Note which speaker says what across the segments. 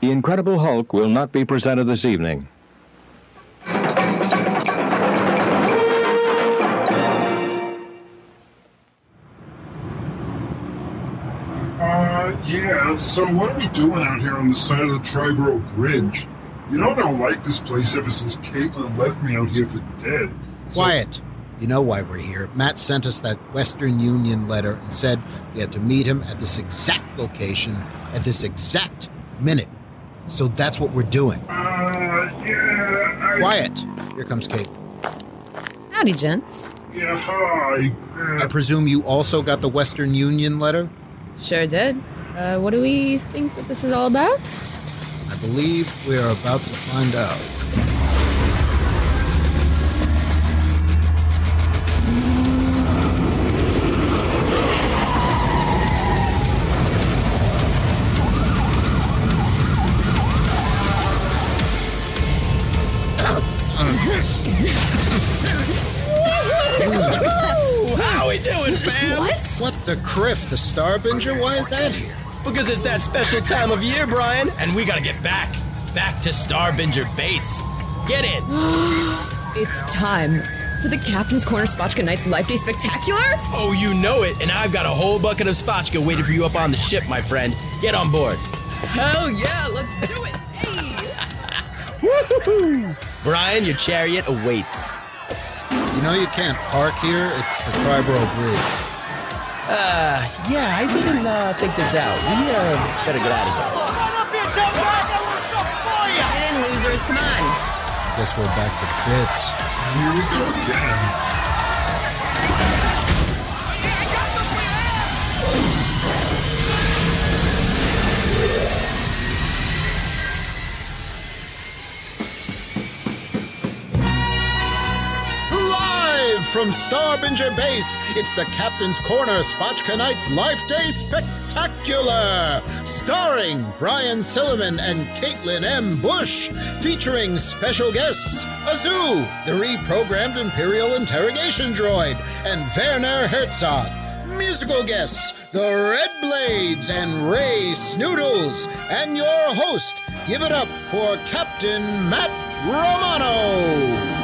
Speaker 1: The Incredible Hulk will not be presented this evening.
Speaker 2: Uh, yeah, so what are we doing out here on the side of the Triborough Bridge? You know I don't like this place ever since Caitlin left me out here for dead. So-
Speaker 3: Quiet. you know why we're here. Matt sent us that Western Union letter and said we had to meet him at this exact location at this exact minute. So that's what we're doing.
Speaker 2: uh,
Speaker 4: Oh,
Speaker 2: yeah, I...
Speaker 3: Quiet. Here comes Caitlin.
Speaker 5: Howdy, gents.
Speaker 2: Yeah, hi.
Speaker 3: I
Speaker 2: Uh,
Speaker 3: presume you also got the Western Union letter?
Speaker 5: Sure did. Uh, what do we think that this is all about?
Speaker 3: I believe we are about to find out.
Speaker 4: How we doing, fam?
Speaker 5: What?
Speaker 3: What the criff, the Starbinger? Why is that here?
Speaker 4: Because it's that special time of year, Brian, and we gotta get back. Back to Starbinger Base. Get in.
Speaker 5: It's time for the Captain's Corner Spotchka Night's Life Day Spectacular?
Speaker 4: Oh, you know it, and I've got a whole bucket of spotchka waiting for you up on the ship, my friend. Get on board.
Speaker 5: Hell yeah, let's do it. Hey.
Speaker 4: Brian, your chariot awaits.
Speaker 3: You know you can't park here. It's the Triborough Bridge.
Speaker 4: Yeah, I didn't uh, think this out. We uh, better get out of here.
Speaker 5: Get in, losers, come on.
Speaker 3: Guess we're back to bits.
Speaker 2: here we go again.
Speaker 3: Live from Starbinger Base, it's the Captain's Corner Spotchka Night's Life Day Spectacular, starring Brian Silliman and Caitlin M. Bush, featuring special guests Azu, the reprogrammed Imperial Interrogation Droid, and Werner Herzog. Musical guests, the Red Blades and Ray Snoodles, and your host, give it up for Captain Matt Romano.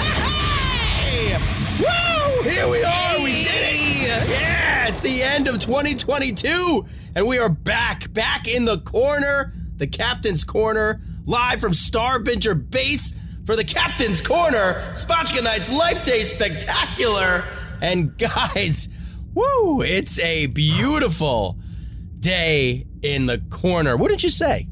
Speaker 4: Hey! Woo! Here we are. We did it. Yeah, it's the end of 2022, and we are back, back in the corner, the captain's corner, live from Starbinger Base for the captain's corner, Spotchka Night's Life Day Spectacular. And guys, woo! It's a beautiful day in the corner. What did you say?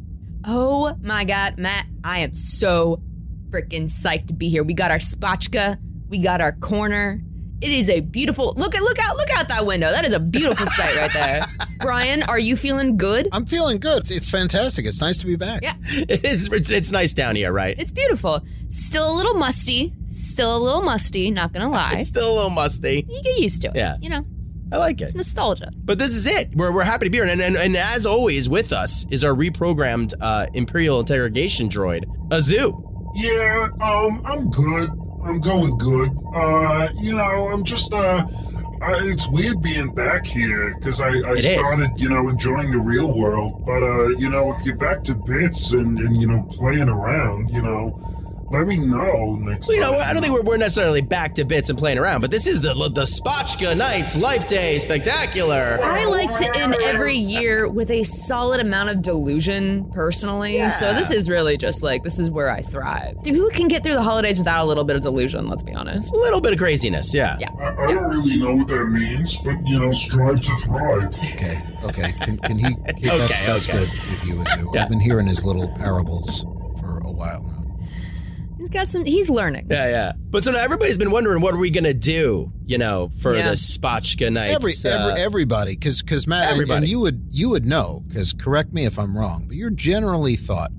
Speaker 5: Oh my god, Matt, I am so freaking psyched to be here. We got our Spotchka, we got our corner. It is a beautiful look at look out look out that window. That is a beautiful sight right there. Brian, are you feeling good?
Speaker 3: I'm feeling good. It's, it's fantastic. It's nice to be back.
Speaker 5: Yeah.
Speaker 4: It's it's, it's nice down here, right?
Speaker 5: It's beautiful. Still a little musty. Still a little musty, not gonna lie.
Speaker 4: It's still a little musty.
Speaker 5: you get used to it.
Speaker 4: Yeah.
Speaker 5: You know,
Speaker 4: I like it.
Speaker 5: it's nostalgia.
Speaker 4: But this is it. We're, we're happy to be here. And, and, and as always, with us is our reprogrammed uh, Imperial Interrogation Droid, Azu.
Speaker 2: Yeah, um, I'm good. I'm going good. Uh, you know, I'm just, uh, I, it's weird being back here because I, I
Speaker 4: It is.
Speaker 2: started, you know, enjoying the real world. But, uh, you know, if you're back to bits and, and you know, playing around, you know, let me know next
Speaker 4: So, you
Speaker 2: time.
Speaker 4: know, I don't think we're, we're necessarily back to bits and playing around, but this is the the Spotchka Nights Life Day Spectacular.
Speaker 5: I like to end every year with a solid amount of delusion personally. So this is really just like this is where I thrive. Who can get through the holidays without a little bit of delusion, let's be honest.
Speaker 4: A little bit of craziness, yeah.
Speaker 5: Yeah.
Speaker 2: I, I don't really know what that means, but, you know, strive to thrive.
Speaker 3: Okay. Okay. Can, can he? okay.
Speaker 4: Okay,
Speaker 3: That's, that's
Speaker 4: okay.
Speaker 3: good with you, Azu.
Speaker 4: Yeah.
Speaker 3: I've been hearing his little parables for a while now.
Speaker 5: He's got some he's learning.
Speaker 4: Yeah, yeah. But so now everybody's been wondering what are we gonna do, you know, for
Speaker 5: Yeah.
Speaker 4: the Spotchka Nights.
Speaker 3: Every,
Speaker 4: uh,
Speaker 3: every everybody, because because Matt, and-
Speaker 4: Everybody.
Speaker 3: and you would you would know, because correct me if I'm wrong, but you're generally thought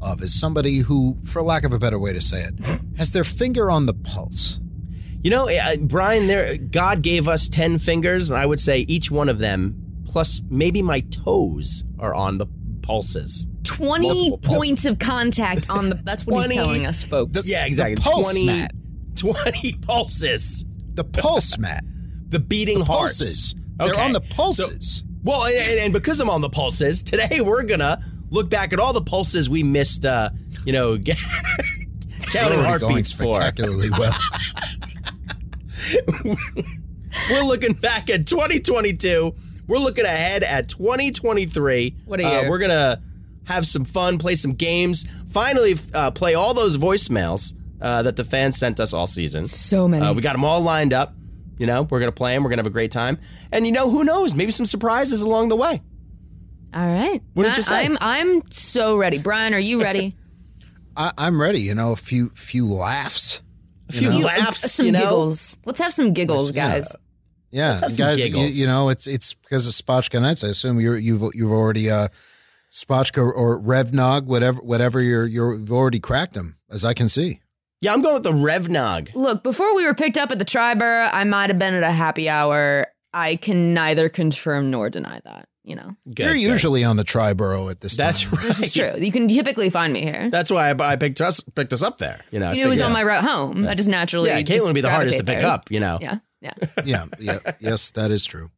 Speaker 3: of as somebody who, for lack of a better way to say it, has their finger on the pulse.
Speaker 4: You know, uh, Brian, there God gave us 10 fingers, and I would say each one of them plus maybe my toes are on the pulses.
Speaker 5: Twenty
Speaker 4: Multiple
Speaker 5: points of contact on the that's what
Speaker 4: 20
Speaker 5: he's telling us, folks.
Speaker 4: yeah, exactly.
Speaker 3: the pulse,
Speaker 4: 20,
Speaker 3: Matt.
Speaker 4: 20 pulses.
Speaker 3: The pulse, Matt.
Speaker 4: The beating hearts.
Speaker 3: Pulses.
Speaker 4: Okay.
Speaker 3: They're on the
Speaker 4: So-
Speaker 3: pulses.
Speaker 4: well, and, and because I'm on the pulses, today we're gonna look back at all the pulses we missed. Uh, you know, g- counting
Speaker 3: Already going
Speaker 4: heartbeats for.
Speaker 3: spectacularly well.
Speaker 4: We're looking back at 2022. We're looking ahead at 2023.
Speaker 5: What a
Speaker 4: Uh,
Speaker 5: year.
Speaker 4: we're gonna have some fun, play some games, finally uh, play all those voicemails uh, that the fans sent us all season.
Speaker 5: So many.
Speaker 4: Uh, we got them all lined up. You know, we're gonna play them. We're gonna have a great time, and you know, who knows? Maybe some surprises along the way.
Speaker 5: All right.
Speaker 4: What did
Speaker 5: Matt,
Speaker 4: you say?
Speaker 5: I'm I'm so ready. Brian, are you ready?
Speaker 3: I, I'm ready. You know, a few few laughs.
Speaker 4: A few
Speaker 5: You-
Speaker 4: laughs,
Speaker 5: some
Speaker 4: you know?
Speaker 5: giggles. Let's have some giggles, guys.
Speaker 3: Yeah,
Speaker 4: Let's have some
Speaker 3: guys, you,
Speaker 4: giggles.
Speaker 3: you know, it's it's because of Spotchka Nights. I assume you're, you've you've already uh, Spotchka or Revnog, whatever whatever you're you're you've already cracked them, as I can see.
Speaker 4: Yeah, I'm going with the Revnog.
Speaker 5: Look, before we were picked up at the Triber, I might have been at a happy hour. I can neither confirm nor deny that. You know,
Speaker 4: Good,
Speaker 3: you're
Speaker 4: good.
Speaker 3: usually on the Triborough at this
Speaker 4: That's
Speaker 3: time.
Speaker 4: right.
Speaker 5: this is true. You can typically find me here.
Speaker 4: That's why I, I picked us picked us up there. You know,
Speaker 5: you know, it was
Speaker 4: figured-
Speaker 5: on my route home. I just naturally.
Speaker 4: yeah. Caitlin
Speaker 5: just
Speaker 4: would be the hardest to
Speaker 5: gravitate
Speaker 4: pick
Speaker 5: there.
Speaker 4: up. You know,
Speaker 5: Yeah, yeah.
Speaker 3: yeah, yeah, yes, that is true.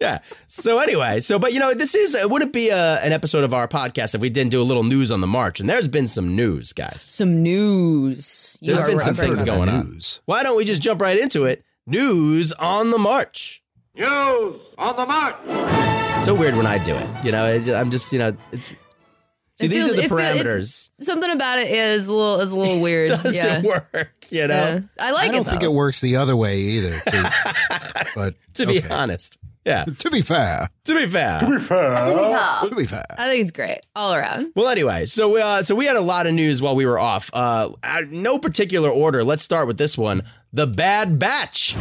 Speaker 4: Yeah. So anyway, so but you know, this is it wouldn't be uh an episode of our podcast if we didn't do a little news on the march, and there's been some news, guys.
Speaker 5: Some news. You
Speaker 4: There's
Speaker 5: are
Speaker 4: been some
Speaker 5: right, Brian.
Speaker 4: things going on.
Speaker 3: News.
Speaker 4: Why don't we just jump right into it? News on the march.
Speaker 6: News on the march.
Speaker 4: It's so weird when I do it. You know, it, I'm just you know, it's see
Speaker 5: It
Speaker 4: these
Speaker 5: feels-
Speaker 4: are the
Speaker 5: it feel- it's-
Speaker 4: parameters.
Speaker 5: Something about it is a little is a little weird.
Speaker 4: Doesn't
Speaker 5: yeah.
Speaker 4: work. You know,
Speaker 5: Yeah. I like
Speaker 3: I don't
Speaker 5: it
Speaker 3: think
Speaker 5: though.
Speaker 3: it works the other way either. too. but
Speaker 4: to be
Speaker 3: okay.
Speaker 4: honest. Yeah.
Speaker 3: to be fair,
Speaker 4: To be fair.
Speaker 5: I
Speaker 3: to be fair,
Speaker 5: think it's great all around.
Speaker 4: Well, anyway, so uh, so we had a lot of news while we were off. Uh, uh, no particular order. Let's start with this one: the Bad Batch.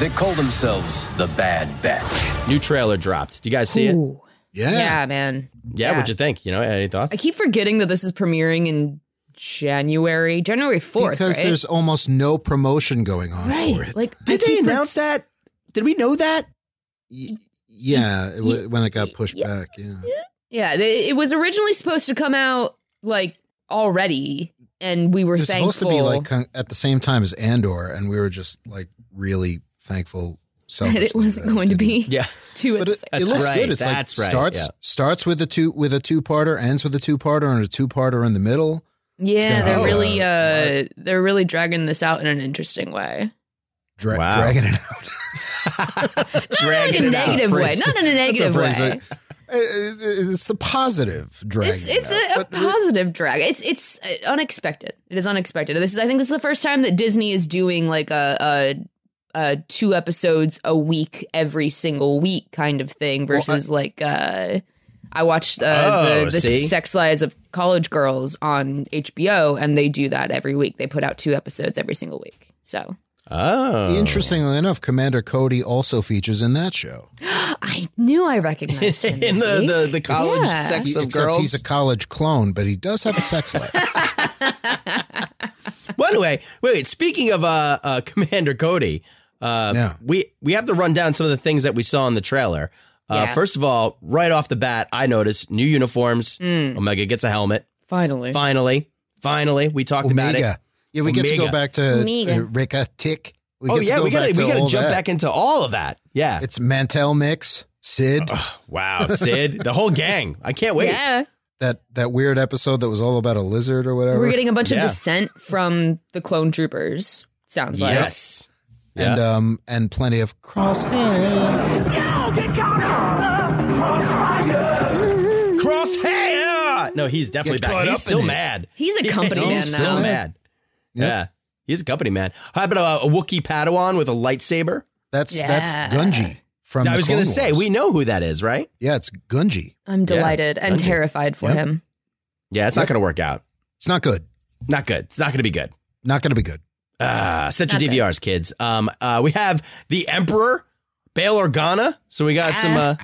Speaker 7: They call themselves the Bad Batch.
Speaker 4: New trailer dropped. Do you guys see it?
Speaker 5: Ooh.
Speaker 3: yeah.
Speaker 5: Yeah, man.
Speaker 4: Yeah, What'd you think? You know, any thoughts?
Speaker 5: I keep forgetting that this is premiering in January, January fourth,
Speaker 3: because
Speaker 5: right?
Speaker 3: there's almost no promotion going on for
Speaker 5: right.
Speaker 3: it.
Speaker 5: Like,
Speaker 4: Did
Speaker 5: I
Speaker 4: they
Speaker 5: keep for-
Speaker 4: announce that? Did we know that?
Speaker 3: Y- yeah, it w- when it got pushed
Speaker 5: yeah.
Speaker 3: back, yeah.
Speaker 5: Yeah, they, it was originally supposed to come out like already, and we were
Speaker 3: It was
Speaker 5: thankful.
Speaker 3: supposed to be like con- at the same time as Andor, and we were just like really thankful.
Speaker 5: that
Speaker 3: selfishly
Speaker 5: it wasn't
Speaker 3: that
Speaker 5: going to
Speaker 3: didn't.
Speaker 5: be
Speaker 4: Yeah.
Speaker 5: two at
Speaker 3: But
Speaker 5: the
Speaker 3: it,
Speaker 5: same
Speaker 3: it
Speaker 4: That's
Speaker 3: looks
Speaker 4: right,
Speaker 3: good. It's
Speaker 4: that's
Speaker 3: like
Speaker 4: right,
Speaker 3: starts
Speaker 4: yeah.
Speaker 3: starts with a two with a two parter, ends with a two parter, and a two parter in the middle.
Speaker 5: Yeah,
Speaker 3: gonna
Speaker 5: they're
Speaker 3: be,
Speaker 5: really
Speaker 3: uh,
Speaker 5: uh they're really dragging this out in an interesting way.
Speaker 3: Dra-
Speaker 4: Wow.
Speaker 3: Dragging it out.
Speaker 5: Not in like
Speaker 4: Dragging
Speaker 5: a
Speaker 4: it out.
Speaker 5: negative way.
Speaker 3: Phrase.
Speaker 5: Not in a negative
Speaker 3: phrase
Speaker 5: way.
Speaker 3: that- Uh, uh, It's the positive dragging.
Speaker 5: It's it's
Speaker 3: it out.
Speaker 5: a, a positive drag. It's it's uh, unexpected. It is unexpected. This is I think this is the first time that Disney is doing like a a, a two episodes a week every single week kind of thing versus like uh I watched uh,
Speaker 4: Oh,
Speaker 5: the, the
Speaker 4: see?
Speaker 5: Sex Lives of College Girls on HBO, and they do that every week. They put out two episodes every single week. So
Speaker 4: Oh,
Speaker 3: Interestingly enough, Commander Cody also features in that show.
Speaker 5: I knew I recognized him.
Speaker 4: In
Speaker 5: this
Speaker 4: the,
Speaker 5: week.
Speaker 4: the the college
Speaker 5: Yeah.
Speaker 4: sex of
Speaker 3: Except
Speaker 4: girls.
Speaker 3: he's a college clone, but he does have a sex life.
Speaker 4: By the way, wait, wait. Speaking of uh, uh, Commander Cody, uh,
Speaker 3: Yeah.
Speaker 4: we we have to run down some of the things that we saw in the trailer. Uh,
Speaker 5: Yeah.
Speaker 4: First of all, right off the bat, I noticed new uniforms.
Speaker 5: Mm.
Speaker 4: Omega gets a helmet.
Speaker 5: Finally.
Speaker 4: Finally, finally, we talked about it.
Speaker 3: Omega. Yeah, we get to go
Speaker 4: Omega.
Speaker 3: back to
Speaker 5: Omega.
Speaker 3: uh, Rika Tick. We
Speaker 4: oh
Speaker 3: get to
Speaker 4: yeah,
Speaker 3: go
Speaker 4: we gotta
Speaker 3: back
Speaker 4: we gotta
Speaker 3: all
Speaker 4: jump
Speaker 3: that.
Speaker 4: back into all of that. Yeah.
Speaker 3: It's Mantel Mix, Sid,
Speaker 4: Wow, Sid, the whole gang. I can't wait.
Speaker 5: Yeah.
Speaker 3: that that weird episode that was all about a lizard or whatever.
Speaker 5: We're getting a bunch
Speaker 4: Yeah.
Speaker 5: of dissent from the clone troopers. Sounds like
Speaker 4: Yes.
Speaker 3: and um and plenty of crosshair.
Speaker 4: Crosshair. Uh, No, he's definitely
Speaker 3: Get
Speaker 4: back.
Speaker 3: caught
Speaker 4: He's
Speaker 3: up
Speaker 4: still
Speaker 3: in it.
Speaker 4: mad.
Speaker 5: he's a company
Speaker 4: he's
Speaker 5: man
Speaker 4: still
Speaker 5: now.
Speaker 4: mad.
Speaker 3: Yeah.
Speaker 4: Yeah. He's a company man. How about a, a Wookiee Padawan with a lightsaber?
Speaker 3: That's
Speaker 5: Yeah.
Speaker 3: that's Gunji from.
Speaker 4: I
Speaker 3: the
Speaker 4: was going to
Speaker 3: Clone
Speaker 4: say,
Speaker 3: Wars.
Speaker 4: we know who that is, right?
Speaker 3: Yeah, it's Gunji.
Speaker 5: I'm delighted and
Speaker 4: Gundy.
Speaker 5: terrified for
Speaker 3: Yep.
Speaker 5: him.
Speaker 4: Yeah, it's not going to work out.
Speaker 3: It's not good.
Speaker 4: Not good. It's not going to be good.
Speaker 3: Not going to be good.
Speaker 4: Ah, set your
Speaker 5: Not good.
Speaker 4: DVRs, kids. Um, uh, we have the Emperor, Bail Organa. So we got some, uh,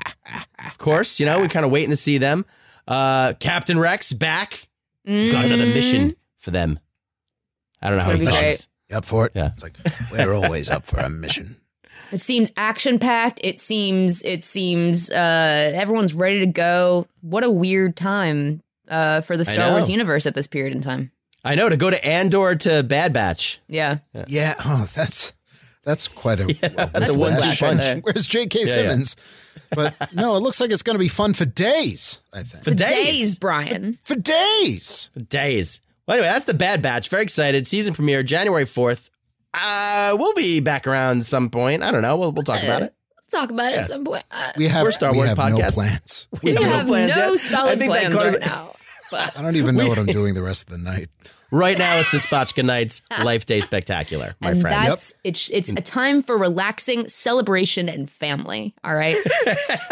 Speaker 4: of course, you know, we're kind of waiting to see them. Uh, Captain Rex back. He's got another
Speaker 5: Mm.
Speaker 4: mission for them. I don't know
Speaker 5: It's
Speaker 4: how he
Speaker 5: gonna be
Speaker 4: talks.
Speaker 5: great.
Speaker 3: You up for it?
Speaker 4: Yeah.
Speaker 3: It's like we're always up for a mission.
Speaker 5: It seems action packed. It seems it seems uh everyone's ready to go. What a weird time uh for the
Speaker 4: I
Speaker 5: Star Wars
Speaker 4: know.
Speaker 5: universe at this period in time.
Speaker 4: I know to go to Andor to Bad Batch.
Speaker 5: Yeah.
Speaker 3: Yeah. Oh, that's That's quite a well,
Speaker 4: that's
Speaker 5: a one-two
Speaker 3: that's
Speaker 5: punch.
Speaker 3: punch. Where's J.K.
Speaker 4: yeah.
Speaker 3: Simmons? But no, it looks like it's going to be fun for days. I think
Speaker 4: For days.
Speaker 5: Days, Brian.
Speaker 3: for days.
Speaker 4: days. Well, anyway, that's the Bad Batch. Very excited. Season premiere January fourth. Uh, we'll be back around some point. I don't know. We'll, we'll talk about it.
Speaker 5: We'll talk about it at some point. Uh,
Speaker 3: We have
Speaker 4: We're Star
Speaker 3: we
Speaker 4: Wars
Speaker 3: have No
Speaker 4: podcast.
Speaker 3: plans.
Speaker 4: We
Speaker 5: we have no,
Speaker 4: yet. I
Speaker 5: solid
Speaker 4: think that
Speaker 5: plans
Speaker 4: covers
Speaker 5: right
Speaker 4: it.
Speaker 5: now.
Speaker 3: I don't even know what I'm doing the rest of the night.
Speaker 4: Right now, it's the Spotchka Nights Life Day Spectacular, my
Speaker 5: and
Speaker 4: friend.
Speaker 5: that's it's it's
Speaker 4: Mm.
Speaker 5: a time for relaxing, celebration, and family. All right.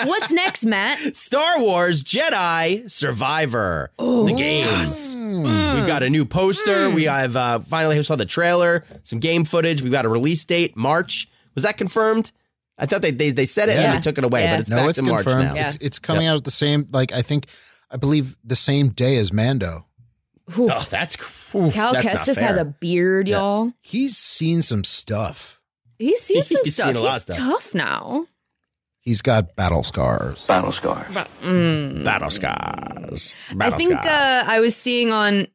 Speaker 5: What's next, Matt?
Speaker 4: Star Wars Jedi Survivor.
Speaker 5: Oh.
Speaker 4: the games. Mm. We've got a new poster.
Speaker 5: Mm.
Speaker 4: We have uh, finally saw the trailer, some game footage. We've got a release date, March. Was that confirmed? I thought they they, they said it and then
Speaker 5: Yeah.
Speaker 4: they took it away,
Speaker 5: Yeah.
Speaker 4: but it's
Speaker 3: No,
Speaker 4: back
Speaker 3: it's
Speaker 4: to March
Speaker 3: confirmed.
Speaker 4: now.
Speaker 5: Yeah.
Speaker 3: It's it's coming out at the same like I think I believe the same day as Mando.
Speaker 5: Ooh,
Speaker 4: Oh, that's cr- oof,
Speaker 5: Cal
Speaker 4: that's not
Speaker 5: Kestis has
Speaker 4: fair.
Speaker 5: a beard, y'all.
Speaker 3: He's seen some stuff.
Speaker 5: He's seen some
Speaker 4: He's
Speaker 5: stuff.
Speaker 4: seen a lot
Speaker 5: He's
Speaker 4: of stuff.
Speaker 5: tough now.
Speaker 3: He's got battle scars.
Speaker 8: Battle Scar.
Speaker 5: But, mm.
Speaker 4: battle scars. Battle
Speaker 5: I think
Speaker 4: scars.
Speaker 5: uh, I was seeing on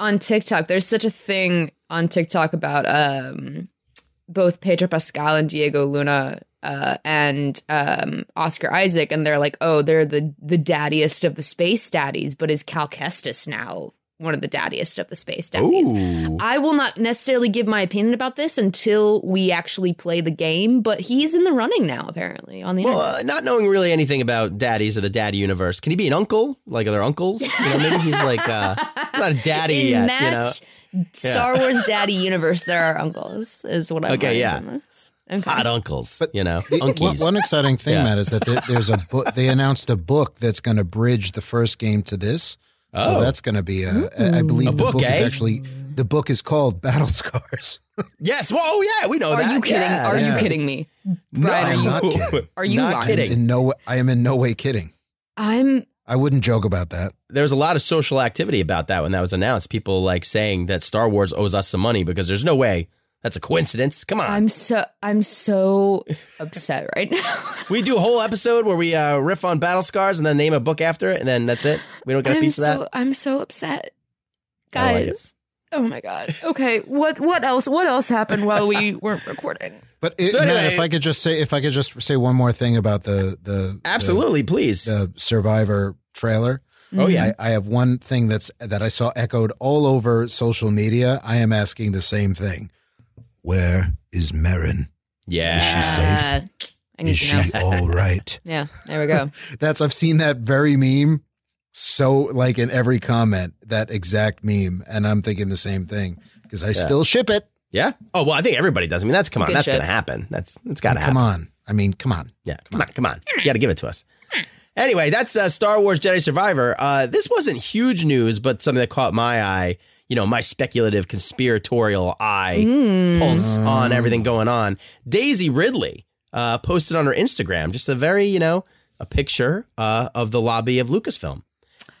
Speaker 5: on TikTok. There's such a thing on TikTok about um, both Pedro Pascal and Diego Luna uh, and um, Oscar Isaac, and they're like, "Oh, they're the the daddiest of the space daddies." But is Cal Kestis now one of the daddiest of the space daddies?
Speaker 4: Ooh.
Speaker 5: I will not necessarily give my opinion about this until we actually play the game, but he's in the running now, apparently, on the
Speaker 4: Well,
Speaker 5: internet.
Speaker 4: uh, not knowing really anything about daddies or the daddy universe, can he be an uncle? Like, are there uncles? You know, maybe he's like uh, not a daddy
Speaker 5: in
Speaker 4: yet. you know,
Speaker 5: Matt's Star Wars daddy universe, there are uncles, is what I'm
Speaker 4: Okay,
Speaker 5: learning
Speaker 4: yeah.
Speaker 5: from this. Okay.
Speaker 4: hot uncles. you know,
Speaker 3: It- one-
Speaker 4: unkies.
Speaker 3: One exciting thing,
Speaker 4: Yeah.
Speaker 3: Matt, is that there- there's a book. They announced a book that's going to bridge the first game to this. So
Speaker 4: Oh.
Speaker 3: that's going to be a. I I believe
Speaker 4: A
Speaker 3: the
Speaker 4: book,
Speaker 3: book, is
Speaker 4: eh?
Speaker 3: actually the book is called Battle Scars.
Speaker 4: Yes. Well, oh, yeah, we know
Speaker 5: Are
Speaker 4: that.
Speaker 5: you kidding?
Speaker 4: Yeah,
Speaker 5: are you
Speaker 4: that's-
Speaker 3: yeah.
Speaker 5: kidding me?
Speaker 4: No.
Speaker 3: Brian, are you- Not kidding.
Speaker 5: Are you
Speaker 4: Not
Speaker 5: lying?
Speaker 4: kidding.
Speaker 3: In no, way- I am in no way kidding.
Speaker 5: I'm
Speaker 3: I wouldn't joke about that.
Speaker 4: There was a lot of social activity about that when that was announced. People like saying that Star Wars owes us some money because there's no way that's a coincidence. Come on.
Speaker 5: I'm so I'm so upset right now.
Speaker 4: we do a whole episode where we uh, riff on battle scars and then name a book after it, and then that's it. We don't get a
Speaker 5: I'm
Speaker 4: piece
Speaker 5: so
Speaker 4: of that.
Speaker 5: I'm so upset.
Speaker 4: I like it.
Speaker 5: Guys. oh my god. Okay. What what else what else happened while we weren't recording?
Speaker 3: But it,
Speaker 4: So
Speaker 3: Matt,
Speaker 4: anyway-
Speaker 3: if I could just say, if I could just say one more thing about the the
Speaker 4: Absolutely, please.
Speaker 3: the, the Survivor trailer.
Speaker 4: oh yeah.
Speaker 3: I, I have one thing that's that I saw echoed all over social media. I am asking the same thing. Where is Marin?
Speaker 4: yeah.
Speaker 3: She's safe.
Speaker 5: Uh, I need
Speaker 3: Is
Speaker 5: to know.
Speaker 3: she all right?
Speaker 5: Yeah, there we go.
Speaker 3: That's I've seen that very meme. So like in every comment, that exact meme, and I'm thinking the same thing because I still ship it.
Speaker 4: Yeah. Oh well, I think everybody does. I mean, that's come
Speaker 5: It's
Speaker 4: on.
Speaker 5: good
Speaker 4: That's
Speaker 5: shit.
Speaker 4: gonna happen. That's that's gotta happen.
Speaker 3: Come on, I mean, come on.
Speaker 4: Yeah, come on, come on. You got to give it to us. Anyway, that's uh, Star Wars Jedi Survivor. Uh, this wasn't huge news, but something that caught my eye. You know, my speculative, conspiratorial eye pulse on everything going on. Daisy Ridley uh, posted on her Instagram just a very, you know, a picture uh, of the lobby of Lucasfilm,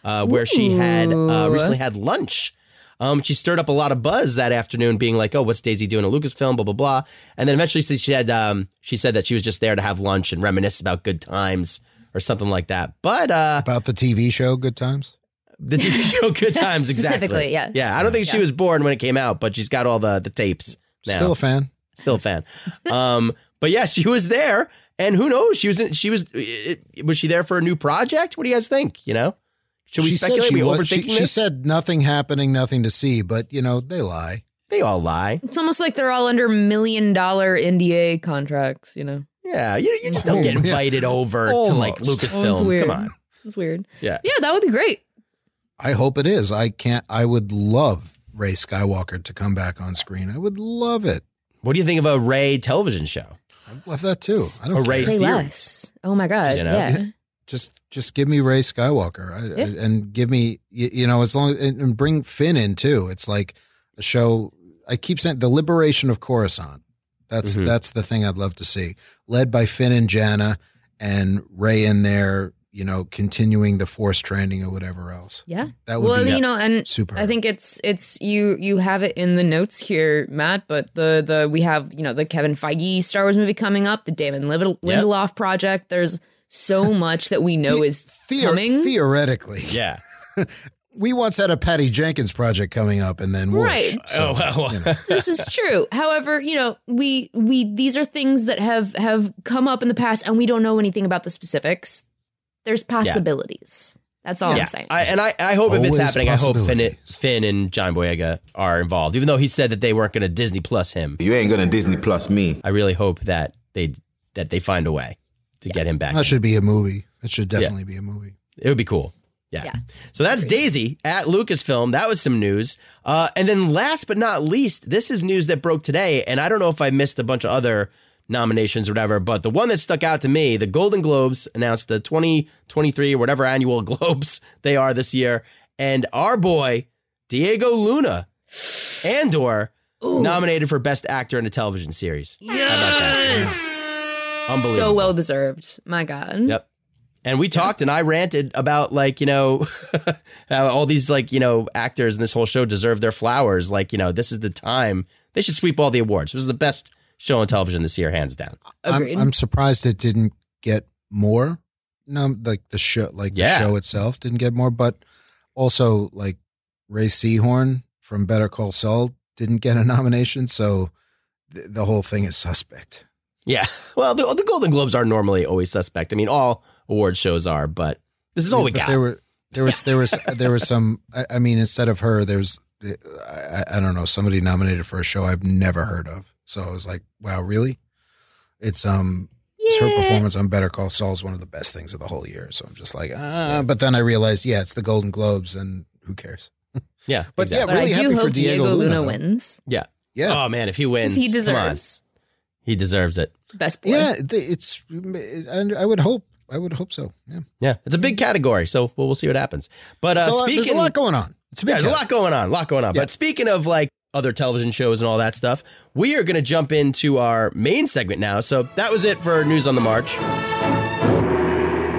Speaker 4: uh, where she had uh,
Speaker 5: Ooh.
Speaker 4: recently had lunch. Um, she stirred up a lot of buzz that afternoon, being like, "Oh, what's Daisy doing at Lucasfilm?" Blah blah blah. And then eventually, she said, um, "She said that she was just there to have lunch and reminisce about good times or something like that." But uh,
Speaker 3: About the TV show, Good Times.
Speaker 4: the TV show Good Times, exactly.
Speaker 5: Specifically, yes.
Speaker 4: Yeah, I don't think she
Speaker 5: Yeah.
Speaker 4: was born when it came out, but she's got all the the tapes now.
Speaker 3: Still a fan.
Speaker 4: Still a fan. um, but yeah, she was there, and who knows? She was in, she was it, was she there for a new project? What do you guys think? You know, should we
Speaker 3: She said
Speaker 4: speculate?
Speaker 3: she
Speaker 4: we
Speaker 3: was-
Speaker 4: overthinking
Speaker 3: she,
Speaker 4: this?
Speaker 3: she said nothing happening, nothing to see, but you know they lie.
Speaker 4: they all lie.
Speaker 5: It's almost like they're all under million dollar NDA contracts, you know.
Speaker 4: Yeah, you, you just don't
Speaker 3: Oh,
Speaker 4: get
Speaker 3: yeah.
Speaker 4: invited over to like
Speaker 3: Almost.
Speaker 4: Lucasfilm.
Speaker 5: weird.
Speaker 4: Come on.
Speaker 5: It's weird.
Speaker 4: Yeah.
Speaker 5: Yeah, that would be great.
Speaker 3: I hope it is. I can't. I would love Ray Skywalker to come back on screen. I would love it.
Speaker 4: What do you think of a Ray television show?
Speaker 3: I'd love that too. I don't
Speaker 4: A Ray
Speaker 3: care.
Speaker 5: Say
Speaker 4: series.
Speaker 5: less. Oh my god.
Speaker 4: You know?
Speaker 5: Yeah.
Speaker 3: just just give me Ray Skywalker I, I- and give me you, you know as long and, and bring Finn in too. It's like a show. I keep saying the liberation of Coruscant. That's
Speaker 4: Mhm.
Speaker 3: that's the thing I'd love to see, led by Finn and Janna, and Ray in there. You know, continuing the force training or whatever else.
Speaker 5: Yeah.
Speaker 3: That would
Speaker 5: Well,
Speaker 3: be
Speaker 5: you know, and
Speaker 3: super.
Speaker 5: I think it's it's you you have it in the notes here, Matt. But the the we have you know the Kevin Feige Star Wars movie coming up, the Damon Lind-
Speaker 4: Yeah.
Speaker 5: Lindelof project. There's so much that we know is
Speaker 3: Theor-
Speaker 5: coming.
Speaker 3: theoretically.
Speaker 4: Yeah.
Speaker 9: we once had a Patty Jenkins project coming up, and then whoosh.
Speaker 5: Right.
Speaker 4: oh, wow.
Speaker 5: this is true. However, you know, we we these are things that have have come up in the past, and we don't know anything about the specifics. There's possibilities. That's all I'm saying.
Speaker 4: I, and I, I hope if it's
Speaker 9: Always
Speaker 4: happening, I hope Finn,
Speaker 9: possibilities.
Speaker 4: Finn and John Boyega are involved, even though he said that they weren't going to Disney Plus him.
Speaker 10: You ain't gonna Disney Plus me.
Speaker 4: I really hope that they that they find a way to get him back.
Speaker 9: That should be a movie. It should definitely be a movie.
Speaker 4: It would be cool. Yeah.
Speaker 5: Yeah.
Speaker 4: So that's Daisy at Lucasfilm. That was some news. Uh, and then last but not least, this is news that broke today. And I don't know if I missed a bunch of other nominations or whatever, but the one that stuck out to me, the Golden Globes announced the 2023 or whatever annual Globes they are this year. And our boy, Diego Luna, Andor, nominated for Best Actor in a Television Series. How about that?
Speaker 5: Yes.
Speaker 4: Unbelievable.
Speaker 5: So well deserved. My God.
Speaker 4: Yep. And we talked and I ranted about like, you know, how all these like, you know, actors in this whole show deserve their flowers. Like, you know, this is the time. They should sweep all the awards. This is the best show on television this year, hands down.
Speaker 5: Agreed.
Speaker 9: I'm, I'm surprised it didn't get more. No, like the show, like
Speaker 4: Yeah.
Speaker 9: the show itself didn't get more, but also like Ray Seahorn from Better Call Saul didn't get a nomination, so th- the whole thing is suspect.
Speaker 4: Yeah. Well, the, the Golden Globes are normally always suspect. I mean, all award shows are, but this is all we
Speaker 9: But
Speaker 4: got.
Speaker 9: There were there was there was there was some. I, I mean, instead of her, there's I, I- I don't know somebody nominated for a show I've never heard of. So I was like, wow, really? It's um It's her performance on Better Call Saul is one of the best things of the whole year. So I'm just like, ah. But then I realized, yeah, it's the Golden Globes, and who cares?
Speaker 4: yeah.
Speaker 9: But
Speaker 4: exactly.
Speaker 9: yeah,
Speaker 5: But
Speaker 9: really
Speaker 5: I do
Speaker 9: happy
Speaker 5: hope
Speaker 9: for Diego, Luna. though.
Speaker 5: wins.
Speaker 4: yeah.
Speaker 9: Yeah,
Speaker 4: Oh, man. If he
Speaker 5: 'Cause
Speaker 4: wins,
Speaker 5: he
Speaker 4: come on.
Speaker 5: deserves
Speaker 4: He deserves it.
Speaker 5: best boy.
Speaker 9: yeah. th- It's and I would hope, I would hope so. Yeah,
Speaker 4: Yeah. It's a big category. So we'll, we'll see what happens. But uh,
Speaker 9: It's a lot-
Speaker 4: speaking
Speaker 9: there's a lot going on. It's a big
Speaker 4: Yeah, there's a lot going on, a lot going on.
Speaker 9: Yeah.
Speaker 4: But speaking of like other television shows and all that stuff, we are going to jump into our main segment now. So that was it for News on the March.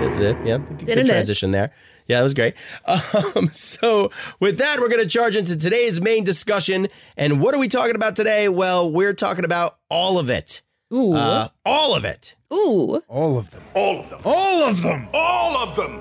Speaker 4: Yeah, good
Speaker 5: Didn't it?
Speaker 4: transition there. Yeah, that was great. Um, so, with that, we're going to charge into today's main discussion. And what are we talking about today? Well, we're talking about all of it.
Speaker 5: Ooh.
Speaker 4: Uh, all of it.
Speaker 5: Ooh.
Speaker 9: All of them.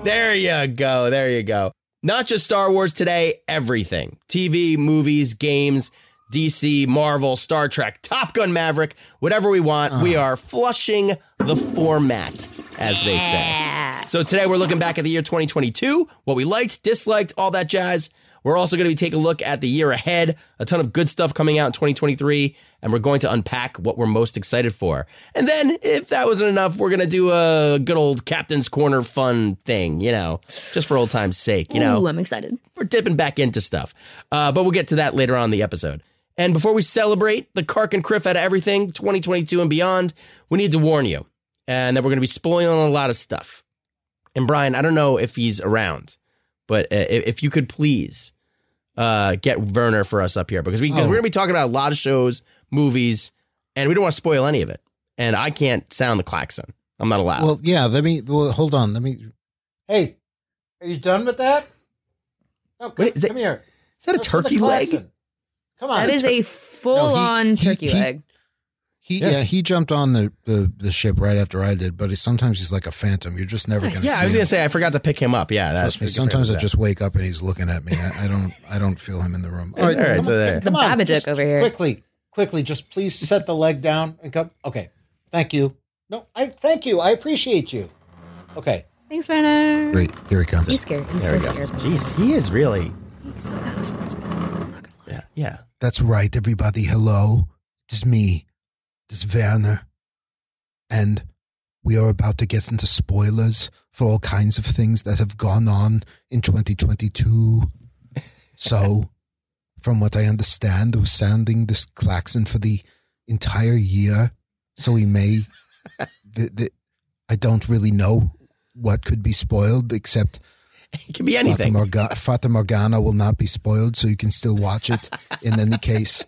Speaker 4: There you go. There you go. Not just Star Wars today, everything TV, movies, games, DC, Marvel, Star Trek, Top Gun Maverick, whatever we want. We are flushing the format, as they say. So today we're looking back at the year 2022, what we liked, disliked, all that jazz. We're also going to be taking a look at the year ahead, a ton of good stuff coming out in 2023, and we're going to unpack what we're most excited for. And then, if that wasn't enough, we're going to do a good old Captain's Corner fun thing, you know, just for old time's sake, you know
Speaker 5: Ooh, I'm excited.
Speaker 4: we're dipping back into stuff. Uh, but we'll get to that later on in the episode. And before we celebrate the Kark and Criff out of everything 2022 and beyond, we need to warn you and that we're going to be spoiling a lot of stuff. And Brian, I don't know if he's around, but uh, if if you could please uh, get Werner for us up here because we, because
Speaker 9: Oh.
Speaker 4: we're going to be talking about a lot of shows, movies, and we don't want to spoil any of it. And I can't sound the klaxon. I'm not allowed.
Speaker 9: Well, yeah. Let me. Well, hold on. Let me. Hey, are you done with that? No, come,
Speaker 4: Wait, is it-
Speaker 9: come here.
Speaker 4: Is that a
Speaker 9: Let's do the
Speaker 4: turkey leg?
Speaker 9: klaxon. Come on.
Speaker 5: That is a
Speaker 9: he-
Speaker 5: full-on turkey
Speaker 9: he-
Speaker 5: leg.
Speaker 9: He
Speaker 4: Yeah.
Speaker 9: yeah. he jumped on the, the the ship right after I did, but he, sometimes he's like a phantom. You're just never gonna.
Speaker 4: Yeah,
Speaker 9: see
Speaker 4: I was
Speaker 9: him.
Speaker 4: gonna say I forgot to pick him up. Yeah, that's
Speaker 9: Trust me. Sometimes I just wake up and he's looking at me. I, I don't I don't feel him in the room.
Speaker 4: all right. So there.
Speaker 5: The Babadook over here.
Speaker 3: quickly, quickly, just please set the leg down and come. Okay, thank you. No, I thank you. I appreciate you. Okay,
Speaker 5: Thanks, Brenner.
Speaker 9: Great. Here he
Speaker 5: He's
Speaker 9: comes.
Speaker 5: scared.
Speaker 4: There
Speaker 5: He so
Speaker 4: we go.
Speaker 5: scares me.
Speaker 4: Jeez, he is really.
Speaker 5: He still got his friends.
Speaker 4: Yeah, yeah.
Speaker 9: That's right, everybody. Hello. It's me. It's Werner. And we are about to get into spoilers for all kinds of things that have gone on in 2022. So, from what I understand, we're sounding this klaxon for the entire year. So we may. The, the, I don't really know what could be spoiled, except
Speaker 4: It could be
Speaker 9: Fata,
Speaker 4: anything.
Speaker 9: Morga- Fata Morgana will not be spoiled, so you can still watch it. In any case,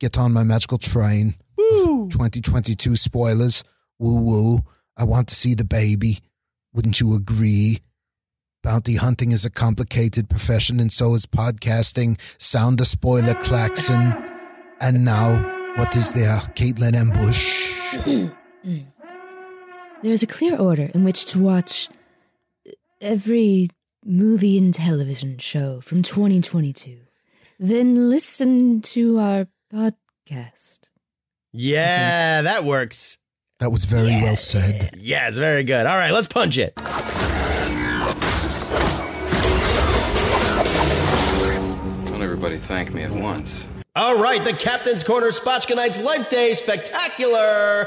Speaker 9: get on my magical train. Woo. 2022 spoilers. Woo woo. I want to see the baby. Wouldn't you agree? Bounty hunting is a complicated profession, and so is podcasting. Sound the spoiler klaxon. And now, what is there? Caitlin Ambush.
Speaker 5: There is a clear order in which to watch every
Speaker 6: movie and television show from 2022, then listen to our podcast.
Speaker 4: Yeah, that works.
Speaker 3: That was very well said.
Speaker 4: Yes, very good. All right, let's punch it.
Speaker 11: Don't everybody thank me at once.
Speaker 4: All right, the Captain's Corner Spotchka Nights Life Day Spectacular,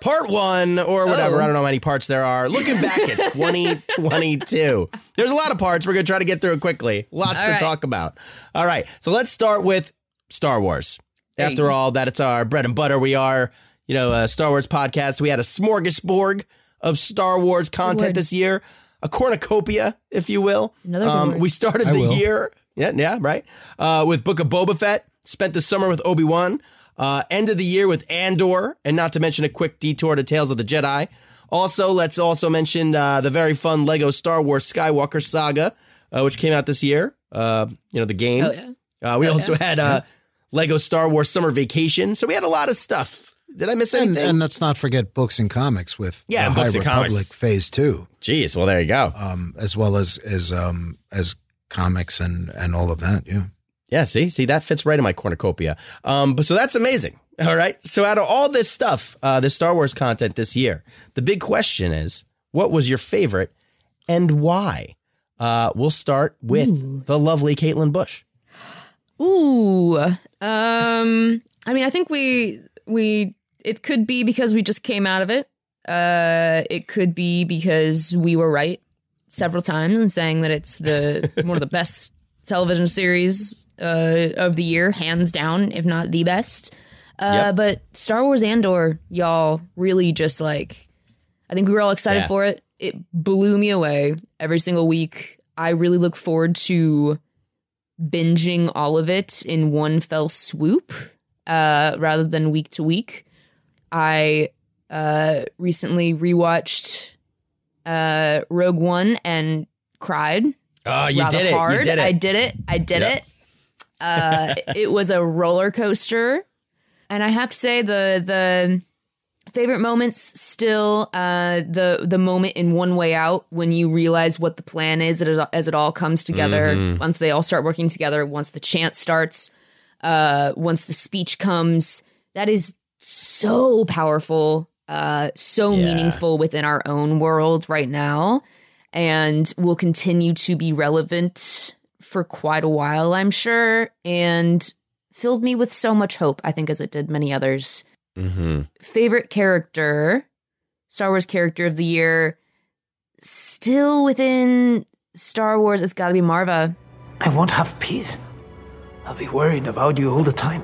Speaker 4: part one, or whatever. I don't know how many parts there are. Looking back at 2022, there's a lot of parts. We're going to try to get through it quickly. Lots
Speaker 5: All
Speaker 4: to
Speaker 5: right.
Speaker 4: talk about. All right, so let's start with Star Wars.
Speaker 5: There you
Speaker 4: After
Speaker 5: go.
Speaker 4: all, that it's our bread and butter. We are, you know, a Star Wars podcast. We had a smorgasbord of Star Wars content
Speaker 6: word.
Speaker 4: this year, a cornucopia, if you will. Um,
Speaker 6: Another word.
Speaker 4: we started
Speaker 3: I
Speaker 4: the
Speaker 3: will.
Speaker 4: year, yeah, yeah, right, uh, with Book of Boba Fett. Spent the summer with Obi Wan. Uh, end of the year with Andor, and not to mention a quick detour to Tales of the Jedi. Also, let's also mention uh, the very fun Lego Star Wars Skywalker Saga, uh, which came out this year. Uh, you know the game.
Speaker 5: Oh, yeah.
Speaker 4: Uh, we
Speaker 5: Oh,
Speaker 4: also had uh, Lego Star Wars Summer Vacation. So we had a lot of stuff. Did I miss anything?
Speaker 3: And, and let's not forget books and comics with
Speaker 4: Yeah,
Speaker 3: the
Speaker 4: and
Speaker 3: High
Speaker 4: books and
Speaker 3: Republic
Speaker 4: comics.
Speaker 3: Phase Two,
Speaker 4: Jeez, well there you go.
Speaker 3: um, as well as as um, as comics and and all of that. Yeah,
Speaker 4: Yeah, see, see, that fits right in my cornucopia. Um, but so that's amazing. All right. So out of all this stuff, uh, the Star Wars content this year, the big question is, what was your favorite and why? Uh, we'll start with the lovely Caitlin Bush.
Speaker 5: Ooh. Um I mean I think we we it could be because we just came out of it. Uh it could be because we were right several times in saying that it's the one of the best television series uh of the year, hands down, if not the best. Uh
Speaker 4: Yep.
Speaker 5: but Star Wars Andor, y'all really just like I think we were all excited
Speaker 4: Yeah.
Speaker 5: for it. It blew me away every single week. I really look forward to binging all of it in one fell swoop uh, rather than week to week. I uh, recently rewatched uh, Rogue One and cried.
Speaker 4: Oh, you
Speaker 5: rather
Speaker 4: did it.
Speaker 5: Hard.
Speaker 4: You did it.
Speaker 5: I did it. I did
Speaker 4: Yep.
Speaker 5: it. Uh, it was a roller coaster, and I have to say the the favorite moments still uh, the the moment in One Way Out when you realize what the plan is as it, as it all comes together. Once they all start working together, once the chant starts, uh, once the speech comes, that is so powerful, uh, so
Speaker 4: Yeah.
Speaker 5: meaningful within our own world right now, and will continue to be relevant for quite a while, I'm sure, and filled me with so much hope. I think as it did many others
Speaker 4: mm-hmm.
Speaker 5: favorite character, Star Wars character of the year, still within Star Wars, it's got to be Marva.
Speaker 12: I won't have peace. I'll be worried about you all the time.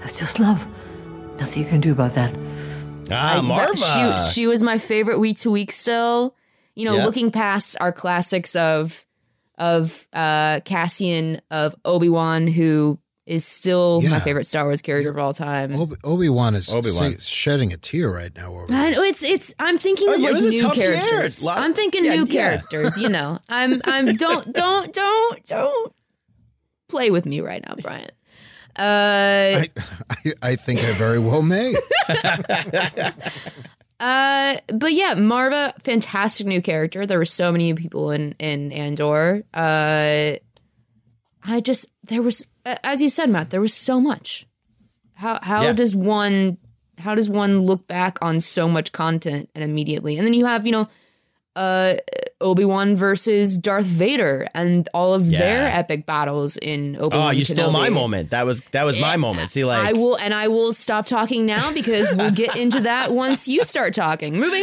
Speaker 12: That's just love. Nothing you can do about that.
Speaker 4: Ah,
Speaker 5: I-
Speaker 4: Marva.
Speaker 5: that- she, she was my favorite week to week still. You know,
Speaker 4: Yeah.
Speaker 5: looking past our classics of of uh Cassian, of Obi Wan, who is still my
Speaker 3: Yeah.
Speaker 5: favorite Star Wars character of all time.
Speaker 3: Obi Wan is
Speaker 4: Obi-Wan.
Speaker 3: se- shedding a tear right now. Over
Speaker 5: I know,
Speaker 3: this.
Speaker 5: it's it's. I'm thinking
Speaker 4: Oh,
Speaker 5: of
Speaker 4: yeah, it
Speaker 5: like
Speaker 4: was a
Speaker 5: new
Speaker 4: tough year.
Speaker 5: characters.
Speaker 4: A lot-
Speaker 5: I'm thinking
Speaker 4: yeah,
Speaker 5: new
Speaker 4: yeah.
Speaker 5: characters. You know, I'm I'm don't don't don't don't play with me right now, Brian. Uh,
Speaker 3: I, I, I think I very well may.
Speaker 5: uh, but yeah, Marva, fantastic new character. There were so many people in in Andor. Uh, I just there was, a- as you said, Matt, there was so much. How how
Speaker 4: Yeah.
Speaker 5: does one how does one look back on so much content and immediately, and then you have you know, uh, Obi Wan versus Darth Vader and all of their
Speaker 4: Yeah.
Speaker 5: epic battles in Obi
Speaker 4: Oh,
Speaker 5: Wan.
Speaker 4: you stole my moment. That was that was my moment. See, like
Speaker 5: I will, and I will stop talking now because we'll get into that once you start talking. Moving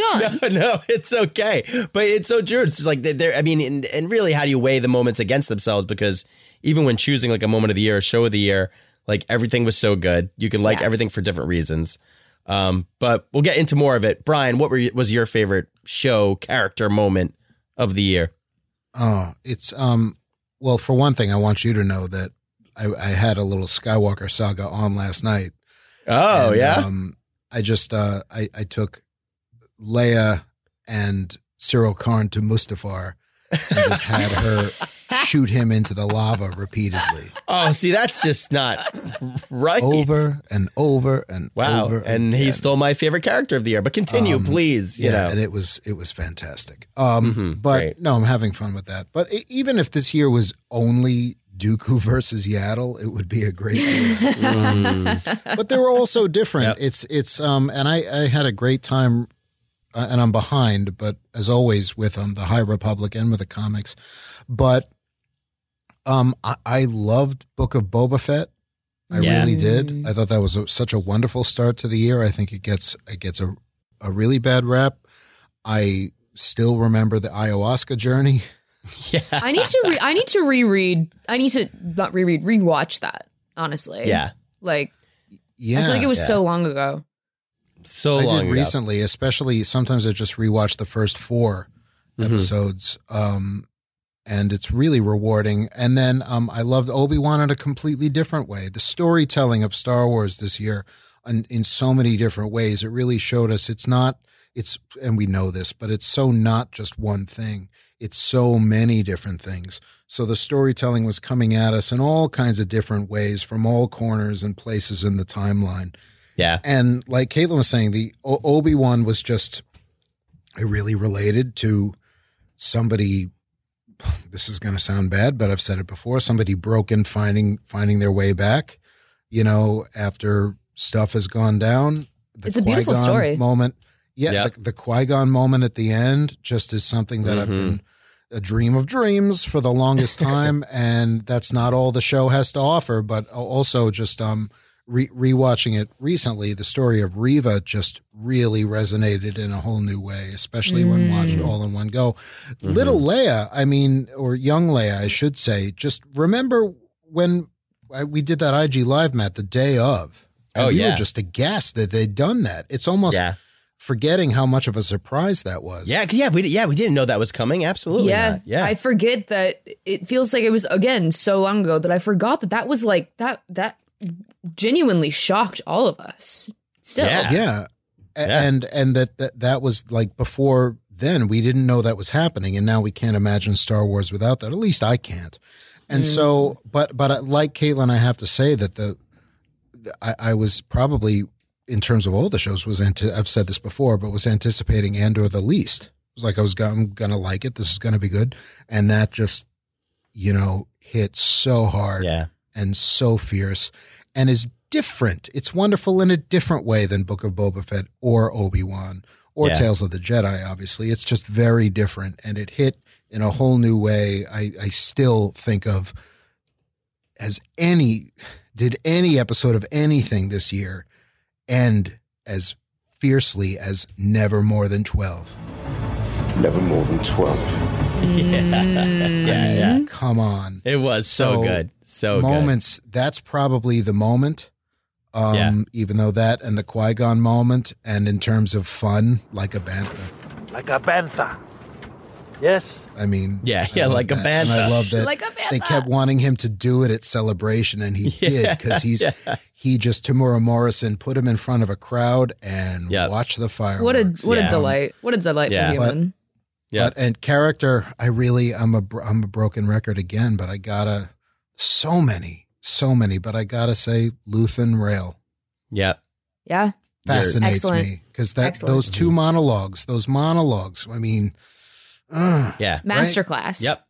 Speaker 5: on.
Speaker 4: no, it's okay. But it's so true. It's just like they're, I mean, and, and really, how do you weigh the moments against themselves? Because even when choosing like a moment of the year, a show of the year, like everything was so good. You can like
Speaker 5: Yeah.
Speaker 4: everything for different reasons. Um, but we'll get into more of it. Brian, what were you, was your favorite show character moment of the year?
Speaker 3: Oh, it's um. Well, for one thing, I want you to know that I, I had a little Skywalker saga on last night.
Speaker 4: Oh
Speaker 3: And,
Speaker 4: yeah,
Speaker 3: Um, I just uh, I I took Leia and Cyril Karn to Mustafar and just had her shoot him into the lava repeatedly.
Speaker 4: Oh, see, that's just not right.
Speaker 3: Over and over and
Speaker 4: wow.
Speaker 3: over
Speaker 4: and he stole my favorite character of the year. But continue,
Speaker 3: Um,
Speaker 4: please. You
Speaker 3: yeah,
Speaker 4: know.
Speaker 3: and it was it was fantastic. Um,
Speaker 4: Mhm,
Speaker 3: but
Speaker 4: great.
Speaker 3: no, I'm having fun with that. But e- even if this year was only Dooku versus Yaddle, it would be a great year. but they were all so different. It's it's um, and I I had a great time, uh, and I'm behind, but as always with um the High Republic and with the comics, but um, I, I loved Book of Boba Fett. I
Speaker 4: Yeah.
Speaker 3: really did. I thought that was a, such a wonderful start to the year. I think it gets it gets a a really bad rap. I still remember the ayahuasca journey.
Speaker 5: I need to re- I need to reread. I need to not reread, rewatch that. Honestly,
Speaker 3: Yeah.
Speaker 5: Like,
Speaker 3: Yeah,
Speaker 5: I feel like it was
Speaker 3: Yeah.
Speaker 5: so long ago.
Speaker 4: so
Speaker 3: I
Speaker 4: long
Speaker 3: did
Speaker 4: ago.
Speaker 3: recently, especially sometimes I just rewatch the first 4
Speaker 4: Mm-hmm.
Speaker 3: episodes. Um, and it's really rewarding. And then um, I loved Obi Wan in a completely different way. The storytelling of Star Wars this year, in, in so many different ways, it really showed us it's not it's and we know this, but it's so not just one thing. It's so many different things. So the storytelling was coming at us in all kinds of different ways from all corners and places in the timeline.
Speaker 4: Yeah.
Speaker 3: And like Caitlin was saying, the Obi Wan was just, I really related to somebody. This is going to sound bad, but I've said it before. Somebody broken finding finding their way back, you know, after stuff has gone down. The
Speaker 5: It's a beautiful
Speaker 3: Qui-Gon
Speaker 5: story.
Speaker 3: moment. Yeah,
Speaker 4: Yeah.
Speaker 3: the, the Qui Gon moment at the end just is something that I've
Speaker 4: Mm-hmm.
Speaker 3: been a dream of dreams for the longest time, and that's not all the show has to offer. But also, just um, re- rewatching it recently, the story of Riva just really resonated in a whole new way, especially when watched all in one go. Little Leia, I mean, or young Leia, I should say. Just remember when I, we did that IG live, Matt, the day of. And
Speaker 4: Oh,
Speaker 3: we
Speaker 4: yeah.
Speaker 3: were just aghast that they'd done that. It's almost
Speaker 4: Yeah.
Speaker 3: forgetting how much of a surprise that was.
Speaker 4: Yeah, 'cause- yeah, we yeah we didn't know that was coming. Absolutely,
Speaker 5: yeah,
Speaker 4: not. yeah.
Speaker 5: I forget that it feels like it was again so long ago that I forgot that that was like that that genuinely shocked all of us. Still,
Speaker 3: yeah, A- and and that, that that was like before then we didn't know that was happening and now we can't imagine star wars without that at least i can't and so but but I- like caitlin i have to say that the the- i, I was probably in terms of all the shows was anti- i've said this before but was anticipating andor the least it was like i was gonna, I'm gonna like it this is gonna be good and that just you know hit so hard
Speaker 4: yeah.
Speaker 3: and so fierce and is different. It's wonderful in a different way than Book of Boba Fett or Obi Wan or
Speaker 4: Yeah.
Speaker 3: Tales of the Jedi, obviously. It's just very different and it hit in a whole new way. I, I still think of as any, did any episode of anything this year end as fiercely as Never More Than 12.
Speaker 13: Never more than 12.
Speaker 5: Mm-hmm.
Speaker 4: yeah, yeah.
Speaker 3: Come on.
Speaker 4: It was so, good, so
Speaker 3: moments. That's probably the moment. Um,
Speaker 4: Yeah.
Speaker 3: Even though that and the Qui Gon moment, and in terms of fun, like a bantha.
Speaker 14: Like a bantha. Yes?
Speaker 3: I mean,
Speaker 4: Yeah,
Speaker 3: I
Speaker 4: yeah,
Speaker 3: love
Speaker 4: like a
Speaker 3: that. And I
Speaker 4: bantha.
Speaker 3: love that.
Speaker 4: Like a
Speaker 3: They kept wanting him to do it at celebration, and he
Speaker 4: Yeah,
Speaker 3: did because he's he just Tamura Morrison put him in front of a crowd and watch the fire.
Speaker 5: what a what a delight! What a delightful
Speaker 3: Yeah.
Speaker 5: human.
Speaker 3: Yeah. But, and character, I really, I'm a, bro- I'm a broken record again, but I gotta, so many, so many, but I gotta say, Luthan Rail
Speaker 4: Yeah.
Speaker 5: yeah,
Speaker 3: fascinates
Speaker 5: Excellent.
Speaker 3: me because that
Speaker 5: Excellent.
Speaker 3: those
Speaker 4: Mm-hmm.
Speaker 3: two monologues, those monologues. I mean, uh,
Speaker 4: Yeah.
Speaker 5: Masterclass.
Speaker 4: Yep.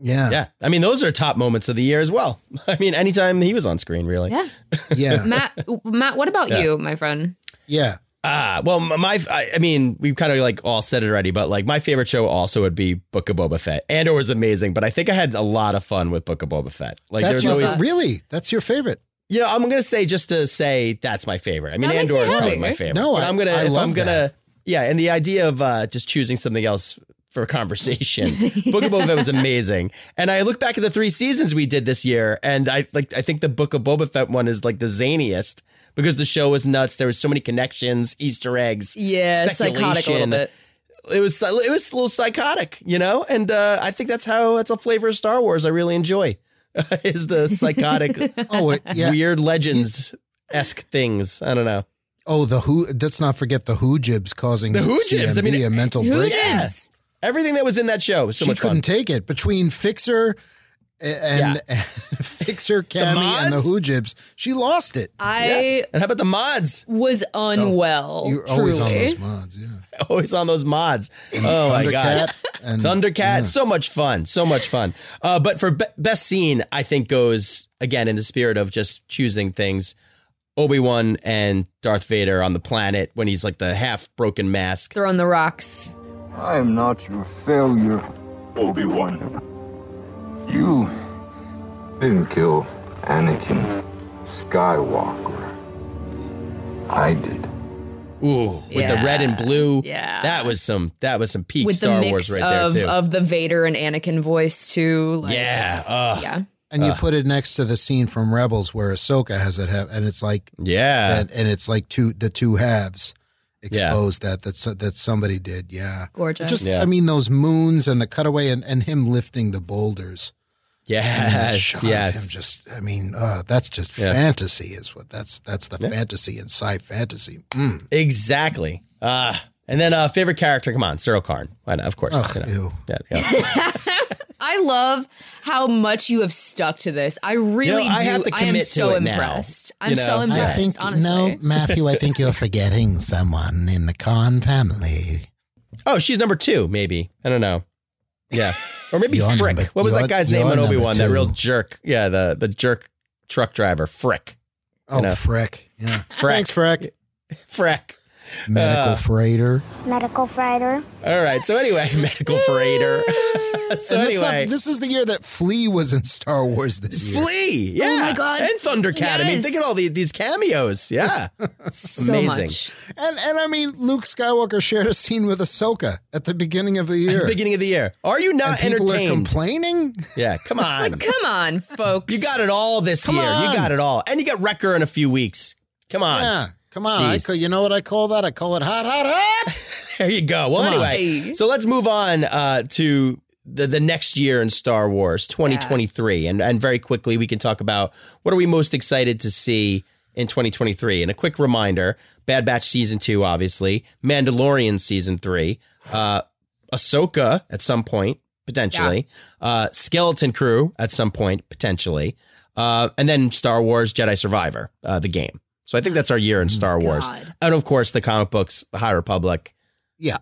Speaker 3: Yeah.
Speaker 4: Yeah. I mean, those are top moments of the year as well. I mean, anytime he was on screen, really.
Speaker 5: Yeah.
Speaker 3: Yeah.
Speaker 5: Matt, Matt, what about
Speaker 4: Yeah.
Speaker 5: you, my friend?
Speaker 3: Yeah.
Speaker 4: Ah, well, m- my, I, I mean, we've kind of like all said it already, but like my favorite show also would be Book of Boba Fett. Andor was amazing, but I think I had a lot of fun with Book of Boba Fett. Like
Speaker 3: that's
Speaker 4: there's
Speaker 3: your,
Speaker 4: always,
Speaker 3: really, that's your favorite.
Speaker 4: you know, I'm gonna say just to say that's my favorite. I mean,
Speaker 3: That makes
Speaker 4: Andor
Speaker 3: me
Speaker 4: is probably
Speaker 3: happy.
Speaker 4: my favorite.
Speaker 3: No,
Speaker 4: but
Speaker 3: I-
Speaker 4: I'm gonna,
Speaker 3: I
Speaker 4: if
Speaker 3: love
Speaker 4: I'm gonna,
Speaker 3: that.
Speaker 4: yeah, and the idea of uh, just choosing something else for a conversation, Book of Boba Fett was amazing. And I look back at the three seasons we did this year, and I like, I think the Book of Boba Fett one is like the zaniest because the show was nuts. There was so many connections, Easter eggs,
Speaker 5: Yeah, psychotic a little
Speaker 4: speculation.
Speaker 5: bit.
Speaker 4: It was it was a little psychotic, you know, and uh, I think that's how that's a flavor of Star Wars I really enjoy. is the psychotic,
Speaker 3: Oh, it- yeah.
Speaker 4: weird legends esque things. I don't know.
Speaker 3: Oh, the who? Let's not forget the who jibs causing
Speaker 4: The who jibs, I
Speaker 3: CMB
Speaker 4: mean,
Speaker 3: a mental
Speaker 4: who
Speaker 3: breakdown.
Speaker 4: jibs? Everything that was in that show was so
Speaker 3: she
Speaker 4: much fun.
Speaker 3: couldn't take it between Fixer a- and, and Fixer Cammy and the
Speaker 4: mods?
Speaker 3: Who Jibs. She lost it.
Speaker 5: I
Speaker 4: And how about the mods?
Speaker 5: was unwell.
Speaker 3: You're
Speaker 5: Oh, truly.
Speaker 3: always on those mods, yeah.
Speaker 4: Always on those mods. Oh my god, Thundercat, so much fun, so much fun. Uh, but for be- best scene, I think goes again in the spirit of just choosing things. Obi Wan and Darth Vader on the planet when he's like the half broken mask.
Speaker 5: Throwing the rocks.
Speaker 15: I am not your failure, Obi Wan. You didn't kill Anakin Skywalker. I did.
Speaker 4: Ooh, with the red and blue.
Speaker 5: Yeah.
Speaker 4: that was some that was some peak
Speaker 5: With
Speaker 4: Star
Speaker 5: the mix
Speaker 4: Wars right
Speaker 5: of,
Speaker 4: there too.
Speaker 5: of the Vader and Anakin voice too. Like,
Speaker 4: yeah, uh,
Speaker 5: yeah.
Speaker 3: And you
Speaker 4: Uh.
Speaker 3: put it next to the scene from Rebels where Ahsoka has it, have, and it's like,
Speaker 4: yeah,
Speaker 3: and, and it's like two the two halves exposed that that so- that somebody did. Yeah,
Speaker 5: Gorgeous.
Speaker 3: Just
Speaker 4: Yeah.
Speaker 3: I mean those moons and the cutaway and, and him lifting the boulders. I mean, that
Speaker 4: yes,
Speaker 3: shot of
Speaker 4: yes.
Speaker 3: him just I mean uh, that's just
Speaker 4: Yeah.
Speaker 3: fantasy is what that's that's the fantasy and sci fantasy. Mm.
Speaker 4: Exactly. Uh, and then uh, favorite character, come on, Cyril Karn. Why not? Of course.
Speaker 3: Ugh,
Speaker 4: you know.
Speaker 3: ew.
Speaker 4: Yeah, yeah.
Speaker 5: I love how much you have stuck to this. I really
Speaker 4: You know,
Speaker 5: do.
Speaker 4: I have to
Speaker 5: I am
Speaker 4: commit to
Speaker 5: so
Speaker 4: it now,
Speaker 5: impressed.
Speaker 4: you
Speaker 5: I'm so
Speaker 4: know?
Speaker 5: impressed,
Speaker 4: I think-
Speaker 5: honestly.
Speaker 3: Matthew, I think you're forgetting someone in the Khan family.
Speaker 4: Oh, she's number two, maybe. I don't know. Yeah. Or maybe
Speaker 3: You're
Speaker 4: Frick.
Speaker 3: number-
Speaker 4: what was
Speaker 3: you're-
Speaker 4: that guy's
Speaker 3: you're
Speaker 4: name on
Speaker 3: number
Speaker 4: Obi Wan? That
Speaker 3: two.
Speaker 4: real jerk. Yeah, the, the jerk truck driver, Frick.
Speaker 3: Oh,
Speaker 4: You know.
Speaker 3: Frick. Yeah.
Speaker 4: Frick.
Speaker 3: Thanks, Frick.
Speaker 4: Frick.
Speaker 3: Medical
Speaker 4: Uh,
Speaker 3: freighter.
Speaker 16: Medical Friday.
Speaker 4: All right. So, anyway, medical freighter. so,
Speaker 3: And that's not-
Speaker 4: anyway.
Speaker 3: this is the year that Flea was in Star Wars this year.
Speaker 4: Flea, yeah,
Speaker 5: Oh my God.
Speaker 4: and Thundercat. I mean, think of
Speaker 5: Yes.
Speaker 4: all the, these cameos, yeah,
Speaker 5: So
Speaker 4: amazing.
Speaker 5: much.
Speaker 3: And and I mean, Luke Skywalker shared a scene with Ahsoka at the beginning of the year.
Speaker 4: At the beginning of the year, are you
Speaker 3: and
Speaker 4: not
Speaker 3: people are
Speaker 4: entertained?
Speaker 3: complaining.
Speaker 4: yeah, come on,
Speaker 5: Come on, folks.
Speaker 4: You got it all this
Speaker 3: Come
Speaker 4: year.
Speaker 3: on.
Speaker 4: You got it all. And you got Wrecker in a few weeks. Come on.
Speaker 3: Yeah, come on. I
Speaker 4: Jeez.
Speaker 3: call, you know what I call that? I call it hot, hot, hot.
Speaker 4: There you go. Well,
Speaker 3: Come on.
Speaker 4: anyway, so let's move on uh, to the, the next year in Star Wars 2023. And, and very quickly, we can talk about what are we most excited to see in 2023. And a quick reminder Bad Batch Season 2, obviously, Mandalorian Season 3, uh, Ahsoka at some point, potentially, uh, Skeleton Crew at some point, potentially, uh, and then Star Wars Jedi Survivor, uh, the game. So I think that's our year in Star Wars.
Speaker 5: Oh God.
Speaker 4: And of course, the comic books, the High Republic,
Speaker 3: Yeah.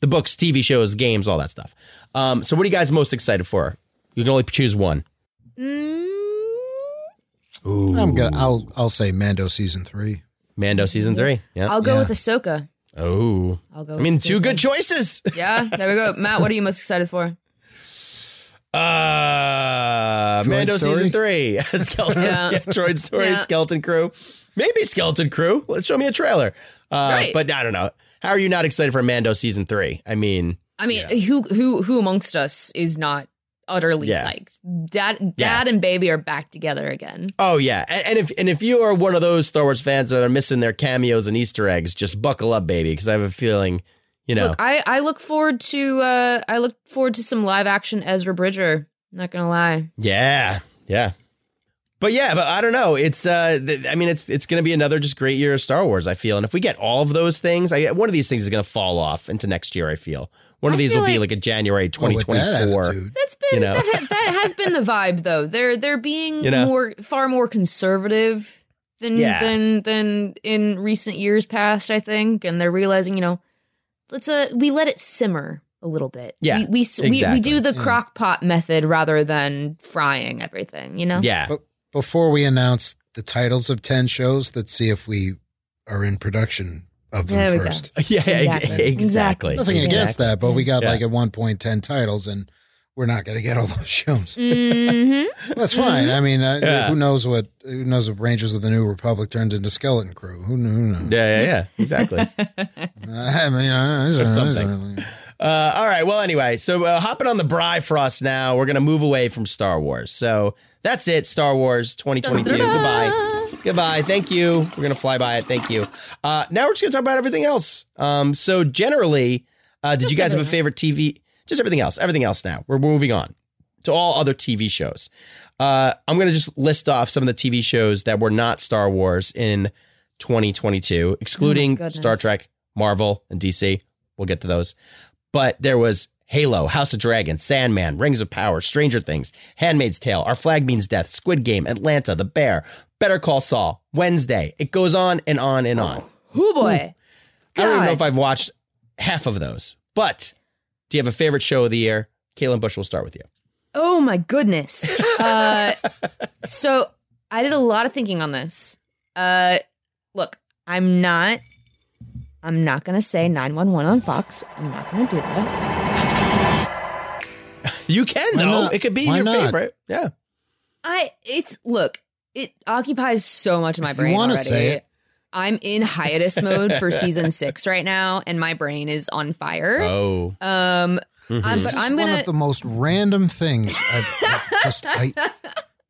Speaker 4: the books, TV shows, games, all that stuff. Um, so, what are you guys most excited for? You can only choose one.
Speaker 3: I'm gonna. I'll. I'll say Mando season three.
Speaker 4: Mando season three. Yeah.
Speaker 5: I'll go
Speaker 3: Yeah.
Speaker 5: with Ahsoka.
Speaker 4: oh.
Speaker 5: I'll go.
Speaker 4: I mean,
Speaker 5: with
Speaker 4: two
Speaker 5: Ahsoka.
Speaker 4: good choices.
Speaker 5: Yeah, there we go. Matt, what are you most excited for?
Speaker 4: Uh,
Speaker 3: Droid
Speaker 4: Mando
Speaker 3: Story?
Speaker 4: season three. Skeleton.
Speaker 5: Yeah.
Speaker 4: yeah, Droid story.
Speaker 5: Yeah.
Speaker 4: Skeleton crew. Maybe Skeleton crew. Let's show me a trailer. Uh,
Speaker 5: Right.
Speaker 4: But I don't know. How are you not excited for Mando season three? I mean,
Speaker 5: I mean, who who who amongst us is not utterly
Speaker 4: Yeah.
Speaker 5: psyched? Dad,
Speaker 4: Yeah.
Speaker 5: dad, and baby are back together again.
Speaker 4: Oh yeah, and, and if and if you are one of those Star Wars fans that are missing their cameos and Easter eggs, just buckle up, baby, because I have a feeling, you know,
Speaker 5: Look, I I look forward to uh I look forward to some live action Ezra Bridger. Not gonna lie.
Speaker 4: yeah, yeah. But yeah, but I don't know. It's uh, th- I mean, it's it's going to be another just great year of Star Wars. I feel, and if we get all of those things, I one of these things is going to fall off into next year. I feel one of
Speaker 5: I
Speaker 4: these
Speaker 5: feel
Speaker 4: will be
Speaker 5: like-
Speaker 4: like a January
Speaker 3: Well,
Speaker 4: twenty
Speaker 3: with
Speaker 4: twenty
Speaker 3: that
Speaker 4: four.
Speaker 3: attitude.
Speaker 5: That's been
Speaker 4: You know.
Speaker 5: that, ha- that has been the vibe though. They're they're being
Speaker 4: You know.
Speaker 5: more far more conservative than
Speaker 4: Yeah.
Speaker 5: than than in recent years past, I think, and they're realizing, you know, let's uh we let it simmer a little bit.
Speaker 4: Yeah,
Speaker 5: we we s we, we
Speaker 4: exactly.
Speaker 5: do the
Speaker 3: Mm.
Speaker 5: crock pot method rather than frying everything. You know,
Speaker 4: Yeah,
Speaker 3: But before we announce the titles of ten shows, let's see if we are in production of them
Speaker 5: There we go.
Speaker 3: first.
Speaker 4: yeah,
Speaker 5: Exactly.
Speaker 4: exactly. exactly.
Speaker 3: Nothing against that, but we got
Speaker 4: Yeah.
Speaker 3: like at one point ten titles, and we're not going to get all those shows.
Speaker 5: hmm
Speaker 3: That's fine. I mean, uh,
Speaker 4: Yeah.
Speaker 3: who knows what? Who knows if Rangers of the New Republic turned into Skeleton Crew? Who knew? Who knows?
Speaker 4: Yeah, yeah, yeah. Exactly.
Speaker 3: I mean, I, I, I,
Speaker 4: Something. Uh, all right. Well, anyway, so uh, hopping on the Bifrost now. We're going to move away from Star Wars. So that's it, Star Wars 2022. Goodbye. Goodbye. Thank you. We're going to fly by it. Thank you. Uh, now we're just going to talk about everything else. Um, so, generally, uh, did
Speaker 5: Just
Speaker 4: you guys have a
Speaker 5: everything
Speaker 4: favorite TV? Just everything else. Everything else now. We're moving on to all other TV shows. Uh, I'm going to just list off some of the TV shows that were not Star Wars in 2022, excluding
Speaker 5: Oh goodness.
Speaker 4: Star Trek, Marvel, and DC. We'll get to those. But there was Halo, House of Dragons, Sandman, Rings of Power, Stranger Things, Handmaid's Tale, Our Flag Means Death, Squid Game, Atlanta, The Bear, Better Call Saul, Wednesday. It goes on and on and on.
Speaker 5: Who boy?
Speaker 4: I don't even know
Speaker 5: God.
Speaker 4: if I've watched half of those. But do you have a favorite show of the year? Caitlin Bush, we'll start with you.
Speaker 5: Oh my goodness. Uh, so I did a lot of thinking on this. Uh, look, I'm not. I'm not gonna say 911 on Fox. I'm not gonna do that.
Speaker 4: You can
Speaker 5: Why
Speaker 4: though.
Speaker 5: not?
Speaker 4: It could be
Speaker 5: Why
Speaker 4: your
Speaker 5: not?
Speaker 4: favorite. Yeah.
Speaker 5: I. It's look. It occupies so much of my
Speaker 4: You
Speaker 5: brain
Speaker 4: wanna
Speaker 5: already.
Speaker 4: say it.
Speaker 5: I'm in hiatus mode for season six right now, and my brain is on fire.
Speaker 4: Oh.
Speaker 5: Um. I'm,
Speaker 3: Mm-hmm. This
Speaker 5: but
Speaker 3: is
Speaker 5: I'm gonna.
Speaker 3: one of the most random things. I've, I've just, I,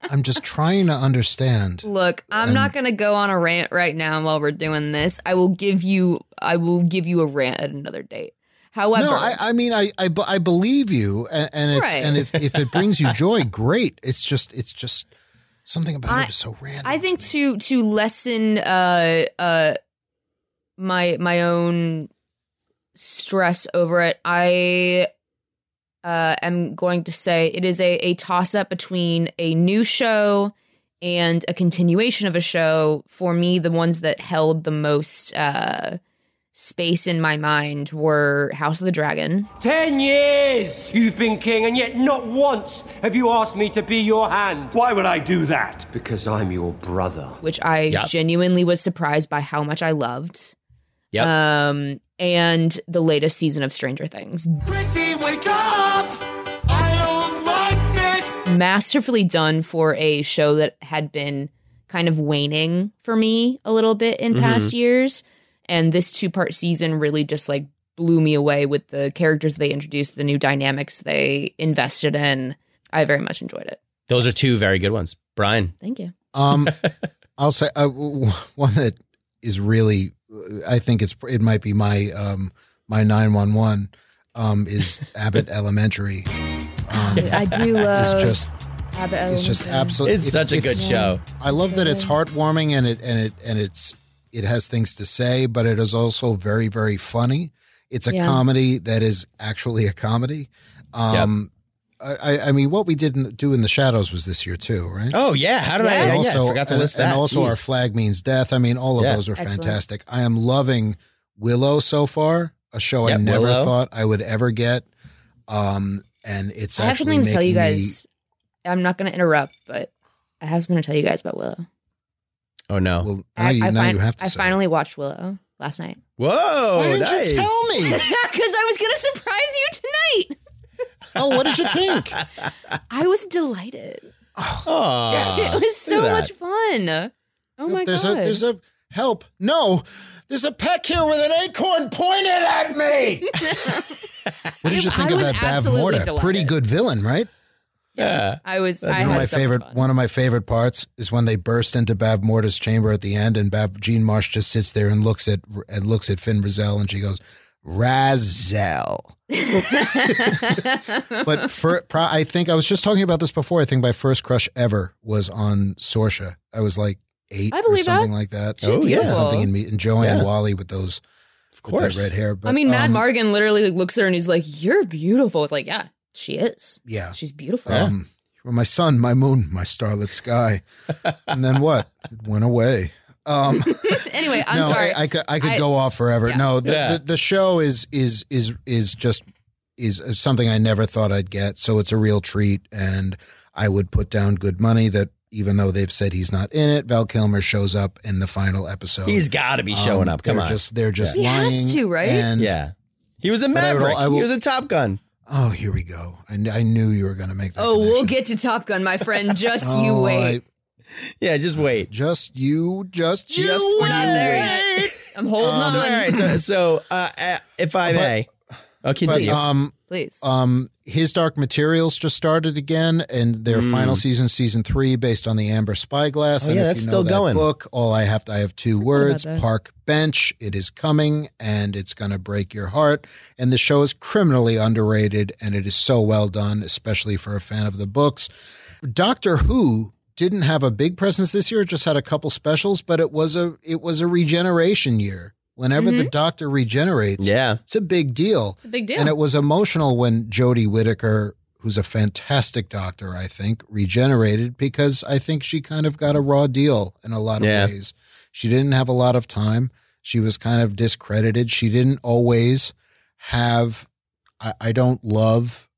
Speaker 3: I'm just trying to understand.
Speaker 5: Look, I'm not going to go on a rant right now while we're doing this. I will give you I will give you a rant at another date. However,
Speaker 3: no, I, I mean, I, I, be- I believe you, and, and it's
Speaker 5: Right.
Speaker 3: and if, if it brings you joy, great. It's just, it's just something about it is so random.
Speaker 5: I think to to lessen uh uh my my own stress over it, I uh am going to say it is a, a toss up between a new show and a continuation of a show. For me, the ones that held the most uh space in my mind were House of the Dragon.
Speaker 16: Ten years you've been king, and yet not once have you asked me to be your hand. Why would I do that? Because I'm your brother.
Speaker 5: which I
Speaker 16: Yep.
Speaker 5: genuinely was surprised by how much I loved.
Speaker 16: Yep.
Speaker 5: Um, and the latest season of Stranger Things.
Speaker 16: Chrissy, wake up! I don't like this!
Speaker 5: Masterfully done for a show that had been kind of waning for me a little bit in
Speaker 4: Mm-hmm.
Speaker 5: past
Speaker 6: Mhm.
Speaker 5: years. And this two part season really just like blew me away with the characters they introduced, the new dynamics they invested in. I very much enjoyed it.
Speaker 4: Those are two very good ones. Brian.
Speaker 5: Thank you.
Speaker 3: Um, I'll say uh, w- one that is really, I think it's it might be my um my nine one one um is Abbott Elementary. Um,
Speaker 5: I do
Speaker 3: It's
Speaker 5: love.
Speaker 3: just it's just absolutely
Speaker 4: It's such a good show.
Speaker 3: I love that it's heartwarming and it and it and it's it has things to say, but it is also very very funny. It's a
Speaker 17: Yeah.
Speaker 3: comedy that is actually a comedy. Um, I, I- I mean, what we didn't do in the shadows was this year too, right?
Speaker 4: Oh, yeah. How did I- Yeah. yeah, I forgot to
Speaker 3: and,
Speaker 4: list
Speaker 3: and
Speaker 4: that.
Speaker 3: also, our
Speaker 4: Jeez.
Speaker 3: flag means death. I mean, all of
Speaker 4: Yeah.
Speaker 3: those are
Speaker 4: Excellent.
Speaker 3: fantastic. I am loving Willow so far. A show
Speaker 4: Yeah,
Speaker 3: I never
Speaker 4: Willow.
Speaker 3: thought I would ever get. Um, and it's
Speaker 5: I have
Speaker 3: actually
Speaker 5: something to tell you
Speaker 3: making me-
Speaker 5: guys. I'm not going to interrupt, but I have something to tell you guys about Willow.
Speaker 4: Oh no.
Speaker 3: Well,
Speaker 5: I, I fin- I
Speaker 4: say.
Speaker 5: finally watched Willow last night.
Speaker 4: Whoa. nice.
Speaker 5: Because I was going to surprise you tonight.
Speaker 3: Oh, what did you think?
Speaker 5: I was delighted.
Speaker 4: Aw,
Speaker 5: it
Speaker 3: look
Speaker 5: was
Speaker 3: at
Speaker 5: so
Speaker 3: that.
Speaker 5: much fun. Oh my
Speaker 3: there's
Speaker 5: god!
Speaker 3: a there's a help. No, there's a peck here with an acorn pointed at me. what did you
Speaker 5: I
Speaker 3: think of
Speaker 5: was
Speaker 3: that Bav
Speaker 5: absolutely
Speaker 3: Morta?
Speaker 5: delighted.
Speaker 3: Pretty good villain, right?
Speaker 4: Yeah.
Speaker 5: I was. I
Speaker 3: one of
Speaker 5: had
Speaker 3: my
Speaker 5: so much
Speaker 3: favorite
Speaker 5: fun.
Speaker 3: one of my favorite parts is when they burst into Bav Morta's chamber at the end, and Bav Jean Marsh just sits there and looks at and looks at Finn Rizal, and she goes, "Razel." but for pro, I think I was just talking about this before. I think my first crush ever was on Sorsha. I was like eight
Speaker 5: I believe
Speaker 3: or something
Speaker 5: that.
Speaker 3: like that.
Speaker 5: She's Oh, yeah. beautiful.
Speaker 3: something in me and Joanne
Speaker 5: Yeah.
Speaker 3: Wally with those, of
Speaker 5: course.
Speaker 3: red hair. But,
Speaker 5: I mean, Mad
Speaker 3: um,
Speaker 5: Morgan literally looks at her and he's like, "You're beautiful." It's like, yeah, she is.
Speaker 3: Yeah.
Speaker 5: she's beautiful.
Speaker 3: Um, you were my sun, my moon, my starlit sky, and then what? It went away. Um,
Speaker 5: anyway, I'm
Speaker 3: no,
Speaker 5: sorry.
Speaker 3: I, I could I could go off forever. No, the,
Speaker 5: Yeah.
Speaker 3: the the show is is is is just is something I never thought I'd get. So it's a real treat, and I would put down good money that even though they've said he's not in it, Val Kilmer shows up in the final episode. Um,
Speaker 4: He's gotta be showing up. Come
Speaker 3: they're
Speaker 4: on.
Speaker 3: just they're just
Speaker 4: He
Speaker 3: lying.
Speaker 4: has to, right?
Speaker 3: And
Speaker 4: Yeah. He was a
Speaker 3: But I would-
Speaker 4: maverick.
Speaker 3: I will-
Speaker 4: he was a Top Gun.
Speaker 3: oh, here we go. I, kn- I knew you were going to make that.
Speaker 5: oh, we'll get to Top Gun, my friend. Just you
Speaker 3: Oh, I-
Speaker 5: wait.
Speaker 4: yeah, just wait.
Speaker 3: Just you. Just you.
Speaker 5: We're not there yet. I'm holding
Speaker 4: Um,
Speaker 5: on.
Speaker 4: so, all right, so, so uh, uh, if I
Speaker 3: But-
Speaker 4: may, I'll continue.
Speaker 3: But, um,
Speaker 5: Please.
Speaker 3: um, His Dark Materials just started again, and their
Speaker 4: Mm.
Speaker 3: final season, season three, based on the Amber Spyglass.
Speaker 4: Oh,
Speaker 3: and
Speaker 4: yeah,
Speaker 3: if
Speaker 4: that's
Speaker 3: you know
Speaker 4: still
Speaker 3: that
Speaker 4: going.
Speaker 3: Book. All I have to, I have two words:
Speaker 4: that.
Speaker 3: Park Bench. It is coming, and it's going to break your heart. And the show is criminally underrated, and it is so well done, especially for a fan of the books. Doctor Who didn't have a big presence this year; it just had a couple specials, but it was a it was a regeneration year Whenever the
Speaker 5: Mhm.
Speaker 3: doctor regenerates,
Speaker 4: yeah.
Speaker 3: it's a big deal.
Speaker 5: It's a big deal.
Speaker 3: And it was emotional when Jodie Whittaker, who's a fantastic doctor, I think, regenerated because I think she kind of got a raw deal in a lot of
Speaker 4: Yeah.
Speaker 3: ways. She didn't have a lot of time. She was kind of discredited. She didn't always have. I, I don't love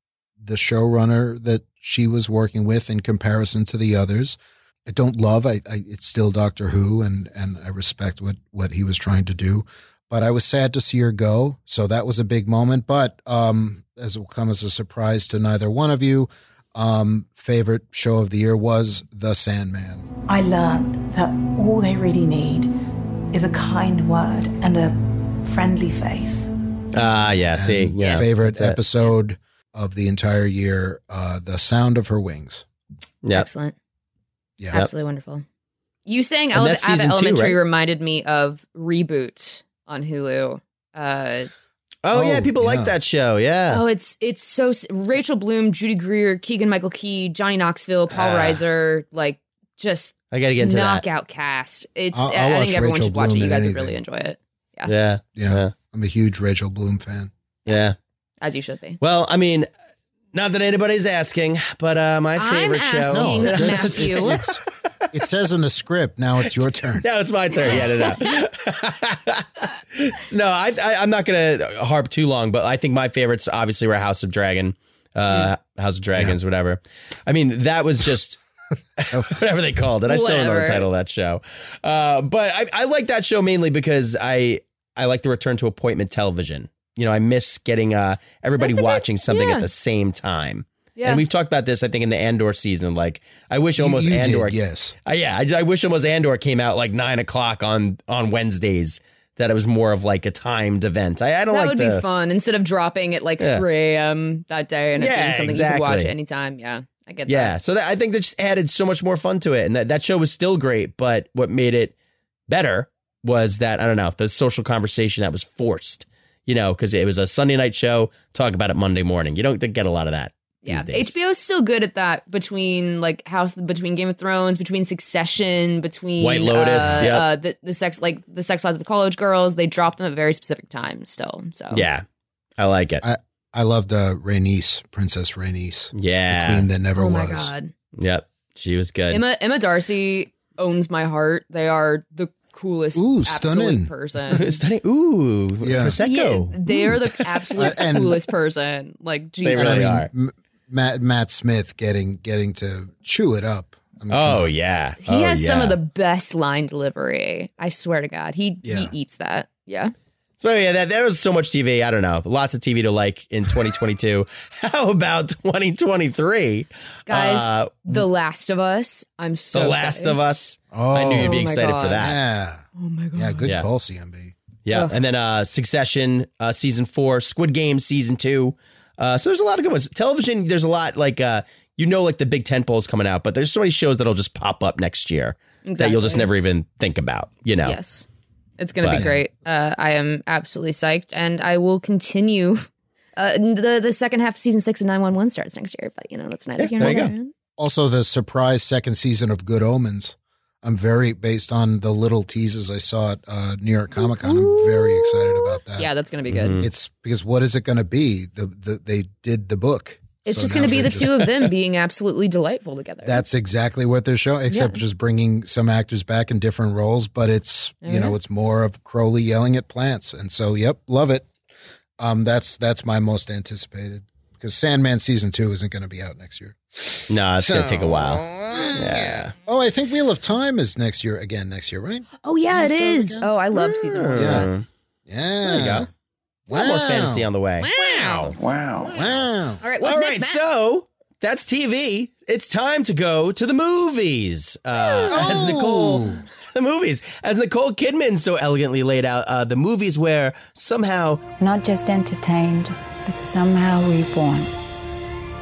Speaker 3: the showrunner that she was working with in comparison to the others. I don't love. I, I it's still Doctor Who, and and I respect what what he was trying to do but I was sad to see her go. So that was a big moment. But um, as it will come as a surprise to neither one of you, um, favorite show of the year was The Sandman.
Speaker 17: I learned that all they really need is a kind word and a friendly face.
Speaker 4: Ah, yeah. See,
Speaker 3: And
Speaker 4: yeah.
Speaker 3: favorite
Speaker 4: That's it.
Speaker 3: episode of the entire year, uh, The Sound of Her Wings.
Speaker 4: Yeah.
Speaker 6: Excellent.
Speaker 3: Yeah.
Speaker 6: Absolutely wonderful.
Speaker 5: You saying
Speaker 3: And
Speaker 5: Ele-
Speaker 3: that's
Speaker 5: Abbott
Speaker 3: season two,
Speaker 5: Elementary
Speaker 3: right?
Speaker 5: reminded me of Reboot on Hulu. Uh,
Speaker 4: Oh, yeah, people
Speaker 5: yeah.
Speaker 4: like that show. Yeah.
Speaker 5: Oh, it's it's so s- Rachel Bloom, Judy Greer, Keegan Michael Key, Johnny Knoxville, Paul
Speaker 4: Ah.
Speaker 5: Reiser, like just
Speaker 4: I gotta get into that.
Speaker 5: knockout cast. It's
Speaker 3: I'll-
Speaker 5: i
Speaker 3: I'll
Speaker 5: think
Speaker 3: watch
Speaker 5: everyone
Speaker 3: Rachel
Speaker 5: should watch it.
Speaker 3: Bloom
Speaker 5: You
Speaker 3: in
Speaker 5: guys would
Speaker 3: anything.
Speaker 5: really enjoy it,
Speaker 4: Yeah. Yeah.
Speaker 3: Yeah.
Speaker 4: Yeah.
Speaker 3: I'm a huge Rachel Bloom fan.
Speaker 5: as you should be.
Speaker 4: Well, I mean, not that anybody's asking, but uh, my
Speaker 5: I'm
Speaker 4: favorite show.
Speaker 5: asking No, that's- Matthew.
Speaker 3: it's- It says in the script, now it's your turn.
Speaker 4: No, it's my turn. Yeah, no, no. no, I, I, I'm not gonna harp too long, but I think my favorites obviously were House of Dragon, uh,
Speaker 14: Mm.
Speaker 4: House of Dragons, whatever. I mean, that was just whatever they called it. I still don't know the
Speaker 14: Whatever.
Speaker 4: title of that show, uh, but I, I like that show mainly because I I like the return to appointment television. You know, I miss getting uh, everybody
Speaker 14: That's a good-
Speaker 4: watching something
Speaker 14: yeah.
Speaker 4: at the same time.
Speaker 14: Yeah.
Speaker 4: And we've talked about this, I think, in the Andor season. Like, I wish
Speaker 3: You-
Speaker 4: almost
Speaker 3: you did,
Speaker 4: Andor.
Speaker 3: yes.
Speaker 4: I- Uh, yeah, I, I wish almost Andor came out like nine o'clock on on Wednesdays. That it was more of like a timed event. I, I don't
Speaker 5: that
Speaker 4: like
Speaker 5: would
Speaker 4: the,
Speaker 5: be fun instead of dropping at like
Speaker 4: Yeah.
Speaker 5: 3 a.m. that day and it
Speaker 4: Yeah,
Speaker 5: being something you could watch
Speaker 4: exactly.
Speaker 5: anytime. Yeah, I get
Speaker 4: Yeah,
Speaker 5: that.
Speaker 4: so that, I think that just added so much more fun to it, and that that show was still great. But what made it better was that I don't know the social conversation that was forced. You know, because it was a Sunday night show. Talk about it Monday morning. You don't get a lot of that.
Speaker 5: Yeah,
Speaker 4: these days.
Speaker 5: HBO is still good at that between like House, between Game of Thrones, between Succession, between
Speaker 4: White Lotus,
Speaker 5: uh,
Speaker 4: yep.
Speaker 5: uh, the, the sex like the sex lives of college girls. They drop them at very specific times still. So
Speaker 4: Yeah, I like it.
Speaker 3: I, I loved uh, Rhaenys, Princess Rhaenys.
Speaker 4: Yeah.
Speaker 3: The queen that never
Speaker 5: oh my
Speaker 3: was.
Speaker 5: god,
Speaker 4: Yep, she was good.
Speaker 5: Emma Emma Darcy owns my heart. They are the coolest,
Speaker 3: Ooh, stunning.
Speaker 5: absolute person.
Speaker 4: Stunning. Ooh,
Speaker 5: Yeah,
Speaker 4: prosecco.
Speaker 5: they are the absolute
Speaker 3: And-
Speaker 5: coolest person. Like Jesus,
Speaker 3: And
Speaker 4: really
Speaker 3: I
Speaker 4: are.
Speaker 3: M- Matt Matt Smith getting getting to chew it up. I mean, come
Speaker 4: Oh
Speaker 3: on.
Speaker 4: yeah,
Speaker 5: he has some of the best line delivery. I swear to God, he
Speaker 4: Yeah.
Speaker 5: he eats that. Yeah.
Speaker 4: So yeah, that there was so much TV. I don't know, lots of TV to like in 2022. How about 2023,
Speaker 5: Guys,
Speaker 4: Uh,
Speaker 5: The Last of Us. I'm so
Speaker 4: The Last
Speaker 5: excited.
Speaker 4: of Us. I knew you'd be
Speaker 5: Oh my
Speaker 4: excited for
Speaker 5: God.
Speaker 4: that.
Speaker 3: Yeah.
Speaker 5: Oh my god.
Speaker 3: Yeah, good
Speaker 4: Yeah.
Speaker 3: call, CMB.
Speaker 4: Yeah,
Speaker 5: Ugh.
Speaker 4: and then uh, Succession uh, season four, Squid Game season two. Uh, so there's a lot of good ones. Television, there's a lot like uh, you know, like the big ten poles coming out, but there's so many shows that'll just pop up next year that you'll just
Speaker 5: Exactly.
Speaker 4: never even think about. You know,
Speaker 5: Yes. It's going to be
Speaker 4: But-
Speaker 5: great. Uh, I am absolutely psyched, and I will continue. Uh, the the second half of season six of nine one one starts next year, but you know that's neither here nor there.
Speaker 3: Also the surprise second season of Good Omens. I'm very based on the little teases I saw at uh, New York Comic Con. I'm very excited about that.
Speaker 5: Yeah, that's going to be
Speaker 4: Mm-hmm.
Speaker 5: good.
Speaker 3: It's because what is it going to be? The, the they did the book.
Speaker 5: It's
Speaker 3: So
Speaker 5: just
Speaker 3: now
Speaker 5: going to be
Speaker 3: they're
Speaker 5: the
Speaker 3: just-
Speaker 5: two of them being absolutely delightful together.
Speaker 3: That's exactly what they're showing, except
Speaker 5: Yeah.
Speaker 3: just bringing some actors back in different roles. But it's you know
Speaker 5: Mhm.
Speaker 3: it's more of Crowley yelling at plants, and so yep, love it. Um, that's that's my most anticipated because Sandman season two isn't going to be out next year.
Speaker 4: no, it's gonna
Speaker 3: So-
Speaker 4: take a while. Yeah,
Speaker 3: Oh, I think Wheel of Time is next year again. Next year, right?
Speaker 5: Oh yeah, it is. Oh, I
Speaker 4: Mm.
Speaker 5: love
Speaker 4: Hmm.
Speaker 5: season one.
Speaker 3: Yeah.
Speaker 4: There you
Speaker 3: Yeah.
Speaker 4: go. A lot more
Speaker 3: Wow.
Speaker 4: fantasy on the way.
Speaker 5: Wow.
Speaker 4: Wow.
Speaker 3: Wow.
Speaker 5: All right, what's next, Matt?
Speaker 4: so that's TV. It's time to go to the movies. Uh, As Nicole,
Speaker 5: Oh.
Speaker 4: the movies, as Nicole Kidman so elegantly laid out, uh, the movies where somehow
Speaker 18: Not just entertained, but somehow reborn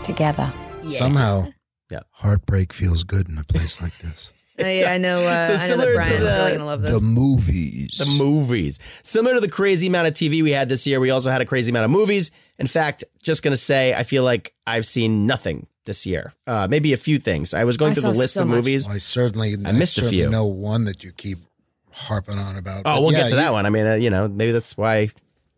Speaker 18: together.
Speaker 3: Somehow,
Speaker 4: yeah.
Speaker 3: heartbreak feels good in a place like this.
Speaker 5: Uh, yeah, I know. Uh,
Speaker 4: So
Speaker 5: I know
Speaker 4: similar
Speaker 5: that
Speaker 4: to
Speaker 5: Brian's
Speaker 4: the-
Speaker 5: really going to love
Speaker 3: The
Speaker 5: this.
Speaker 3: movies.
Speaker 4: The movies. Similar to the crazy amount of TV we had this year, we also had a crazy amount of movies. In fact, just going to say, I feel like I've seen nothing this year. Uh, maybe a few things. I was going
Speaker 3: I
Speaker 4: through the
Speaker 3: saw
Speaker 4: list
Speaker 3: so
Speaker 4: of
Speaker 3: much.
Speaker 4: movies.
Speaker 3: I certainly
Speaker 4: I missed a
Speaker 3: certainly
Speaker 4: few.
Speaker 3: Know one that you keep harping on about.
Speaker 4: Oh,
Speaker 3: but
Speaker 4: we'll
Speaker 3: yeah,
Speaker 4: get to that one. I mean, uh, you know, maybe that's why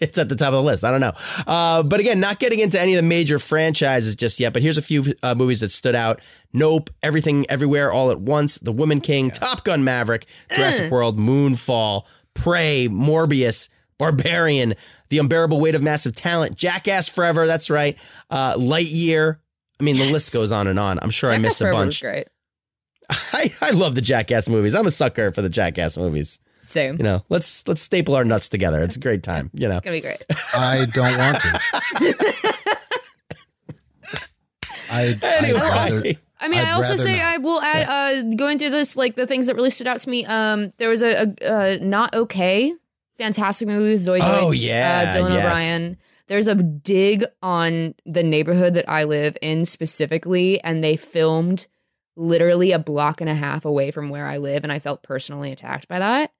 Speaker 4: it's at the top of the list. I don't know. Uh, but again, not getting into any of the major franchises just yet. But here's a few uh, movies that stood out: Nope, Everything, Everywhere, All at Once, The Woman King, Top Gun: Maverick, Jurassic
Speaker 5: Mm.
Speaker 4: World, Moonfall, Prey, Morbius, Barbarian, The Unbearable Weight of Massive Talent, Jackass Forever. That's right. Uh, Lightyear. I mean, the list goes on and on. I'm sure I missed a bunch.
Speaker 5: Great.
Speaker 4: I, I love the Jackass movies. I'm a sucker for the Jackass movies.
Speaker 5: Same.
Speaker 4: You know, let's let's staple our nuts together. It's a great time. You know,
Speaker 5: It's gonna be great.
Speaker 3: I don't want to. I, I'd
Speaker 4: Anyway.
Speaker 3: rather-
Speaker 5: I mean,
Speaker 3: I'd
Speaker 5: i also
Speaker 3: rather
Speaker 5: say
Speaker 3: not.
Speaker 5: I will add uh, going through this like the things that really stood out to me. Um, there was a, a, a not okay, fantastic movie with Zoe
Speaker 4: Oh,
Speaker 5: Deutsch,
Speaker 4: yeah,
Speaker 5: uh, Dylan
Speaker 4: yes.
Speaker 5: O'Brien. There's a dig on the neighborhood that I live in specifically, and they filmed literally a block and a half away from where I live, and I felt personally attacked by that.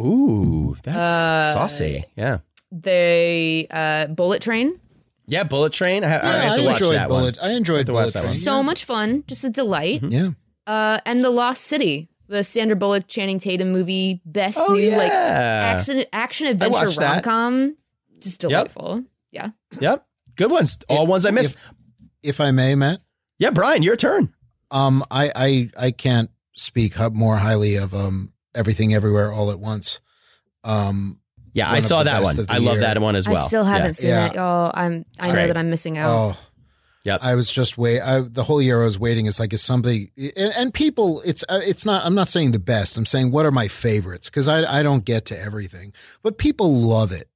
Speaker 4: Ooh, that's
Speaker 5: Uh,
Speaker 4: saucy. Yeah.
Speaker 5: They uh, Bullet Train,
Speaker 4: Yeah, Bullet Train. I, I,
Speaker 3: Yeah,
Speaker 4: have to
Speaker 3: I
Speaker 4: watch
Speaker 3: enjoyed
Speaker 4: that
Speaker 3: Bullet-
Speaker 4: one.
Speaker 3: I enjoyed
Speaker 4: have to watch
Speaker 3: Bullet
Speaker 4: that
Speaker 3: Train.
Speaker 4: one. Mm-hmm.
Speaker 5: so much fun, just a delight.
Speaker 3: Yeah.
Speaker 5: uh, and The Lost City, the Sandra Bullock, Channing Tatum movie, best
Speaker 4: Oh,
Speaker 5: new like
Speaker 4: yeah.
Speaker 5: action action
Speaker 4: I
Speaker 5: adventure
Speaker 4: watched that.
Speaker 5: rom com. Just delightful. Yeah.
Speaker 4: Yep. Good ones. All ones I missed.
Speaker 3: If I may, Matt.
Speaker 4: Yeah, Brian, your turn.
Speaker 3: Um, I I I can't speak hu- more highly of um everything everywhere all at once. Um,
Speaker 4: Yeah,
Speaker 3: one
Speaker 4: I
Speaker 3: of
Speaker 4: saw
Speaker 3: the
Speaker 4: that
Speaker 3: best
Speaker 4: one.
Speaker 3: of the
Speaker 4: I love
Speaker 3: year.
Speaker 4: that one as well.
Speaker 5: I still haven't seen
Speaker 3: Yeah.
Speaker 5: that, y'all. I'm I know
Speaker 3: great.
Speaker 5: that I'm missing out.
Speaker 3: Oh.
Speaker 4: Yep.
Speaker 3: I was just wait. I, the whole year I was waiting. It's like is something and, and people. It's uh, it's not. I'm not saying the best. I'm saying what are my favorites because I I don't get to everything, but people love it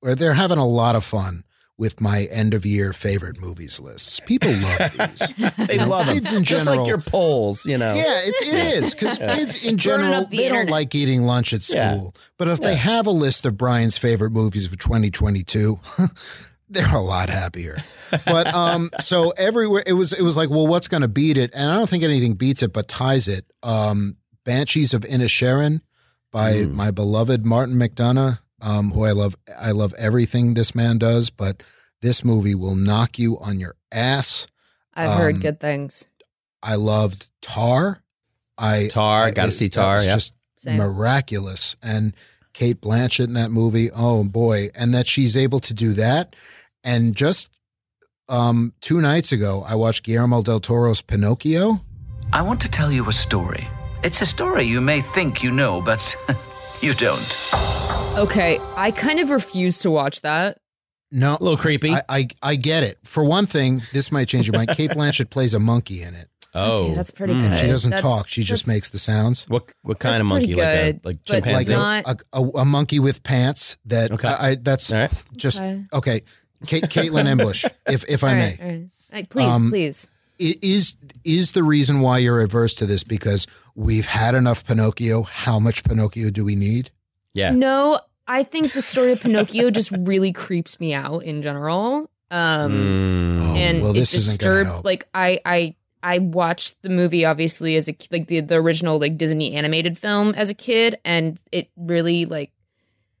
Speaker 3: or they're having a lot of fun with my end of year favorite movies lists. People love these.
Speaker 4: Yeah. They love them.
Speaker 3: Kids in
Speaker 4: Just like
Speaker 3: general-
Speaker 4: your polls, you know.
Speaker 3: Yeah, it, it is because
Speaker 4: Yeah.
Speaker 3: kids in
Speaker 5: Burning
Speaker 3: general
Speaker 5: up the
Speaker 3: they
Speaker 5: internet.
Speaker 3: don't like eating lunch at
Speaker 4: Yeah.
Speaker 3: school. But if
Speaker 4: Yeah.
Speaker 3: they have a list of Brian's favorite movies of 2022, they're a lot happier. But um, so everywhere it was, it was like, well, what's going to beat it? And I don't think anything beats it, but ties it. Um, Banshees of Inisherin by my beloved Martin McDonough, um, who I love. I love everything this man does, but this movie will knock you on your ass.
Speaker 5: I've heard
Speaker 3: Um,
Speaker 5: good things.
Speaker 3: I loved Tar. I
Speaker 4: Tar,
Speaker 3: I-
Speaker 4: gotta
Speaker 3: it-
Speaker 4: see Tar,
Speaker 3: that's
Speaker 4: yeah.
Speaker 3: just
Speaker 5: Same.
Speaker 3: miraculous. And Kate Blanchett in that movie, oh boy, and that she's able to do that. And just um, two nights ago, I watched Guillermo del Toro's Pinocchio.
Speaker 19: I want to tell you a story. It's a story you may think you know, but you don't.
Speaker 5: Okay. I kind of refuse to watch that.
Speaker 3: No, a
Speaker 4: little creepy.
Speaker 3: I, I I get it. For one thing, this might change your mind. Kate Blanchett plays a monkey in it.
Speaker 4: Oh,
Speaker 5: Okay, that's pretty
Speaker 3: And
Speaker 5: good.
Speaker 3: she doesn't
Speaker 5: That's-
Speaker 3: talk. She just
Speaker 5: that's-
Speaker 3: makes the sounds.
Speaker 4: What what kind
Speaker 5: That's
Speaker 4: of monkey?
Speaker 5: pretty
Speaker 4: Like a
Speaker 5: good,
Speaker 4: like
Speaker 5: but
Speaker 4: chimpanzee.
Speaker 5: not-
Speaker 3: a, a, a monkey with pants that
Speaker 4: Okay.
Speaker 3: I, I that's
Speaker 4: All right.
Speaker 3: just
Speaker 5: Okay.
Speaker 3: okay. Kate, Caitlin Ambush, if if I
Speaker 5: All
Speaker 3: may,
Speaker 5: right, all right. Like, please,
Speaker 3: Um,
Speaker 5: please.
Speaker 3: i- is is the reason why you're averse to this because we've had enough Pinocchio? How much Pinocchio do we need?
Speaker 4: yeah.
Speaker 5: No, I think the story of Pinocchio just really creeps me out in general. Um
Speaker 4: Mm.
Speaker 3: Oh,
Speaker 5: and
Speaker 3: well, this
Speaker 5: it
Speaker 3: isn't going
Speaker 5: disturbed
Speaker 3: to help.
Speaker 5: like I I I watched the movie obviously as a ki- like the the original like Disney animated film as a kid, and it really like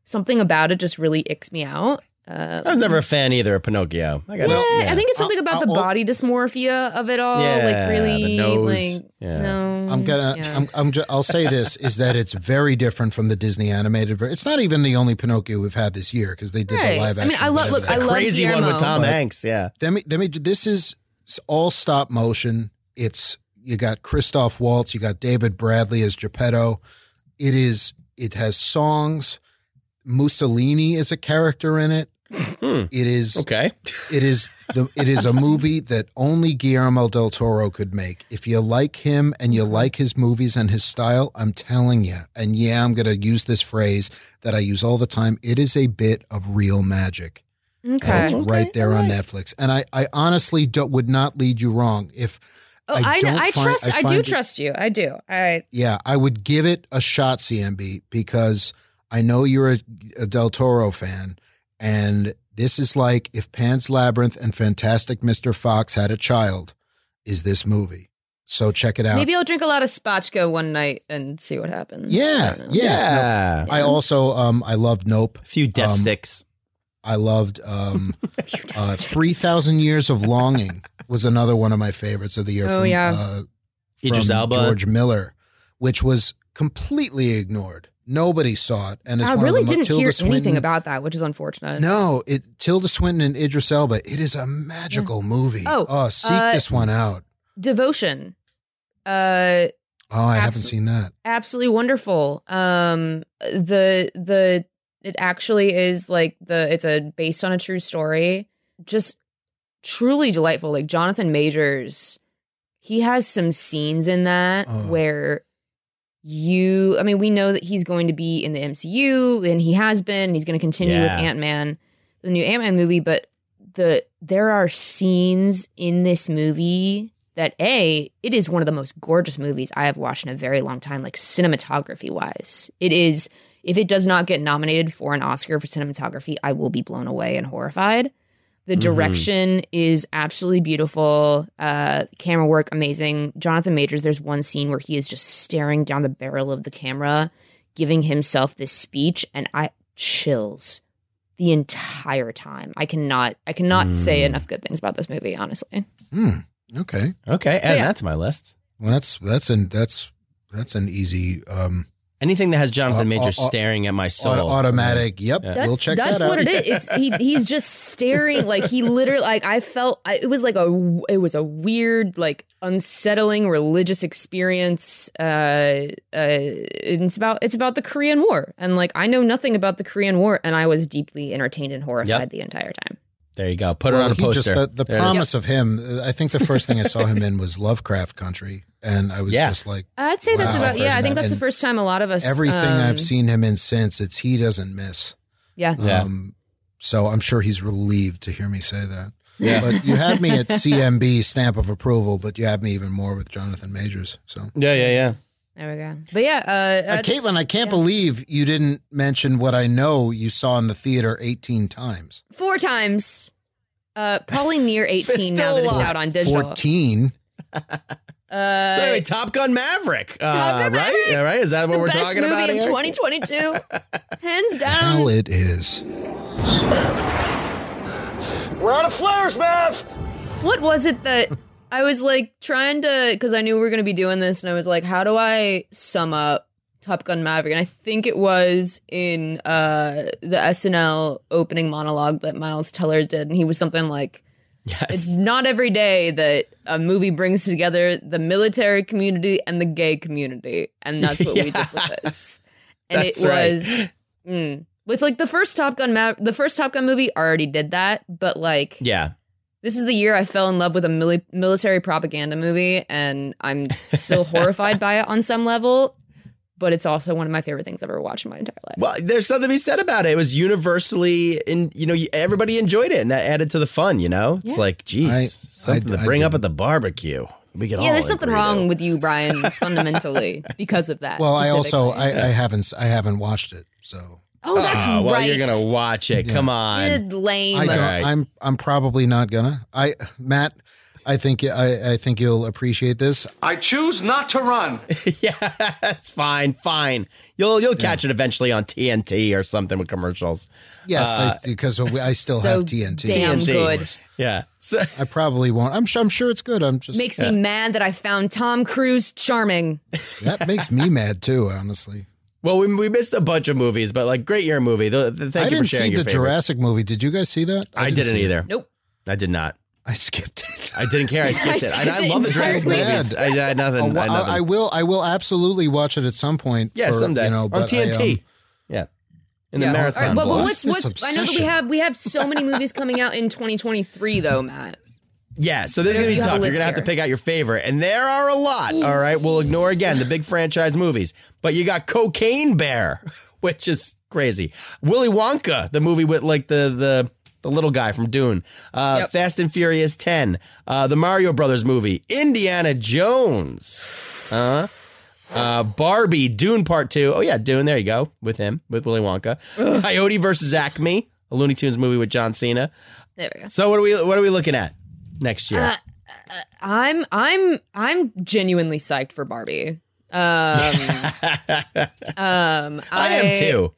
Speaker 5: something about it just really icks me out. Uh,
Speaker 4: I was never a fan either of Pinocchio. I got
Speaker 5: yeah,
Speaker 4: yeah.
Speaker 5: I think it's something
Speaker 3: I'll-
Speaker 5: about the
Speaker 3: I'll-
Speaker 5: body dysmorphia of it all.
Speaker 4: uh, Yeah,
Speaker 5: like really,
Speaker 4: the nose.
Speaker 5: like
Speaker 4: Yeah.
Speaker 5: no,
Speaker 3: I'm gonna.
Speaker 5: yeah.
Speaker 3: I'm. I'm ju- I'll say this is that it's very different from the Disney animated. Ver- it's not even the only Pinocchio we've had this year because they did
Speaker 5: Right.
Speaker 3: the live
Speaker 5: I
Speaker 3: action.
Speaker 5: mean, I love-
Speaker 3: version.
Speaker 5: look, I love
Speaker 4: crazy one with
Speaker 5: Guillermo.
Speaker 4: Tom
Speaker 3: But-
Speaker 4: Hanks. Yeah.
Speaker 3: Let me let me. This is it's all stop motion. It's you got Christoph Waltz, you got David Bradley as Geppetto. It is. It has songs. Mussolini is a character in it.
Speaker 4: Hmm.
Speaker 3: It is.
Speaker 4: Okay.
Speaker 3: It is the. It is a movie that only Guillermo del Toro could make. If you like him and you like his movies and his style, I'm telling you. And yeah, I'm going to use this phrase that I use all the time. It is a bit of real magic. And
Speaker 5: okay.
Speaker 3: it's right there on Netflix. And I, I honestly don't, would not lead you wrong if
Speaker 5: Oh, I, I,
Speaker 3: don't find-
Speaker 5: trust. I, do
Speaker 3: find it-
Speaker 5: trust you. I do. I
Speaker 3: Yeah, I would give it a shot, CMB, because I know you're a, a Del Toro fan, and this is like if Pan's Labyrinth and Fantastic Mr. Fox had a child, is this movie? So check it out.
Speaker 5: maybe I'll drink a lot of spatchka one night and see what happens. I
Speaker 3: yeah,
Speaker 5: don't know.
Speaker 3: yeah.
Speaker 4: Yeah.
Speaker 3: No, I also um I love Nope.
Speaker 4: A few death
Speaker 3: Um,
Speaker 4: sticks.
Speaker 3: I loved um uh, Three Thousand Years of Longing was another one of my favorites of the year.
Speaker 5: Oh,
Speaker 3: from,
Speaker 5: yeah.
Speaker 3: uh,
Speaker 4: Idris
Speaker 3: from
Speaker 4: Elba.
Speaker 3: George Miller, which was completely ignored. Nobody saw it, and it's
Speaker 5: I
Speaker 3: one
Speaker 5: really
Speaker 3: of the
Speaker 5: didn't
Speaker 3: Tilda
Speaker 5: hear
Speaker 3: Swinton,
Speaker 5: anything about that, which is unfortunate.
Speaker 3: No, it Tilda Swinton and Idris Elba. It is a magical movie.
Speaker 5: Oh,
Speaker 3: seek
Speaker 5: uh,
Speaker 3: this one out.
Speaker 5: Devotion. Uh
Speaker 3: Oh, I haven't
Speaker 5: abso-
Speaker 3: seen that.
Speaker 5: absolutely wonderful. Um the the it actually is like the it's a based on a true story. Just truly delightful. Like Jonathan Majors, he has some scenes in that where you I mean, we know that he's going to be in the MCU and he has been, and he's gonna continue with
Speaker 20: Yeah.
Speaker 5: Ant Man, the new Ant Man movie, but the there are scenes in this movie that a it is one of the most gorgeous movies I have watched in a very long time like cinematography wise it is if it does not get nominated for an Oscar for cinematography I will be blown away and horrified the
Speaker 20: Mhm.
Speaker 5: direction is absolutely beautiful uh camera work amazing Jonathan Majors there's one scene where he is just staring down the barrel of the camera giving himself this speech and I chills the entire time. I cannot I cannot say enough good things about this movie, honestly.
Speaker 3: Hmm. Okay.
Speaker 4: Okay,
Speaker 5: So,
Speaker 4: and
Speaker 5: yeah.
Speaker 4: that's my list.
Speaker 3: Well, that's that's an that's that's an easy um
Speaker 4: Anything that has Jonathan
Speaker 3: Au-
Speaker 4: Majors
Speaker 3: au- au-
Speaker 4: staring at my soul.
Speaker 3: Uh, Auto- automatic. Yep.
Speaker 4: Yeah.
Speaker 3: we'll
Speaker 5: That's
Speaker 3: check
Speaker 5: that's
Speaker 3: that out.
Speaker 5: what it is. It's he he's just staring like he literally like I felt I, it was like a it was a weird like unsettling religious experience. Uh, uh, it's about it's about the Korean War and like I know nothing about the Korean War and I was deeply entertained and horrified
Speaker 4: Yep.
Speaker 5: the entire time.
Speaker 4: There you go. Put her
Speaker 3: Well,
Speaker 4: on a
Speaker 3: he just- the
Speaker 4: poster.
Speaker 3: the
Speaker 4: There it is.
Speaker 3: promise of him. uh, I think the first thing I saw him in was Lovecraft Country, and I was
Speaker 4: Yeah.
Speaker 3: just like,
Speaker 5: I'd say that's
Speaker 3: Wow.
Speaker 5: about yeah. I think that's the
Speaker 3: And
Speaker 5: first time a lot of us
Speaker 3: everything
Speaker 5: um,
Speaker 3: I've seen him in since, it's he doesn't miss.
Speaker 5: Yeah.
Speaker 4: Yeah.
Speaker 3: Um, so I'm sure he's relieved to hear me say that.
Speaker 4: Yeah.
Speaker 3: But you had me at CMB stamp of approval, but you had me even more with Jonathan Majors. So
Speaker 4: Yeah, yeah, yeah.
Speaker 5: There we go. But yeah, uh,
Speaker 3: Uh,
Speaker 5: uh, just-
Speaker 3: Caitlin, I can't
Speaker 5: yeah.
Speaker 3: believe you didn't mention what I know you saw in the theater 18 times.
Speaker 5: four times. Uh, probably near 18 now
Speaker 4: still
Speaker 5: that
Speaker 4: a
Speaker 5: it's
Speaker 4: lot.
Speaker 5: out on digital.
Speaker 3: 14.
Speaker 5: Uh,
Speaker 4: So anyway, Top Gun Maverick. Uh,
Speaker 5: Top Gun
Speaker 4: right? Yeah, right? Is that what
Speaker 5: the
Speaker 4: we're
Speaker 5: best
Speaker 4: talking
Speaker 5: movie
Speaker 4: about?
Speaker 5: in
Speaker 4: here?
Speaker 5: 2022, hands down.
Speaker 3: Hell, it is.
Speaker 9: We're out of flares, Mav!
Speaker 5: What was it that I was like trying to? Because I knew we were going to be doing this, and I was like, how do I sum up Top Gun Maverick? And I think it was in uh, the SNL opening monologue that Miles Teller did, and he was something like. It's not every day that a movie brings together the military community and the gay community, and that's what we did with this. And
Speaker 20: That's
Speaker 5: it
Speaker 20: right.
Speaker 5: was, mm, it's like the first Top Gun, ma- the first Top Gun movie already did that, but like
Speaker 4: Yeah.
Speaker 5: this is the year I fell in love with a mili- military propaganda movie, and I'm still horrified by it on some level. But it's also one of my favorite things I've ever watched in my entire life.
Speaker 4: Well, there's something to be said about it. It was universally in you know, everybody enjoyed it and that added to the fun, you know? It's like, geez,
Speaker 3: I-
Speaker 4: something
Speaker 3: I-
Speaker 4: to
Speaker 3: I
Speaker 4: bring up at the barbecue. We could
Speaker 5: yeah,
Speaker 4: all
Speaker 5: there's something
Speaker 4: agree
Speaker 5: wrong with you, Brian, fundamentally because of that.
Speaker 3: Well, I also I,
Speaker 5: specifically.
Speaker 3: I haven't s- I haven't watched it, so
Speaker 5: oh, that's
Speaker 4: Ah, well,
Speaker 5: right.
Speaker 4: you're gonna watch it. Come on.
Speaker 5: Good lame.
Speaker 3: I don't,
Speaker 4: Alright.
Speaker 3: I'm I'm probably not gonna. I Matt, I think I, I think you'll appreciate this.
Speaker 14: I choose not to run.
Speaker 4: yeah, that's fine, fine. You'll you'll catch it eventually on TNT or something with commercials.
Speaker 3: Yes,
Speaker 4: Uh,
Speaker 3: I, because we- I still
Speaker 5: so
Speaker 3: have TNT.
Speaker 5: damn TNT. good.
Speaker 4: Yeah.
Speaker 3: I probably won't. I'm sure, I'm sure it's good. I'm just
Speaker 5: Makes me mad that I found Tom Cruise charming.
Speaker 3: that makes me mad too. Honestly,
Speaker 4: Well, we, we missed a bunch of movies, but like great year movie. The, the, thank
Speaker 3: I
Speaker 4: you
Speaker 3: didn't
Speaker 4: for sharing
Speaker 3: see
Speaker 4: your
Speaker 3: the
Speaker 4: favorites.
Speaker 3: Jurassic movie. Did you guys see that?
Speaker 4: I didn't
Speaker 3: see it.
Speaker 4: either.
Speaker 5: Nope.
Speaker 4: I did not.
Speaker 3: I skipped it.
Speaker 4: I didn't care. I skipped it.
Speaker 5: I
Speaker 4: And I
Speaker 5: skipped it
Speaker 4: love the Jurassic
Speaker 3: entirely.
Speaker 4: movies. I, I had nothing.
Speaker 3: Oh,
Speaker 4: I, had
Speaker 3: well,
Speaker 4: nothing.
Speaker 3: I, I will. I will absolutely watch it at some point.
Speaker 4: yeah,
Speaker 3: for,
Speaker 4: someday
Speaker 3: you know,
Speaker 4: on
Speaker 3: but I, um,
Speaker 4: TNT. yeah, in the
Speaker 3: Yeah.
Speaker 4: marathon.
Speaker 3: All right,
Speaker 5: But, but
Speaker 4: block.
Speaker 5: what's
Speaker 3: What's this
Speaker 5: what's? I know that we
Speaker 3: obsession?
Speaker 5: have we have so many movies coming out in 2023 though, Matt.
Speaker 4: Yeah, so this is gonna be
Speaker 5: You have a
Speaker 4: tough. You're
Speaker 5: list
Speaker 4: gonna have to
Speaker 5: here.
Speaker 4: pick out your favorite, and there are a lot. All right, we'll ignore again the big franchise movies, but you got Cocaine Bear, which is crazy. Willy Wonka, the movie with like the the the little guy from Dune. Uh,
Speaker 5: Yep.
Speaker 4: Fast and Furious Ten, uh, the Mario Brothers movie, Indiana Jones, huh? Uh, Barbie, Dune Part Two. Oh yeah, Dune. There you go with him with Willy Wonka. Coyote versus Acme, a Looney Tunes movie with John Cena.
Speaker 5: There we go.
Speaker 4: So what are we what are we looking at next year?
Speaker 5: Uh, I'm I'm I'm genuinely psyched for Barbie. Um, um,
Speaker 4: I am too.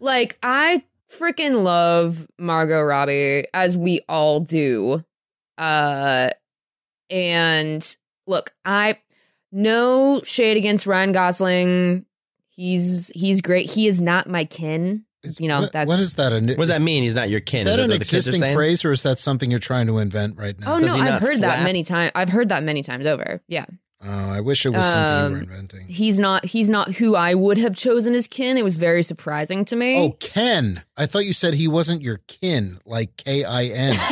Speaker 5: Like I freaking love Margot Robbie as we all do. Uh, and look, I no shade against Ryan Gosling. He's he's great. He is not my kin. You know,
Speaker 3: What-
Speaker 5: that's
Speaker 3: what is that? An,
Speaker 4: What does that mean? He's not your kin.
Speaker 3: Is
Speaker 4: Is
Speaker 3: that
Speaker 4: that
Speaker 3: an
Speaker 4: what the kids are
Speaker 3: existing
Speaker 4: saying?
Speaker 3: phrase, or is that something you're trying to invent right now?
Speaker 5: Oh no,
Speaker 4: he
Speaker 5: I've
Speaker 4: not
Speaker 5: heard
Speaker 4: slap?
Speaker 5: that many times. I've heard that many times over. Yeah.
Speaker 3: Oh, I wish it was something you were
Speaker 5: Um,
Speaker 3: inventing.
Speaker 5: He's not he's not who I would have chosen as kin. It was very surprising to me.
Speaker 3: Oh, Ken. I thought you said he wasn't your kin, like K I N.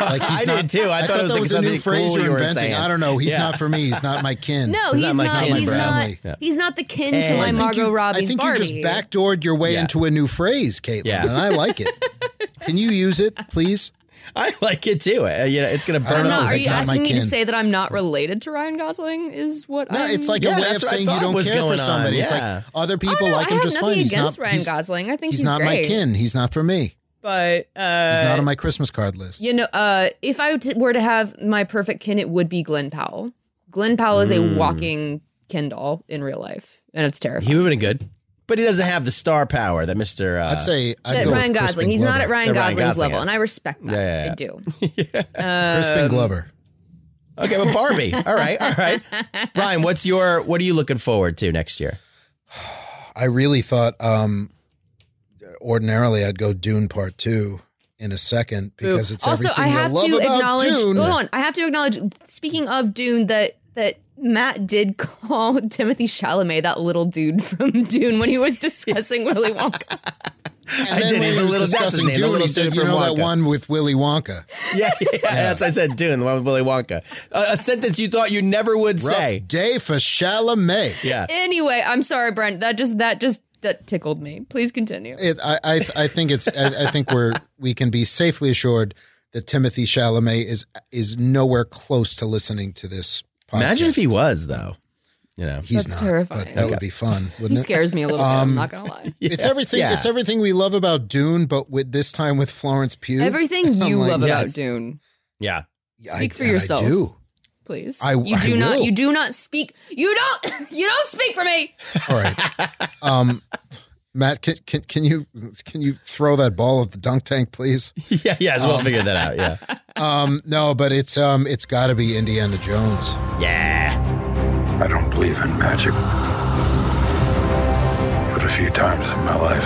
Speaker 3: Like
Speaker 4: I did too. I thought it was like
Speaker 3: a new
Speaker 4: something
Speaker 3: phrase
Speaker 4: cool
Speaker 3: you're
Speaker 4: you were
Speaker 3: inventing.
Speaker 4: saying.
Speaker 3: I don't know. He's
Speaker 4: Yeah.
Speaker 3: not for me. He's not my kin.
Speaker 5: No, he's not. he's not. He's not the kin to
Speaker 3: Ken. I
Speaker 5: my
Speaker 3: think
Speaker 5: Margot Robbie's
Speaker 3: I think
Speaker 5: Barbie.
Speaker 3: you just backdoored your way into a new phrase, Caitlin,
Speaker 4: Yeah.
Speaker 3: and I like it. Can you use it, please?
Speaker 4: I like it too. Uh, you know, it's gonna
Speaker 3: I don't
Speaker 4: burn
Speaker 3: know.
Speaker 4: up.
Speaker 3: It's
Speaker 5: Are you
Speaker 3: not my
Speaker 5: asking me to
Speaker 3: kin.
Speaker 5: say that I'm not related to Ryan Gosling? Is what?
Speaker 3: No,
Speaker 5: I'm...
Speaker 3: it's like
Speaker 4: Yeah,
Speaker 3: a way of
Speaker 4: that's what I
Speaker 3: saying you
Speaker 4: thought
Speaker 3: don't
Speaker 4: was
Speaker 3: care for
Speaker 4: going on,
Speaker 3: somebody. It's
Speaker 4: yeah.
Speaker 3: like other people
Speaker 5: Oh, no,
Speaker 3: like
Speaker 5: I
Speaker 3: him
Speaker 5: have
Speaker 3: just
Speaker 5: nothing
Speaker 3: fine. He's
Speaker 5: against
Speaker 3: not
Speaker 5: Ryan
Speaker 3: he's-
Speaker 5: Gosling. I think
Speaker 3: he's,
Speaker 5: he's
Speaker 3: not my
Speaker 5: great.
Speaker 3: kin. He's not for me.
Speaker 5: But uh,
Speaker 3: He's not on my Christmas card list.
Speaker 5: You know, uh, if I t- were to have my perfect kin, it would be Glenn Powell. Glenn Powell is a
Speaker 3: Hmm.
Speaker 4: Mm.
Speaker 5: walking Ken doll in real life, and it's terrifying.
Speaker 4: He would have been good, but he doesn't have the star power that Mister. Uh,
Speaker 3: I'd say
Speaker 5: That Ryan Gosling. He's not at Ryan
Speaker 4: That
Speaker 5: Gosling's level, and I respect that.
Speaker 4: Yeah, yeah, yeah.
Speaker 5: I do.
Speaker 3: Crispin
Speaker 5: Um,
Speaker 3: Glover.
Speaker 4: Okay, but Barbie. all right, all right. Brian, what's your what are you looking forward to next year?
Speaker 3: I really thought um ordinarily I'd go Dune Part Two in a second because it's
Speaker 5: also
Speaker 3: everything
Speaker 5: I have
Speaker 3: you love
Speaker 5: to
Speaker 3: about
Speaker 5: acknowledge.
Speaker 3: Dune.
Speaker 5: Hold on, I have to acknowledge. Speaking of Dune, that that Matt did call Timothy Chalamet that little dude from Dune when he was discussing Willy Wonka.
Speaker 3: And
Speaker 4: I
Speaker 3: then
Speaker 4: did.
Speaker 3: when
Speaker 4: He's
Speaker 3: he
Speaker 4: a
Speaker 3: was
Speaker 4: little- that's his
Speaker 3: discussing
Speaker 4: name, a
Speaker 3: Dune,
Speaker 4: little
Speaker 3: he said,
Speaker 4: dude
Speaker 3: "You
Speaker 4: from
Speaker 3: know that
Speaker 4: Wonka."
Speaker 3: one with Willy Wonka?
Speaker 4: Yeah, yeah, that's what I said. Dune, the one with Willy Wonka. A, a sentence you thought you never would
Speaker 3: Rough
Speaker 4: say.
Speaker 3: day for Chalamet."
Speaker 4: Yeah.
Speaker 5: Anyway, I'm sorry, Brent. That just that just that tickled me. Please continue.
Speaker 3: It, I, I I think it's I, I think we're we can be safely assured that Timothy Chalamet is is nowhere close to listening to this. podcast.
Speaker 4: Imagine if he was though. You know,
Speaker 3: He's
Speaker 5: That's
Speaker 3: not,
Speaker 5: terrifying.
Speaker 3: But that would be fun. Wouldn't
Speaker 5: he
Speaker 3: it?
Speaker 5: scares me a little bit. I'm
Speaker 3: Um,
Speaker 5: not gonna lie.
Speaker 3: It's everything.
Speaker 4: Yeah.
Speaker 3: It's everything we love about Dune, but with this time with Florence Pugh.
Speaker 5: Everything
Speaker 3: I'm
Speaker 5: you
Speaker 3: like,
Speaker 5: love
Speaker 3: yes.
Speaker 5: about Dune.
Speaker 4: yeah.
Speaker 5: Speak
Speaker 3: I-
Speaker 5: for
Speaker 3: and I
Speaker 5: yourself.
Speaker 3: do.
Speaker 5: Please,
Speaker 3: I-
Speaker 5: you
Speaker 3: I
Speaker 5: do not.
Speaker 3: will.
Speaker 5: You do not speak. You don't. You don't speak for me.
Speaker 3: All right. Um, Matt, can, can can you can you throw that ball at the dunk tank, please?
Speaker 4: Yeah, yeah, so we'll
Speaker 3: Um,
Speaker 4: figure that out. Yeah.
Speaker 3: Um, no, but it's um, it's got to be Indiana Jones.
Speaker 4: Yeah.
Speaker 20: I don't believe in magic. But a few times in my life,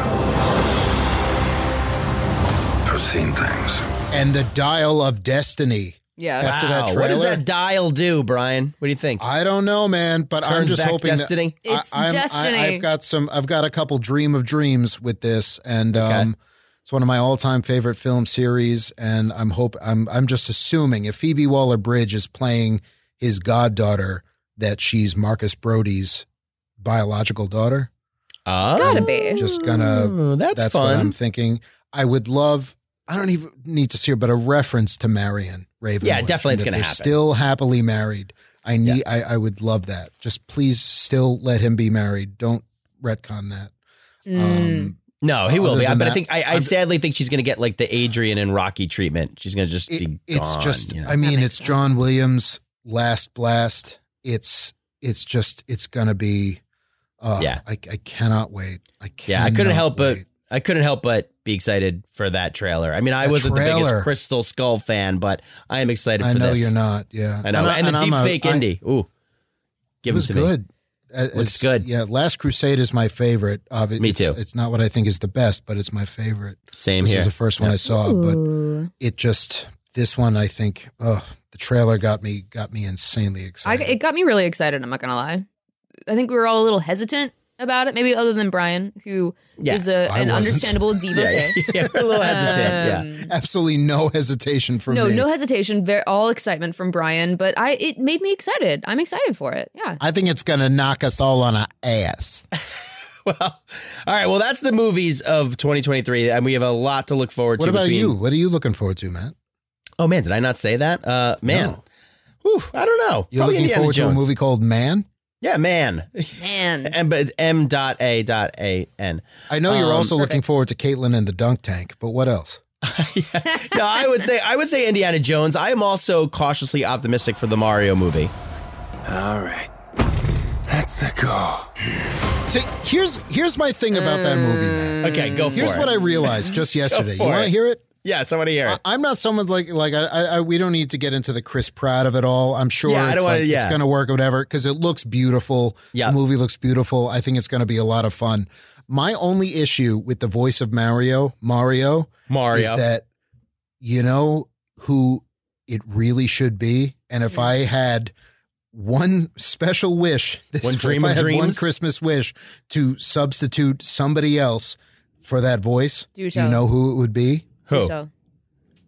Speaker 20: I've seen things.
Speaker 3: and the dial of destiny.
Speaker 5: Yeah.
Speaker 3: After that
Speaker 4: Wow, What does
Speaker 3: trailer?
Speaker 4: that dial do, Brian? What do you think?
Speaker 3: I don't know, man, but I'm
Speaker 4: Turns
Speaker 3: just
Speaker 4: back
Speaker 3: hoping that-
Speaker 4: destiny?
Speaker 3: I-
Speaker 5: It's
Speaker 3: I'm-
Speaker 5: destiny.
Speaker 3: I, have got some. I've got a couple dream of dreams with this, and um, it's one of my all-time favorite film series. And I'm hope I'm I'm just assuming if Phoebe Waller-Bridge is playing his goddaughter, that she's Marcus Brody's biological daughter.
Speaker 4: Oh,
Speaker 5: gotta be.
Speaker 3: Just gonna.
Speaker 4: Oh, that's,
Speaker 3: what I'm
Speaker 4: fun.
Speaker 3: thinking. I would love. I don't even need to see her, but a reference to Marion Ravenwood.
Speaker 4: Yeah, definitely it's
Speaker 3: that
Speaker 4: gonna
Speaker 3: they're
Speaker 4: happen.
Speaker 3: Still happily married. I need. I, I would love that. Just please, still let him be married. Don't retcon that. Um,
Speaker 4: Hmm. No, he will
Speaker 3: Other
Speaker 4: be. I-
Speaker 3: than
Speaker 4: But I
Speaker 3: that,
Speaker 4: think I, I
Speaker 3: I'm-
Speaker 4: sadly think she's gonna get like the Adrian and Rocky treatment. She's gonna just
Speaker 3: it-
Speaker 4: be.
Speaker 3: it's
Speaker 4: gone,
Speaker 3: just.
Speaker 4: you know?
Speaker 3: I mean, it's John Williams' last blast. It's. It's just. It's gonna be. Uh,
Speaker 4: Yeah.
Speaker 3: I, I cannot wait. I cannot
Speaker 4: yeah, I couldn't help
Speaker 3: wait.
Speaker 4: but I couldn't help but be excited for that trailer. I mean, I
Speaker 3: The
Speaker 4: wasn't the
Speaker 3: trailer.
Speaker 4: biggest Crystal Skull fan, but I am excited.
Speaker 3: I
Speaker 4: for
Speaker 3: know
Speaker 4: this.
Speaker 3: you're not. Yeah,
Speaker 4: I know, and, the
Speaker 3: I'm
Speaker 4: deep
Speaker 3: a-
Speaker 4: fake
Speaker 3: I-
Speaker 4: indie. Ooh,
Speaker 3: it
Speaker 4: give
Speaker 3: was
Speaker 4: it to me.
Speaker 3: good. Uh,
Speaker 4: Looks
Speaker 3: it's-
Speaker 4: good.
Speaker 3: Yeah, Last Crusade is my favorite. Of it.
Speaker 4: Me
Speaker 3: It's-
Speaker 4: too.
Speaker 3: It's not what I think is the best, but it's my favorite.
Speaker 4: Same
Speaker 3: this
Speaker 4: here.
Speaker 3: is the first one I saw,
Speaker 5: Ooh.
Speaker 3: but it just this one I think. Oh, the trailer got me got me insanely
Speaker 5: I,
Speaker 3: excited.
Speaker 5: it got me really excited. I'm not gonna lie. I think we were all a little hesitant about it, maybe other than Brian, who is
Speaker 4: Yeah.
Speaker 5: a,
Speaker 3: I
Speaker 5: an
Speaker 3: wasn't.
Speaker 5: understandable devotee. Um,
Speaker 4: yeah, we're a little hesitant. yeah.
Speaker 3: Absolutely no hesitation from
Speaker 5: No,
Speaker 3: me.
Speaker 5: no hesitation. Very, all excitement from Brian, but I it made me excited. I'm excited for it. Yeah.
Speaker 3: I think it's gonna knock us all on our ass.
Speaker 4: Well, all right. Well, that's the movies of 2023, and we have a lot to look forward
Speaker 3: What
Speaker 4: to.
Speaker 3: about
Speaker 4: between-
Speaker 3: you? What are you looking forward to, Matt?
Speaker 4: Oh man, did I not say that? Uh, man,
Speaker 3: No.
Speaker 4: Whew, I don't know.
Speaker 3: You're
Speaker 4: Probably
Speaker 3: looking
Speaker 4: Indiana
Speaker 3: forward
Speaker 4: Jones.
Speaker 3: to a movie called Man.
Speaker 4: Yeah, man.
Speaker 5: Man.
Speaker 4: And but it's M dot A dot A N.
Speaker 3: I know you're
Speaker 4: Um,
Speaker 3: also looking
Speaker 4: perfect.
Speaker 3: forward to Caitlin and the Dunk Tank, but what else?
Speaker 4: No, I would say I would say Indiana Jones. I am also cautiously optimistic for the Mario movie.
Speaker 11: All right.
Speaker 20: That's a go.
Speaker 3: See, here's here's my thing about that movie, man.
Speaker 4: Mm. Okay, go for
Speaker 3: Here's
Speaker 4: it.
Speaker 3: what I realized just yesterday. you
Speaker 4: for
Speaker 3: want
Speaker 4: it.
Speaker 3: to hear it?
Speaker 4: Yeah, somebody here.
Speaker 3: I, am not someone like like I, I, I. We don't need to get into the Chris Pratt of it all. I'm sure
Speaker 4: Yeah, I
Speaker 3: it's,
Speaker 4: don't wanna-
Speaker 3: like,
Speaker 4: yeah.
Speaker 3: it's going to work, whatever. Because it looks beautiful.
Speaker 4: Yeah.
Speaker 3: the movie looks beautiful. I think it's going to be a lot of fun. My only issue with the voice of Mario, Mario,
Speaker 4: Mario.
Speaker 3: is that you know who it really should be. And if I had one special wish, this
Speaker 4: One dream
Speaker 3: if I
Speaker 4: of
Speaker 3: had one
Speaker 4: dreams?
Speaker 3: Christmas wish to substitute somebody else for that voice,
Speaker 5: Do
Speaker 3: you
Speaker 5: tell.
Speaker 3: know who it would be?
Speaker 5: So-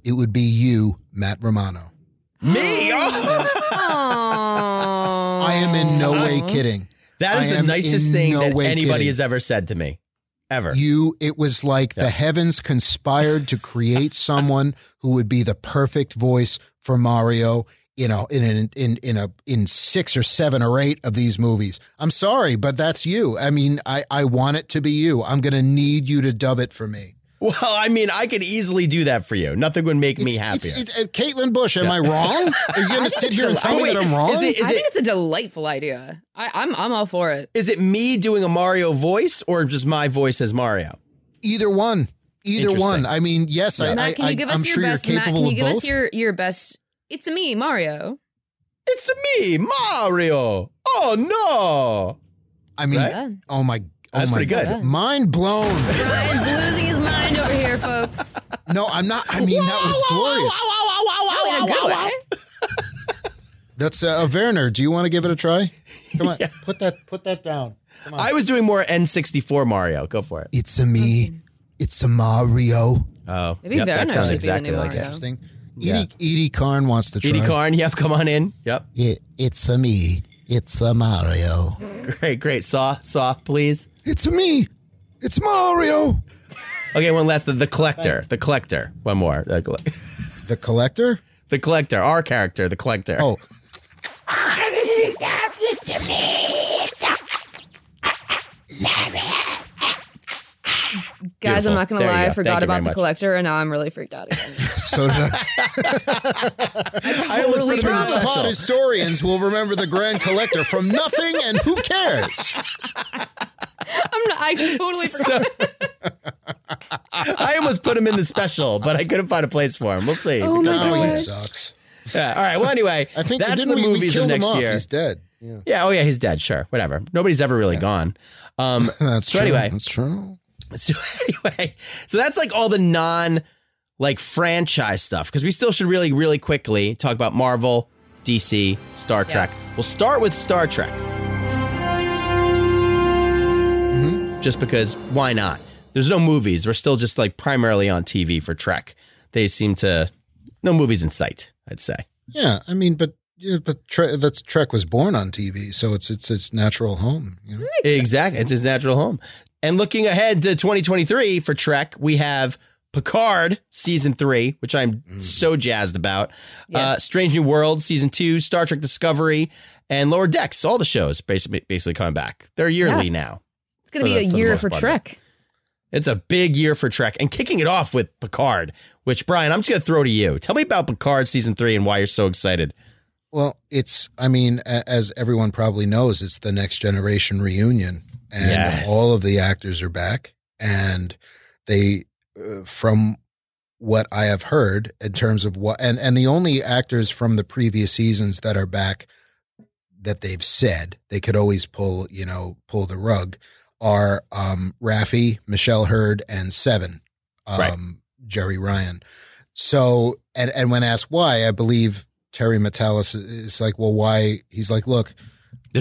Speaker 3: It would be you, Matt Romano.
Speaker 4: Me? Oh.
Speaker 3: I am in no way kidding.
Speaker 4: That is
Speaker 3: I
Speaker 4: the
Speaker 3: am
Speaker 4: nicest
Speaker 3: in
Speaker 4: thing
Speaker 3: no
Speaker 4: that
Speaker 3: way
Speaker 4: anybody
Speaker 3: kidding.
Speaker 4: has ever said to me. Ever.
Speaker 3: You, it was like the heavens conspired to create someone who would be the perfect voice for Mario. You know, in an, in in a in six or seven or eight of these movies. I'm sorry, but that's you. I mean, I I want it to be you. I'm gonna need you to dub it for me.
Speaker 4: Well, I mean, I could easily do that for you. Nothing would make me happier.
Speaker 3: It's, it's, Caitlin Bush, am I wrong? Are you
Speaker 5: I
Speaker 3: gonna
Speaker 5: think
Speaker 3: sit
Speaker 5: it's
Speaker 3: here and
Speaker 5: a-
Speaker 3: tell
Speaker 5: oh,
Speaker 3: me
Speaker 5: wait,
Speaker 3: that I'm wrong?
Speaker 4: is it- is
Speaker 5: I think
Speaker 4: it-
Speaker 5: it's a delightful idea. I, I'm I'm all for it.
Speaker 4: Is it me doing a Mario voice or just my voice as Mario?
Speaker 3: Either one. Either
Speaker 4: Interesting.
Speaker 3: one. I mean, yes, I, I,
Speaker 5: Matt, can
Speaker 3: I,
Speaker 5: you give us
Speaker 3: I'm
Speaker 5: your
Speaker 3: sure
Speaker 5: best?
Speaker 3: you're
Speaker 5: Matt,
Speaker 3: capable
Speaker 5: can you
Speaker 3: of
Speaker 5: give
Speaker 3: both.
Speaker 5: us your your best? It's me, Mario.
Speaker 4: It's me, Mario. Oh no!
Speaker 3: I mean,
Speaker 5: Right?
Speaker 3: oh my, oh
Speaker 4: That's
Speaker 3: my
Speaker 4: pretty good.
Speaker 3: God. Mind blown.
Speaker 5: Brian's losing his mind over here, folks.
Speaker 3: No, I'm not. I mean, that was glorious.
Speaker 5: No, in a good way.
Speaker 3: That's uh, Werner. Do you want to give it a try? Come on.
Speaker 21: Put that put that down.
Speaker 4: I was doing more N64 Mario. Go for it.
Speaker 3: It's a me. It's a Mario.
Speaker 4: Oh,
Speaker 5: Maybe
Speaker 4: yep, that
Speaker 5: Werner
Speaker 4: sounds
Speaker 5: should
Speaker 4: exactly
Speaker 5: be the new
Speaker 4: like
Speaker 5: Mario.
Speaker 4: it.
Speaker 3: Interesting.
Speaker 4: Yeah.
Speaker 3: Edie, Edie Karn wants to try.
Speaker 4: Edie Karn, yep, come on in. Yep.
Speaker 3: It, it's a me. It's a Mario.
Speaker 4: Great, great. Saw, saw, please.
Speaker 3: It's a me. It's Mario.
Speaker 4: Okay, one last. The, the collector. The collector. One more. The, colle-
Speaker 3: The collector?
Speaker 4: the collector. Our character, the collector.
Speaker 3: Oh.
Speaker 5: Guys,
Speaker 4: Beautiful.
Speaker 5: I'm not gonna
Speaker 4: There you
Speaker 5: lie, I
Speaker 4: go.
Speaker 5: forgot
Speaker 4: Thank you very
Speaker 5: about the
Speaker 4: much.
Speaker 5: collector, and now I'm really freaked out. Again.
Speaker 3: So did I.
Speaker 5: I almost put him in
Speaker 3: Turns
Speaker 5: special.
Speaker 3: upon historians will remember the grand collector from nothing and who cares?
Speaker 5: I'm not, I totally forgot.
Speaker 4: I almost put him in the special, but I couldn't find a place for him. We'll see.
Speaker 5: Oh my
Speaker 3: No, he
Speaker 5: God.
Speaker 3: sucks.
Speaker 4: Yeah. Uh, All right. Well, anyway,
Speaker 3: I think
Speaker 4: that's
Speaker 3: didn't
Speaker 4: the
Speaker 3: we, we
Speaker 4: movies of
Speaker 3: killed him
Speaker 4: next
Speaker 3: off.
Speaker 4: year.
Speaker 3: He's dead. Yeah.
Speaker 4: Yeah. Oh, yeah. He's dead. Sure. Whatever. Nobody's ever really gone. Um,
Speaker 3: That's
Speaker 4: so
Speaker 3: true.
Speaker 4: anyway,
Speaker 3: That's true.
Speaker 4: so anyway, so that's like all the non like franchise stuff because we still should really, really quickly talk about Marvel, DC, Star Trek. We'll start with Star Trek.
Speaker 3: Mm-hmm.
Speaker 4: Just because why not? There's no movies. We're still just like primarily on TV for Trek. They seem to no movies in sight, I'd say.
Speaker 3: Yeah, I mean, but yeah, but Tre- that's Trek was born on TV, so it's it's its natural home. You know?
Speaker 4: Exactly. It's his natural home. And looking ahead to 2023 for Trek, we have Picard season three, which I'm so jazzed about. Uh,
Speaker 5: Yes.
Speaker 4: Strange New World season two, Star Trek Discovery, and Lower Decks. All the shows basically basically coming back. They're yearly
Speaker 5: Yeah.
Speaker 4: now.
Speaker 5: It's gonna
Speaker 4: For
Speaker 5: be
Speaker 4: the-
Speaker 5: a
Speaker 4: for the
Speaker 5: year
Speaker 4: most
Speaker 5: for
Speaker 4: part.
Speaker 5: Trek.
Speaker 4: It's a big year for Trek, and kicking it off with Picard. Which Brian, I'm just gonna throw to you. Tell me about Picard season three and why you're so excited.
Speaker 3: Well, it's I mean, a- as everyone probably knows, it's the next generation reunion, and
Speaker 4: Yes.
Speaker 3: all of the actors are back, and they, uh, from what I have heard in terms of what, and and the only actors from the previous seasons that are back that they've said they could always pull, you know, pull the rug are um, Raffi, Michelle Hurd, and Seven, um,
Speaker 4: Right.
Speaker 3: Jerry Ryan. So, and and when asked why, I believe Terry Metalis is like, well, why? He's like, look,
Speaker 4: The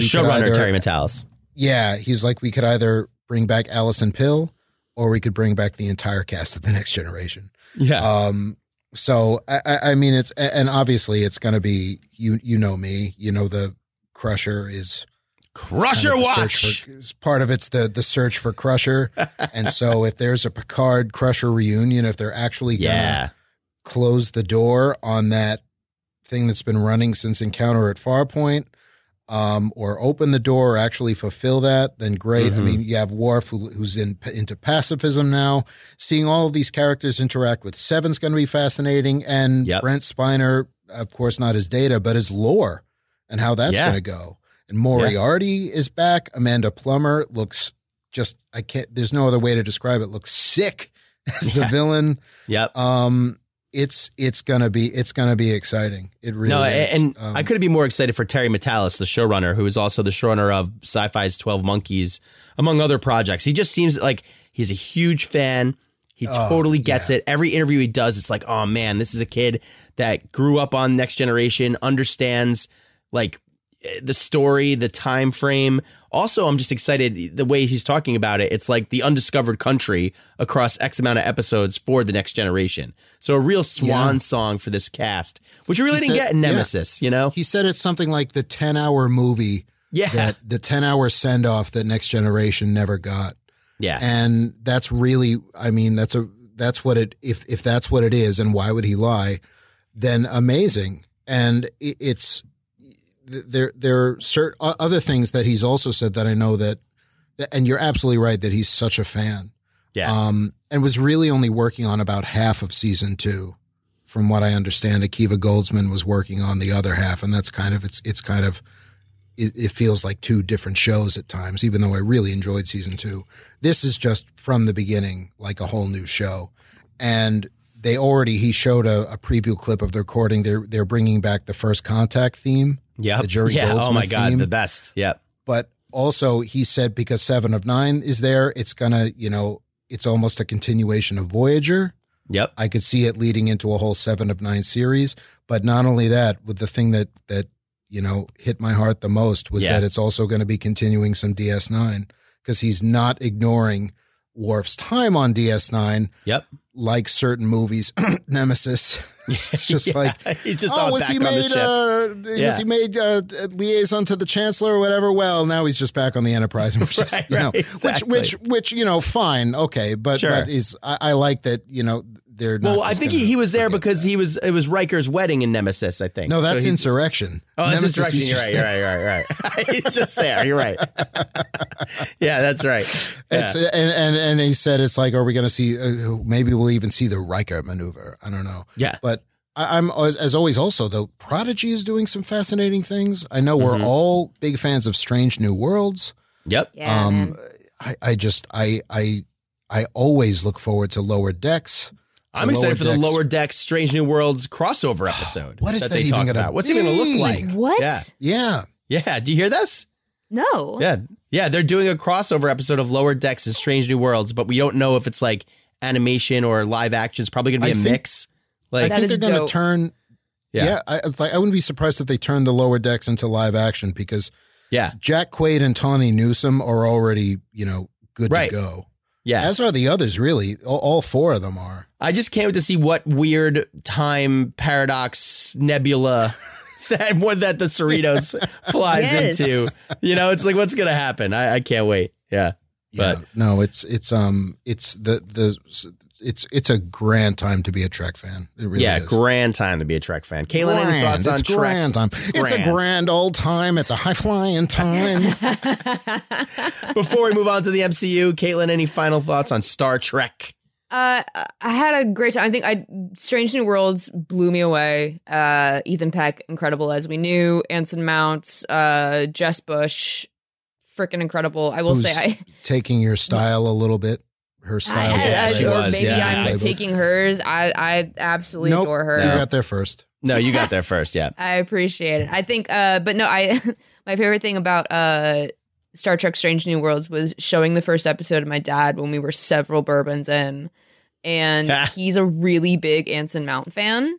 Speaker 3: we could
Speaker 4: showrunner
Speaker 3: either-
Speaker 4: Terry Metalis.
Speaker 3: yeah, he's like, we could either bring back Allison Pill, or we could bring back the entire cast of the Next Generation.
Speaker 4: Yeah.
Speaker 3: Um, so I- I, I mean, it's a- and obviously it's going to be you. You know me. You know the Crusher is
Speaker 4: Crusher
Speaker 3: kind of the search
Speaker 4: Watch.
Speaker 3: for- it's part of it's the the search for Crusher, and so if there's a Picard Crusher reunion, if they're actually gonna
Speaker 4: Yeah.
Speaker 3: close the door on that thing that's been running since Encounter at Farpoint, um, or open the door or actually fulfill that, then great. I
Speaker 4: Mhm.
Speaker 3: mean, you have Worf who, who's in into pacifism now. Seeing all of these characters interact with Seven's going to be fascinating, and
Speaker 4: Yep.
Speaker 3: Brent Spiner, of course, not his data, but his lore and how that's
Speaker 4: Yeah.
Speaker 3: going to go. And Moriarty is back. Amanda Plummer looks just I can't. There's no other way to describe it. Looks sick as the villain.
Speaker 4: Yep.
Speaker 3: Um, it's it's gonna be it's gonna be exciting. It really
Speaker 4: no,
Speaker 3: is.
Speaker 4: and, and
Speaker 3: Um,
Speaker 4: I couldn't be more excited for Terry Metalis, the showrunner, who is also the showrunner of Sci-Fi's Twelve Monkeys, among other projects. He just seems like he's a huge fan. He
Speaker 3: Oh,
Speaker 4: totally gets it. Every interview he does, it's like, oh man, this is a kid that grew up on Next Generation, understands like eh, the story, the time frame. Also, I'm just excited the way he's talking about it. It's like the undiscovered country across X amount of episodes for the Next Generation. So a real swan song for this cast, which we really
Speaker 3: He
Speaker 4: didn't
Speaker 3: said-
Speaker 4: get in
Speaker 3: yeah.
Speaker 4: Nemesis. You know,
Speaker 3: he said it's something like the ten hour movie.
Speaker 4: Yeah.
Speaker 3: That the ten hour send off that Next Generation never got.
Speaker 4: Yeah.
Speaker 3: And that's really I mean, that's a that's what it if if that's what it is, and why would he lie, then amazing. And it, it's there there are certain other things that he's also said that I know that and you're absolutely right that he's such a fan.
Speaker 4: Yeah.
Speaker 3: Um, and was really only working on about half of season two, from what I understand. Akiva Goldsman was working on the other half, and that's kind of it's it's kind of it, it feels like two different shows at times. Even though I really enjoyed season two, this is just from the beginning like a whole new show, and they already he showed a, a preview clip of the recording. They're they're bringing back the first contact theme.
Speaker 4: Yep.
Speaker 3: the Jerry
Speaker 4: yeah.
Speaker 3: Goldsmith
Speaker 4: oh my god,
Speaker 3: theme
Speaker 4: the best. Yep.
Speaker 3: but also he said because Seven of Nine is there, it's gonna, you know, it's almost a continuation of Voyager.
Speaker 4: Yep.
Speaker 3: I could see it leading into a whole Seven of Nine series. But not only that, with the thing that that you know hit my heart the most was
Speaker 4: Yeah.
Speaker 3: that it's also going to be continuing some DS9 because he's not ignoring Worf's time on DS9.
Speaker 4: Yep.
Speaker 3: Like certain movies, Nemesis. It's just like
Speaker 4: he's just
Speaker 3: oh,
Speaker 4: all
Speaker 3: was
Speaker 4: back
Speaker 3: he
Speaker 4: on the
Speaker 3: made
Speaker 4: ship."
Speaker 3: uh, was
Speaker 4: Yeah.
Speaker 3: he made uh, liaison to the chancellor or whatever? Well, now he's just back on the Enterprise, which is,
Speaker 4: Right,
Speaker 3: you know,
Speaker 4: right, exactly.
Speaker 3: which which which you know, fine, okay, but
Speaker 4: Sure.
Speaker 3: but is I, I like that you know they're not
Speaker 4: Well, I
Speaker 3: just
Speaker 4: think
Speaker 3: gonna-
Speaker 4: he, he was there because he was it was Riker's wedding in Nemesis. I think.
Speaker 3: no,
Speaker 4: So
Speaker 3: that's
Speaker 4: he's-
Speaker 3: insurrection.
Speaker 4: Oh, that's
Speaker 3: Nemesis,
Speaker 4: insurrection.
Speaker 3: he's
Speaker 4: You're
Speaker 3: just
Speaker 4: right,
Speaker 3: there.
Speaker 4: you're right. You're right. You're right. he's just there. You're right. yeah, that's right. Yeah.
Speaker 3: It's, and, and and he said it's like, are we going to see? Uh, maybe we'll even see the Riker maneuver. I don't know.
Speaker 4: Yeah.
Speaker 3: but I, I'm as, as always. Also, though, Prodigy is doing some fascinating things. I know we're
Speaker 4: Mhm.
Speaker 3: all big fans of Strange New Worlds. Um,
Speaker 4: Yep.
Speaker 5: Yeah, man.
Speaker 3: I, I just I I I always look forward to Lower Decks.
Speaker 4: I'm
Speaker 3: The
Speaker 4: excited
Speaker 3: Lower
Speaker 4: for the
Speaker 3: Decks-
Speaker 4: Lower Decks Strange New Worlds crossover episode.
Speaker 3: What is that,
Speaker 4: they
Speaker 3: even
Speaker 4: talked
Speaker 3: gonna
Speaker 4: about? What's it even going to
Speaker 3: be?
Speaker 4: look like?
Speaker 3: What?
Speaker 4: Yeah.
Speaker 3: Yeah.
Speaker 4: Yeah. Do you hear this?
Speaker 5: No.
Speaker 4: Yeah. Yeah. They're doing a crossover episode of Lower Decks and Strange New Worlds, but we don't know if it's like animation or live action. It's probably going to
Speaker 3: I
Speaker 4: be a
Speaker 3: think-
Speaker 4: mix. Like
Speaker 3: I think they're going
Speaker 4: dope.
Speaker 3: to turn.
Speaker 4: Yeah.
Speaker 3: Yeah, I, it's like, I wouldn't be surprised if they turned the lower decks into live action because
Speaker 4: Yeah.
Speaker 3: Jack Quaid and Tawny Newsom are already you know good
Speaker 4: Right.
Speaker 3: to go.
Speaker 4: Yeah.
Speaker 3: as are the others. Really, all, all four of them are.
Speaker 4: I just can't wait to see what weird time paradox nebula that one that the Cerritos flies
Speaker 5: Yes.
Speaker 4: into. You know, it's like what's gonna happen. I, I can't wait. Yeah. But
Speaker 3: Yeah. no, it's it's um it's the the it's it's a grand time to be a Trek fan. It really
Speaker 4: yeah,
Speaker 3: is.
Speaker 4: grand time to be a Trek fan. Caitlin, any
Speaker 3: Grand.
Speaker 4: thoughts on
Speaker 3: it's
Speaker 4: Trek?
Speaker 3: grand time. It's, a grand old time. It's a high flying time.
Speaker 4: Before we move on to the MCU, Caitlin, any final thoughts on Star Trek?
Speaker 5: Uh, I had a great time. I think I Strange New Worlds blew me away. Uh, Ethan Peck, incredible as we knew. Anson Mount, uh, Jess Bush, freaking incredible. I will
Speaker 3: Who's
Speaker 5: say, I,
Speaker 3: taking your style a little bit. Her
Speaker 5: I,
Speaker 3: style.
Speaker 5: I-
Speaker 4: she
Speaker 5: or
Speaker 4: was,
Speaker 5: maybe
Speaker 4: yeah.
Speaker 5: I'm
Speaker 3: Playbook.
Speaker 5: taking hers. I I absolutely
Speaker 3: Nope,
Speaker 5: adore her.
Speaker 3: You got there first.
Speaker 4: No, you got there first. Yeah.
Speaker 5: I appreciate it. I think, uh, but no, I my favorite thing about uh, Star Trek: Strange New Worlds was showing the first episode to my dad when we were several bourbons in, and he's a really big Anson Mount fan.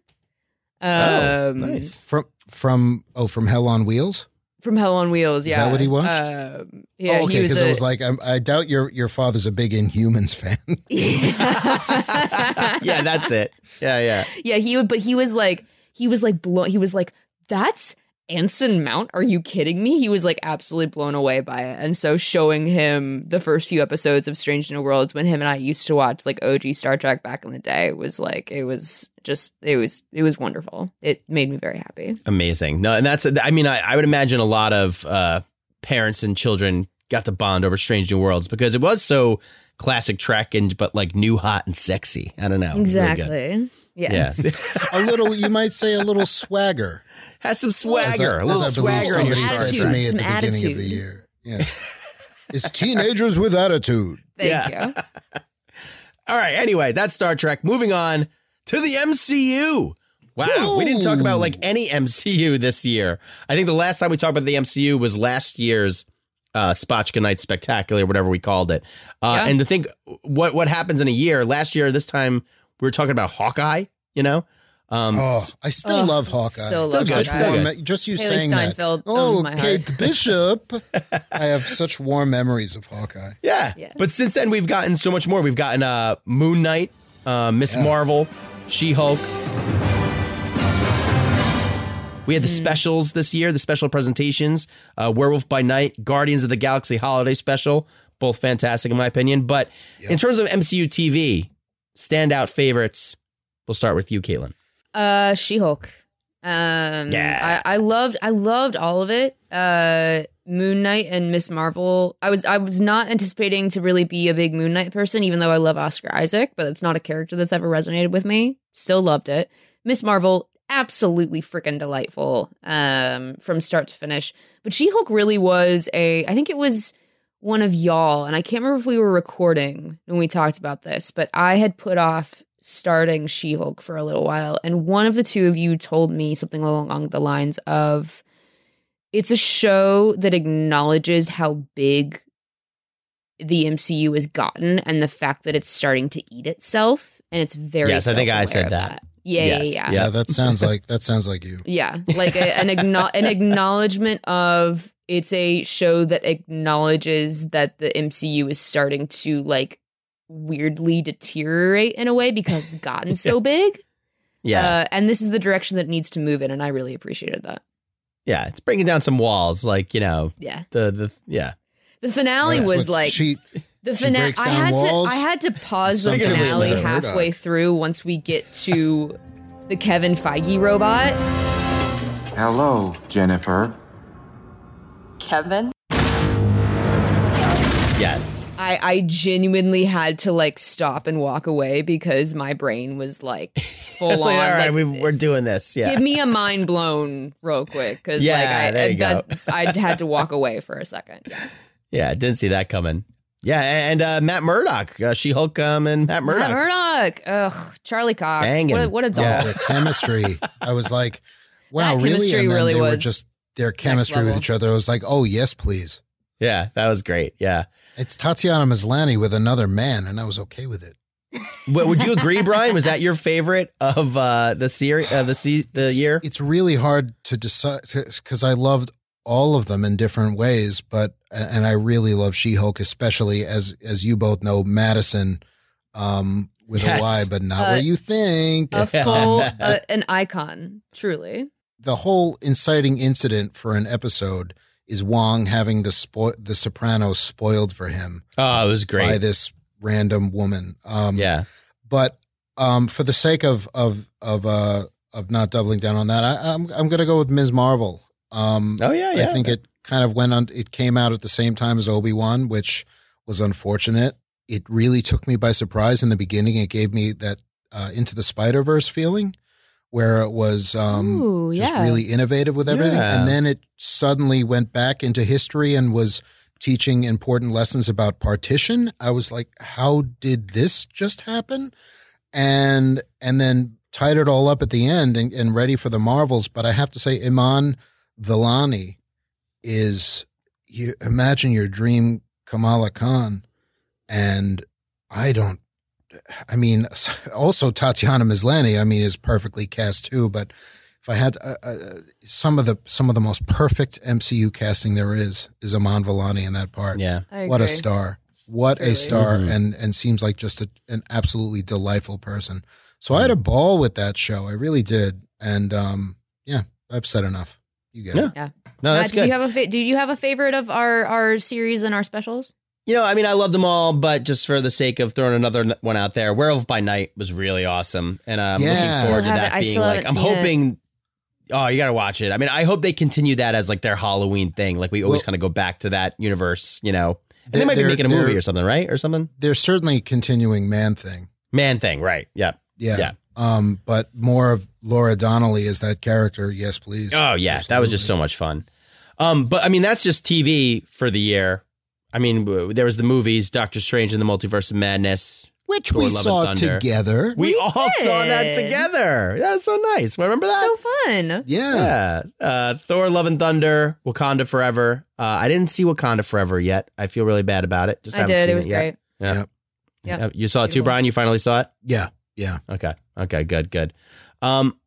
Speaker 3: Oh.
Speaker 5: Um,
Speaker 3: From from oh from Hell on Wheels.
Speaker 5: From Hell on Wheels,
Speaker 3: Is
Speaker 5: yeah.
Speaker 3: that what he watched?
Speaker 5: Um, yeah,
Speaker 3: oh, okay.
Speaker 5: he was
Speaker 3: Because
Speaker 5: a,
Speaker 3: I was like, I'm, I doubt your your father's a big Inhumans fan.
Speaker 5: Uh,
Speaker 4: yeah, that's it. Yeah, yeah.
Speaker 5: yeah, he would, but he was like, he was like blown. He was like, that's Anson Mount. Are you kidding me? He was like absolutely blown away by it. And so showing him the first few episodes of Strange New Worlds when him and I used to watch like OG Star Trek back in the day was like, it was just, it was, it was wonderful. It made me very happy.
Speaker 4: Amazing. No, and that's, I mean, I, I would imagine a lot of uh, parents and children got to bond over Strange New Worlds because it was so classic Trek and, but like new, hot, and sexy. I don't know. It was really good.
Speaker 5: exactly.
Speaker 4: Yeah.
Speaker 5: Yes.
Speaker 3: a little, you might say, a little swagger.
Speaker 4: Had some
Speaker 3: As I-
Speaker 4: swagger, a little
Speaker 3: as I believe
Speaker 4: swagger in your
Speaker 3: somebody
Speaker 4: Star
Speaker 3: said to
Speaker 4: Trek.
Speaker 3: me at
Speaker 5: Some
Speaker 3: the beginning of
Speaker 5: attitude.
Speaker 3: the year. Yeah. It's teenagers with attitude.
Speaker 5: Thank you.
Speaker 4: All right. Anyway, that's Star Trek. Moving on to the MCU. Wow, we didn't talk about like any MCU this year. I think the last time we talked about the MCU was last year's uh, Spotchka Night Spectacular, whatever we called it. Uh,
Speaker 22: Yeah.
Speaker 4: And to think what what happens in a year. Last year, this time we were talking about Hawkeye. You know, um,
Speaker 3: Oh, I still
Speaker 4: Oh,
Speaker 3: love Hawkeye.
Speaker 4: so love Hawkeye.
Speaker 3: Such warm-
Speaker 4: Hawkeye.
Speaker 3: Just you
Speaker 4: Haley
Speaker 3: saying
Speaker 4: Steinfeld
Speaker 3: that. Oh,
Speaker 4: owns my
Speaker 3: Kate
Speaker 4: heart.
Speaker 3: Bishop. I have such warm memories of Hawkeye.
Speaker 4: Yeah. But since then, we've gotten so much more. We've gotten uh, Moon Knight, uh, Miss Marvel, She Hulk. We
Speaker 5: Mm.
Speaker 4: had the specials this year, the special presentations uh, Werewolf by Night, Guardians of the Galaxy Holiday Special, both fantastic in my opinion. But in terms of MCU TV, standout favorites, we'll start with you, Caitlin.
Speaker 5: Uh, She Hulk. Um,
Speaker 4: Yeah.
Speaker 5: I, I loved, I loved all of it. Uh, Moon Knight and Miss Marvel. I was, I was not anticipating to really be a big Moon Knight person, even though I love Oscar Isaac, but it's not a character that's ever resonated with me. Still loved it. Miss Marvel, absolutely freaking delightful. Um, from start to finish. But She Hulk really was a. I think it was one of y'all, and I can't remember if we were recording when we talked about this, but I had put off starting She Hulk for a little while. And one of the two of you told me something along the lines of it's a show that acknowledges how big the MCU has gotten and the fact that it's starting to eat itself. And it's very.
Speaker 4: yes, I think I
Speaker 5: self-aware
Speaker 4: said
Speaker 5: of
Speaker 4: that.
Speaker 5: Yeah, yeah, yeah.
Speaker 3: Yeah, that sounds like that sounds like you.
Speaker 5: Yeah, like a, an acknow- an acknowledgement of it's a show that acknowledges that the MCU is starting to like weirdly deteriorate in a way because it's gotten so big.
Speaker 4: Yeah.
Speaker 5: uh, and this is the direction that it needs to move in, and I really appreciated that.
Speaker 4: Yeah. It's bringing down some walls, like, you know,
Speaker 5: Yeah.
Speaker 4: the, the, yeah.
Speaker 5: The finale
Speaker 4: That's
Speaker 5: was
Speaker 4: what
Speaker 5: like
Speaker 3: she-
Speaker 5: the
Speaker 3: she
Speaker 5: finale.
Speaker 3: breaks
Speaker 5: I
Speaker 3: down
Speaker 5: had
Speaker 3: walls.
Speaker 5: to I had to pause the
Speaker 3: Something with
Speaker 5: finale
Speaker 3: Murdoch.
Speaker 5: halfway through once we get to the Kevin Feige robot.
Speaker 23: Hello, Jennifer.
Speaker 5: Kevin.
Speaker 4: Yes.
Speaker 5: I, I genuinely had to like stop and walk away because my brain was like full
Speaker 4: It's
Speaker 5: on.
Speaker 4: like, all right,
Speaker 5: like,
Speaker 4: we, we're doing this. Yeah.
Speaker 5: Give me a mind blown real quick because
Speaker 4: Yeah,
Speaker 5: like I
Speaker 4: there you
Speaker 5: that,
Speaker 4: go.
Speaker 5: I had to walk away for a second. Yeah.
Speaker 4: Yeah, didn't see that coming. Yeah, a- and uh, Matt Murdock, uh, She Hulk, um, and Matt Murdock.
Speaker 5: Matt Murdock, ugh, Charlie Cox,
Speaker 4: Banging.
Speaker 5: what a, what a doll.
Speaker 3: Yeah, their chemistry. I was like, wow,
Speaker 5: That
Speaker 3: really?
Speaker 5: chemistry
Speaker 3: and then
Speaker 5: really
Speaker 3: they were
Speaker 5: was
Speaker 3: just their chemistry with
Speaker 5: level.
Speaker 3: each other. I was like, oh yes, please.
Speaker 4: Yeah, that was great. Yeah,
Speaker 3: it's Tatiana Maslany with another man, and I was okay with it.
Speaker 4: What, would you agree, Brian? Was that your favorite of uh, the series, uh, the se- the year?
Speaker 3: It's really hard to decide because I loved all of them in different ways, but and I really love She Hulk, especially as as you both know, Madison um, with
Speaker 5: Yes.
Speaker 3: a Y, but not
Speaker 5: Uh,
Speaker 3: what you think.
Speaker 5: A full, uh, an icon, truly.
Speaker 3: the whole inciting incident for an episode is Wong having the spo- the Sopranos spoiled for him.
Speaker 4: Oh, it was
Speaker 3: by
Speaker 4: great.
Speaker 3: this random woman. Um,
Speaker 4: yeah,
Speaker 3: but um, for the sake of of of uh, of not doubling down on that, I, I'm I'm gonna go with Ms. Marvel. Um,
Speaker 4: Oh, yeah, yeah.
Speaker 3: I think it kind of went on. It came out at the same time as Obi Wan, which was unfortunate. It really took me by surprise in the beginning. It gave me that uh, into the Spider Verse feeling, where it was um,
Speaker 5: Ooh,
Speaker 3: just
Speaker 5: yeah.
Speaker 3: really innovative with everything,
Speaker 4: Yeah.
Speaker 3: and then it suddenly went back into history and was teaching important lessons about partition. I was like, how did this just happen? and and then tied it all up at the end and, and ready for the Marvels. But I have to say, Iman Vellani is you imagine your dream Kamala Khan, and I don't. I mean, also Tatiana Maslany. I mean, is perfectly cast too. But if I had uh, uh, some of the some of the most perfect MCU casting there is, is Iman Vellani in that part.
Speaker 4: Yeah,
Speaker 5: I
Speaker 3: what a
Speaker 5: agree.
Speaker 3: star! What
Speaker 5: Truly.
Speaker 3: a star!
Speaker 4: Mhm.
Speaker 3: And and seems like just a, an absolutely delightful person. So I had a
Speaker 4: Mm-hmm.
Speaker 3: ball with that show. I really did. And um, yeah, I've said enough. You get it.
Speaker 5: Yeah.
Speaker 4: No,
Speaker 5: Matt,
Speaker 4: that's
Speaker 5: did
Speaker 4: good.
Speaker 5: you have a fa- did you have a favorite of our our series and our specials?
Speaker 4: you know, I mean, I love them all, but just for the sake of throwing another n- one out there, Werewolf by Night was really awesome, and I'm
Speaker 3: Yeah.
Speaker 4: looking forward
Speaker 3: Still
Speaker 4: to that
Speaker 3: haven't- I
Speaker 4: being
Speaker 3: still
Speaker 4: like. I'm
Speaker 3: haven't seen it.
Speaker 4: hoping. Oh, you gotta watch it. I mean, I hope they continue that as like their Halloween thing. Like we always
Speaker 3: Well-
Speaker 4: kind of go back to that universe, you know. And they
Speaker 3: They're-
Speaker 4: might be
Speaker 3: they're-
Speaker 4: making a movie
Speaker 3: they're-
Speaker 4: or something, right? Or something.
Speaker 3: They're certainly continuing Man Thing.
Speaker 4: Man thing, right? Yeah.
Speaker 3: Yeah.
Speaker 4: Yeah.
Speaker 3: Um, but more of Laura Donnelly is that character. Yes, please.
Speaker 4: Oh yeah, that was just so much fun. Um, but I mean, that's just TV for the year. I mean, w- there was the movies, Doctor Strange and the Multiverse of Madness.
Speaker 3: Which
Speaker 4: Thor,
Speaker 3: we
Speaker 4: Love and
Speaker 3: saw
Speaker 4: Thunder.
Speaker 3: together.
Speaker 4: We, all saw that
Speaker 5: did.
Speaker 4: together. That was so nice. Remember that?
Speaker 5: So fun.
Speaker 4: Yeah. Uh, Thor, Love and Thunder, Wakanda Forever. Uh, I didn't see Wakanda Forever yet. I feel really bad about it. Just
Speaker 5: I
Speaker 4: haven't
Speaker 5: did.
Speaker 4: Seen
Speaker 5: It was
Speaker 4: yet.
Speaker 5: great.
Speaker 4: Yeah.
Speaker 3: Yep.
Speaker 5: Yep.
Speaker 4: Yeah. You saw it too, Brian? You finally saw it?
Speaker 3: Yeah. Yeah.
Speaker 4: Okay. Okay. Good. Good. Um,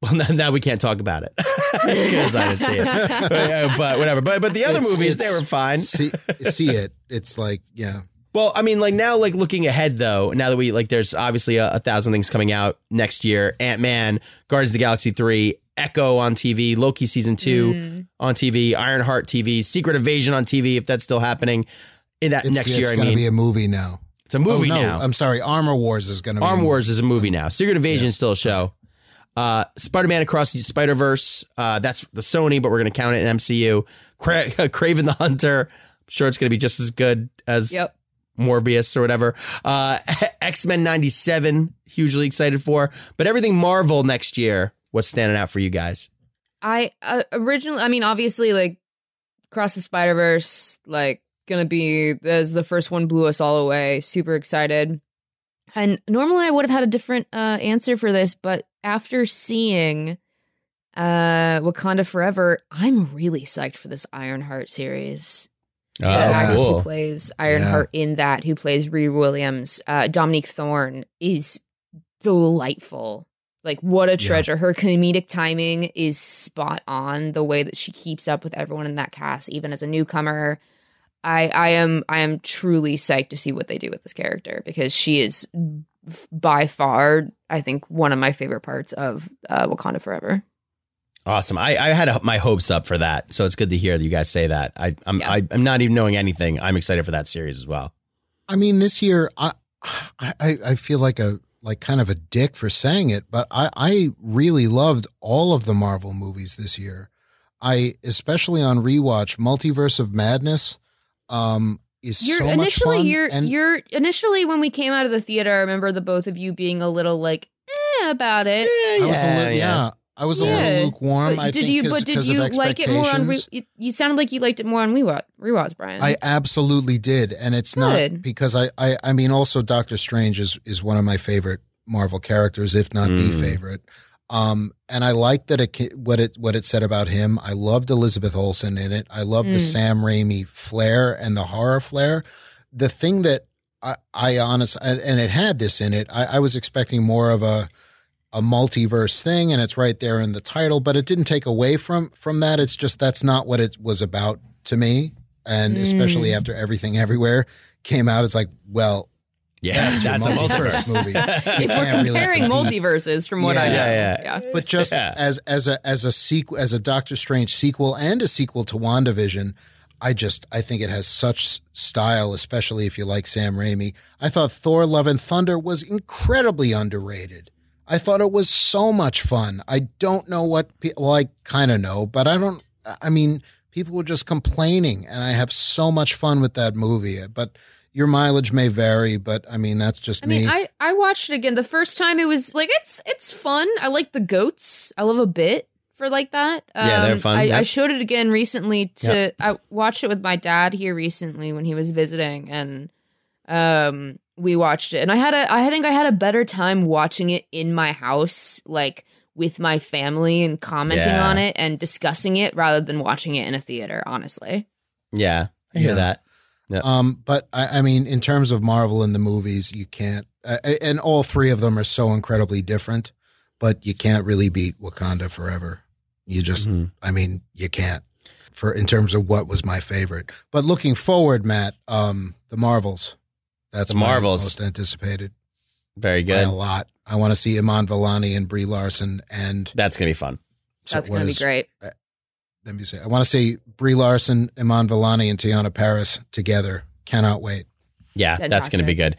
Speaker 4: well, now, now we can't talk about it because I didn't see it. But, uh, but whatever. But but the other
Speaker 3: It's-
Speaker 4: movies, they
Speaker 3: it's-
Speaker 4: were fine.
Speaker 3: see, see it. It's like, yeah.
Speaker 4: Well, I mean, like now, like looking ahead though, now that we like, there's obviously a, a thousand things coming out next year. Ant Man, Guardians of the Galaxy three, Echo on TV, Loki season two on TV, Ironheart TV, Secret Evasion on TV, if that's still happening in that
Speaker 3: It's,
Speaker 4: next
Speaker 3: it's
Speaker 4: year. I
Speaker 3: gonna
Speaker 4: mean,
Speaker 3: be a movie now.
Speaker 4: it's a movie
Speaker 3: oh, no,
Speaker 4: now.
Speaker 3: I'm sorry. Armor Wars is going to be.
Speaker 4: Arm Wars is a movie now. Secret Invasion is still a show. Uh, Spider Man Across the Spider Verse. Uh, that's the Sony, but we're going to count it in MCU. Cra- Craven the Hunter. I'm sure it's going to be just as good as
Speaker 5: Yep.
Speaker 4: Morbius or whatever. Uh, X Men '97. Hugely excited for. But everything Marvel next year. What's standing out for you guys?
Speaker 5: I uh, originally, I mean, obviously, like Cross the Spider Verse, like gonna be as the first one blew us all away. Super excited. And normally I would have had a different uh, answer for this, but after seeing uh, Wakanda Forever, I'm really psyched for this Ironheart series.
Speaker 4: Oh,
Speaker 5: the actress
Speaker 4: cool.
Speaker 5: who plays Ironheart in that, who plays Ree Williams, uh, Dominique Thorne, is delightful. Like, what a treasure. Her comedic timing is spot on. The way that she keeps up with everyone in that cast, even as a newcomer. I, I am I am truly psyched to see what they do with this character because she is f- by far I think one of my favorite parts of uh, Wakanda Forever.
Speaker 4: Awesome. I, I had uh my hopes up for that, so it's good to hear that you guys say that. I, I'm
Speaker 5: Yeah.
Speaker 4: I, I'm not even knowing anything. I'm excited for that series as well.
Speaker 3: I mean, this year, I, I, I feel like a like kind of a dick for saying it, but I, I really loved all of the Marvel movies this year. I especially on rewatch, Multiverse of Madness, um, is
Speaker 5: You're
Speaker 3: so much
Speaker 5: initially
Speaker 3: fun,
Speaker 5: you're
Speaker 3: and-
Speaker 5: you're initially when we came out of the theater, I remember the both of you being a little like eh, about it.
Speaker 3: I was a little, yeah, I was a
Speaker 5: Yeah.
Speaker 3: little lukewarm.
Speaker 5: But
Speaker 3: I
Speaker 5: did
Speaker 3: think
Speaker 5: you?
Speaker 3: 'cause-
Speaker 5: But did
Speaker 3: 'cause of
Speaker 5: you like it more on? Re-
Speaker 3: expectations.
Speaker 5: you, you sounded like you liked it more on rewatch. Rewatch, Brian.
Speaker 3: I absolutely did, and it's not
Speaker 5: Good.
Speaker 3: because I, I I mean also Doctor Strange is is one of my favorite Marvel characters, if not the
Speaker 4: Mm.
Speaker 3: favorite. Um, and I like that it ca- what it what it said about him. I loved Elizabeth Olsen in it. I love the
Speaker 20: Mm.
Speaker 3: Sam Raimi flair and the horror flair. The thing that I I honest and and it had this in it. I, I was expecting more of a a multiverse thing and it's right there in the title but it didn't take away from from that it's just that's not what it was about to me and especially
Speaker 20: Mm.
Speaker 3: after everything everywhere came out it's like well
Speaker 4: Yeah,
Speaker 3: that's,
Speaker 4: that's a
Speaker 3: a multiverse,
Speaker 4: multiverse.
Speaker 3: movie
Speaker 5: if we're comparing multiverses, from what I know,
Speaker 3: Yeah,
Speaker 4: yeah.
Speaker 3: but just as as a as a sequel as a Doctor Strange sequel and a sequel to WandaVision I just I think it has such s- style especially if you like Sam Raimi I thought Thor Love and Thunder was incredibly underrated I thought it was so much fun I don't know what pe- well I kind of know but I don't I mean people were just complaining and I have so much fun with that movie but your mileage may vary but I mean that's just
Speaker 5: I mean,
Speaker 3: me
Speaker 5: I I watched it again. The first time it was like it's it's fun. I like the goats. I love a bit for like that. Um,
Speaker 4: Yeah, they're fun,
Speaker 5: I,
Speaker 4: yeah.
Speaker 5: I showed it again recently to
Speaker 4: Yeah.
Speaker 5: I watched it with my dad here recently when he was visiting, and um we watched it. And I had a I think I had a better time watching it in my house, like with my family and commenting
Speaker 4: Yeah.
Speaker 5: on it and discussing it rather than watching it in a theater. Honestly,
Speaker 4: Yeah, I hear
Speaker 3: Yeah.
Speaker 4: that.
Speaker 3: Um, but I, I mean, in terms of Marvel and the movies, you can't, uh, and all three of them are so incredibly different. But you can't really beat Wakanda Forever. You just,
Speaker 4: Mm-hmm.
Speaker 3: I mean, you can't. For in terms of what was my favorite, but looking forward, Matt, um, the Marvels. That's
Speaker 4: The
Speaker 3: my
Speaker 4: Marvels.
Speaker 3: most anticipated.
Speaker 4: Very
Speaker 3: by
Speaker 4: good.
Speaker 3: a lot. I want to see Iman Vellani and Brie Larson, and
Speaker 4: That's gonna be fun.
Speaker 3: So
Speaker 5: that's
Speaker 3: what
Speaker 5: gonna be
Speaker 3: is- uh,
Speaker 5: great.
Speaker 3: Let me say, I want to see Brie Larson, Iman Vellani, and Tiana Paris together. Cannot wait.
Speaker 4: Yeah, that's going to be good.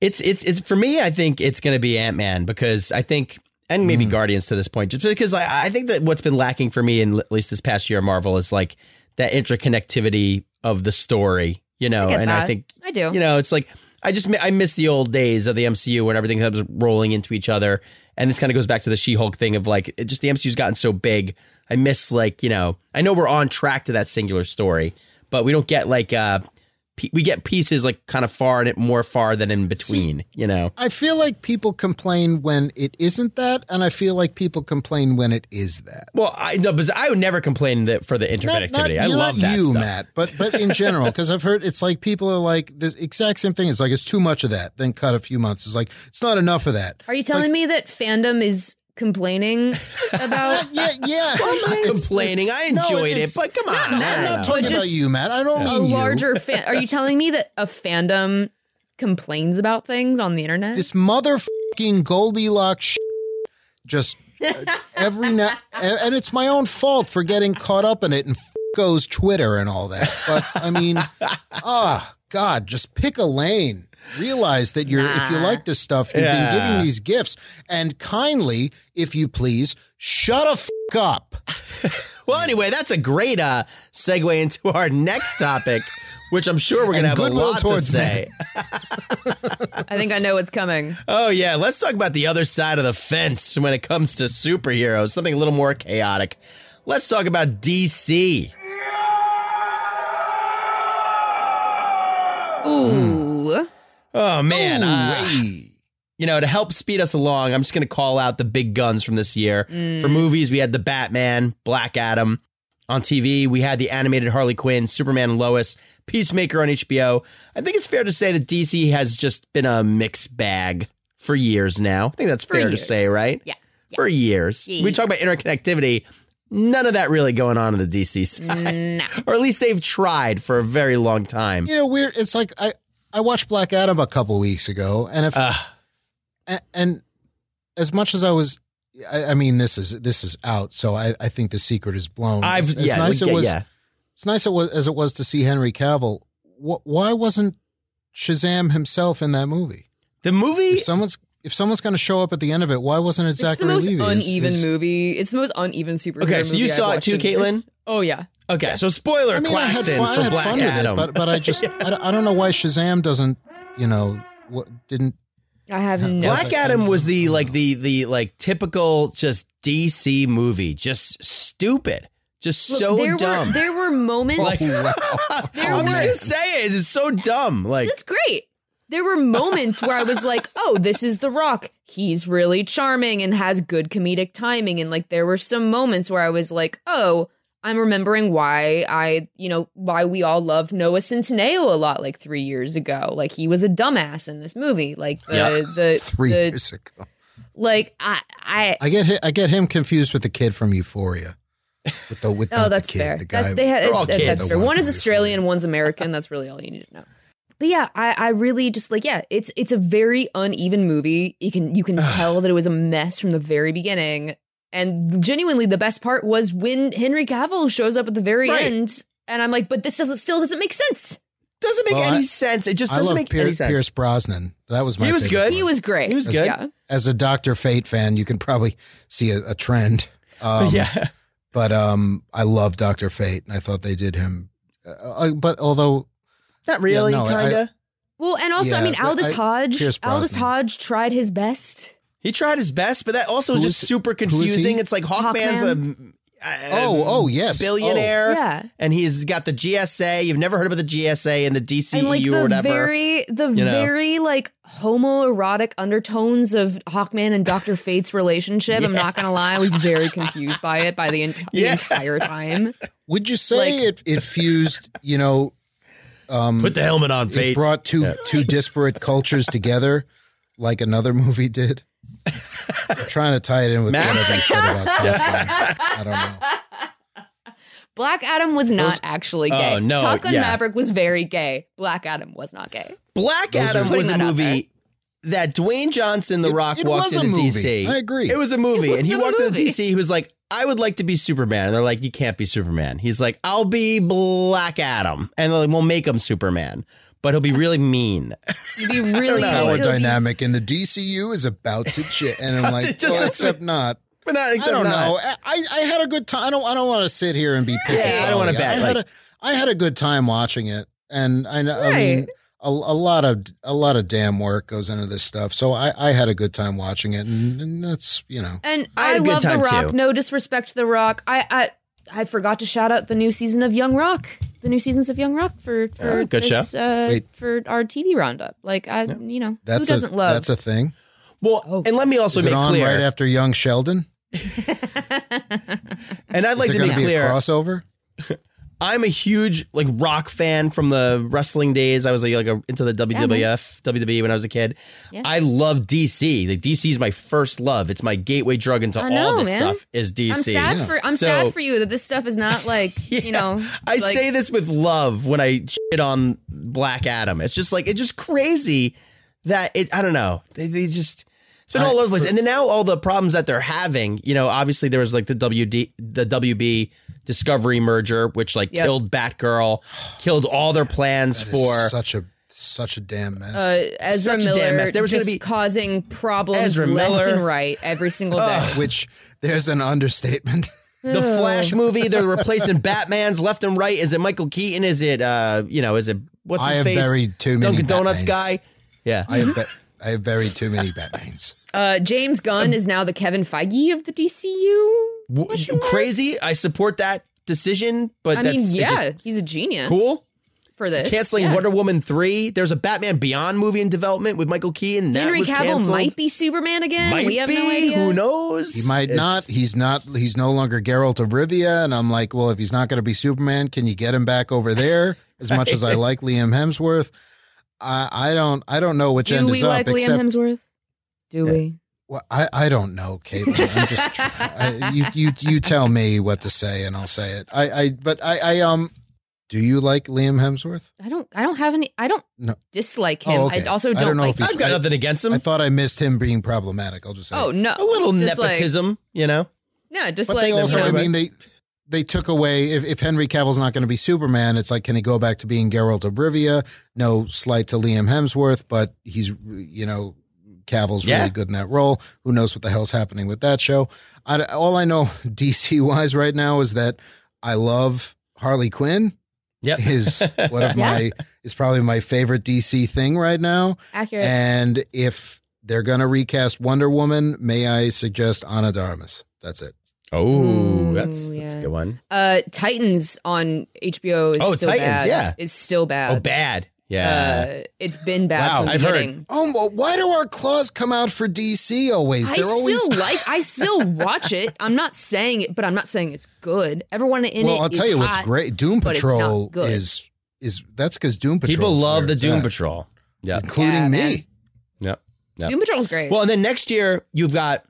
Speaker 4: It's it's it's for me. I think it's going to be Ant Man because I think, and maybe Guardians to this point, just because I, I think that what's been lacking for me in l- at least this past year, at Marvel is like that interconnectivity of the story, you know.
Speaker 5: get
Speaker 4: Oh, and I
Speaker 5: that.
Speaker 4: think
Speaker 5: I do.
Speaker 4: you know, it's like I just mi- I miss the old days of the MCU when everything was rolling into each other, and this kind of goes back to the She Hulk thing of like it just the MCU's gotten so big. I miss like you know, I know we're on track to that singular story, but we don't get like. uh p- we get pieces like kind of far and it more far than in between. you know,
Speaker 3: I feel like people complain when it isn't that, and I feel like people complain when it is that.
Speaker 4: Well, I no, because I would never complain that for the
Speaker 3: Not- not-
Speaker 4: interconnectivity. I
Speaker 3: not
Speaker 4: love that
Speaker 3: you,
Speaker 4: stuff.
Speaker 3: Matt, but but in general, because I've heard it's like people are like the exact same thing. It's like it's too much of that. Then cut a few months. It's like it's not enough of that.
Speaker 5: Are you telling me that fandom is complaining about?
Speaker 3: yeah, yeah.
Speaker 4: I'm not complaining. I
Speaker 3: no,
Speaker 4: enjoyed it,
Speaker 3: it's-
Speaker 4: but come on,
Speaker 3: No, no, I'm
Speaker 4: man.
Speaker 3: not talking about you, Matt. I don't
Speaker 5: a
Speaker 3: mean you.
Speaker 5: larger fan. Are you telling me that a fandom complains about things on the internet?
Speaker 3: This motherfucking Goldilocks sh- just uh, every now and, and it's my own fault for getting caught up in it and f- goes Twitter and all that. But I mean, ah, God, just pick a lane. Realize that you're if you
Speaker 4: Nah.
Speaker 3: like this stuff, you've
Speaker 4: Yeah.
Speaker 3: been giving these gifts, and kindly, if you please, shut a f- up.
Speaker 4: Well, anyway, that's a great uh, segue into our next topic, which I'm sure we're
Speaker 3: And
Speaker 4: going to have a
Speaker 3: goodwill
Speaker 4: lot to
Speaker 3: towards
Speaker 4: say.
Speaker 5: I think I know what's coming.
Speaker 4: Oh, yeah. Let's talk about the other side of the fence when it comes to superheroes, something a little more chaotic. Let's talk about DC.
Speaker 3: Hmm.
Speaker 5: Ooh.
Speaker 4: Oh, man. uh, you know, to help speed us along, I'm just going to call out the big guns from this year.
Speaker 5: Mm.
Speaker 4: For movies, we had The Batman, Black Adam. On TV, we had the animated Harley Quinn, Superman and Lois, Peacemaker on HBO. I think it's fair to say that DC has just been a mixed bag for years now. I think that's
Speaker 5: For
Speaker 4: fair to
Speaker 5: years.
Speaker 4: say, right?
Speaker 5: Yeah.
Speaker 4: For years.
Speaker 5: Yeah.
Speaker 4: We talk about interconnectivity. None of that really going on in the DC side. or at least they've tried for a very long time.
Speaker 3: You know, weird. It's like I I watched Black Adam a couple weeks ago, and if and, and as much as I was, I, I mean, this is this is out, so I, I think the secret is blown.
Speaker 4: I've-
Speaker 3: It's- it's
Speaker 4: yeah,
Speaker 3: nice
Speaker 4: yeah,
Speaker 3: it was.
Speaker 4: yeah.
Speaker 3: It's nice it was as it was to see Henry Cavill. Wh- why wasn't Shazam himself in that movie?
Speaker 4: The movie.
Speaker 3: If someone's if someone's going to show up at the end of it, why wasn't it
Speaker 5: It's the
Speaker 3: Zachary
Speaker 5: most
Speaker 3: Levi? Is-
Speaker 5: uneven
Speaker 3: is-
Speaker 5: movie. It's the most uneven superhero
Speaker 4: Okay, so you
Speaker 5: movie I've
Speaker 4: saw it
Speaker 5: watched
Speaker 4: too,
Speaker 5: in years.
Speaker 4: Caitlin?
Speaker 5: Oh yeah.
Speaker 4: Okay, so spoiler
Speaker 3: I mean, I had
Speaker 4: Claxton
Speaker 3: fun, I
Speaker 4: for
Speaker 3: had
Speaker 4: Black
Speaker 3: fun with
Speaker 4: Adam.
Speaker 3: it, but but I just I, don't- I don't know why Shazam doesn't you know what didn't
Speaker 5: I have no.
Speaker 4: Black Adam was the like the the like typical just DC movie, just stupid, just
Speaker 5: Look,
Speaker 4: so
Speaker 5: there
Speaker 4: dumb.
Speaker 5: Were, there were moments.
Speaker 4: like,
Speaker 3: Oh,
Speaker 5: There
Speaker 4: I'm just
Speaker 5: were-
Speaker 4: gonna say it. It's so dumb. Like
Speaker 5: That's great. There were moments where I was like, "Oh, this is The Rock. He's really charming and has good comedic timing." And like, there were some moments where I was like, "Oh, I'm remembering why I, you know, why we all loved Noah Centineo a lot like three years ago. Like, he was a dumbass in this movie. Like
Speaker 4: uh,
Speaker 5: the
Speaker 3: Yeah.
Speaker 5: the
Speaker 3: three
Speaker 5: the-
Speaker 3: years ago.
Speaker 5: like I I
Speaker 3: I get hi- I get him confused with the kid from Euphoria. With the with
Speaker 5: Oh,
Speaker 3: the
Speaker 5: that's
Speaker 3: kid,
Speaker 5: fair.
Speaker 3: The guy,
Speaker 5: That's, they had, it's, that's fair.
Speaker 3: The
Speaker 5: One is
Speaker 3: from
Speaker 5: Australian, one's American. That's really all you need to know. But yeah, I, I really just like yeah, it's it's a very uneven movie. You can you can tell that it was a mess from the very beginning. And genuinely, the best part was when Henry Cavill shows up at the very
Speaker 4: Right.
Speaker 5: end, and I'm like, but this doesn't still doesn't make sense.
Speaker 4: doesn't make
Speaker 3: Well,
Speaker 4: any
Speaker 3: I-
Speaker 4: sense. It just
Speaker 3: I
Speaker 4: doesn't
Speaker 3: love
Speaker 4: make
Speaker 3: Pier-
Speaker 4: any sense.
Speaker 3: Pierce Brosnan. That was my.
Speaker 4: He was
Speaker 3: favorite
Speaker 4: good.
Speaker 3: one.
Speaker 5: He was great.
Speaker 4: He was
Speaker 3: As-
Speaker 4: good.
Speaker 5: Yeah.
Speaker 3: As a Doctor Fate fan, you can probably see a, a trend. Um,
Speaker 4: yeah.
Speaker 3: But um, I love Doctor Fate, and I thought they did him. Uh, uh, but although
Speaker 4: Not really,
Speaker 3: Yeah, no, I-
Speaker 4: kinda.
Speaker 5: Well, and also, I
Speaker 3: Yeah,
Speaker 5: mean,
Speaker 3: but
Speaker 5: Aldous
Speaker 3: I-
Speaker 5: Hodge,
Speaker 3: Pierce
Speaker 5: Aldous
Speaker 3: Brosnan.
Speaker 5: Hodge tried his best.
Speaker 4: he tried his best, but that also was
Speaker 3: Who
Speaker 4: just
Speaker 3: is-
Speaker 4: super
Speaker 3: who is he?
Speaker 4: confusing. It's like Hawkman's a,
Speaker 5: Hawkman?
Speaker 4: a
Speaker 3: Oh, oh, yes.
Speaker 4: billionaire,
Speaker 5: Oh. Yeah.
Speaker 4: and he's got the GSA. You've never heard about the GSA and the DCEU
Speaker 5: and like the
Speaker 4: E or whatever.
Speaker 5: very the
Speaker 4: you know?
Speaker 5: very like homoerotic undertones of Hawkman and Doctor Fate's relationship. I'm not gonna lie, I was very confused by it by the, ent- the
Speaker 4: Yeah.
Speaker 5: entire time.
Speaker 3: would you say it it fused? You know, um,
Speaker 4: Put the helmet on,
Speaker 3: it
Speaker 4: Fate.
Speaker 3: brought two
Speaker 4: Yeah.
Speaker 3: two disparate cultures together, like another movie did. I'm trying to tie it in with
Speaker 4: Matt?
Speaker 3: whatever you said about Top Gun. I don't know.
Speaker 5: Black Adam was not actually gay.
Speaker 4: Oh, no,
Speaker 5: Top Gun
Speaker 4: yeah.
Speaker 5: Maverick was very gay. Black Adam was not gay.
Speaker 4: Black
Speaker 3: Those
Speaker 4: Adam
Speaker 3: are-
Speaker 4: was a
Speaker 5: Putting that out
Speaker 4: movie that Dwayne Johnson, The
Speaker 3: It-
Speaker 4: Rock,
Speaker 3: it
Speaker 4: walked
Speaker 3: was a
Speaker 4: into
Speaker 3: movie.
Speaker 4: DC.
Speaker 3: I agree.
Speaker 4: It was a movie,
Speaker 5: was
Speaker 4: and he
Speaker 5: a
Speaker 4: walked into
Speaker 5: movie.
Speaker 4: DC. He was like, "I would like to be Superman," and they're like, "You can't be Superman." He's like, "I'll be Black Adam," and they're like, "We'll make him Superman, but he'll be really mean."
Speaker 5: You'd be really
Speaker 4: know.
Speaker 3: power
Speaker 5: it'll be-
Speaker 3: dynamic in the DCU is about to change, and I'm like,
Speaker 4: Just
Speaker 3: well,
Speaker 4: this-
Speaker 3: except not.
Speaker 4: But not,
Speaker 3: I
Speaker 4: except
Speaker 3: don't
Speaker 4: not.
Speaker 3: know. I, I I had a good time. I don't. I don't want to sit here and be pissed.
Speaker 4: Yeah, I don't wanna bet,
Speaker 3: I had
Speaker 4: like-
Speaker 3: a I had a good time watching it, and I know. I mean,
Speaker 5: Right.
Speaker 3: a, a lot of a lot of damn work goes into this stuff. So I I had a good time watching it, and, and that's you know.
Speaker 5: And
Speaker 4: I had
Speaker 5: I,
Speaker 4: a good
Speaker 5: love The
Speaker 4: time,
Speaker 5: Rock.
Speaker 4: too.
Speaker 5: No disrespect to The Rock. I I I forgot to shout out the new season of Young Rock. the new seasons of Young Rock for for
Speaker 4: Oh,
Speaker 3: Yeah, good
Speaker 5: this,
Speaker 3: show.
Speaker 5: Uh,
Speaker 3: Wait.
Speaker 5: for our TV roundup. Like I, you know,
Speaker 3: That's
Speaker 5: who doesn't
Speaker 3: a,
Speaker 5: love?
Speaker 3: That's a thing.
Speaker 4: Well,
Speaker 5: Oh.
Speaker 4: and let me also
Speaker 3: Is it
Speaker 4: make
Speaker 3: on
Speaker 4: clear.
Speaker 3: right after Young Sheldon.
Speaker 4: and I'd
Speaker 3: Is
Speaker 4: like
Speaker 3: there
Speaker 4: to make
Speaker 3: gonna be a
Speaker 4: clear
Speaker 3: crossover.
Speaker 4: I'm a huge like rock fan from the wrestling days. I was like, like a, into the WWF, WWE E when I was a kid.
Speaker 5: Mm-hmm. Yeah.
Speaker 4: I love DC. Like DC is my first love. It's my gateway drug into
Speaker 5: I know,
Speaker 4: all this
Speaker 5: man.
Speaker 4: stuff. Is DC?
Speaker 5: I'm sad for I'm
Speaker 4: So,
Speaker 5: sad for you that this stuff is not like you know.
Speaker 4: I
Speaker 5: like-
Speaker 4: say this with love when I shit on Black Adam. It's just like it's just crazy that it. I don't know. They, they just it's been all over the place. And then now all the problems that they're having. You know, obviously there was like the WD the WB Discovery merger, which like
Speaker 5: Yep.
Speaker 4: killed Batgirl, killed all their plans
Speaker 3: That is
Speaker 4: for
Speaker 3: such a such a damn mess.
Speaker 5: Uh, Ezra
Speaker 4: Such a damn
Speaker 5: Miller
Speaker 4: mess. There was gonna
Speaker 5: just
Speaker 4: be-
Speaker 5: causing problems
Speaker 4: Ezra
Speaker 5: left
Speaker 4: Miller.
Speaker 5: and right every single day.
Speaker 3: Which there's an understatement.
Speaker 4: the Flash movie. They're replacing Batman's left and right. Is it Michael Keaton? Is it uh you know is it what's
Speaker 3: I
Speaker 4: his
Speaker 3: have
Speaker 4: face?
Speaker 3: buried too many
Speaker 4: Dunkin' Donuts
Speaker 3: Batmans.
Speaker 4: guy. Yeah,
Speaker 3: I have, bu- I have buried too many Batmans.
Speaker 5: Uh, James Gunn is now the Kevin Feige of the DCU.
Speaker 4: W- crazy. I support that decision, but
Speaker 5: I
Speaker 4: that's
Speaker 5: mean,
Speaker 4: it
Speaker 5: yeah,
Speaker 4: just-
Speaker 5: he's a genius.
Speaker 4: cool.
Speaker 5: for this
Speaker 4: Canceling
Speaker 5: yeah.
Speaker 4: Wonder Woman three. There's a Batman Beyond movie in development with Michael Keaton. That
Speaker 5: Henry
Speaker 4: was
Speaker 5: Cavill
Speaker 4: canceled.
Speaker 5: might be Superman again.
Speaker 4: Might
Speaker 5: we have no
Speaker 4: be.
Speaker 5: idea.
Speaker 4: Who knows?
Speaker 3: He might
Speaker 4: It's-
Speaker 3: not. He's not. He's no longer Geralt of Rivia. And I'm like, well, if he's not going to be Superman, can you get him back over there? As much as I
Speaker 5: Right.
Speaker 3: like Liam Hemsworth, I, I don't. I don't know which
Speaker 5: Do
Speaker 3: end
Speaker 5: we
Speaker 3: is up.
Speaker 5: like Liam
Speaker 3: except,
Speaker 5: Hemsworth? Do we?
Speaker 3: well, I, I don't know, Caitlin. I'm just try- I, you you you tell me what to say, and I'll say it. I I but I I um. Do you like Liam Hemsworth?
Speaker 5: I don't. I don't have any. I don't
Speaker 3: No.
Speaker 5: dislike
Speaker 3: Oh,
Speaker 5: him.
Speaker 3: okay.
Speaker 5: I also don't,
Speaker 3: know
Speaker 5: like.
Speaker 3: if he's.
Speaker 5: him.
Speaker 4: got nothing against him.
Speaker 3: I thought I missed him being problematic. I'll just say.
Speaker 5: oh no,
Speaker 4: a little
Speaker 5: Just like-
Speaker 4: nepotism. you know.
Speaker 5: no, just
Speaker 3: but
Speaker 5: like
Speaker 3: they also,
Speaker 5: you know,
Speaker 3: I mean, they they took away if, if Henry Cavill's not going to be Superman, it's like can he go back to being Geralt of Rivia? No slight to Liam Hemsworth, but he's you know Cavill's
Speaker 4: Yeah.
Speaker 3: really good in that role. Who knows what the hell's happening with that show? I, all I know DC wise right now is that I love Harley Quinn.
Speaker 4: Yep.
Speaker 3: is one of
Speaker 5: Yeah.
Speaker 3: my is probably my favorite DC thing right now.
Speaker 5: accurate.
Speaker 3: And if they're going to recast Wonder Woman, may I suggest Anna Darmus? That's it.
Speaker 4: Oh, that's that's a good one.
Speaker 5: uh, Titans on HBO is
Speaker 4: Oh,
Speaker 5: still
Speaker 4: Titans,
Speaker 5: bad.
Speaker 4: yeah.
Speaker 5: is still bad.
Speaker 4: Oh, bad. Yeah.
Speaker 5: Uh, it's been bad. from the
Speaker 4: I've heard.
Speaker 5: beginning.
Speaker 3: Oh, well, why do our claws come out for DC always?
Speaker 5: I
Speaker 3: They're
Speaker 5: still
Speaker 3: always
Speaker 5: like. I still watch it. I'm not saying it, but I'm not saying it's good. Everyone in it.
Speaker 3: well. I'll
Speaker 5: is
Speaker 3: tell you what's
Speaker 5: hot,
Speaker 3: great. Doom
Speaker 5: but it's not
Speaker 3: Patrol
Speaker 5: good.
Speaker 3: is is that's because Doom Patrol.
Speaker 4: People
Speaker 3: is
Speaker 4: love
Speaker 3: where
Speaker 4: the
Speaker 3: it's
Speaker 4: Doom
Speaker 3: at,
Speaker 4: Patrol. Yeah.
Speaker 3: including
Speaker 5: Yeah, man.
Speaker 3: me.
Speaker 4: Yep. yep.
Speaker 5: Doom Patrol's great.
Speaker 4: Well, and then next year you've got,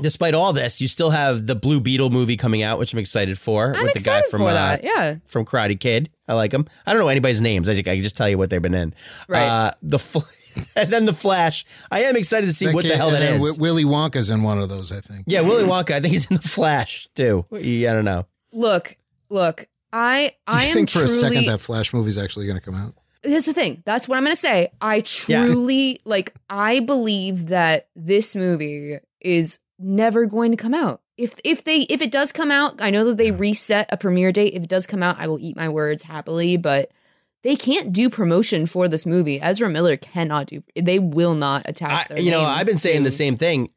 Speaker 4: despite all this, you still have the Blue Beetle movie coming out, which I'm excited for.
Speaker 5: I'm
Speaker 4: with the guy
Speaker 5: excited
Speaker 4: from
Speaker 5: for
Speaker 4: uh,
Speaker 5: that. Yeah.
Speaker 4: from Karate Kid. I like him. I don't know anybody's names. I, ju- I can just tell you what they've been in.
Speaker 5: Right.
Speaker 4: Uh, the fl- and then the Flash. I am excited to see what the
Speaker 3: kid-
Speaker 4: hell
Speaker 3: and
Speaker 4: that
Speaker 3: then
Speaker 4: is.
Speaker 3: Wi- Willy Wonka's in one of those, I think.
Speaker 4: yeah, Willy Wonka. I think he's in the Flash too. Yeah, I don't know.
Speaker 5: Look, look. I
Speaker 3: Do you
Speaker 5: I am
Speaker 3: think for
Speaker 5: truly.
Speaker 3: a second that Flash movie's actually going to come out?
Speaker 5: that's the thing. That's what I'm gonna say. I
Speaker 3: Yeah.
Speaker 5: truly like. I believe that this movie is never going to come out. If if they if it does come out, I know that they reset a premiere date. If it does come out, I will eat my words happily. But they can't do promotion for this movie. Ezra Miller cannot do. They will not attach.
Speaker 4: I-
Speaker 5: their
Speaker 4: you know,
Speaker 5: name
Speaker 4: I've been saying
Speaker 5: to-
Speaker 4: the same thing.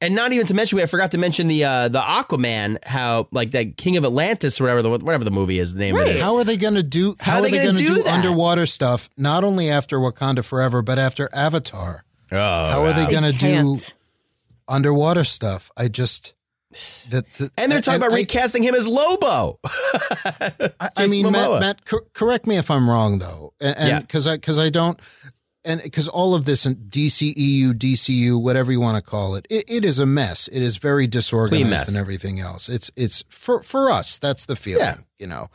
Speaker 4: And not even to mention, we I forgot to mention the uh, the Aquaman, how like that King of Atlantis, or whatever the whatever the movie is, the name of it is.
Speaker 3: How are they going to do?
Speaker 4: How
Speaker 3: How,
Speaker 4: are
Speaker 3: are
Speaker 4: they
Speaker 3: they,
Speaker 4: gonna
Speaker 3: going to
Speaker 4: do
Speaker 3: do,
Speaker 4: that?
Speaker 3: underwater stuff? Not only after Wakanda Forever, but after Avatar.
Speaker 4: Oh,
Speaker 3: how are they going to do
Speaker 5: can't.
Speaker 3: underwater stuff? I just that, that-
Speaker 4: And they're talking about
Speaker 3: I-
Speaker 4: recasting him as Lobo.
Speaker 3: I, I
Speaker 4: Jason
Speaker 3: mean,
Speaker 4: Momoa.
Speaker 3: Matt, Matt cor- correct me if I'm wrong though,
Speaker 4: Yeah.
Speaker 3: and because I because I don't, and because all of this in E DCEU, DCU, whatever you want to call it, it, it is a mess. It is very disorganized
Speaker 4: mess.
Speaker 3: and everything else. It's it's for for us that's the feeling,
Speaker 4: Yeah.
Speaker 3: you know.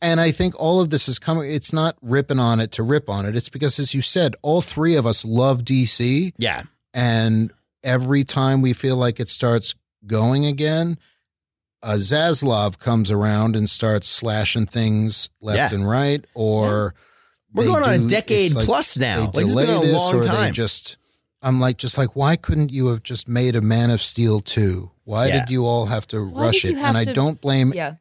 Speaker 3: And I think all of this is coming. It's not ripping on it to rip on it. It's because, as you said, all three of us love DC,
Speaker 4: Yeah.
Speaker 3: and every time we feel like it starts going again, uh, Zaslav comes around and starts slashing things left
Speaker 4: Yeah.
Speaker 3: and right, or
Speaker 4: We're
Speaker 3: they
Speaker 4: going on a
Speaker 3: do- it's
Speaker 4: decade
Speaker 3: like
Speaker 4: plus now.
Speaker 3: They
Speaker 4: Like, it's been
Speaker 3: delay
Speaker 4: a
Speaker 3: this,
Speaker 4: long
Speaker 3: or they
Speaker 4: time.
Speaker 3: just. I'm like, just like, why couldn't you have just made a Man of Steel two? Why
Speaker 4: Yeah.
Speaker 3: did you all have to
Speaker 5: Why
Speaker 3: rush it?
Speaker 5: did you have
Speaker 3: And I
Speaker 5: to-
Speaker 3: don't blame
Speaker 5: Yeah.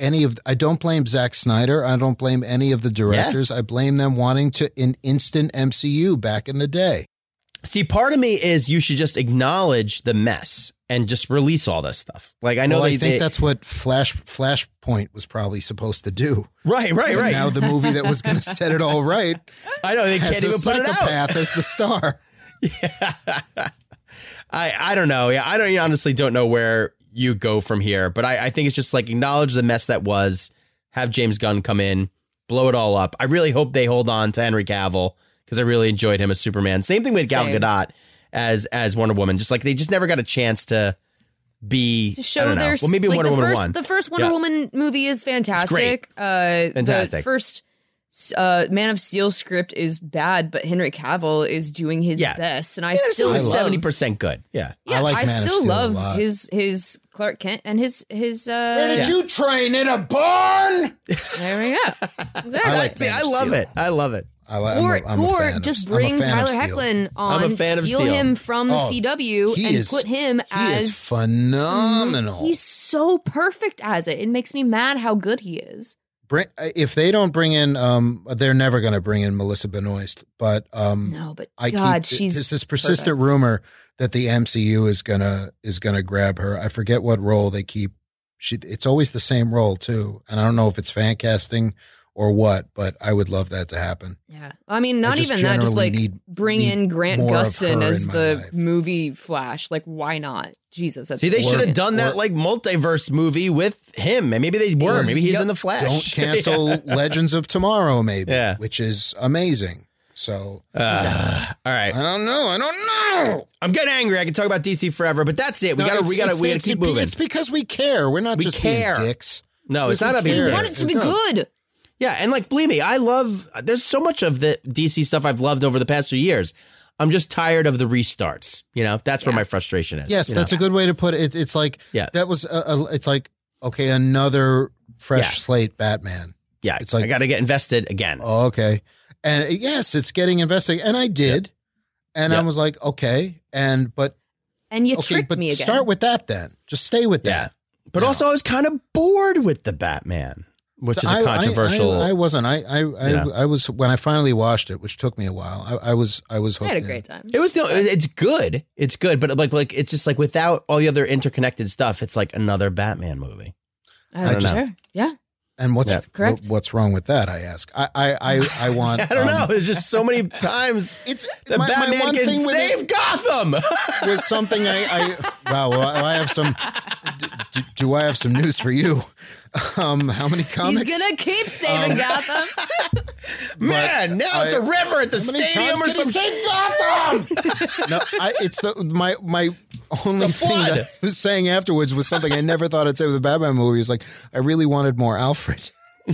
Speaker 3: any of. I don't blame Zack Snyder. I don't blame any of the directors. I blame them wanting to an instant MCU back in the day.
Speaker 4: See, part of me is you should just acknowledge the mess and just release all this stuff. Like I know
Speaker 3: Well,
Speaker 4: they,
Speaker 3: I think
Speaker 4: they-
Speaker 3: that's what Flash Flashpoint was probably supposed to do.
Speaker 4: Right, right,
Speaker 3: And
Speaker 4: right.
Speaker 3: now the movie that was going to set it all right.
Speaker 4: I know they
Speaker 3: has
Speaker 4: can't
Speaker 3: a
Speaker 4: even put it out.
Speaker 3: psychopath as the star.
Speaker 4: I I don't know. Yeah, I don't. You honestly don't know where you go from here. But I I think it's just like acknowledge the mess that was. Have James Gunn come in, blow it all up. I really hope they hold on to Henry Cavill because I really enjoyed him as Superman. Same thing with Gal
Speaker 5: Same.
Speaker 4: Gadot as as Wonder Woman. Just like they just never got a chance to be
Speaker 5: to
Speaker 4: I
Speaker 5: show
Speaker 4: don't know.
Speaker 5: their
Speaker 4: well maybe
Speaker 5: like
Speaker 4: Wonder
Speaker 5: the
Speaker 4: Woman
Speaker 5: first,
Speaker 4: one.
Speaker 5: The first Wonder
Speaker 4: Yeah.
Speaker 5: Woman movie is fantastic. Uh, The
Speaker 4: Fantastic.
Speaker 5: first uh, Man of Steel script is bad, but Henry Cavill is doing his
Speaker 4: Yeah.
Speaker 5: best, and I
Speaker 4: Yeah, this
Speaker 5: still
Speaker 4: was
Speaker 5: love-
Speaker 4: seventy percent good. Yeah,
Speaker 5: Yeah, I,
Speaker 4: Man of
Speaker 5: still
Speaker 4: Steel a
Speaker 5: love
Speaker 4: lot.
Speaker 5: his his Clark Kent and his his. Uh,
Speaker 21: Where did you train in a barn?
Speaker 5: There we go. Exactly.
Speaker 4: I like See, I love it. I love it.
Speaker 3: I
Speaker 5: or or just bring Tyler Hecklin on,
Speaker 4: I'm a fan of
Speaker 5: steal
Speaker 4: Steel.
Speaker 5: him from the
Speaker 3: Oh,
Speaker 5: CW,
Speaker 3: he
Speaker 5: and
Speaker 3: is-
Speaker 5: put him
Speaker 3: He
Speaker 5: as
Speaker 3: is phenomenal.
Speaker 5: He's so perfect as it. It makes me mad how good he is.
Speaker 3: Bring, if they don't bring in, um, they're never going to bring in Melissa Benoist. But um,
Speaker 5: No, but
Speaker 3: I
Speaker 5: God,
Speaker 3: keep,
Speaker 5: she's
Speaker 3: there's this persistent
Speaker 5: perfect.
Speaker 3: rumor that the MCU is gonna is gonna grab her. I forget what role they keep. She it's always the same role too, and I don't know if it's fan casting or what, but I would love that to happen.
Speaker 5: Yeah. I mean, not
Speaker 3: just
Speaker 5: even that. Just
Speaker 3: generally
Speaker 5: like
Speaker 3: need-
Speaker 5: bring
Speaker 3: need
Speaker 5: in Grant
Speaker 3: more of
Speaker 5: Gustin
Speaker 3: her
Speaker 5: as
Speaker 3: in my
Speaker 5: the movie Flash. Like, why not? Jesus. that's
Speaker 4: See, they should have
Speaker 5: brilliant.
Speaker 4: done that like multiverse movie with him, and maybe they were. Maybe he's
Speaker 3: Yep.
Speaker 4: in the Flash.
Speaker 3: Don't cancel
Speaker 4: Yeah.
Speaker 3: Legends of Tomorrow, maybe,
Speaker 4: Yeah.
Speaker 3: which is amazing. So
Speaker 4: Uh, all right,
Speaker 3: I don't know. I don't know.
Speaker 4: I'm getting angry. I can talk about DC forever, but that's it. We
Speaker 3: No,
Speaker 4: gotta, we
Speaker 3: it's-
Speaker 4: gotta,
Speaker 3: it's-
Speaker 4: we gotta
Speaker 3: it's-
Speaker 4: keep
Speaker 3: be-
Speaker 4: moving.
Speaker 3: It's because we care. We're not
Speaker 4: We
Speaker 3: just
Speaker 4: care.
Speaker 3: being dicks.
Speaker 4: No, it's
Speaker 3: We
Speaker 4: not about being
Speaker 3: care.
Speaker 5: We want it to be
Speaker 3: It's-
Speaker 5: good.
Speaker 4: Yeah, and like, believe me, I love. There's so much of the DC stuff I've loved over the past few years. I'm just tired of the restarts. You know, that's where my frustration is.
Speaker 3: Yes,
Speaker 4: you
Speaker 3: that's
Speaker 4: know?
Speaker 3: a good way to put it. it it's like
Speaker 4: Yeah.
Speaker 3: that was a, a, it's like okay, another fresh
Speaker 4: Yeah.
Speaker 3: slate Batman.
Speaker 4: Yeah,
Speaker 3: It's like
Speaker 4: I gotta get invested again.
Speaker 3: oh, okay, and yes, it's getting invested, and I did, and I
Speaker 4: Yep.
Speaker 3: was like okay, and but
Speaker 5: And you
Speaker 3: okay,
Speaker 5: tricked
Speaker 3: but
Speaker 5: me again.
Speaker 3: start with that then. Just stay with
Speaker 4: Yeah.
Speaker 3: that.
Speaker 4: But also, I was kind of bored with the Batman, which is
Speaker 3: I- I-
Speaker 4: a controversial.
Speaker 3: I, I wasn't. I I I,
Speaker 4: Yeah.
Speaker 3: I was when I finally watched it, which took me a while. I, I was I was
Speaker 5: I
Speaker 3: hooked.
Speaker 5: had a
Speaker 3: in.
Speaker 5: great time.
Speaker 4: it was no, it's good, it's good, but like, like it's just like without all the other interconnected stuff, it's like another Batman movie.
Speaker 3: I
Speaker 5: I
Speaker 3: just-
Speaker 5: sure. Yeah.
Speaker 3: And what's
Speaker 4: That's
Speaker 5: correct.
Speaker 3: wh- what's wrong with that? I ask. I I I, I want.
Speaker 4: I don't
Speaker 3: um,
Speaker 4: know. There's just so many times
Speaker 3: It's
Speaker 4: that
Speaker 3: my- my
Speaker 4: Batman
Speaker 3: one
Speaker 4: can
Speaker 3: thing with it-
Speaker 4: save Gotham.
Speaker 3: was something I, I wow. Well, I have some. Do, do I have some news for you? Um, how many comics?
Speaker 5: He's gonna keep saving
Speaker 3: Um,
Speaker 5: Gotham.
Speaker 4: Man, now it's
Speaker 3: I-
Speaker 4: a river at the
Speaker 3: How many
Speaker 4: stadium
Speaker 3: times
Speaker 4: or
Speaker 3: can
Speaker 4: some
Speaker 3: he
Speaker 4: shit.
Speaker 3: No, I, it's the my my only
Speaker 4: It's a
Speaker 3: thing
Speaker 4: flood.
Speaker 3: that I was saying afterwards was something I never thought I'd say with a Batman movie. Is like I really wanted more Alfred.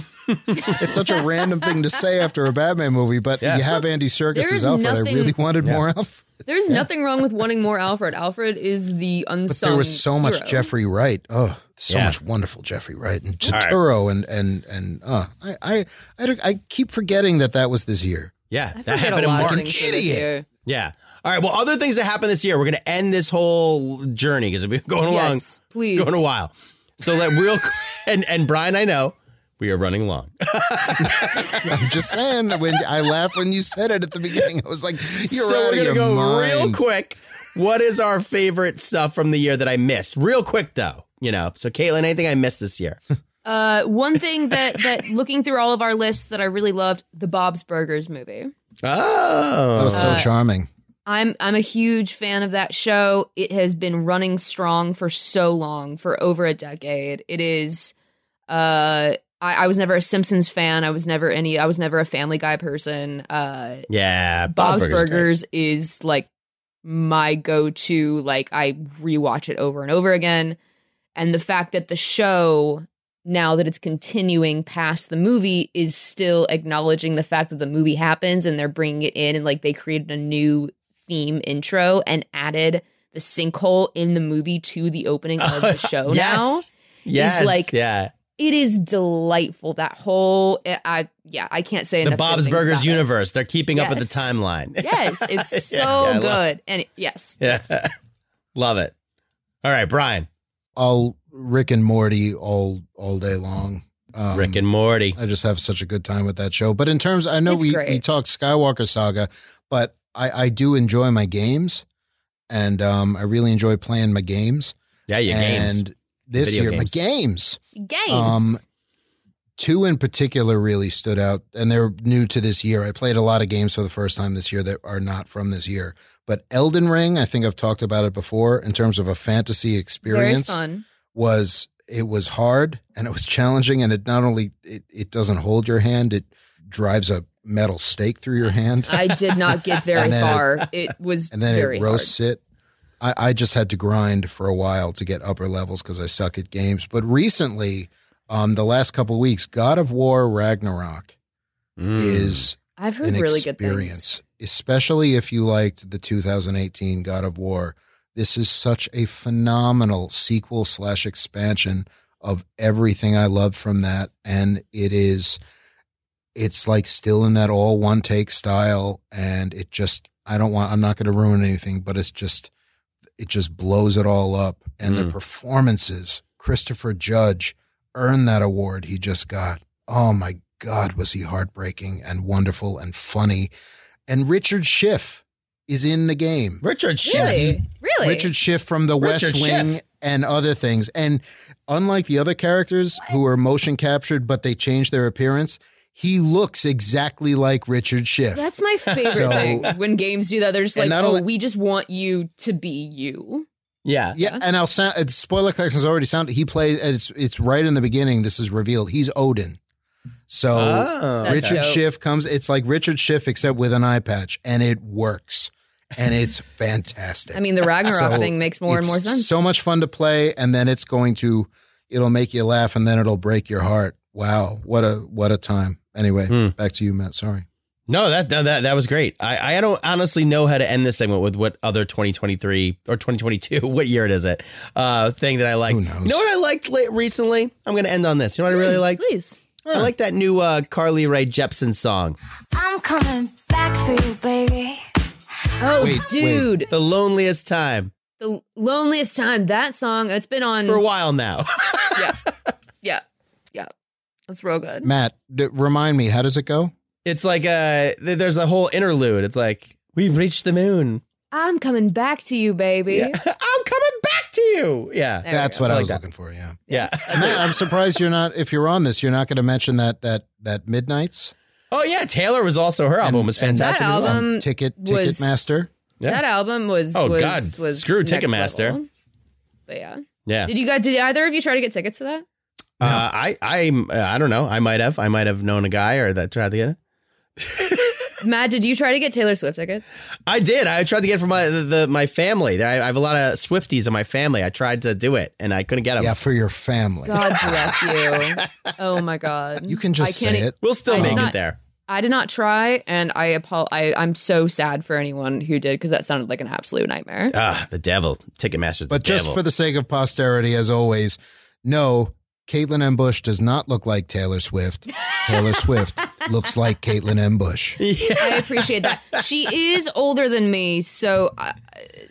Speaker 3: it's such a random thing to say after a Batman movie, but
Speaker 4: Yeah.
Speaker 3: you have Andy Serkis
Speaker 5: There
Speaker 3: as
Speaker 5: is
Speaker 3: Alfred. I
Speaker 5: nothing-
Speaker 3: really wanted more Alfred.
Speaker 5: There's nothing wrong with wanting more Alfred. Alfred is the
Speaker 3: But
Speaker 5: unsung.
Speaker 3: there was so much
Speaker 5: hero.
Speaker 3: Jeffrey Wright. Oh, so
Speaker 4: Yeah.
Speaker 3: much wonderful Jeffrey Wright and
Speaker 4: All right.
Speaker 3: Totoro and and and uh, I, I I don't- I keep forgetting that that was this year.
Speaker 4: Yeah,
Speaker 5: I
Speaker 4: that
Speaker 5: forget
Speaker 4: happened
Speaker 5: a
Speaker 4: in
Speaker 5: lot of
Speaker 4: March.
Speaker 5: things for this
Speaker 3: Idiot.
Speaker 5: year.
Speaker 4: Yeah. All right. Well, other things that happened this year, we're going to end this whole journey because we've been going along,
Speaker 5: Yes, please.
Speaker 4: going a while. So that real and and Brian, I know we are running long.
Speaker 3: I'm just saying when I laughed when you said it at the beginning. I was like, "You're
Speaker 4: so
Speaker 3: out
Speaker 4: we're
Speaker 3: of your
Speaker 4: gonna go real
Speaker 3: mind.
Speaker 4: quick. What is our favorite stuff from the year that I missed? Real quick though, you know. So Caitlin, anything I missed this year?
Speaker 5: Uh, one thing that that looking through all of our lists that I really loved the Bob's Burgers movie.
Speaker 4: Oh,
Speaker 3: That was so
Speaker 5: Uh,
Speaker 3: charming.
Speaker 5: I'm I'm a huge fan of that show. It has been running strong for so long, for over a decade. It is uh I, I was never a Simpsons fan. I was never any I was never a family guy person. Uh
Speaker 4: yeah,
Speaker 5: Bob's,
Speaker 4: is
Speaker 5: Burgers,
Speaker 4: great.
Speaker 5: is like my go to. Like I rewatch it over and over again. And the fact that the show, now that it's continuing past the movie, is still acknowledging the fact that the movie happens and they're bringing it in and like they created a new theme intro and added the sinkhole in the movie to the opening of the show now
Speaker 4: yes. Yes.
Speaker 5: like-
Speaker 4: yeah.
Speaker 5: it is delightful that whole i, I- yeah i can't say
Speaker 4: The
Speaker 5: enough good
Speaker 4: Bob's
Speaker 5: things about
Speaker 4: Burgers
Speaker 5: it.
Speaker 4: universe. They're keeping up with
Speaker 5: Yes.
Speaker 4: the timeline.
Speaker 5: Yes, it's so
Speaker 4: Yeah, yeah, I love-
Speaker 5: good. And it- yes,
Speaker 4: Yes. love it. All right, Brian.
Speaker 3: All Rick and Morty all all day long. Um,
Speaker 4: Rick and Morty.
Speaker 3: I just have such a good time with that show. But in terms, I know
Speaker 5: It's
Speaker 3: we,
Speaker 5: great.
Speaker 3: we talked Skywalker Saga, but I, I do enjoy my games, and um, I really enjoy playing my games.
Speaker 4: Yeah, your games.
Speaker 3: And this year,
Speaker 4: Video
Speaker 3: my
Speaker 4: games.
Speaker 3: games.
Speaker 5: Games.
Speaker 3: Um, two in particular really stood out, and they're new to this year. I played a lot of games for the first time this year that are not from this year. But Elden Ring, I think I've talked about it before in terms of a fantasy experience.
Speaker 5: Very fun.
Speaker 3: was it was hard and it was challenging and it not only it, it doesn't hold your hand it drives a metal stake through your hand
Speaker 5: I did not get very
Speaker 3: And then it-
Speaker 5: far. It, was
Speaker 3: and then
Speaker 5: very
Speaker 3: it roasts it I, I just had to grind for a while to get upper levels because i suck at games but recently um the last couple weeks god of war ragnarok is
Speaker 5: I've heard
Speaker 3: an
Speaker 5: really good things.
Speaker 3: experience especially if you liked the 2018 god of war this is such a phenomenal sequel slash expansion of everything i love from that and it is it's like still in that all one take style and it just i don't want i'm not going to ruin anything but it's just it just blows it all up and the
Speaker 22: Mm.
Speaker 3: performances christopher judge earned that award he just got oh my god was he heartbreaking and wonderful and funny and richard schiff is in the game
Speaker 4: richard
Speaker 5: fun. Really? Really?
Speaker 3: Richard Schiff from The
Speaker 5: Richard
Speaker 3: West Wing
Speaker 5: Schiff.
Speaker 3: and other things. And unlike the other characters who are motion captured but they change their appearance, he looks exactly like Richard Schiff.
Speaker 5: That's my favorite
Speaker 3: So-
Speaker 5: thing when games do that. They're just
Speaker 3: And
Speaker 5: like,
Speaker 3: not
Speaker 5: oh,
Speaker 3: only-
Speaker 5: we just want you to be you.
Speaker 4: Yeah.
Speaker 3: Yeah, and I'll sound uh, spoiler collection's already sounded. He plays and it's it's right in the beginning this is revealed. He's Odin. So
Speaker 4: Oh. That's
Speaker 3: Richard
Speaker 4: dope.
Speaker 3: Schiff comes it's like Richard Schiff except with an eye patch and it works. And it's fantastic.
Speaker 5: I mean, the Ragnarok
Speaker 3: So
Speaker 5: thing makes more and
Speaker 3: it's
Speaker 5: more sense.
Speaker 3: So much fun to play, and then it's going to, it'll make you laugh, and then it'll break your heart. Wow, what a what a time. Anyway,
Speaker 4: Hmm.
Speaker 3: back to you, Matt. Sorry.
Speaker 4: No, that no, that that was great. I I don't honestly know how to end this segment with what other 2023 or 2022 what year it is it uh thing that I liked. You know what I liked late recently? I'm going to end on this. You know what I really liked?
Speaker 5: Mm, Please.
Speaker 4: I like that new uh Carly Rae Jepsen song.
Speaker 1: I'm coming back for you, baby.
Speaker 5: Oh, dude.
Speaker 4: The loneliest time
Speaker 5: The loneliest time. That song, it's been on
Speaker 4: for a while now.
Speaker 5: Yeah. Yeah. That's real good.
Speaker 3: Matt, d- remind me, how does it go?
Speaker 4: It's like uh th- there's a whole interlude. It's like we've reached the moon.
Speaker 5: I'm coming back to you, baby.
Speaker 4: I'm coming back to you. Yeah.
Speaker 5: There we
Speaker 3: That's
Speaker 5: go.
Speaker 3: what I,
Speaker 4: I like
Speaker 3: was
Speaker 4: that.
Speaker 3: looking for. Yeah,
Speaker 4: Yeah.
Speaker 3: Matt, I'm surprised you're not. If you're on this, you're not going to mention that that that Midnight's
Speaker 4: Oh yeah, Taylor was also her album was
Speaker 3: and
Speaker 4: fantastic.
Speaker 5: That
Speaker 4: as well.
Speaker 5: album
Speaker 3: um, ticket
Speaker 5: was-
Speaker 3: Ticketmaster.
Speaker 4: Yeah.
Speaker 5: That album was
Speaker 4: Oh,
Speaker 5: was,
Speaker 4: God.
Speaker 5: was
Speaker 4: Screw
Speaker 5: next
Speaker 4: Ticketmaster.
Speaker 5: level. But yeah.
Speaker 4: Yeah.
Speaker 5: Did you guys did either of you try to get tickets to that?
Speaker 4: Uh, I I I don't know. I might have. I might have known a guy or that tried to get it.
Speaker 5: Matt, did you try to get Taylor Swift tickets?
Speaker 4: I did. I tried to get it from my the, the my family. I, I have a lot of Swifties in my family. I tried to do it and I couldn't get them.
Speaker 3: Yeah, for your family.
Speaker 5: God bless you. Oh my God.
Speaker 3: You can
Speaker 5: I
Speaker 3: just
Speaker 5: can't
Speaker 3: say
Speaker 5: e-
Speaker 3: it.
Speaker 4: We'll still
Speaker 5: I did
Speaker 4: make
Speaker 5: not-
Speaker 4: it there.
Speaker 5: I did not try, and I apo- I I'm so sad for anyone who did because that sounded like an absolute nightmare.
Speaker 4: Ah, the devil. Ticketmaster's
Speaker 3: But
Speaker 4: the
Speaker 3: just
Speaker 4: devil.
Speaker 3: for the sake of posterity, as always, no, Caitlin M. Bush does not look like Taylor Swift. Taylor Swift looks like Caitlin M. Bush.
Speaker 5: I appreciate that. She is older than me, so I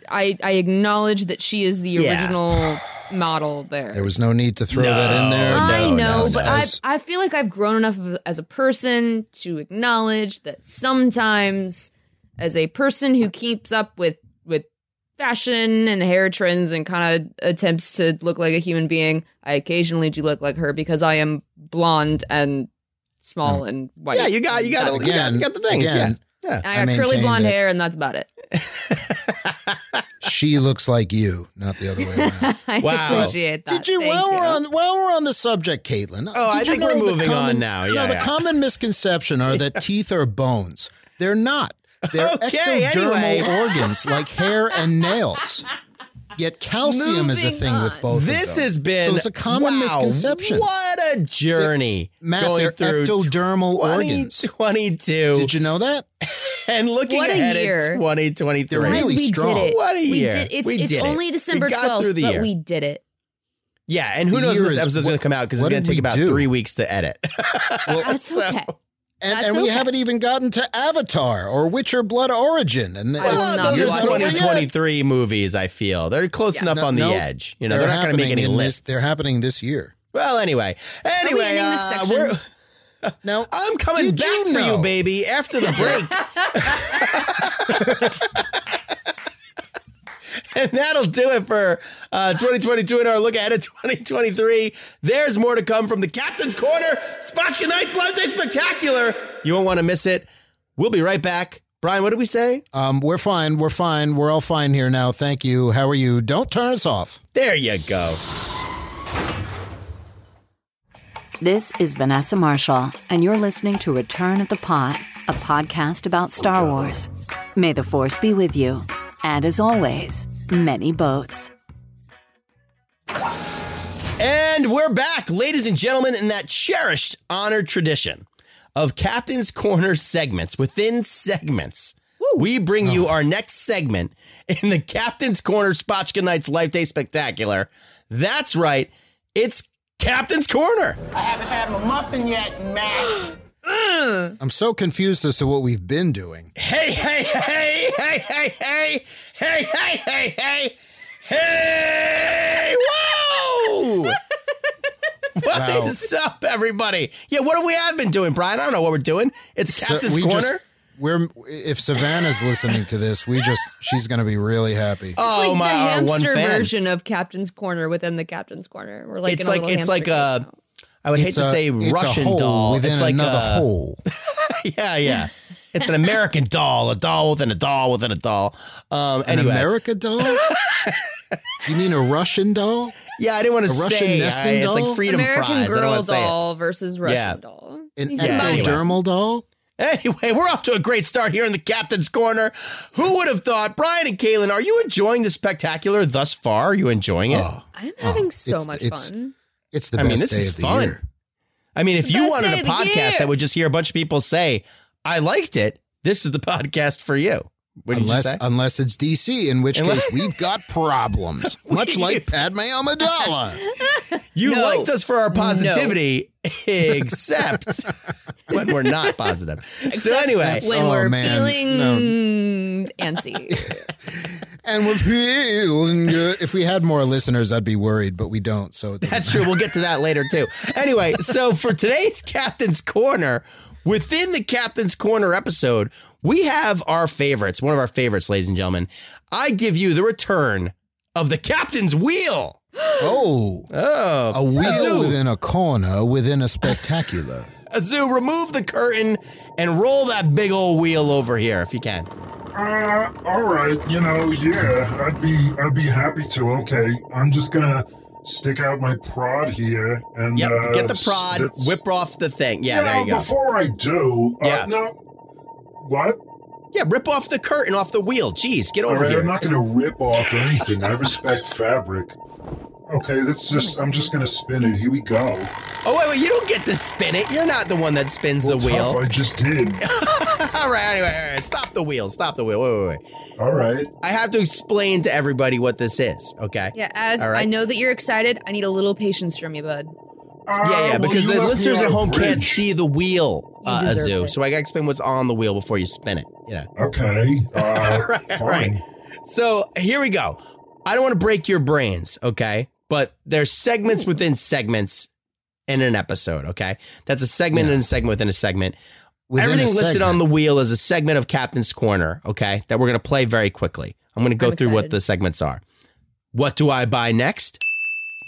Speaker 5: I, I acknowledge that she is the
Speaker 3: Yeah.
Speaker 5: original model there.
Speaker 3: There was no need to throw that in there.
Speaker 5: I know,
Speaker 3: no.
Speaker 5: but
Speaker 3: As-
Speaker 5: I I feel like I've grown enough of- as a person to acknowledge that sometimes, as a person who keeps up with with fashion and hair trends and kind of attempts to look like a human being, I occasionally do look like her because I am blonde and small and white.
Speaker 4: Mm. Yeah, you got you got,
Speaker 5: That's
Speaker 4: you got
Speaker 3: Again,
Speaker 4: you got the things.
Speaker 3: again,
Speaker 4: yeah.
Speaker 5: I got
Speaker 3: I
Speaker 5: curly
Speaker 3: maintain
Speaker 5: blonde
Speaker 3: that-
Speaker 5: hair, and that's about it.
Speaker 3: she looks like you, not the other way around.
Speaker 5: I
Speaker 4: Wow.
Speaker 5: appreciate that.
Speaker 3: Did you?
Speaker 5: Thank
Speaker 3: while
Speaker 5: you.
Speaker 3: we're on while we're on the subject, Caitlin.
Speaker 4: Oh,
Speaker 3: did
Speaker 4: I
Speaker 3: you
Speaker 4: think we're
Speaker 3: know the
Speaker 4: moving on now.
Speaker 3: you know,
Speaker 4: Yeah,
Speaker 3: the
Speaker 4: yeah.
Speaker 3: common misconception are that teeth are bones. They're not. They're
Speaker 4: Okay,
Speaker 3: ectodermal
Speaker 4: anyway.
Speaker 3: organs like hair and nails. Yet calcium is a
Speaker 4: Moving
Speaker 3: thing with both. of
Speaker 4: This
Speaker 3: them.
Speaker 4: has been
Speaker 3: so it's a common
Speaker 4: wow,
Speaker 3: misconception.
Speaker 4: What a journey.
Speaker 3: Matt,
Speaker 4: going
Speaker 3: they're
Speaker 4: through
Speaker 3: ectodermal organs.
Speaker 4: 2022.
Speaker 3: Did you know that?
Speaker 4: and looking
Speaker 5: What a
Speaker 4: ahead
Speaker 5: year.
Speaker 4: at 2023.
Speaker 3: They're really
Speaker 5: we
Speaker 3: strong.
Speaker 5: did it.
Speaker 4: What a
Speaker 5: we
Speaker 4: year.
Speaker 5: Did, it's
Speaker 4: We
Speaker 5: it's
Speaker 4: did it.
Speaker 5: only
Speaker 4: We
Speaker 5: December
Speaker 4: got through
Speaker 5: twelfth,
Speaker 4: the
Speaker 5: but
Speaker 4: year.
Speaker 5: we did it.
Speaker 4: Yeah, and who
Speaker 3: The
Speaker 4: knows
Speaker 3: year
Speaker 4: when this
Speaker 3: is-
Speaker 4: episode's going
Speaker 3: what-
Speaker 4: to come out because it's
Speaker 3: what
Speaker 4: going
Speaker 3: did
Speaker 4: to take
Speaker 3: we
Speaker 4: about
Speaker 3: do?
Speaker 4: three weeks to edit.
Speaker 5: That's okay.
Speaker 3: And,
Speaker 5: That's
Speaker 3: and we
Speaker 5: okay.
Speaker 3: haven't even gotten to Avatar or Witcher Blood Origin. And
Speaker 5: I will
Speaker 3: it's-
Speaker 5: not
Speaker 4: Those
Speaker 3: you're
Speaker 4: are
Speaker 5: watch
Speaker 3: not-
Speaker 5: it.
Speaker 4: 2023 movies. I feel they're close enough on the
Speaker 3: Nope.
Speaker 4: edge. You know, they're, not going to make
Speaker 3: happening
Speaker 4: any
Speaker 3: in this-
Speaker 4: lists.
Speaker 3: they're happening this year.
Speaker 4: well, anyway,
Speaker 5: we
Speaker 4: anyway,
Speaker 5: ending this
Speaker 4: uh,
Speaker 5: section?
Speaker 4: we're-
Speaker 3: Now
Speaker 4: I'm coming
Speaker 3: Did
Speaker 4: back
Speaker 3: you
Speaker 4: for you,
Speaker 3: know?
Speaker 4: baby. After the break, and that'll do it for uh, 2022 and our look ahead at 2023. There's more to come from the Captain's Corner, Spotchka Nights Live Day Spectacular. You won't want to miss it. We'll be right back. Brian, what did we say?
Speaker 3: Um, we're fine. We're fine. We're all fine here now. Thank you. How are you? Don't turn us off.
Speaker 4: There you go.
Speaker 24: This is Vanessa Marshall, and you're listening to Return of the Pot, a podcast about Star Wars. May the Force be with you. And as always, many boats.
Speaker 4: And we're back, ladies and gentlemen, in that cherished honored tradition of Captain's Corner segments within segments. We bring
Speaker 3: Oh.
Speaker 4: you our next segment in the Captain's Corner Spotchka Nights Life Day Spectacular. That's right, it's Captain's Corner.
Speaker 22: I haven't had my muffin yet, Matt.
Speaker 3: I'm so confused as to what we've been doing.
Speaker 4: Hey, hey, hey, hey, hey, hey, hey, hey, hey, hey, hey, whoa! What is
Speaker 3: Wow.
Speaker 4: up, everybody? Yeah, what have we have been doing, Brian? I don't know what we're doing. It's
Speaker 3: So
Speaker 4: Captain's
Speaker 3: we just-
Speaker 4: Corner.
Speaker 3: we're if Savannah's listening to this, we just she's going to be really happy.
Speaker 4: oh
Speaker 5: like
Speaker 4: my,
Speaker 5: the
Speaker 4: our one
Speaker 5: hamster
Speaker 4: fan.
Speaker 5: version of Captain's Corner within the Captain's Corner. We're like
Speaker 4: it's
Speaker 5: in a
Speaker 4: like
Speaker 5: little
Speaker 4: it's like
Speaker 5: hamster
Speaker 4: a. I would hate
Speaker 3: It's
Speaker 4: to
Speaker 3: a-
Speaker 4: say
Speaker 3: it's a
Speaker 4: Russian
Speaker 3: hole
Speaker 4: doll.
Speaker 3: within
Speaker 4: it's like
Speaker 3: another
Speaker 4: a,
Speaker 3: hole.
Speaker 4: yeah, yeah. It's an American doll, a doll within a doll within a doll. Um,
Speaker 3: An
Speaker 4: anyway.
Speaker 3: America doll? you mean a Russian doll?
Speaker 4: Yeah, I didn't want to
Speaker 3: A Russian
Speaker 4: say.
Speaker 3: nesting
Speaker 4: I- it's
Speaker 3: doll?
Speaker 4: like freedom
Speaker 5: American
Speaker 4: fries. I don't
Speaker 5: Girl
Speaker 4: want to say it.
Speaker 5: doll versus Russian doll.
Speaker 3: An
Speaker 5: He's
Speaker 4: Yeah, anyway.
Speaker 3: ectodermal doll?
Speaker 4: Anyway, we're off to a great start here in the captain's corner. Who would have thought? Brian and Kaylin, are you enjoying the spectacular thus far? Are you enjoying it?
Speaker 5: I'm having so
Speaker 3: Oh. it's-
Speaker 5: much
Speaker 3: it's-
Speaker 5: fun.
Speaker 3: It's the
Speaker 4: I
Speaker 3: best
Speaker 4: mean, this
Speaker 3: day
Speaker 4: is
Speaker 3: of the
Speaker 4: fun.
Speaker 3: year.
Speaker 4: I mean, if
Speaker 5: The
Speaker 4: you
Speaker 5: best
Speaker 4: wanted
Speaker 5: day
Speaker 4: a
Speaker 5: of the year.
Speaker 4: podcast that would just hear a bunch of people say, I liked it, this is the podcast for you. What did
Speaker 3: unless,
Speaker 4: you just say?
Speaker 3: unless it's DC, in which
Speaker 4: Unless-
Speaker 3: case we've got problems, much like Padme Amidala.
Speaker 4: You
Speaker 5: No.
Speaker 4: liked us for our positivity, except when we're not positive. so, anyway,
Speaker 5: when
Speaker 3: oh,
Speaker 5: we're
Speaker 3: man.
Speaker 5: feeling
Speaker 3: No.
Speaker 5: antsy.
Speaker 3: and we're feeling good. If we had more listeners, I'd be worried, but we don't. So it doesn't
Speaker 4: That's true. We'll get to that later too. Anyway, so for today's Captain's Corner, within the Captain's Corner episode, we have our favorites, one of our favorites, ladies and gentlemen. I give you the return of the Captain's Wheel.
Speaker 3: Oh,
Speaker 4: Oh,
Speaker 3: a wheel
Speaker 4: Azu,
Speaker 3: within a corner, within a spectacular.
Speaker 4: Azu, remove the curtain and roll that big old wheel over here if you can.
Speaker 2: Uh, all right, you know, yeah, I'd be, I'd be happy to. Okay, I'm just gonna stick out my prod here and
Speaker 4: Yep,
Speaker 2: uh,
Speaker 4: get the
Speaker 2: s-
Speaker 4: prod,
Speaker 2: that's-
Speaker 4: whip off the thing. Yeah,
Speaker 2: You
Speaker 4: there you
Speaker 2: know,
Speaker 4: go.
Speaker 2: Before I do, uh,
Speaker 4: Yeah.
Speaker 2: no, what?
Speaker 4: yeah, rip off the curtain off the wheel. Jeez, get
Speaker 2: All
Speaker 4: over
Speaker 2: right,
Speaker 4: here.
Speaker 2: I'm not gonna rip off anything. I respect fabric. Okay, that's just. I'm just gonna spin it. Here we go.
Speaker 4: oh, wait, wait, you don't get to spin it. You're not the one that spins
Speaker 2: Well,
Speaker 4: the wheel.
Speaker 2: tough, I just did.
Speaker 4: all right, anyway, all right, stop the wheel, stop the wheel. Wait, wait, wait.
Speaker 2: All right.
Speaker 4: I have to explain to everybody what this is, okay?
Speaker 5: yeah, as
Speaker 4: All right.
Speaker 5: I know that you're excited, I need a little patience from you, bud.
Speaker 2: Uh,
Speaker 4: yeah, yeah,
Speaker 2: well,
Speaker 4: because
Speaker 2: you
Speaker 4: the
Speaker 2: left me
Speaker 4: listeners
Speaker 2: on
Speaker 4: at
Speaker 2: a
Speaker 4: home can't
Speaker 2: bridge.
Speaker 4: see the wheel,
Speaker 5: You
Speaker 4: uh,
Speaker 5: deserve
Speaker 4: Azu.
Speaker 5: it.
Speaker 4: So I gotta explain what's on the wheel before you spin it. Yeah.
Speaker 2: Okay. Uh,
Speaker 4: All right, all
Speaker 2: fine.
Speaker 4: right. So here we go. I don't want to break your brains, okay? But there's segments
Speaker 3: Hmm.
Speaker 4: within segments in an episode, okay? That's a segment and a segment within a segment.
Speaker 3: Within a
Speaker 4: Everything listed
Speaker 3: segment.
Speaker 4: on the wheel is a segment of Captain's Corner, okay? That we're going to play very quickly. I'm going to go
Speaker 5: I'm
Speaker 4: through what
Speaker 5: excited.
Speaker 4: the segments are. What do I buy next?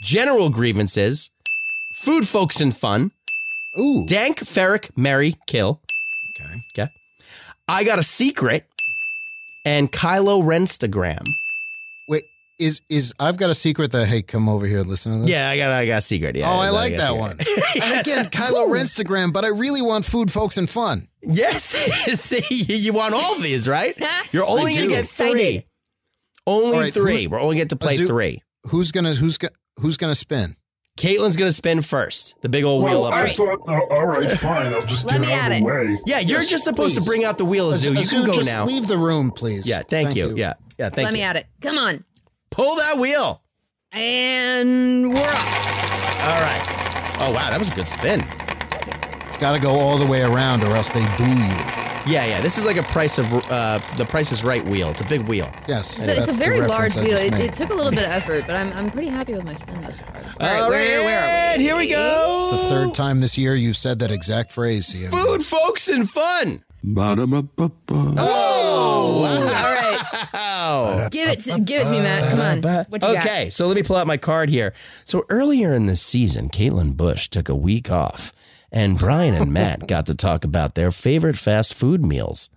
Speaker 4: General grievances, food, folks, and fun,
Speaker 3: Ooh,
Speaker 4: dank, ferric, marry, kill.
Speaker 3: okay.
Speaker 4: Okay. I got a secret and Kylo Renstagram.
Speaker 3: Wait, is is I've got a secret that hey, come over here, and listen to this.
Speaker 4: Yeah, I got I got a secret. Yeah.
Speaker 3: oh, I like
Speaker 4: got a
Speaker 3: that one.
Speaker 4: secret.
Speaker 3: And again, Kylo Renstagram, but I really want food, folks, and fun.
Speaker 4: Yes. See, you want all these, right? You're only gonna
Speaker 5: I'm just
Speaker 4: get
Speaker 5: excited.
Speaker 4: three. Only
Speaker 3: All right,
Speaker 4: three.
Speaker 3: who-
Speaker 4: We're only get to play
Speaker 3: Azu-
Speaker 4: three.
Speaker 3: Who's gonna who's gonna who's gonna spin?
Speaker 4: Caitlin's gonna spin first. The big old wheel
Speaker 2: Well,
Speaker 4: up.
Speaker 2: I
Speaker 4: right.
Speaker 2: thought. Uh, all right, fine. I'll just get
Speaker 5: Let me
Speaker 2: out
Speaker 5: at
Speaker 2: of
Speaker 5: it.
Speaker 2: the way.
Speaker 4: yeah, you're
Speaker 3: Yes,
Speaker 4: just supposed to
Speaker 3: please.
Speaker 4: bring out the wheel, Azu. You
Speaker 3: Azu,
Speaker 4: can go
Speaker 3: just
Speaker 4: now.
Speaker 3: Leave the room, please.
Speaker 4: Yeah, thank, you. Yeah, yeah, thank
Speaker 5: Let
Speaker 4: you.
Speaker 5: me at it. Come on.
Speaker 4: Pull that wheel.
Speaker 5: And we're off.
Speaker 4: All right. Oh wow, that was a good spin.
Speaker 3: It's got to go all the way around, or else they boo you.
Speaker 4: Yeah, yeah. This is like a price of uh, the Price is Right wheel. It's a big wheel.
Speaker 3: Yes,
Speaker 5: It's a, it's
Speaker 3: that's
Speaker 5: a
Speaker 3: the
Speaker 5: very
Speaker 3: reference
Speaker 5: large
Speaker 3: I
Speaker 5: wheel.
Speaker 3: just
Speaker 5: It,
Speaker 3: made.
Speaker 5: it took a little bit of effort, but I'm, I'm pretty happy with my spin thus far. All right,
Speaker 4: All
Speaker 5: where, where are
Speaker 4: right,
Speaker 5: we?
Speaker 4: Here we go.
Speaker 3: It's the third time this year you've said that exact phrase. CM.
Speaker 4: Food, folks, and fun.
Speaker 20: Ba-da-ba-ba-ba.
Speaker 4: Oh, wow. Oh.
Speaker 25: Give it, to, give it to me, Matt. Come on. What you
Speaker 4: okay, so let me pull out my card here. So earlier in the season, Caitlin Bush took a week off, and Brian and Matt got to talk about their favorite fast food meals.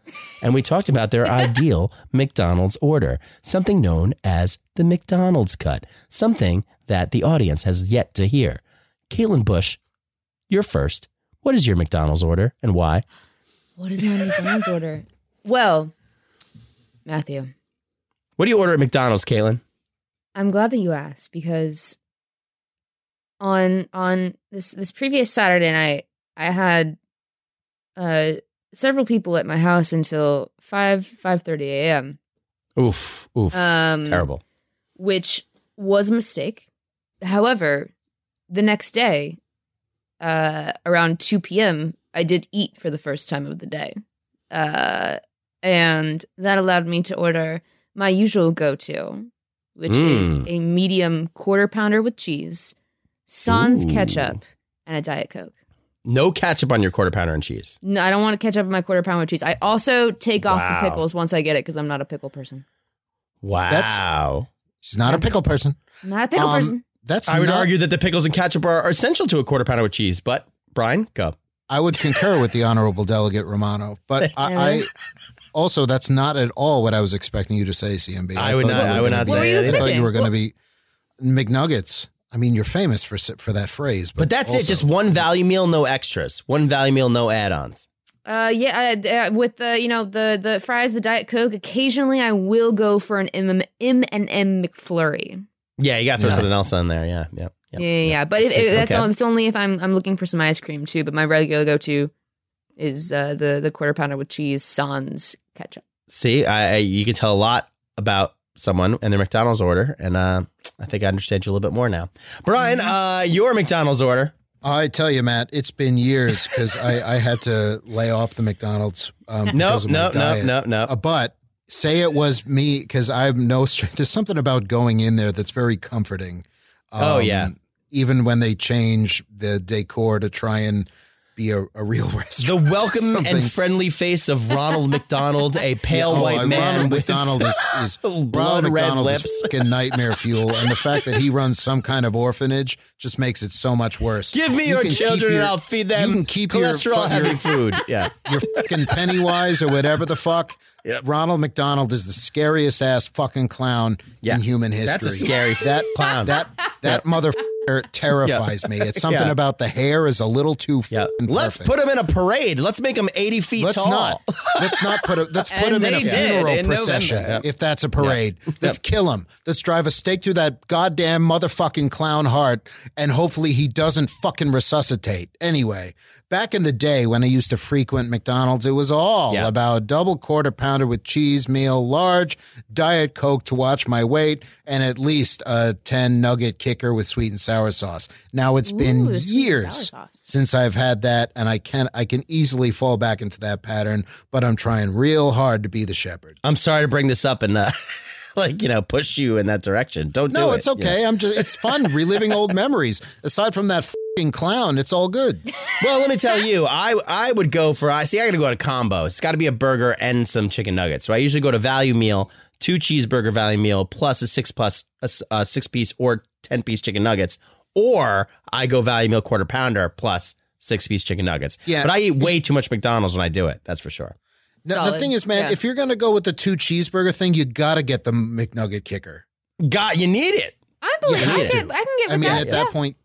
Speaker 4: And we talked about their ideal McDonald's order, something known as the McDonald's cut, something that the audience has yet to hear. Caitlin Bush, you're first. What is your McDonald's order and why?
Speaker 5: What is my McDonald's order?
Speaker 25: Well, Matthew,
Speaker 4: What do you order at McDonald's, Caitlin?
Speaker 5: I'm glad that you asked because on on this this previous Saturday night, I had uh several people at my house until five five thirty a.m.
Speaker 4: Oof, oof.
Speaker 5: Um,
Speaker 4: Terrible.
Speaker 5: which was a mistake. However, the next day, uh, around 2 p.m., I did eat for the first time of the day. Uh, and that allowed me to order my usual go to, which is
Speaker 26: Mm.
Speaker 5: a medium quarter pounder with cheese, sans
Speaker 4: Ooh.
Speaker 5: ketchup, and a Diet Coke.
Speaker 4: No ketchup on your quarter pounder and cheese.
Speaker 5: No, I don't want to ketchup in my quarter pounder with cheese. I also take off
Speaker 4: Wow.
Speaker 5: the pickles once I get it because I'm not a pickle person.
Speaker 4: Wow. That's,
Speaker 3: she's not a pickle person.
Speaker 5: I'm
Speaker 4: Uh,
Speaker 5: not a pickle
Speaker 3: Um,
Speaker 5: person.
Speaker 3: That's
Speaker 4: I would
Speaker 3: not-
Speaker 4: argue that the pickles and ketchup are, are essential to a quarter pounder with cheese, but Brian, go.
Speaker 3: I would concur with the honorable delegate Romano, but I, I also that's not at all what I was expecting you to say, CMB.
Speaker 4: I would
Speaker 3: thought
Speaker 4: not-
Speaker 3: you were
Speaker 4: I would
Speaker 3: gonna
Speaker 4: not
Speaker 3: be-
Speaker 4: say What were you
Speaker 3: I thought
Speaker 4: thinking?
Speaker 3: you were going to
Speaker 4: Well-
Speaker 3: be McNuggets. I mean, you're famous for si- for that phrase, but,
Speaker 4: But that's it.
Speaker 3: also-
Speaker 4: Just one value meal, no extras. One value meal, no add-ons.
Speaker 5: Uh, yeah, I, uh, with the you know the the fries, the diet coke. Occasionally, I will go for an M M and M McFlurry.
Speaker 4: Yeah, you got to throw
Speaker 5: Yeah.
Speaker 4: something else on there. Yeah, yeah,
Speaker 5: Yeah,
Speaker 4: yeah.
Speaker 5: yeah, yeah. But if, if that's
Speaker 4: Okay.
Speaker 5: on- it's only if I'm I'm looking for some ice cream too. But my regular go to is uh, the the quarter pounder with cheese, sans ketchup.
Speaker 4: See, I, I you can tell a lot about someone and their McDonald's order, and uh, I think I understand you a little bit more now. Brian, uh, your McDonald's order.
Speaker 3: Mm-hmm. I tell you, Matt, it's been years because I, I had to lay off the McDonald's. Um,
Speaker 4: No,
Speaker 3: because of my
Speaker 4: no, no,
Speaker 3: diet.
Speaker 4: no, no.
Speaker 3: Uh, but say it was me because I'm no strength. There's something about going in there that's very comforting. Um,
Speaker 4: Oh, yeah.
Speaker 3: Even when they change the decor to try and be a, a real
Speaker 4: The
Speaker 3: restaurant.
Speaker 4: welcome
Speaker 3: Something.
Speaker 4: and friendly face of Ronald McDonald, a pale
Speaker 3: Yeah, oh,
Speaker 4: white
Speaker 3: I-
Speaker 4: man.
Speaker 3: Ronald
Speaker 4: with
Speaker 3: McDonald is, is
Speaker 4: blood
Speaker 3: Ronald
Speaker 4: red
Speaker 3: McDonald
Speaker 4: lips.
Speaker 3: is fucking nightmare fuel, and the fact that he runs some kind of orphanage just makes it so much worse.
Speaker 4: Give me
Speaker 3: You
Speaker 4: your
Speaker 3: can keep
Speaker 4: children
Speaker 3: your-
Speaker 4: and I'll feed
Speaker 3: you
Speaker 4: them
Speaker 3: can keep your
Speaker 4: cholesterol
Speaker 3: fu- your-
Speaker 4: heavy food. Yeah.
Speaker 3: your fucking Pennywise or whatever the fuck. Ronald McDonald is the scariest ass fucking clown in human history.
Speaker 4: That's a scary
Speaker 3: that
Speaker 4: clown.
Speaker 3: That that motherfucker terrifies me. It's something
Speaker 4: Yeah.
Speaker 3: about the hair is a little too. Yeah.
Speaker 4: Let's put him in a parade. Let's make him 80 feet
Speaker 3: Let's
Speaker 4: tall.
Speaker 3: not. Let's not put a. Let's put
Speaker 4: And
Speaker 3: him in a
Speaker 4: they did
Speaker 3: funeral
Speaker 4: in
Speaker 3: procession
Speaker 4: November. Yep.
Speaker 3: if that's a parade. Let's kill him. Let's drive a stake through that goddamn motherfucking clown heart, and hopefully he doesn't fucking resuscitate. Anyway, back in the day when I used to frequent McDonald's, it was all about a double quarter pounder with cheese meal, large diet coke to watch my weight, and at least a ten nugget kicker with sweet and sour sauce. Now it's been
Speaker 9: Ooh, the sweet and sour
Speaker 3: years
Speaker 9: sauce.
Speaker 3: since I've had that, and I can I can easily fall back into that pattern. But I'm trying real hard to be the shepherd.
Speaker 4: I'm sorry to bring this up and uh, like, you know, push you in that direction. Don't do it.
Speaker 3: No, it's
Speaker 4: you know.
Speaker 3: okay. I'm just it's fun reliving old memories. Aside from that fing clown, it's all good.
Speaker 4: well, let me tell you, I I would go for I see. I got to go to combo. It's got to be a burger and some chicken nuggets. So I usually go to value meal, two cheeseburger value meal plus a six plus a, s- a six piece or ten piece chicken nuggets, or I go value meal quarter pounder plus six piece chicken nuggets.
Speaker 3: Yeah.
Speaker 4: but I eat way too much McDonald's when I do it. That's for sure.
Speaker 3: Now, the
Speaker 4: Solid.
Speaker 3: thing is, man,
Speaker 4: Yeah.
Speaker 3: if you're gonna go with the two cheeseburger thing, you gotta get the McNugget kicker.
Speaker 4: God, you need it.
Speaker 5: I believe
Speaker 4: Yeah,
Speaker 5: I,
Speaker 4: yeah.
Speaker 5: can, I can give
Speaker 3: I
Speaker 5: it
Speaker 3: mean,
Speaker 5: that.
Speaker 3: at
Speaker 5: yeah.
Speaker 3: that point,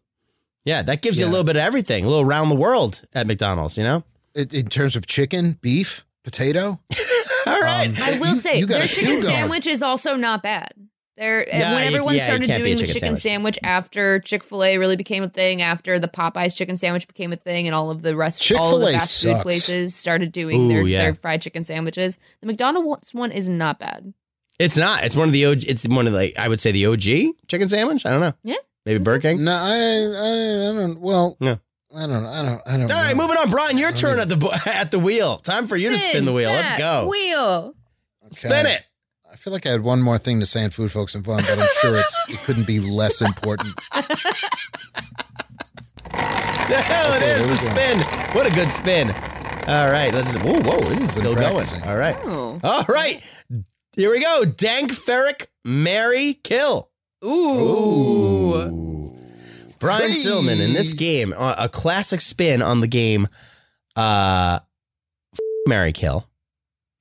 Speaker 4: Yeah, that gives you
Speaker 3: Yeah.
Speaker 4: a little bit of everything, a little around the world at McDonald's. You know.
Speaker 3: in, in terms of chicken, beef, potato.
Speaker 4: All right,
Speaker 5: I will say
Speaker 3: you got
Speaker 5: their
Speaker 3: a
Speaker 5: chicken
Speaker 3: stew going.
Speaker 5: sandwich is also not bad. There, and
Speaker 4: Yeah,
Speaker 5: when
Speaker 4: you-
Speaker 5: everyone
Speaker 4: yeah, it
Speaker 5: started
Speaker 4: can't be a
Speaker 5: doing the
Speaker 4: chicken
Speaker 5: chicken sandwich, after Chick Fil A really became a thing, after the Popeyes chicken sandwich became a thing, and all of the rest, all of the
Speaker 3: Chick-fil-A
Speaker 5: fast food
Speaker 3: sucks.
Speaker 5: places started doing
Speaker 4: Ooh,
Speaker 5: their,
Speaker 4: yeah.
Speaker 5: their fried chicken sandwiches, the McDonald's one is not bad.
Speaker 4: It's not. It's one of the OG. It's one of the. I would say the OG chicken sandwich. I don't know.
Speaker 5: Yeah.
Speaker 4: Maybe Burger King.
Speaker 3: No, I, I, I don't. Well,
Speaker 4: Yeah.
Speaker 3: I don't. I don't. I don't.
Speaker 4: All right,
Speaker 3: know.
Speaker 4: moving on, Brian. Your
Speaker 3: I don't
Speaker 4: turn
Speaker 3: even-
Speaker 4: at the bo- at the wheel. Time for you to spin the wheel. Let's
Speaker 5: that
Speaker 4: go.
Speaker 5: Wheel.
Speaker 4: Spin it.
Speaker 3: I feel like I had one more thing to say in food, folks, and fun, but I'm sure it's it couldn't be less important.
Speaker 4: Oh, there's
Speaker 3: there
Speaker 4: the
Speaker 3: we
Speaker 4: spin. What a good spin. All right, let's. Whoa, whoa, this is still going.
Speaker 3: practicing.
Speaker 4: All right,
Speaker 5: Oh.
Speaker 4: all right. Here we go. Dank Ferrick, Mary Kill.
Speaker 27: Ooh.
Speaker 4: Brian
Speaker 27: Hey.
Speaker 4: Silman in this game, uh, a classic spin on the game, uh, f- Mary Kill.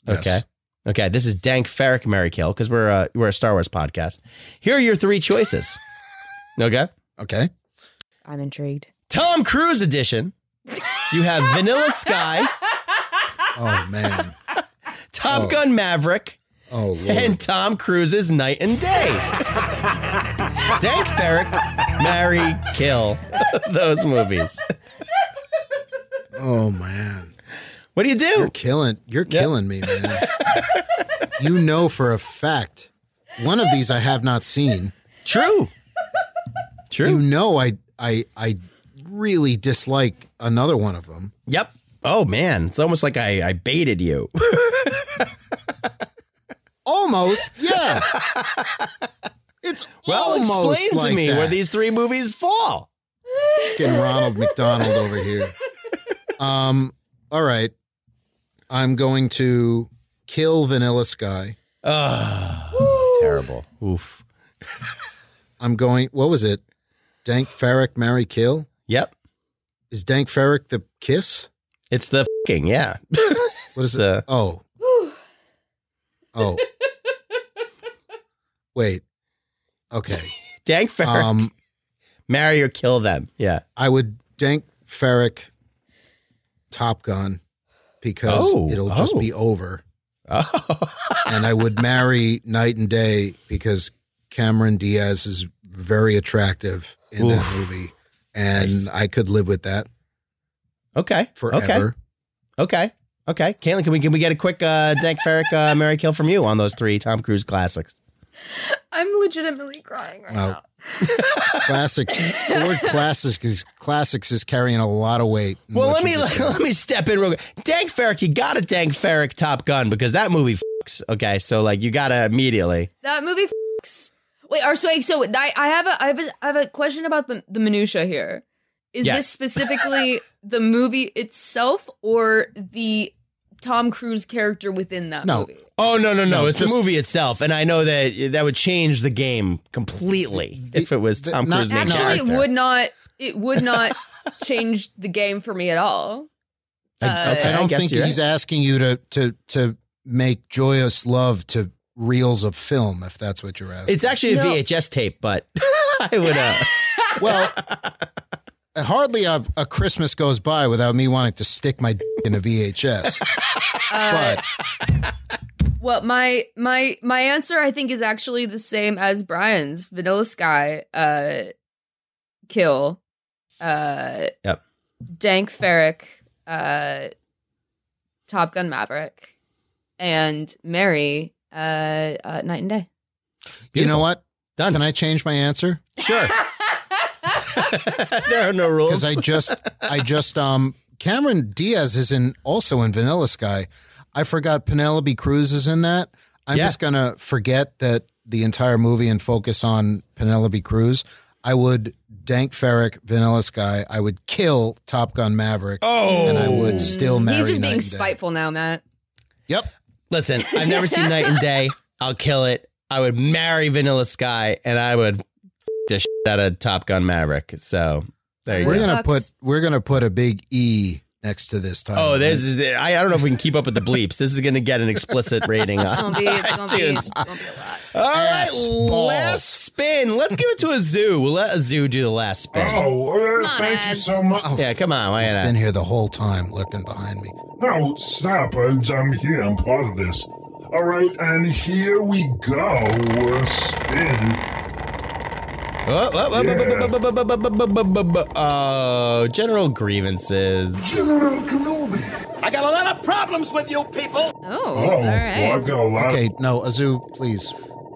Speaker 4: Okay.
Speaker 3: Yes.
Speaker 4: Okay. This is Dank Ferrick, Mary Kill, because we're, uh, we're a Star Wars podcast. Here are your three choices. Okay.
Speaker 3: Okay.
Speaker 5: I'm intrigued.
Speaker 4: Tom Cruise edition. You have Vanilla Sky,
Speaker 3: Oh man.
Speaker 4: Top Gun Maverick,
Speaker 3: Oh Lord.
Speaker 4: and Tom Cruise's Night and Day. Dank Ferrick, Mary Kill. Those movies.
Speaker 3: Oh man.
Speaker 4: What do you do?
Speaker 3: You're killing you're killing me, man. you know for a fact. One of these I have not seen.
Speaker 4: True. True.
Speaker 3: You know I I I really dislike another one of them.
Speaker 4: Yep. Oh man, it's almost like I, I baited you.
Speaker 3: Almost, yeah. it's
Speaker 4: Well,
Speaker 3: almost
Speaker 4: explain
Speaker 3: like
Speaker 4: to me
Speaker 3: that.
Speaker 4: where these three movies fall.
Speaker 3: Fucking Ronald McDonald over here. Um, all right. I'm going to kill Vanilla Sky.
Speaker 4: Ugh, Ah, terrible. Oof.
Speaker 3: I'm going. What was it? Dank Ferrick, Mary Kill.
Speaker 4: Yep.
Speaker 3: Is Dank Ferrick the kiss?
Speaker 4: It's the fucking yeah.
Speaker 3: What is
Speaker 4: The-
Speaker 3: it? Oh. Oh. Wait. Okay.
Speaker 4: Dank Ferrick.
Speaker 3: Um,
Speaker 4: Marry or kill them. Yeah.
Speaker 3: I would Dank Ferrick Top Gun because
Speaker 4: Oh,
Speaker 3: it'll just
Speaker 4: oh.
Speaker 3: be over.
Speaker 4: Oh.
Speaker 3: and I would marry Night and Day because Cameron Diaz is very attractive in that
Speaker 4: Oof.
Speaker 3: movie. And
Speaker 4: Nice.
Speaker 3: I could live with that
Speaker 4: Okay. Okay.
Speaker 3: Uh, forever.
Speaker 4: Okay. Okay. Caitlin, can we can we get a quick uh, Dank Ferrick, uh, Mary Kill from you on those three Tom Cruise classics?
Speaker 5: I'm legitimately crying right
Speaker 3: Wow. classics. The word classics is classics is carrying a lot of weight. in
Speaker 4: Well,
Speaker 3: what
Speaker 4: let
Speaker 3: you
Speaker 4: me
Speaker 3: just
Speaker 4: let,
Speaker 3: said.
Speaker 4: me step in real quick. Dank Ferrick, you got to Dank Ferrick Top Gun because that movie fucks. Okay, so like you got to immediately.
Speaker 5: That movie f***s. Wait, are so wait, so I, I have a I have a I have a question about the the minutia here. Is
Speaker 4: Yes.
Speaker 5: this specifically the movie itself or the Tom Cruise character within that
Speaker 3: No.
Speaker 5: movie?
Speaker 4: Oh no no no!
Speaker 3: No,
Speaker 4: it's
Speaker 3: just-
Speaker 4: the movie itself, and I know that that would change the game completely if it was
Speaker 3: the-
Speaker 4: Tom
Speaker 3: not-
Speaker 4: Cruise. main
Speaker 5: Actually, it
Speaker 4: character.
Speaker 5: would not it would not change the game for me at all. Uh,
Speaker 4: I- okay,
Speaker 3: I don't
Speaker 4: guess
Speaker 3: think
Speaker 4: you're
Speaker 3: he's
Speaker 4: right.
Speaker 3: asking you to to to make joyous love to reels of film if that's what you're asking.
Speaker 4: It's actually a
Speaker 5: No.
Speaker 4: VHS tape, but I would. Uh,
Speaker 3: well, Uh, hardly a, a Christmas goes by without me wanting to stick my dick in a VHS.
Speaker 5: Uh,
Speaker 3: but
Speaker 5: Well, my my my answer I think is actually the same as Brian's Vanilla Sky uh kill uh
Speaker 4: Yep.
Speaker 5: Dank Ferrick uh Top Gun Maverick and Mary uh, uh Night and Day.
Speaker 3: you know
Speaker 4: Beautiful.
Speaker 3: what?
Speaker 4: Done.
Speaker 3: Can I change my answer?
Speaker 4: sure. there are no rules.
Speaker 3: Because I just I just um Cameron Diaz is in also in Vanilla Sky. I forgot Penelope Cruz is in that. I'm
Speaker 4: Yeah.
Speaker 3: just gonna forget that the entire movie and focus on Penelope Cruz. I would Dank Ferrick, Vanilla Sky. I would kill Top Gun Maverick,
Speaker 4: oh,
Speaker 3: and I would still marry.
Speaker 5: He's just
Speaker 3: Night
Speaker 5: being
Speaker 3: and Day.
Speaker 5: spiteful now, Matt.
Speaker 3: Yep.
Speaker 4: Listen, I've never seen Night and Day. I'll kill it. I would marry Vanilla Sky, and I would f- the shit out of Top Gun Maverick. So there you
Speaker 3: We're
Speaker 4: go.
Speaker 3: gonna
Speaker 5: Bucks.
Speaker 3: put we're gonna put a big E next to this time.
Speaker 4: Oh, this
Speaker 3: right?
Speaker 4: is. I, I don't know if we can keep up with the bleeps. This is going to get an explicit rating
Speaker 5: It's
Speaker 4: on
Speaker 5: gonna be it's gonna be, it's
Speaker 4: iTunes.
Speaker 5: gonna be a lot.
Speaker 4: All right,
Speaker 3: Ass balls.
Speaker 4: last spin. Let's give it to a zoo. We'll let a zoo do the last spin.
Speaker 2: Oh, uh,
Speaker 5: on,
Speaker 2: thank you
Speaker 5: Ez.
Speaker 2: so much.
Speaker 3: Oh,
Speaker 4: Yeah, come on. Why
Speaker 3: he's
Speaker 4: not?
Speaker 3: been here the whole time, lurking behind me.
Speaker 2: No, stop. I'm, I'm here. I'm part of this. All right, and here we go. Uh, spin.
Speaker 4: Oh, oh, oh, bu- bu- bu- bu- bu- bu- bu- bu- bu- bu- bu- Oh, general grievances.
Speaker 28: General Kenobi.
Speaker 6: I got a lot of problems with you people.
Speaker 5: Oh,
Speaker 2: Oh, well,
Speaker 5: all right.
Speaker 2: I've got a lot.
Speaker 3: Okay, no, Azu, please.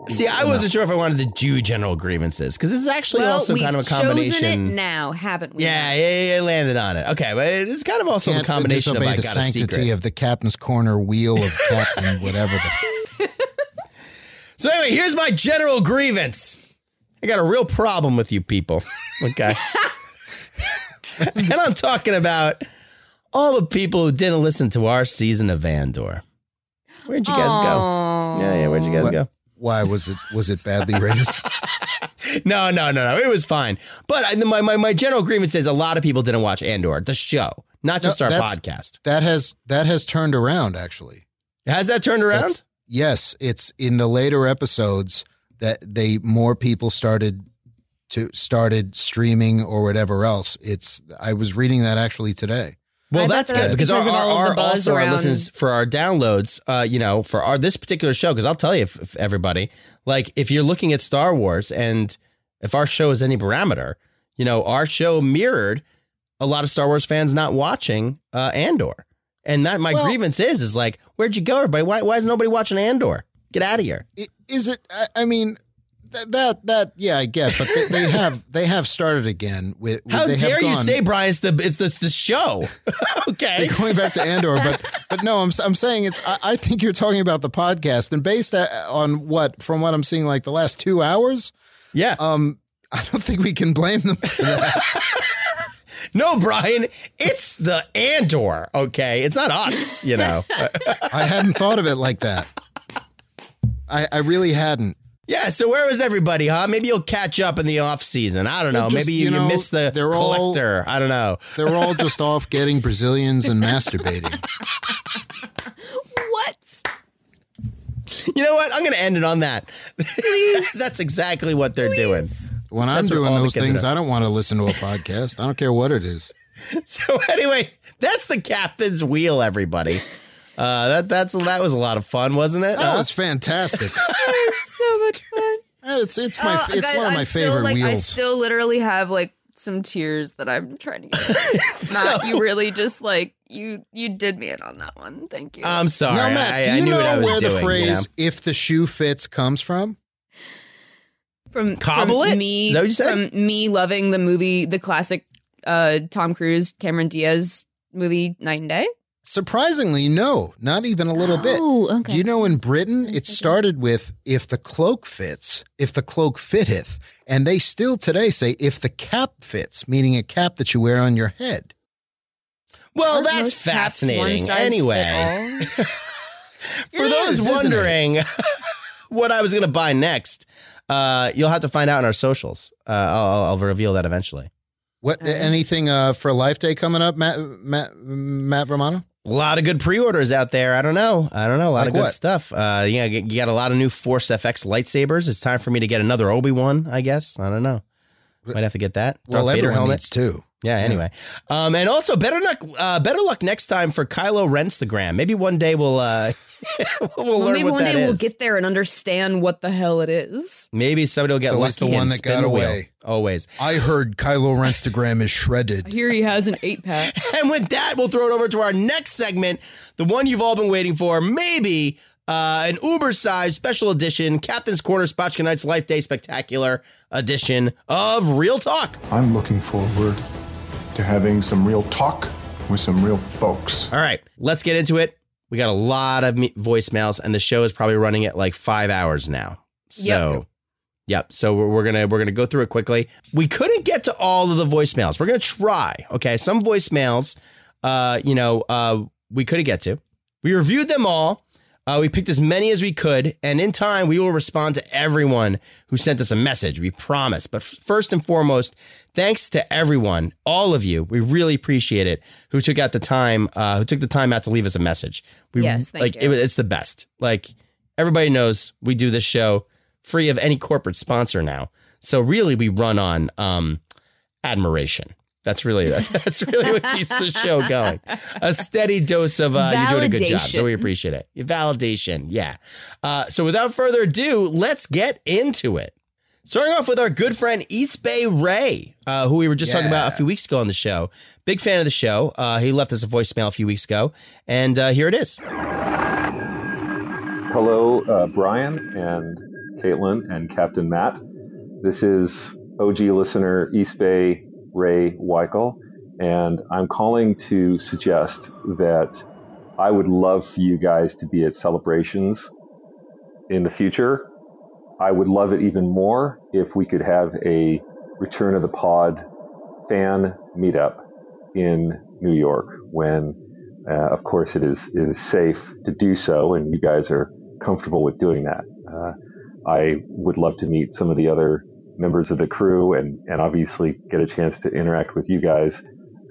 Speaker 4: See, I wasn't sure if I wanted to do general grievances because this is actually
Speaker 5: well,
Speaker 4: also
Speaker 5: we've
Speaker 4: kind of a
Speaker 5: chosen it
Speaker 4: combination.
Speaker 5: now, haven't we?
Speaker 4: Yeah,
Speaker 5: Matt?
Speaker 4: yeah, yeah, it landed on it. Okay, but it is kind of also a
Speaker 3: Can't
Speaker 4: combination of
Speaker 3: disobey
Speaker 4: I
Speaker 3: the
Speaker 4: got a
Speaker 3: sanctity
Speaker 4: secret.
Speaker 3: of the captain's corner wheel of captain, whatever. The,
Speaker 4: So anyway, here's my general grievance. I got a real problem with you people. Okay. and I'm talking about all the people who didn't listen to our season of Vandor. Where'd you guys go? Yeah, yeah. Where'd you guys
Speaker 3: Why-
Speaker 4: go?
Speaker 3: Why was it was it badly rated?
Speaker 4: no, no, no, no. It was fine. But I, my, my my general grievance is a lot of people didn't watch Andor, the show, not just
Speaker 3: No,
Speaker 4: our
Speaker 3: that's-
Speaker 4: podcast.
Speaker 3: That has that has turned around actually.
Speaker 4: Has that turned around?
Speaker 3: That's- yes, it's in the later episodes that they more people started to started streaming or whatever else. It's I was reading that actually today.
Speaker 4: Well,
Speaker 3: I bet
Speaker 4: that's
Speaker 3: that
Speaker 4: good
Speaker 3: that's
Speaker 4: because,
Speaker 3: because
Speaker 4: our,
Speaker 3: of all
Speaker 4: our,
Speaker 3: of the
Speaker 4: our-
Speaker 3: buzz
Speaker 4: also our
Speaker 3: around-
Speaker 4: listens for our downloads. Uh, you know, for our this particular show, because I'll tell you, if, if everybody, like, if you're looking at Star Wars, and if our show is any parameter, you know, our show mirrored a lot of Star Wars fans not watching uh, Andor, and that my
Speaker 3: Well-
Speaker 4: grievance is is like, where'd you go, everybody? Why why is nobody watching Andor? Get out of here.
Speaker 3: I- Is it? I, I mean, that, that that yeah, I get, but they, they have they have started again with.
Speaker 4: How
Speaker 3: they have
Speaker 4: dare you
Speaker 3: gone-
Speaker 4: say, Brian? It's the it's the, the show. okay,
Speaker 3: going back to Andor, but but no, I'm I'm saying it's. I, I think you're talking about the podcast, and based a- on what from what I'm seeing, like the last two hours.
Speaker 4: Yeah.
Speaker 3: Um, I don't think we can blame them. For that.
Speaker 4: No, Brian, it's the Andor. Okay, it's not us. You know.
Speaker 3: I hadn't thought of it like that. I I really hadn't.
Speaker 4: Yeah, so where was everybody, huh? Maybe you'll catch up in the off season. I don't know.
Speaker 3: Well, just,
Speaker 4: Maybe you,
Speaker 3: you
Speaker 4: you
Speaker 3: know,
Speaker 4: missed the
Speaker 3: they're all-
Speaker 4: collector. I don't know.
Speaker 3: They're all just off getting Brazilians and masturbating.
Speaker 6: What?
Speaker 4: You know what? I'm going to end it on that. Please. That's exactly what they're doing.
Speaker 3: When I'm
Speaker 4: That's what
Speaker 3: doing
Speaker 4: all the
Speaker 3: those
Speaker 4: kids
Speaker 3: things,
Speaker 4: know.
Speaker 3: I don't want to listen to a podcast. I don't care what it is.
Speaker 4: So anyway, that's the captain's wheel, everybody. Uh, that that's that was a lot of fun, wasn't it?
Speaker 3: That
Speaker 4: Huh?
Speaker 3: was fantastic.
Speaker 6: That was so much fun.
Speaker 4: Uh,
Speaker 3: It's it's my
Speaker 6: Oh,
Speaker 3: it's
Speaker 6: guys,
Speaker 3: one of my
Speaker 6: I'm still,
Speaker 3: favorite
Speaker 6: like, I
Speaker 3: wheels.
Speaker 6: still literally have like some tears that I'm trying to get. Matt, you really just like you you did me in on that one. Thank you.
Speaker 4: I'm sorry.
Speaker 3: Now, Matt,
Speaker 4: I,
Speaker 3: do
Speaker 4: I
Speaker 3: you
Speaker 4: knew
Speaker 3: know
Speaker 4: what I was
Speaker 3: where
Speaker 4: doing.
Speaker 3: the
Speaker 4: you
Speaker 3: phrase
Speaker 4: know?
Speaker 3: "if the shoe fits" comes from?
Speaker 6: from
Speaker 4: Cobble
Speaker 6: from
Speaker 4: it?
Speaker 6: me
Speaker 4: Is that what you said?
Speaker 6: from me loving the movie, the classic uh Tom Cruise, Cameron Diaz movie Night and Day.
Speaker 3: Surprisingly, no, not even a little bit.
Speaker 6: Oh, okay.
Speaker 3: Do you know in Britain it started with "if the cloak fits," "if the cloak fitteth," and they still today say "if the cap fits," meaning a cap that you wear on your head.
Speaker 4: Well,
Speaker 6: Aren't
Speaker 4: that's
Speaker 6: most caps one
Speaker 4: fascinating.
Speaker 6: size fit
Speaker 4: Anyway,
Speaker 6: all?
Speaker 4: for
Speaker 3: It
Speaker 4: those
Speaker 3: is, isn't it?
Speaker 4: wondering what I was going to buy next, uh, you'll have to find out on our socials. Uh, I'll, I'll- I'll reveal that eventually.
Speaker 3: What? Anything uh, for Life Day coming up, Matt? Matt, Matt Romano?
Speaker 4: A lot of good pre-orders out there. I don't know. I don't know. A lot
Speaker 3: Like
Speaker 4: of good
Speaker 3: what?
Speaker 4: stuff. Uh, yeah, you got a lot of new Force FX lightsabers. It's time for me to get another Obi Wan. I guess. I don't know. Might have to get that.
Speaker 3: Well,
Speaker 4: Darth Vader
Speaker 3: everyone
Speaker 4: helmet.
Speaker 3: needs two.
Speaker 4: Yeah. Anyway, um, and also better luck. Uh, better luck next time for Kylo Ren's the gram. Maybe one day we'll uh, we'll
Speaker 6: Well,
Speaker 4: learn
Speaker 6: maybe
Speaker 4: what
Speaker 6: one
Speaker 4: that
Speaker 6: day we'll
Speaker 4: is.
Speaker 6: get there and understand what the hell it is.
Speaker 4: Maybe somebody will get
Speaker 3: It's always
Speaker 4: lucky
Speaker 3: the one
Speaker 4: and
Speaker 3: that
Speaker 4: spin
Speaker 3: got
Speaker 4: the wheel. Oh,
Speaker 3: away.
Speaker 4: Always.
Speaker 3: I heard Kylo Renstagram is shredded.
Speaker 6: Here he has an eight pack.
Speaker 4: And with that, we'll throw it over to our next segment, the one you've all been waiting for, maybe uh, an uber-sized special edition, Captain's Corner Spotchka Nights Life Day Spectacular edition of Real Talk.
Speaker 29: I'm looking forward to having some real talk with some real folks.
Speaker 4: All right, let's get into it. We got a lot of me- voicemails, and the show is probably running at like five hours now. So, yep. So we're, we're gonna we're gonna go through it quickly. We couldn't get to all of the voicemails. We're gonna try. Okay, some voicemails, uh, you know, uh, we couldn't get to. We reviewed them all. Uh, we picked as many as we could, and in time, we will respond to everyone who sent us a message. We promise. But f- first and foremost, thanks to everyone, all of you. We really appreciate it. Who took out the time? Uh, who took the time out to leave us a message? We,
Speaker 6: Yes, thank
Speaker 4: like
Speaker 6: you.
Speaker 4: It, it's the best. Like everybody knows, we do this show free of any corporate sponsor now. So really, we run on um, admiration. That's really that's really what keeps the show going. A steady dose of uh, you're doing a good job, so we
Speaker 6: Validation.
Speaker 4: appreciate it. Validation, yeah. Uh, so without further ado, let's get into it. Starting off with our good friend East Bay Ray, uh, who we were just talking about a few weeks ago on the show. Big fan of the show. Uh, he left us a voicemail a few weeks ago, and uh, here it is.
Speaker 12: Hello, uh, Brian and Caitlin and Captain Matt. This is OG listener East Bay Ray Weichel, and I'm calling to suggest that I would love for you guys to be at celebrations in the future. I would love it even more if we could have a Return of the Pod fan meetup in New York when Uh, of course, it is it is safe to do so, and you guys are comfortable with doing that. Uh, I would love to meet some of the other members of the crew and, and obviously get a chance to interact with you guys.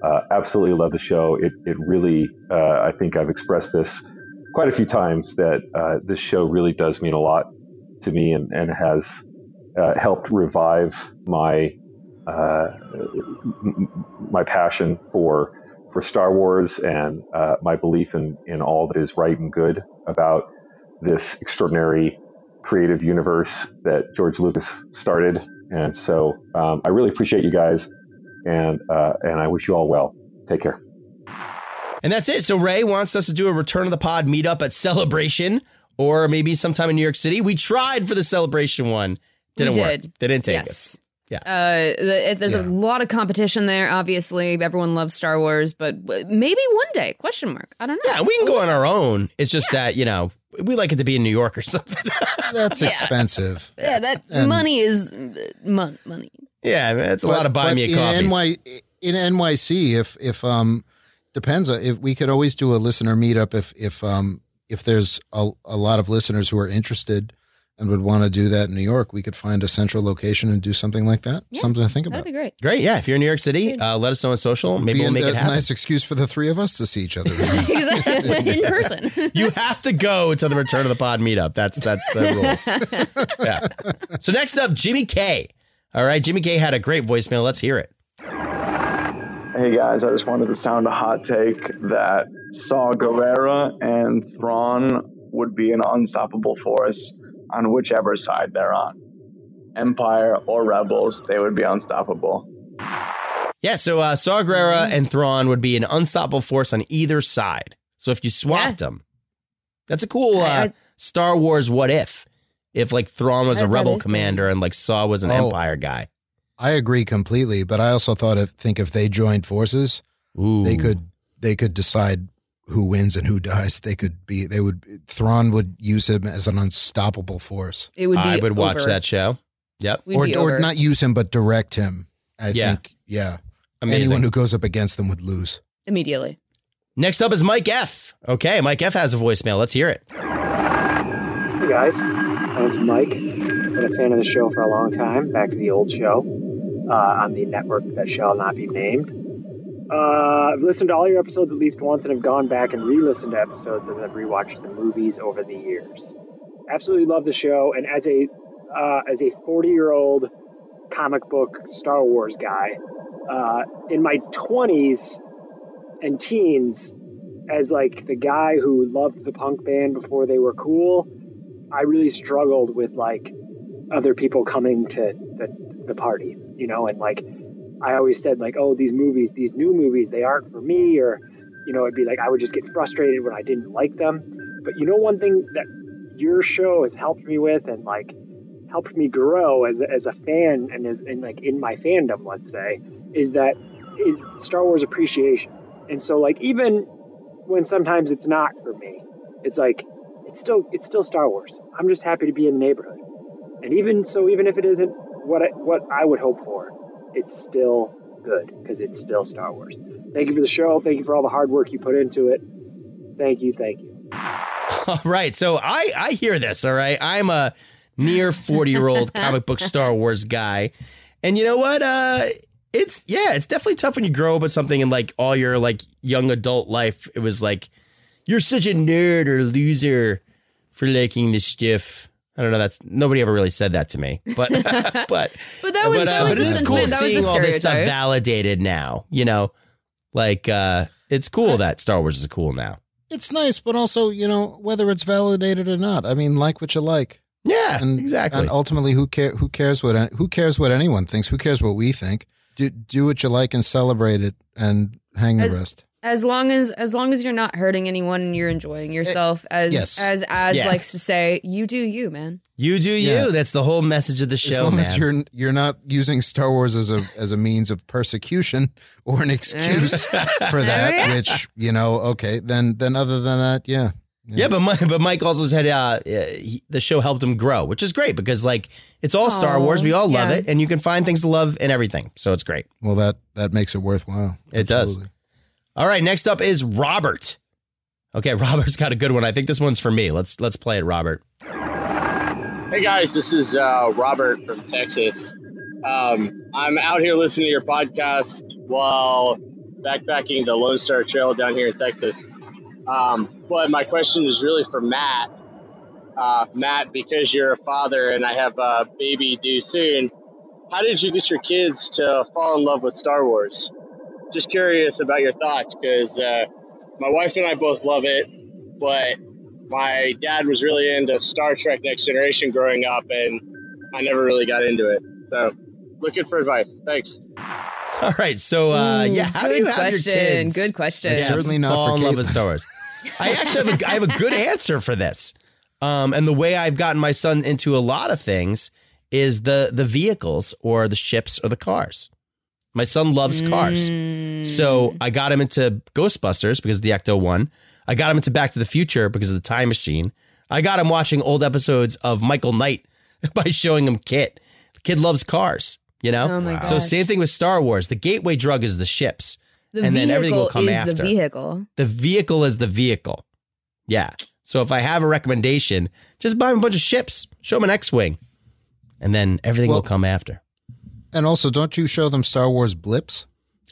Speaker 12: Uh, absolutely love the show. It, it really, uh, I think I've expressed this quite a few times that uh, this show really does mean a lot to me and, and has uh, helped revive my uh, my passion for for Star Wars and uh, my belief in, in all that is right and good about this extraordinary creative universe that George Lucas started. And so um, I really appreciate you guys, and uh, and I wish you all well. Take care.
Speaker 4: And that's it. So Ray wants us to do a return of the pod meetup at Celebration, or maybe sometime in New York City. We tried for the Celebration one, didn't
Speaker 6: We
Speaker 4: work.
Speaker 6: did.
Speaker 4: They didn't take
Speaker 6: Yes.
Speaker 4: us. Yeah.
Speaker 6: Uh, the, it- there's a lot of competition there. Obviously, everyone loves Star Wars, but w- maybe one day? Question mark. I don't know.
Speaker 4: Yeah, we can go on our own. It's just that you know we like it to be in New York or something.
Speaker 3: That's expensive.
Speaker 6: Yeah, that
Speaker 3: And-
Speaker 6: money is uh, mon- money.
Speaker 4: Yeah, man, that's a lot of buy
Speaker 3: but
Speaker 4: me a
Speaker 3: in
Speaker 4: coffee.
Speaker 3: NY, in NYC, if if um depends on- if we could always do a listener meetup if if um if there's a, a lot of listeners who are interested and would want to do that in New York, we could find a central location and do something like that. something to think about.
Speaker 6: be great.
Speaker 4: Great. Yeah. If you're in New York City, uh, let us know on social. Maybe
Speaker 3: Be
Speaker 4: we'll
Speaker 3: a-
Speaker 4: make
Speaker 3: a
Speaker 4: it happen.
Speaker 3: Nice excuse for the three of us to see each other.
Speaker 6: Exactly. In person.
Speaker 4: you have to go to the Return of the Pod meetup. That's that's the rules. yeah. So next up, Jimmy K. All right, Jimmy K had a great voicemail. Let's hear it.
Speaker 13: Hey guys, I just wanted to sound a hot take that Saw Guerrera and Thrawn would be an unstoppable force on whichever side they're on. Empire or Rebels, they would be unstoppable.
Speaker 4: Yeah, so uh, Saw Gerrera
Speaker 6: Mm-hmm.
Speaker 4: and Thrawn would be an unstoppable force on either side. So if you swapped them, that's a cool uh, Star Wars what if. If like Thrawn was a
Speaker 3: That- that
Speaker 4: rebel
Speaker 3: is cool.
Speaker 4: commander and like Saw was an
Speaker 3: Oh.
Speaker 4: Empire guy.
Speaker 3: I agree completely, but I also thought if think if they joined forces, they could they could decide who wins and who dies. They could be they would Thrawn would use him as an unstoppable force.
Speaker 6: It would be
Speaker 4: I would watch
Speaker 6: over.
Speaker 4: that show. Yep.
Speaker 6: We'd
Speaker 3: or
Speaker 6: be
Speaker 3: or
Speaker 6: over.
Speaker 3: not use him but direct him. I
Speaker 4: Yeah.
Speaker 3: think yeah.
Speaker 4: Amazing.
Speaker 3: Anyone who goes up against them would lose.
Speaker 6: Immediately.
Speaker 4: Next up is Mike F. Okay, Mike F has a voicemail. Let's hear it.
Speaker 15: Hey guys, my name's Mike. Been a fan of the show for a long time, back to the old show uh, on the network that shall not be named. Uh, I've listened to all your episodes at least once and have gone back and re listened to episodes as I've rewatched the movies over the years. Absolutely love the show, and as a uh, as a 40 year old comic book Star Wars guy, uh, in my 20s and teens, as like the guy who loved the punk band before they were cool, I really struggled with like other people coming to the, the party, you know, and like I always said like, oh, these movies, these new movies, they aren't for me, or you know, it'd be like I would just get frustrated when I didn't like them. But you know, one thing that your show has helped me with, and like helped me grow as a, as a fan and as and like in my fandom, let's say, is that is Star Wars appreciation. And so like even when sometimes it's not for me, it's like it's still it's still Star Wars. I'm just happy to be in the neighborhood. And even so, even if it isn't what I, what I would hope for, it's still good because it's still Star Wars. Thank you for the show. Thank you for all the hard work you put into it. Thank you, thank you.
Speaker 4: All right. So I I hear this, all right? I'm a near 40-year-old comic book Star Wars guy. And you know what? Uh it's yeah, it's definitely tough when you grow up with something and like all your like young adult life, it was like you're such a nerd or loser for liking this stuff. I don't know. That's nobody ever really said that to me, but but
Speaker 6: But that was,
Speaker 4: but,
Speaker 6: that
Speaker 4: uh,
Speaker 6: was
Speaker 4: but
Speaker 6: the
Speaker 4: it is cool
Speaker 6: sentiment. That was the
Speaker 4: seeing all this stuff
Speaker 6: stereotype.
Speaker 4: validated now. You know, like uh it's cool that Star Wars is cool now.
Speaker 3: It's nice, but also, you know, whether it's validated or not. I mean, like what you like.
Speaker 4: Yeah,
Speaker 3: and,
Speaker 4: exactly.
Speaker 3: And ultimately, who care? Who cares what? Who cares what anyone thinks? Who cares what we think? Do do what you like and celebrate it, and hang the
Speaker 6: As-
Speaker 3: rest.
Speaker 6: As long as as long as you're not hurting anyone and you're
Speaker 4: Eh,
Speaker 6: enjoying yourself, as
Speaker 3: yes.
Speaker 6: as as
Speaker 3: Yeah.
Speaker 6: likes to say, you do you, man.
Speaker 4: You do you.
Speaker 3: Yeah.
Speaker 4: That's the whole message of the
Speaker 3: As
Speaker 4: show,
Speaker 3: long
Speaker 4: man.
Speaker 3: as you're you're not using Star Wars as a as a means of persecution or an excuse for that,
Speaker 4: Yeah.
Speaker 3: which you know, okay, then then other than that, yeah,
Speaker 4: yeah, but Mike, but Mike also said uh, uh, he, the show helped him grow, which is great because like it's all Star
Speaker 3: Aw,
Speaker 4: Wars. We all love
Speaker 3: yeah.
Speaker 4: it, and you can find things to love in everything. So it's great.
Speaker 3: Well, that that makes it worthwhile.
Speaker 4: It does. All right, next up is Robert. Okay, Robert's got a good one. I think this one's for me. Let's let's play it, Robert.
Speaker 16: Hey guys, this is uh, Robert from Texas. Um, I'm out here listening to your podcast while backpacking the Lone Star Trail down here in Texas. Um, but my question is really for Matt. Uh, Matt, because you're a father and I have a baby due soon, how did you get your kids to fall in love with Star Wars? Just curious about your thoughts because uh, my wife and I both love it, but my dad was really into Star Trek Next Generation growing up, and I never really got into it. So, looking for advice. Thanks.
Speaker 4: All right, so uh,
Speaker 6: Ooh,
Speaker 4: yeah, how do
Speaker 6: Hmm, good
Speaker 4: you have
Speaker 6: question,
Speaker 4: your kids?
Speaker 6: good question.
Speaker 4: Yeah,
Speaker 3: Certainly not
Speaker 4: fall
Speaker 3: for
Speaker 4: in love
Speaker 3: Caitlin.
Speaker 4: with Star Wars. I actually have a, I have a good answer for this. Um, and the way I've gotten my son into a lot of things is the the vehicles or the ships or the cars. My son loves cars,
Speaker 6: Mm.
Speaker 4: so I got him into Ghostbusters because of the Ecto One. I got him into Back to the Future because of the Time Machine. I got him watching old episodes of Michael Knight by showing him Kit. The kid loves cars, you know.
Speaker 6: Oh my
Speaker 4: So
Speaker 6: gosh.
Speaker 4: same thing with Star Wars. The gateway drug is the ships,
Speaker 6: The
Speaker 4: and
Speaker 6: vehicle
Speaker 4: then everything will come
Speaker 6: is
Speaker 4: after.
Speaker 6: the vehicle.
Speaker 4: The vehicle is the vehicle. Yeah. So if I have a recommendation, just buy him a bunch of ships, show him an X-wing, and then everything will come after.
Speaker 3: And also, don't you show them Star Wars blips?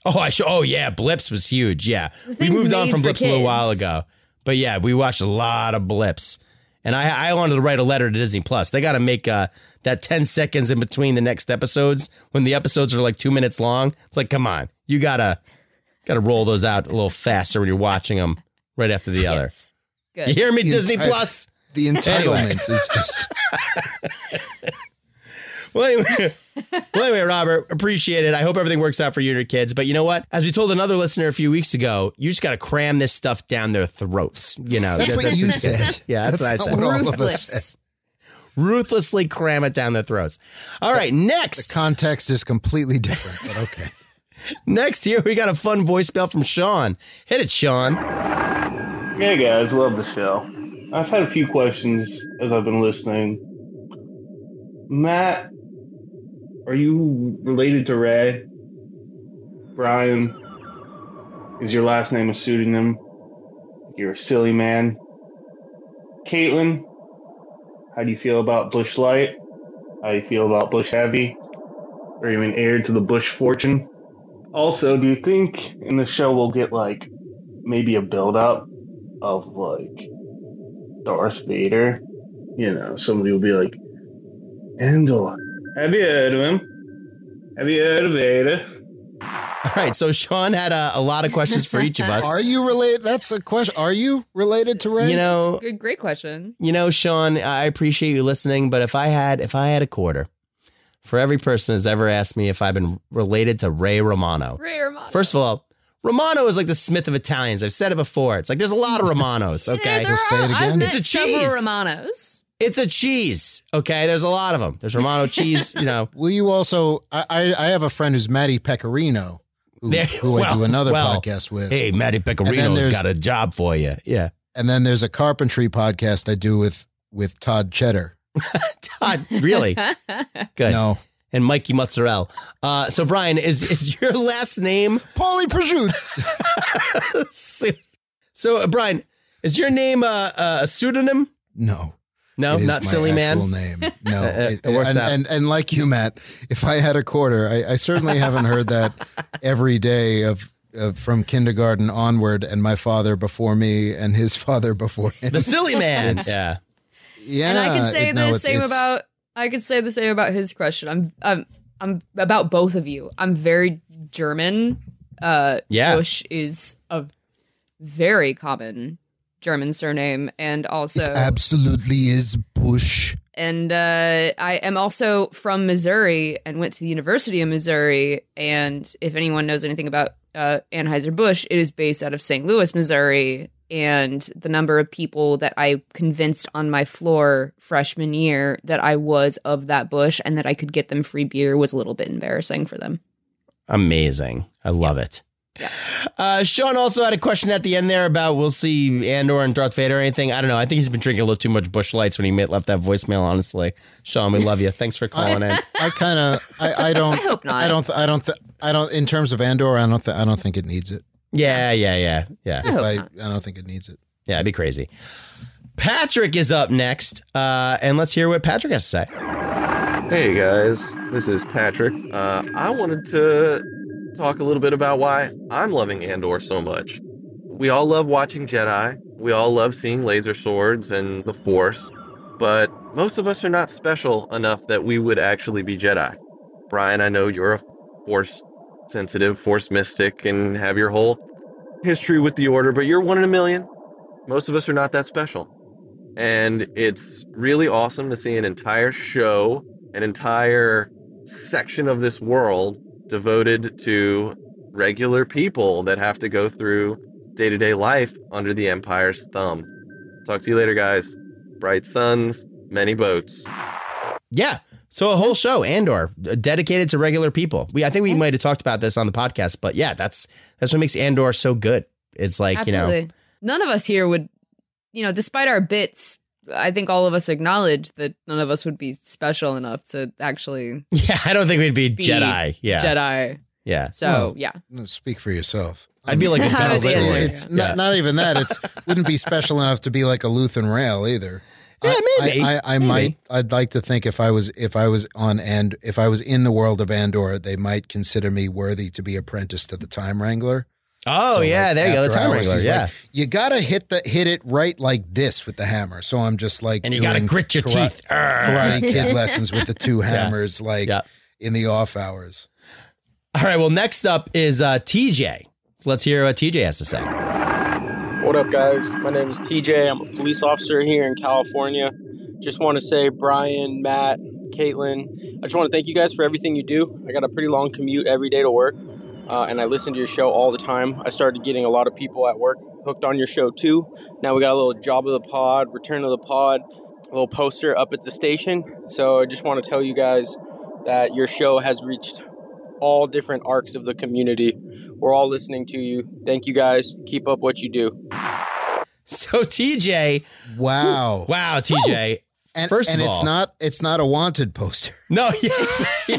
Speaker 4: Oh, I show. Oh, yeah, Blips was huge. Yeah,
Speaker 3: The
Speaker 4: we
Speaker 3: thing's
Speaker 4: moved on
Speaker 3: made
Speaker 4: from
Speaker 3: for
Speaker 4: Blips a little
Speaker 3: kids.
Speaker 4: while ago, but yeah, we watched a lot of Blips, and I I wanted to write a letter to Disney Plus. They got to make uh, that ten seconds in between the next episodes when the episodes are like two minutes long. It's like, come on, you gotta gotta roll those out a little faster when you're watching them right after the other.
Speaker 3: Good.
Speaker 4: You hear me,
Speaker 3: The
Speaker 4: Disney
Speaker 3: entire-
Speaker 4: Plus?
Speaker 3: the
Speaker 4: Anyway.
Speaker 3: entitlement is just-
Speaker 4: well, anyway, well, anyway, Robert, appreciate it. I hope everything works out for you and your kids. But you know what? As we told another listener a few weeks ago, you just got to cram this stuff down their throats. You know,
Speaker 3: That's what you
Speaker 4: it
Speaker 3: said.
Speaker 4: is. Yeah, that's,
Speaker 3: That's
Speaker 4: what I
Speaker 3: not what
Speaker 4: said.
Speaker 3: all of us said. Ruthless.
Speaker 4: Ruthlessly cram it down their throats. All right, next.
Speaker 3: The context is completely different, but okay.
Speaker 4: Next here, we got a fun voicemail from Sean. Hit it, Sean.
Speaker 17: Hey guys, love the show. I've had a few questions as I've been listening. Matt, are you related to Ray? Brian, is your last name a pseudonym? You're a silly man. Caitlin, how do you feel about Bush Light? How do you feel about Bush Heavy? Are you an heir to the Bush fortune? Also, do you think in the show we'll get like maybe a build up of like Darth Vader. You know, somebody will be like, Andor. Have you heard of him? Have you heard of Vader?
Speaker 4: All right, so Sean had a, a lot of questions for each of us.
Speaker 3: Are you related? That's a question. Are you related to Ray?
Speaker 4: You know-
Speaker 6: That's a good, great question.
Speaker 4: you know, Sean, I appreciate you listening, but if I had if I had a quarter for every person that's ever asked me if I've been related to Ray Romano.
Speaker 6: Ray Romano.
Speaker 4: First of all, Romano is like the Smith of Italians. I've said it before. It's like there's a lot of Romanos. Okay,
Speaker 6: there are. I've met
Speaker 4: it's a
Speaker 6: several
Speaker 4: cheese.
Speaker 6: Romanos.
Speaker 4: it's a cheese. Okay, there's a lot of them. There's Romano cheese. You know,
Speaker 3: Will you also? I I, I have a friend who's Matty Pecorino, who, who I do another
Speaker 4: well,
Speaker 3: podcast with.
Speaker 4: Hey, Matty Pecorino's
Speaker 3: there's-
Speaker 4: got a job for you. Yeah,
Speaker 3: and then there's a carpentry podcast I do with with Todd Cheddar.
Speaker 4: Todd, really good.
Speaker 3: No.
Speaker 4: And Mikey Mozzarella. Uh, so Brian, is is your last name
Speaker 3: Polly Prosciutto?
Speaker 4: so, so, uh, Brian, is your name uh, uh, a pseudonym?
Speaker 3: No.
Speaker 4: No,
Speaker 3: It is
Speaker 4: not
Speaker 3: my
Speaker 4: silly man.
Speaker 3: actual Name. No,
Speaker 4: Uh,
Speaker 3: It-
Speaker 4: it works
Speaker 3: and,
Speaker 4: out.
Speaker 3: and and like you, Matt, if I had a quarter, I, I certainly haven't heard that every day of, of from kindergarten onward, and my father before me, and his father before him.
Speaker 4: The silly man.
Speaker 3: It's-
Speaker 4: yeah.
Speaker 3: yeah.
Speaker 6: and I can say
Speaker 3: it-
Speaker 6: the
Speaker 3: no, it's-
Speaker 6: same
Speaker 3: it's-
Speaker 6: about I could say the same about his question. I'm I'm I'm about both of you. I'm very German. Uh
Speaker 4: Yeah.
Speaker 6: Bush is a very common German surname and also
Speaker 3: absolutely is Bush.
Speaker 6: and uh, I am also from Missouri and went to the University of Missouri. And if anyone knows anything about uh, Anheuser Busch, it is based out of St. Louis, Missouri. And the number of people that I convinced on my floor freshman year that I was of that bush and that I could get them free beer was a little bit embarrassing for them.
Speaker 4: Amazing. I love it. Uh, Sean also had a question at the end there about we'll see Andor and Darth Vader or anything. I don't know. I think he's been drinking a little too much Bush Lights when he ma- left that voicemail. Honestly, Sean, we love you. Thanks for calling in.
Speaker 3: I kind of, I, I don't.
Speaker 6: I hope not.
Speaker 3: I don't. Th- I don't. Th- I don't. In terms of Andor, I don't. Th- I don't think it needs it.
Speaker 4: Yeah, yeah, yeah, yeah.
Speaker 3: If I, I don't think it needs it.
Speaker 4: Yeah, that'd be crazy. Patrick is up next, uh, and let's hear what Patrick has to say.
Speaker 18: Hey guys, this is Patrick. Uh, I wanted to talk a little bit about why I'm loving Andor so much. We all love watching Jedi, we all love seeing laser swords and the Force, but most of us are not special enough that we would actually be Jedi. Brian, I know you're a Force sensitive, Force mystic, and have your whole history with the Order, but you're one in a million. Most of us are not that special. And it's really awesome to see an entire show an entire section of this world devoted to regular people that have to go through day to day life under the Empire's thumb. Talk to you later, guys. Bright suns, many boats.
Speaker 4: Yeah. So a whole show, Andor, uh, dedicated to regular people. We I think we might have talked about this on the podcast, but yeah, that's that's what makes Andor so good. It's like
Speaker 6: Absolutely.
Speaker 4: you know,
Speaker 6: none of us here would, you know, despite our bits, I think all of us acknowledge that none of us would be special enough to actually
Speaker 4: yeah, I don't think we'd be,
Speaker 6: be
Speaker 4: Jedi. Yeah,
Speaker 6: Jedi.
Speaker 4: Yeah.
Speaker 6: So
Speaker 3: Oh.
Speaker 6: yeah.
Speaker 3: No, Speak for yourself.
Speaker 4: I'd be like a dumb
Speaker 3: It's-
Speaker 4: little-
Speaker 3: It's
Speaker 4: yeah.
Speaker 3: not, not even that. It's wouldn't be special enough to be like a Lutheran rail either.
Speaker 4: Yeah,
Speaker 3: I-
Speaker 4: maybe.
Speaker 3: I, I, I
Speaker 4: Maybe.
Speaker 3: might. I'd like to think if I was if I was on and if I was in the world of Andor, they might consider me worthy to be apprenticed to the Time Wrangler.
Speaker 4: Oh
Speaker 3: So,
Speaker 4: yeah,
Speaker 3: like,
Speaker 4: there you go. The
Speaker 3: after
Speaker 4: time
Speaker 3: hours,
Speaker 4: wrangler.
Speaker 3: he's
Speaker 4: Yeah.
Speaker 3: like, you gotta hit the hit it right like this with the hammer. So I'm just like,
Speaker 4: And you gotta
Speaker 3: doing
Speaker 4: grit your
Speaker 3: kara-
Speaker 4: teeth. Arr.
Speaker 3: Karate
Speaker 4: Yeah.
Speaker 3: kid lessons with the two
Speaker 4: Yeah.
Speaker 3: hammers, like in the off hours.
Speaker 4: All right. Well, next up is uh, TJ. Let's hear what TJ has to say.
Speaker 19: What up, guys? My name is TJ. I'm a police officer here in California. Just want to say, Brian, Matt, Caitlin, I just want to thank you guys for everything you do. I got a pretty long commute every day to work, uh, and I listen to your show all the time. I started getting a lot of people at work hooked on your show too. Now we got a little job of the pod, return of the pod, a little poster up at the station. So I just want to tell you guys that your show has reached all different arcs of the community. We're all listening to you. Thank you guys. Keep up what you do.
Speaker 4: So TJ,
Speaker 3: wow,
Speaker 4: wow, TJ.
Speaker 3: And,
Speaker 4: First
Speaker 3: and
Speaker 4: of
Speaker 3: it's
Speaker 4: all-
Speaker 3: not it's not a wanted poster.
Speaker 4: No, yeah.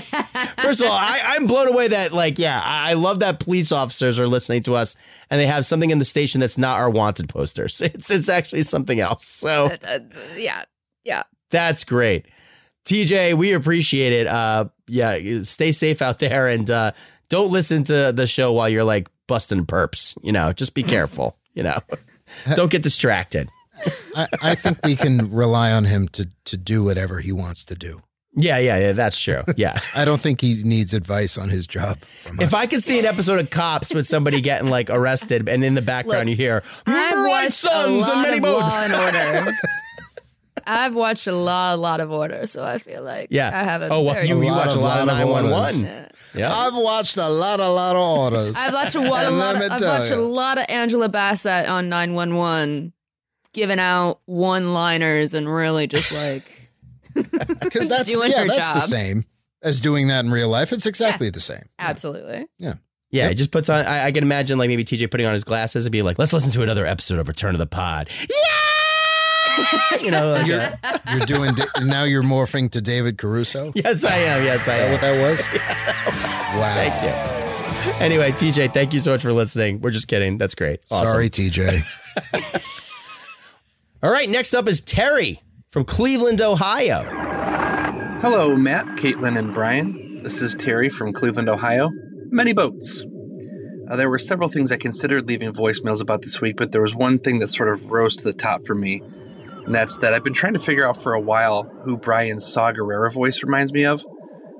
Speaker 4: First of all, I, I'm blown away that like, yeah, I, I love that police officers are listening to us and they have something in the station that's not our wanted posters. It's it's actually something else. So
Speaker 6: Uh, yeah. Yeah.
Speaker 4: that's great. TJ, we appreciate it. Uh yeah, stay safe out there and uh don't listen to the show while you're like busting perps, you know. Just be careful, you know. don't get distracted.
Speaker 3: I, I think we can rely on him to to do whatever he wants to do.
Speaker 4: Yeah, yeah, yeah, that's true. Yeah.
Speaker 3: I don't think he needs advice on his job.
Speaker 4: If I could see an episode of Cops with somebody getting like arrested, and in the background you hear
Speaker 6: I've
Speaker 4: "Bright
Speaker 6: watched a
Speaker 4: suns and
Speaker 6: lot
Speaker 4: many
Speaker 6: of
Speaker 4: boats."
Speaker 6: Law and Order. I've watched a lot, a lot of Order, so I feel like
Speaker 4: Yeah.
Speaker 6: I have a
Speaker 4: Oh, well,
Speaker 6: very
Speaker 4: you- you watch a lot of
Speaker 3: Lot of
Speaker 4: 911.
Speaker 3: orders.
Speaker 4: Yeah.
Speaker 3: I've watched a lot, a lot of orders.
Speaker 6: I've watched a lot, a
Speaker 3: And let
Speaker 6: lot
Speaker 3: me
Speaker 6: of, I've
Speaker 3: tell
Speaker 6: watched a
Speaker 3: you.
Speaker 6: lot of Angela Bassett on 911 giving out one-liners and really just like
Speaker 3: because that's
Speaker 6: doing
Speaker 3: yeah,
Speaker 6: her
Speaker 3: that's
Speaker 6: job.
Speaker 3: the same as doing that in real life. It's exactly the same.
Speaker 6: Absolutely.
Speaker 3: Yeah.
Speaker 4: Yeah,
Speaker 3: Yep.
Speaker 4: he just puts on. I, I can imagine like maybe TJ putting on his glasses and be like, "Let's listen to another episode of Return of the Pod." you know, like
Speaker 3: you're,
Speaker 4: a-
Speaker 3: you're doing da- now. You're morphing to David Caruso.
Speaker 4: Yes, I am. Yes, I
Speaker 3: Is that
Speaker 4: am.
Speaker 3: what that was? Wow.
Speaker 4: Thank you. Anyway, TJ, thank you so much for listening. We're just kidding. That's great. Awesome.
Speaker 3: Sorry, TJ.
Speaker 4: All right, next up is Terry from Cleveland, Ohio.
Speaker 30: Hello, Matt, Caitlin, and Brian. This is Terry from Cleveland, Ohio. Many boats. Uh, there were several things I considered leaving voicemails about this week, but there was one thing that sort of rose to the top for me, and that's that I've been trying to figure out for a while who Brian's Saw Gerrera voice reminds me of,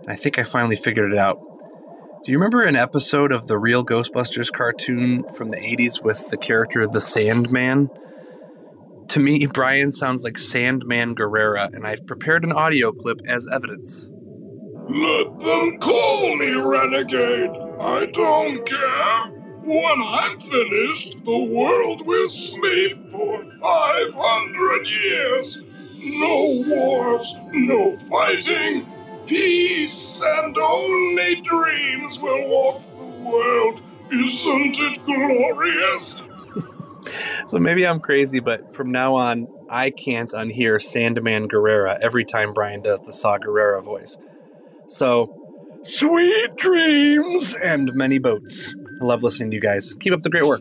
Speaker 30: and I think I finally figured it out. Do you remember an episode of the Real Ghostbusters cartoon from the 80s with the character the Sandman? To me, Brian sounds like Sandman Guerrera, and I've prepared an audio clip as evidence.
Speaker 2: Let them call me renegade. I don't care. When I'm finished, the world will sleep for 500 years. No wars, no fighting, peace, and only dreams will walk the world. Isn't it glorious?
Speaker 30: So maybe I'm crazy, but from now on, I can't unhear Sandman Guerrera every time Brian does the Saw Guerrera voice. So, sweet dreams and many boats. I love listening to you guys. Keep up the great work.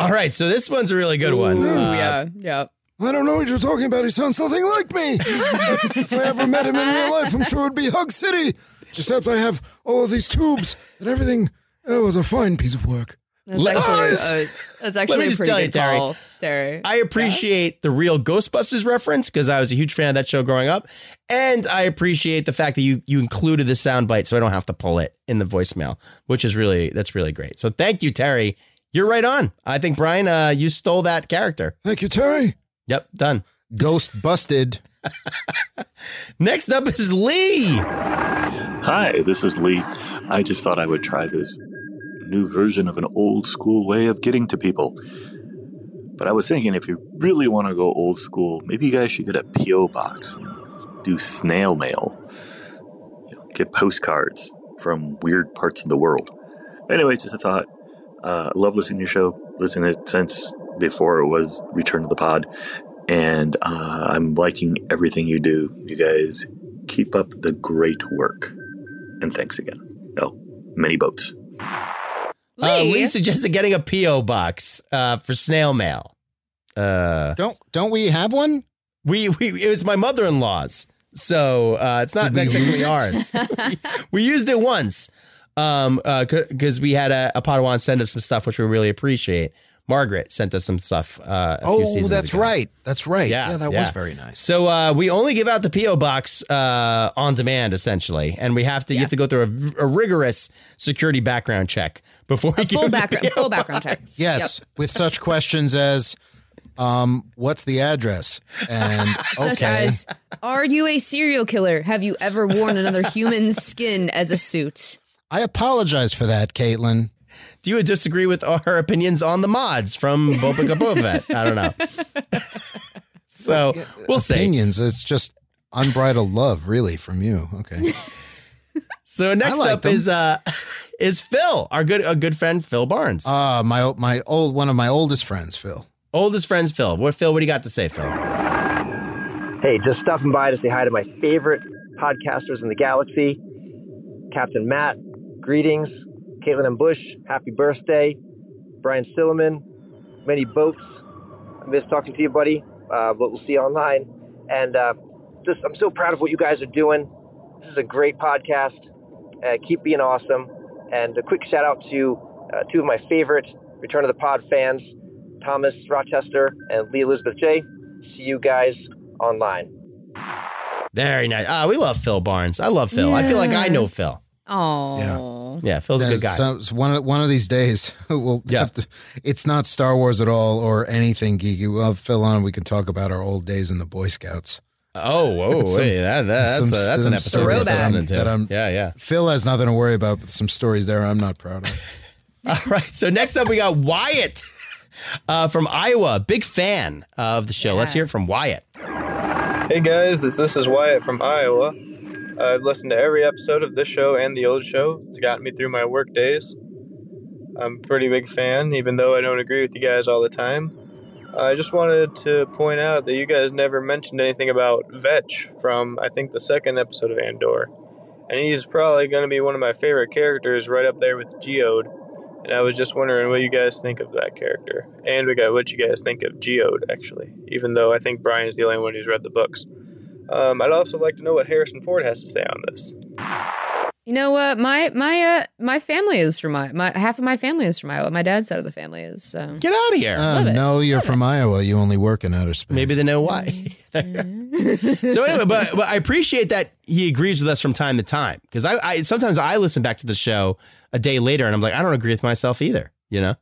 Speaker 4: All right, so this one's a really good one. Uh,
Speaker 5: yeah.
Speaker 9: I don't know what you're talking about. He sounds nothing like me. if I ever met him in real life, I'm sure it would be Hug City. Except I have all of these tubes and everything. It was a fine piece of work.
Speaker 5: That's
Speaker 4: Let-
Speaker 5: actually, a, that's actually
Speaker 4: Let me
Speaker 5: a
Speaker 4: just
Speaker 5: pretty
Speaker 4: tell you,
Speaker 5: good
Speaker 4: Terry.
Speaker 5: call, Terry.
Speaker 4: I appreciate the real Ghostbusters reference because I was a huge fan of that show growing up, and I appreciate the fact that you you included the soundbite so I don't have to pull it in the voicemail, which is really that's really great. So thank you, Terry. You're right on. I think Brian, uh, you stole that character.
Speaker 9: Thank you, Terry.
Speaker 4: Yep, done.
Speaker 3: Ghost busted.
Speaker 4: Next up is Lee.
Speaker 11: Hi, this is Lee. I just thought I would try this new version of an old school way of getting to people. But I was thinking if you really want to go old school, maybe you guys should get a P.O. box and do snail mail. You know, get postcards from weird parts of the world. Anyway, just a thought. Uh, I love listening to your show. Listening to it since before it was Return to the Pod. And uh, I'm liking everything you do. You guys keep up the great work. And thanks again. Oh, many boats.
Speaker 4: Lee, uh, Lee suggested getting a PO box uh, for snail mail. Uh,
Speaker 3: don't don't we have one?
Speaker 4: We we it was my mother in law's, so uh, it's not
Speaker 3: Did we
Speaker 4: technically
Speaker 3: use it?
Speaker 4: ours. we used it once um uh because we had a, a Padawan send us some stuff which we really appreciate. Margaret sent us some stuff uh, a few
Speaker 3: Oh,
Speaker 4: seasons
Speaker 3: that's
Speaker 4: ago.
Speaker 3: right. That's right.
Speaker 4: Yeah,
Speaker 3: Yeah, that was very nice.
Speaker 4: So uh, we only give out the PO box uh, on demand, essentially, and we have to you have to go through a, v- a rigorous security background check before we
Speaker 5: A
Speaker 4: give
Speaker 5: full
Speaker 4: you the
Speaker 5: background,
Speaker 4: PO
Speaker 5: full background check.
Speaker 3: Yes, with such questions as, um, what's the address? And
Speaker 5: Such
Speaker 3: okay.
Speaker 5: as, are you a serial killer? Have you ever worn another human's skin as a suit?
Speaker 3: I apologize for that, Caitlin.
Speaker 4: Do you disagree with our opinions on the mods from Boba Gabobet? I don't know. so we'll see.
Speaker 3: opinions. It's just unbridled love, really, from you. Okay.
Speaker 4: So next
Speaker 3: like
Speaker 4: up
Speaker 3: them.
Speaker 4: is uh is Phil, our good a good friend Phil Barnes.
Speaker 3: Uh my my old one of my oldest friends, Phil.
Speaker 4: Oldest friends Phil. What Phil, what do you got to say, Phil?
Speaker 23: Hey, just stopping by to say hi to my favorite podcasters in the galaxy, Captain Matt. Greetings, Caitlin and Bush. Happy birthday, Brian Silliman. Many boats. I miss talking to you, buddy. Uh, but we'll see you online. And uh, just, I'm so proud of what you guys are doing. This is a great podcast. Uh, keep being awesome. And a quick shout out to uh, two of my favorite Return of the Pod fans, Thomas Rochester and Lee Elizabeth J. See you guys online.
Speaker 4: Very nice. Ah, we love Phil Barnes. I love Phil. I feel like I know
Speaker 3: Yeah.
Speaker 4: Phil.
Speaker 5: Oh,
Speaker 4: Yeah, Phil's a
Speaker 3: That
Speaker 4: good guy.
Speaker 3: sounds- one of one of these days we'll have to it's not Star Wars at all or anything geeky. We'll have Phil on, we can talk about our old days in the Boy Scouts.
Speaker 4: Oh, whoa,
Speaker 3: Some-
Speaker 4: hey, that, that- that's,
Speaker 3: some-
Speaker 4: a, that's an
Speaker 3: some
Speaker 4: episode
Speaker 3: stories
Speaker 4: worth
Speaker 3: that I'm-
Speaker 4: listening to.
Speaker 3: that I'm-
Speaker 4: yeah, yeah.
Speaker 3: Phil has nothing to worry about, but some stories there I'm not proud of.
Speaker 4: All right. So next up, we got Wyatt uh, from Iowa. Big fan of the show. Let's hear it from Wyatt.
Speaker 31: Hey guys, this, this is Wyatt from Iowa. I've listened to every episode of this show and the old show. It's gotten me through my work days. I'm a pretty big fan, even though I don't agree with you guys all the time. I just wanted to point out that you guys never mentioned anything about Vetch from, I think, the second episode of Andor. And he's probably going to be one of my favorite characters right up there with Geode. And I was just wondering what you guys think of that character. And we got what you guys think of Geode, actually, even though I think Brian's the only one who's read the books. Um, I'd also like to know what Harrison Ford has to say on this.
Speaker 6: You know what? my my uh, my family is from I- my half of my family is from Iowa. My dad's side of the family is. um, So.
Speaker 4: Get out of here.
Speaker 3: Uh, no, you're from Iowa. You only work in outer space.
Speaker 4: Maybe they know why. so anyway, but, but I appreciate that he agrees with us from time to time because I, I sometimes I listen back to the show a day later and I'm like, I don't agree with myself either. You know,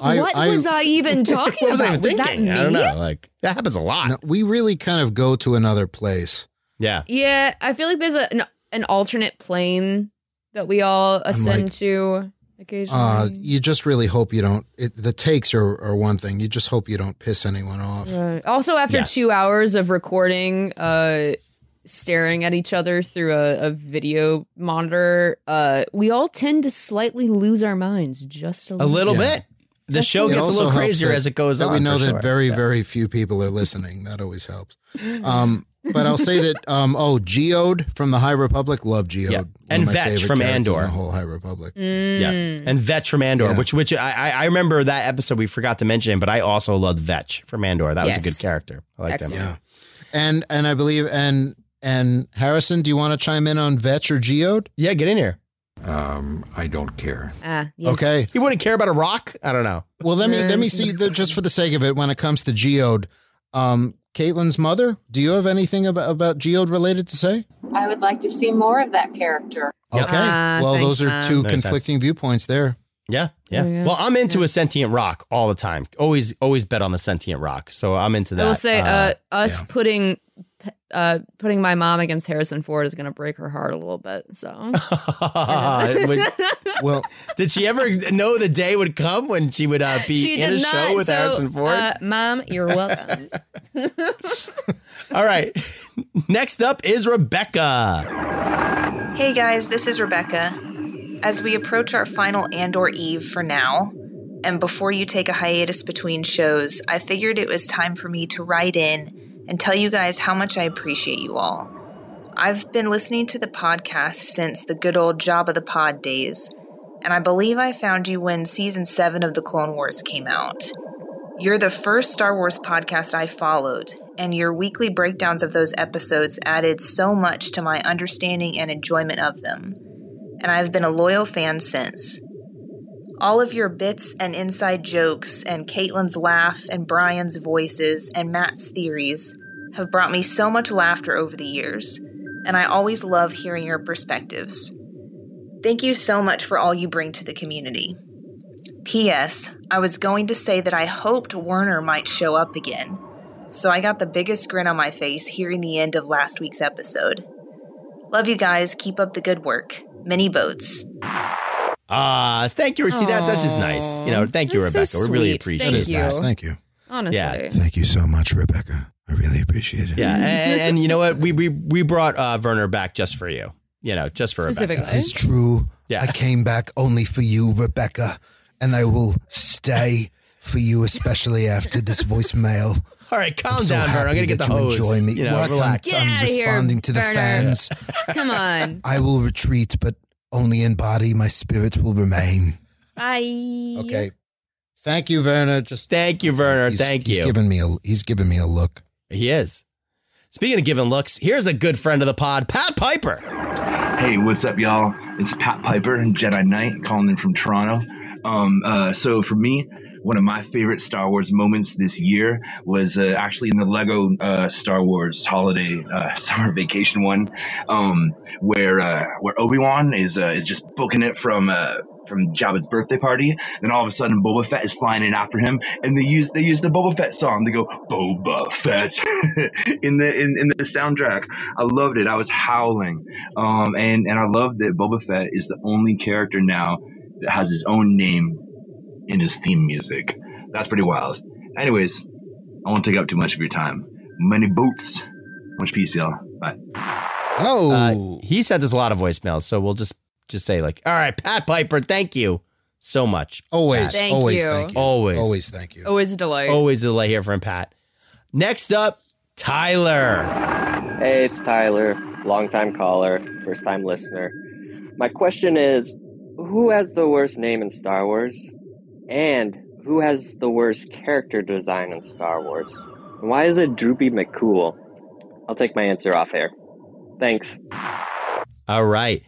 Speaker 5: what was I even talking
Speaker 4: What was I
Speaker 5: about?
Speaker 4: even
Speaker 5: was
Speaker 4: thinking?
Speaker 5: that me?
Speaker 4: I don't know. Like that happens a lot.
Speaker 3: No, we really kind of go to another place.
Speaker 4: Yeah.
Speaker 6: Yeah, I feel like there's a, an, an alternate plane that we all ascend to occasionally.
Speaker 3: Uh, you just really hope you don't. It, the takes are, are one thing. You just hope you don't piss anyone off.
Speaker 6: Right. Also, after
Speaker 3: Yeah.
Speaker 6: two hours of recording, uh, staring at each other through a, a video monitor, uh, we all tend to slightly lose our minds just
Speaker 4: A
Speaker 6: a little,
Speaker 4: little bit. The
Speaker 6: That's
Speaker 4: show
Speaker 6: so-
Speaker 4: gets a
Speaker 3: also
Speaker 4: little
Speaker 3: helps
Speaker 4: crazier
Speaker 3: that-
Speaker 4: as it goes
Speaker 3: that
Speaker 4: on.
Speaker 3: We know
Speaker 4: for
Speaker 3: that
Speaker 4: sure.
Speaker 3: very, very few people are listening. That always helps. Um, But I'll say that um, oh, Geode from the High Republic, love Geode,
Speaker 4: Yeah.
Speaker 3: One of
Speaker 4: And
Speaker 3: my
Speaker 4: Vetch
Speaker 3: favorite
Speaker 4: from
Speaker 3: characters in
Speaker 4: Andor.
Speaker 3: the whole High Republic.
Speaker 4: Yeah,
Speaker 6: Mm.
Speaker 4: and Vetch from Andor,
Speaker 3: Yeah.
Speaker 4: which which I I- I remember that episode we forgot to mention, but I also loved Vetch from Andor. That was a
Speaker 3: Yes.
Speaker 4: good character. I liked him.
Speaker 3: Yeah. And and I believe and and Harrison, do you want to chime in on Vetch or Geode?
Speaker 4: Yeah, get in here.
Speaker 3: Um, I don't care.
Speaker 5: Ah,
Speaker 3: Okay.
Speaker 4: He wouldn't care about a rock. I don't know.
Speaker 3: Well, let me let me see the, just for the sake of it. When it comes to Geode, um, Caitlin's mother, do you have anything about about Geode related to say?
Speaker 24: I would like to see more of that character.
Speaker 3: Okay.
Speaker 4: Ah,
Speaker 3: well, those are two
Speaker 4: Makes sense.
Speaker 3: conflicting viewpoints there.
Speaker 4: Yeah, yeah.
Speaker 3: Oh, yeah.
Speaker 4: Well, I'm into a sentient rock all the time. Always, always bet on the sentient rock. So I'm into that.
Speaker 6: I will say, uh,
Speaker 4: Uh,
Speaker 6: us putting uh, putting my mom against Harrison Ford is going to break her heart a little bit. So
Speaker 4: Would-
Speaker 3: well,
Speaker 4: Uh, did she ever know the day would come when she would uh, be in a show with
Speaker 6: so,
Speaker 4: Harrison Ford?
Speaker 6: uh, Mom, you're welcome.
Speaker 4: All right. Next up is Rebecca.
Speaker 21: Hey guys, this is Rebecca. As we approach our final Andor Eve for now, and before you take a hiatus between shows, I figured it was time for me to write in and tell you guys how much I appreciate you all. I've been listening to the podcast since the good old job of the pod days, and I believe I found you when season 7 of The Clone Wars came out. You're the first Star Wars podcast I followed, and your weekly breakdowns of those episodes added so much to my understanding and enjoyment of them. And I've been a loyal fan since. All of your bits and inside jokes, and Caitlin's laugh, and Brian's voices, and Matt's theories have brought me so much laughter over the years, and I always love hearing your perspectives. Thank you so much for all you bring to the community. P.S. I was going to say that I hoped Werner might show up again, so I got the biggest grin on my face hearing the end of last week's episode. Love you guys. Keep up the good work. Many boats.
Speaker 4: Ah, thank you. See that? That's just nice. You know, thank you,
Speaker 21: That's so
Speaker 4: Rebecca. we really
Speaker 21: sweet.
Speaker 4: appreciate
Speaker 21: Thank
Speaker 4: it.
Speaker 21: you. That is nice. Thank you.
Speaker 6: Honestly.
Speaker 3: Thank you so much, Rebecca. I really appreciate it.
Speaker 4: Yeah, and, and you know what? We we we brought uh, Werner back just for you. You know, just for Rebecca.
Speaker 3: This is true.
Speaker 4: Yeah.
Speaker 3: I came back only for you, Rebecca, and I will stay for you, especially after this voicemail.
Speaker 4: All right, calm
Speaker 3: I'm so
Speaker 4: down, Werner. I'm
Speaker 3: happy
Speaker 4: gonna get
Speaker 3: that
Speaker 4: the
Speaker 3: you
Speaker 4: hose.
Speaker 3: Enjoy me.
Speaker 4: You know,
Speaker 3: Well, I'm-
Speaker 4: relax.
Speaker 3: I'm,
Speaker 5: outta here,
Speaker 3: responding to the
Speaker 5: Werner.
Speaker 3: fans.
Speaker 5: Come on.
Speaker 3: I will retreat, but only in body. My spirit will remain.
Speaker 5: Bye.
Speaker 3: Okay. Thank you, Werner. Just
Speaker 4: thank you, Werner.
Speaker 3: He's-
Speaker 4: thank
Speaker 3: he's
Speaker 4: you.
Speaker 3: given me a he's given me a look.
Speaker 4: He is. Speaking of giving looks, here's a good friend of the pod, Pat Piper.
Speaker 22: Hey, what's up, y'all? It's Pat Piper, Jedi Knight, calling in from Toronto. Um, uh, so for me, one of my favorite Star Wars moments this year was uh, actually in the Lego uh, Star Wars Holiday uh, Summer Vacation one, um, where uh, where Obi Wan is uh, is just booking it from. Uh, from Jabba's birthday party, then all of a sudden Boba Fett is flying in after him, and they use they use the Boba Fett song. They go Boba Fett in the in, in the soundtrack. I loved it. I was howling, um, and and I love that Boba Fett is the only character now that has his own name in his theme music. That's pretty wild. Anyways, I won't take up too much of your time. Many boots. Much peace, y'all. Bye.
Speaker 4: Oh, he sent us a lot of voicemails, so we'll just just say like, all right, Pat Piper, thank you so much.
Speaker 3: Always,
Speaker 4: Pat.
Speaker 6: Thank always you. thank you.
Speaker 4: always,
Speaker 3: Always thank you.
Speaker 6: Always a delight.
Speaker 4: Always a delight here from Pat. Next up, Tyler.
Speaker 1: Hey, it's Tyler, longtime caller, first time listener. My question is who has the worst name in Star Wars? And who has the worst character design in Star Wars? And why is it Droopy McCool? I'll take my answer off air. Thanks.
Speaker 4: All right.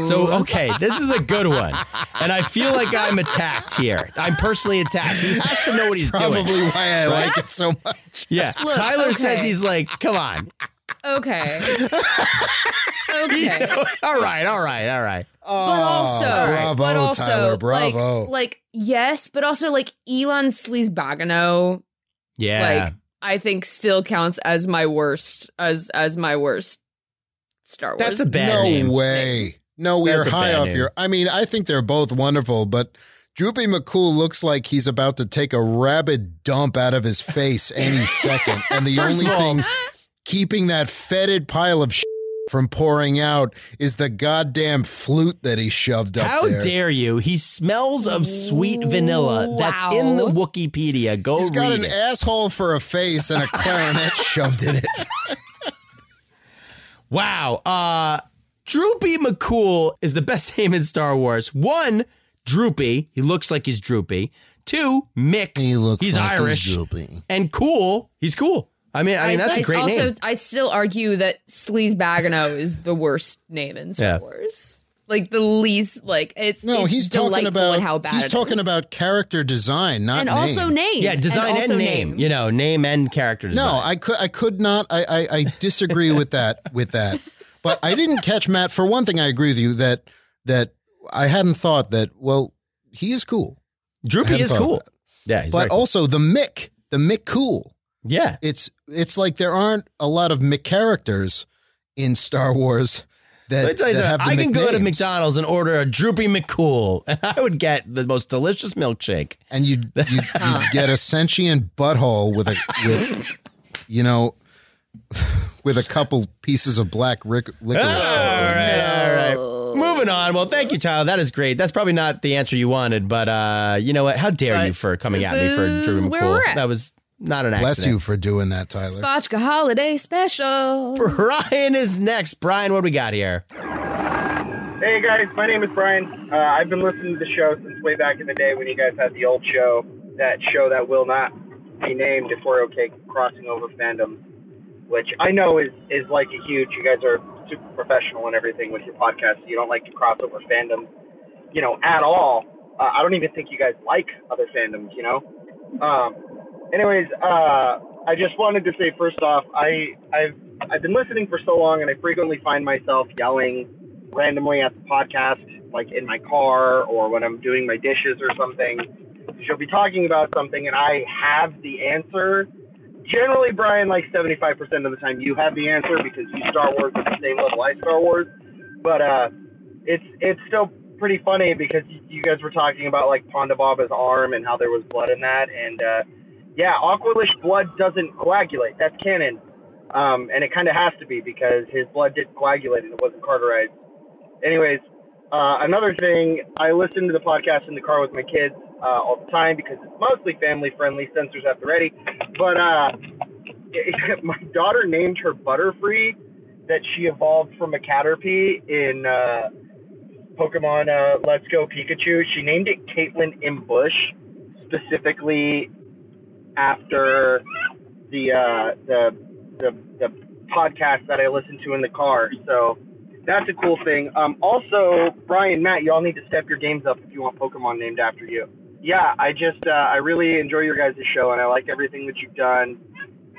Speaker 4: So okay, this is a good one, and I feel like I'm attacked here. I'm personally attacked. He has to know what he's doing.
Speaker 3: Probably why I
Speaker 4: right?
Speaker 3: like it so much.
Speaker 4: Yeah,
Speaker 6: Look,
Speaker 4: Tyler
Speaker 6: okay.
Speaker 4: says he's like, come on.
Speaker 6: Okay.
Speaker 4: You
Speaker 6: okay.
Speaker 4: know, all right, all right, all right.
Speaker 6: but also,
Speaker 4: Oh, bravo,
Speaker 6: but also,
Speaker 4: Tyler,
Speaker 6: like-
Speaker 4: bravo.
Speaker 6: Like, yes, but also like Elon Sleazebagano,
Speaker 4: Yeah.
Speaker 6: like I think still counts as my worst as as my worst Star Wars.
Speaker 3: no way. No, we
Speaker 6: That's
Speaker 3: are
Speaker 6: a
Speaker 3: high
Speaker 6: bad
Speaker 3: off
Speaker 6: name.
Speaker 3: your. I mean, I think they're both wonderful, but Droopy McCool looks like he's about to take a rabid dump out of his face any second, and the
Speaker 4: First
Speaker 3: only
Speaker 4: of all-
Speaker 3: thing keeping that fetid pile of. Sh- from pouring out is the goddamn flute that he shoved up
Speaker 4: How
Speaker 3: there.
Speaker 4: dare you? He smells of sweet vanilla. That's in the Wikipedia. Go
Speaker 3: He's
Speaker 4: read
Speaker 3: got an
Speaker 4: it.
Speaker 3: asshole for a face and a clarinet shoved in it.
Speaker 4: Wow. Uh Droopy McCool is the best name in Star Wars. One, Droopy. He looks like he's droopy. Two, Mick. He looks he's
Speaker 3: like he's
Speaker 4: Irish.
Speaker 3: droopy.
Speaker 4: And cool. He's cool. I mean, I mean that's a great
Speaker 5: also,
Speaker 4: name.
Speaker 5: I still argue that Sleaze Bagano is the worst name in Star
Speaker 4: Yeah.
Speaker 5: Wars. Like the least, like it's
Speaker 3: No,
Speaker 5: it's
Speaker 3: he's talking
Speaker 5: delightful
Speaker 3: about
Speaker 5: in how bad
Speaker 3: he's
Speaker 5: it
Speaker 3: talking
Speaker 5: is.
Speaker 3: about character design, not
Speaker 5: And
Speaker 3: name.
Speaker 5: also name.
Speaker 4: Yeah,
Speaker 5: And
Speaker 4: design and,
Speaker 5: also
Speaker 4: name. You know, name and character design.
Speaker 3: No, I could I could not. I I, I disagree with that with that. But I didn't catch Matt. For one thing, I agree with you that that I hadn't thought that. Well, he is cool.
Speaker 4: Droopy
Speaker 3: I hadn't
Speaker 4: is
Speaker 3: thought of
Speaker 4: cool.
Speaker 3: that.
Speaker 4: Yeah, he's very
Speaker 3: but
Speaker 4: cool.
Speaker 3: also the Mick, the Mick cool.
Speaker 4: Yeah,
Speaker 3: it's it's like there aren't a lot of Mick characters in Star Wars. That,
Speaker 4: Let me tell you
Speaker 3: that
Speaker 4: something.
Speaker 3: have the
Speaker 4: I can go to
Speaker 3: McNames.
Speaker 4: McDonald's and order a Droopy McCool, and I would get the most delicious milkshake.
Speaker 3: And you, you, you
Speaker 5: Uh.
Speaker 3: get a sentient butthole with a with you know with a couple pieces of black ric- licorice.
Speaker 4: Ah. All right. Moving on. Well, thank you, Tyler. That is great. That's probably not the answer you wanted, but uh, you know what? How dare you for coming at me for
Speaker 5: this
Speaker 4: Drew
Speaker 5: is
Speaker 4: McCool?
Speaker 5: where we're at.
Speaker 4: That was not an
Speaker 3: Bless
Speaker 4: accident.
Speaker 3: you for doing that, Tyler.
Speaker 5: Spotchka Holiday Special.
Speaker 4: Brian is next. Brian, what do we got here?
Speaker 29: Hey guys, my name is Brian. Uh, I've been listening to the show since way back in the day when you guys had the old show, that show that will not be named if we're okay crossing over fandom, which I know is is like a huge. You guys are super professional and everything with your podcast. You don't like to cross over fandom, you know, at all. Uh, I don't even think you guys like other fandoms, you know. Um, anyways, uh, I just wanted to say first off, I I've I've been listening for so long, and I frequently find myself yelling randomly at the podcast, like in my car or when I'm doing my dishes or something. She'll be talking about something, and I have the answer. Generally, Brian, like 75% of the time, you have the answer because you Star Wars at the same level I Star Wars. But uh, it's it's still pretty funny because y- you guys were talking about like Pondababa's arm and how there was blood in that, and uh, yeah, Aqualish blood doesn't coagulate. That's canon, um, and it kind of has to be because his blood did coagulate and it wasn't carterized. Anyways, uh, another thing, I listen to the podcast in the car with my kids uh, all the time because it's mostly family friendly. Sensors at the ready, but uh, my daughter named her Butterfree that she evolved from a Caterpie in uh, Pokemon uh, Let's Go Pikachu. She named it Caitlin Imbush specifically after the uh, the, the the podcast that I listen to in the car. So that's a cool thing. Um, also, Brian, Matt, y'all need to step your games up if you want Pokemon named after you. Yeah, I just uh, I really enjoy your guys' show, and I like everything that you've done.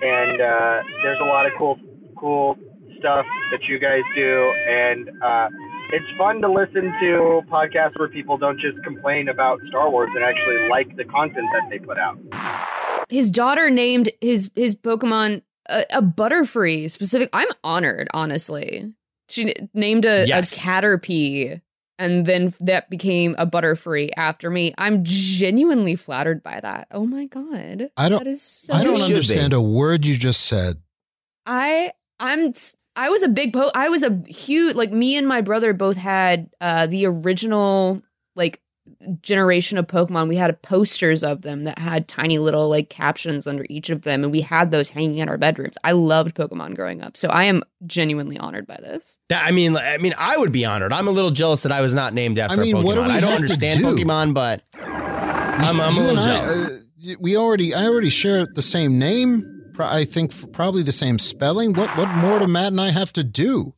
Speaker 29: And uh, there's a lot of cool cool stuff that you guys do, and uh, it's fun to listen to podcasts where people don't just complain about Star Wars and actually like the content that they put out.
Speaker 5: His daughter named his his Pokemon a, a Butterfree specific. I'm honored, honestly. She n- named a,
Speaker 4: Yes.
Speaker 5: a Caterpie, and then f- that became a Butterfree after me. I'm genuinely flattered by that. Oh my god!
Speaker 3: I don't.
Speaker 5: That is so.
Speaker 3: I don't understand a word you just said.
Speaker 5: I I'm I was a big po I was a huge like me and my brother both had uh the original like generation of Pokemon. We had posters of them that had tiny little like captions under each of them and we had those hanging in our bedrooms. I loved Pokemon growing up. So I am genuinely honored by this.
Speaker 4: That- I mean, I mean, I would be honored. I'm a little jealous that I was not named after
Speaker 3: I mean,
Speaker 4: a Pokemon.
Speaker 3: what do we
Speaker 4: I
Speaker 3: have
Speaker 4: don't
Speaker 3: to
Speaker 4: understand
Speaker 3: do?
Speaker 4: Pokemon, but I'm, I'm a
Speaker 3: You and
Speaker 4: little
Speaker 3: I,
Speaker 4: jealous.
Speaker 3: uh, y- we already. I already share the same name. Pro- I think f- probably the same spelling. What What more do Matt and I have to do?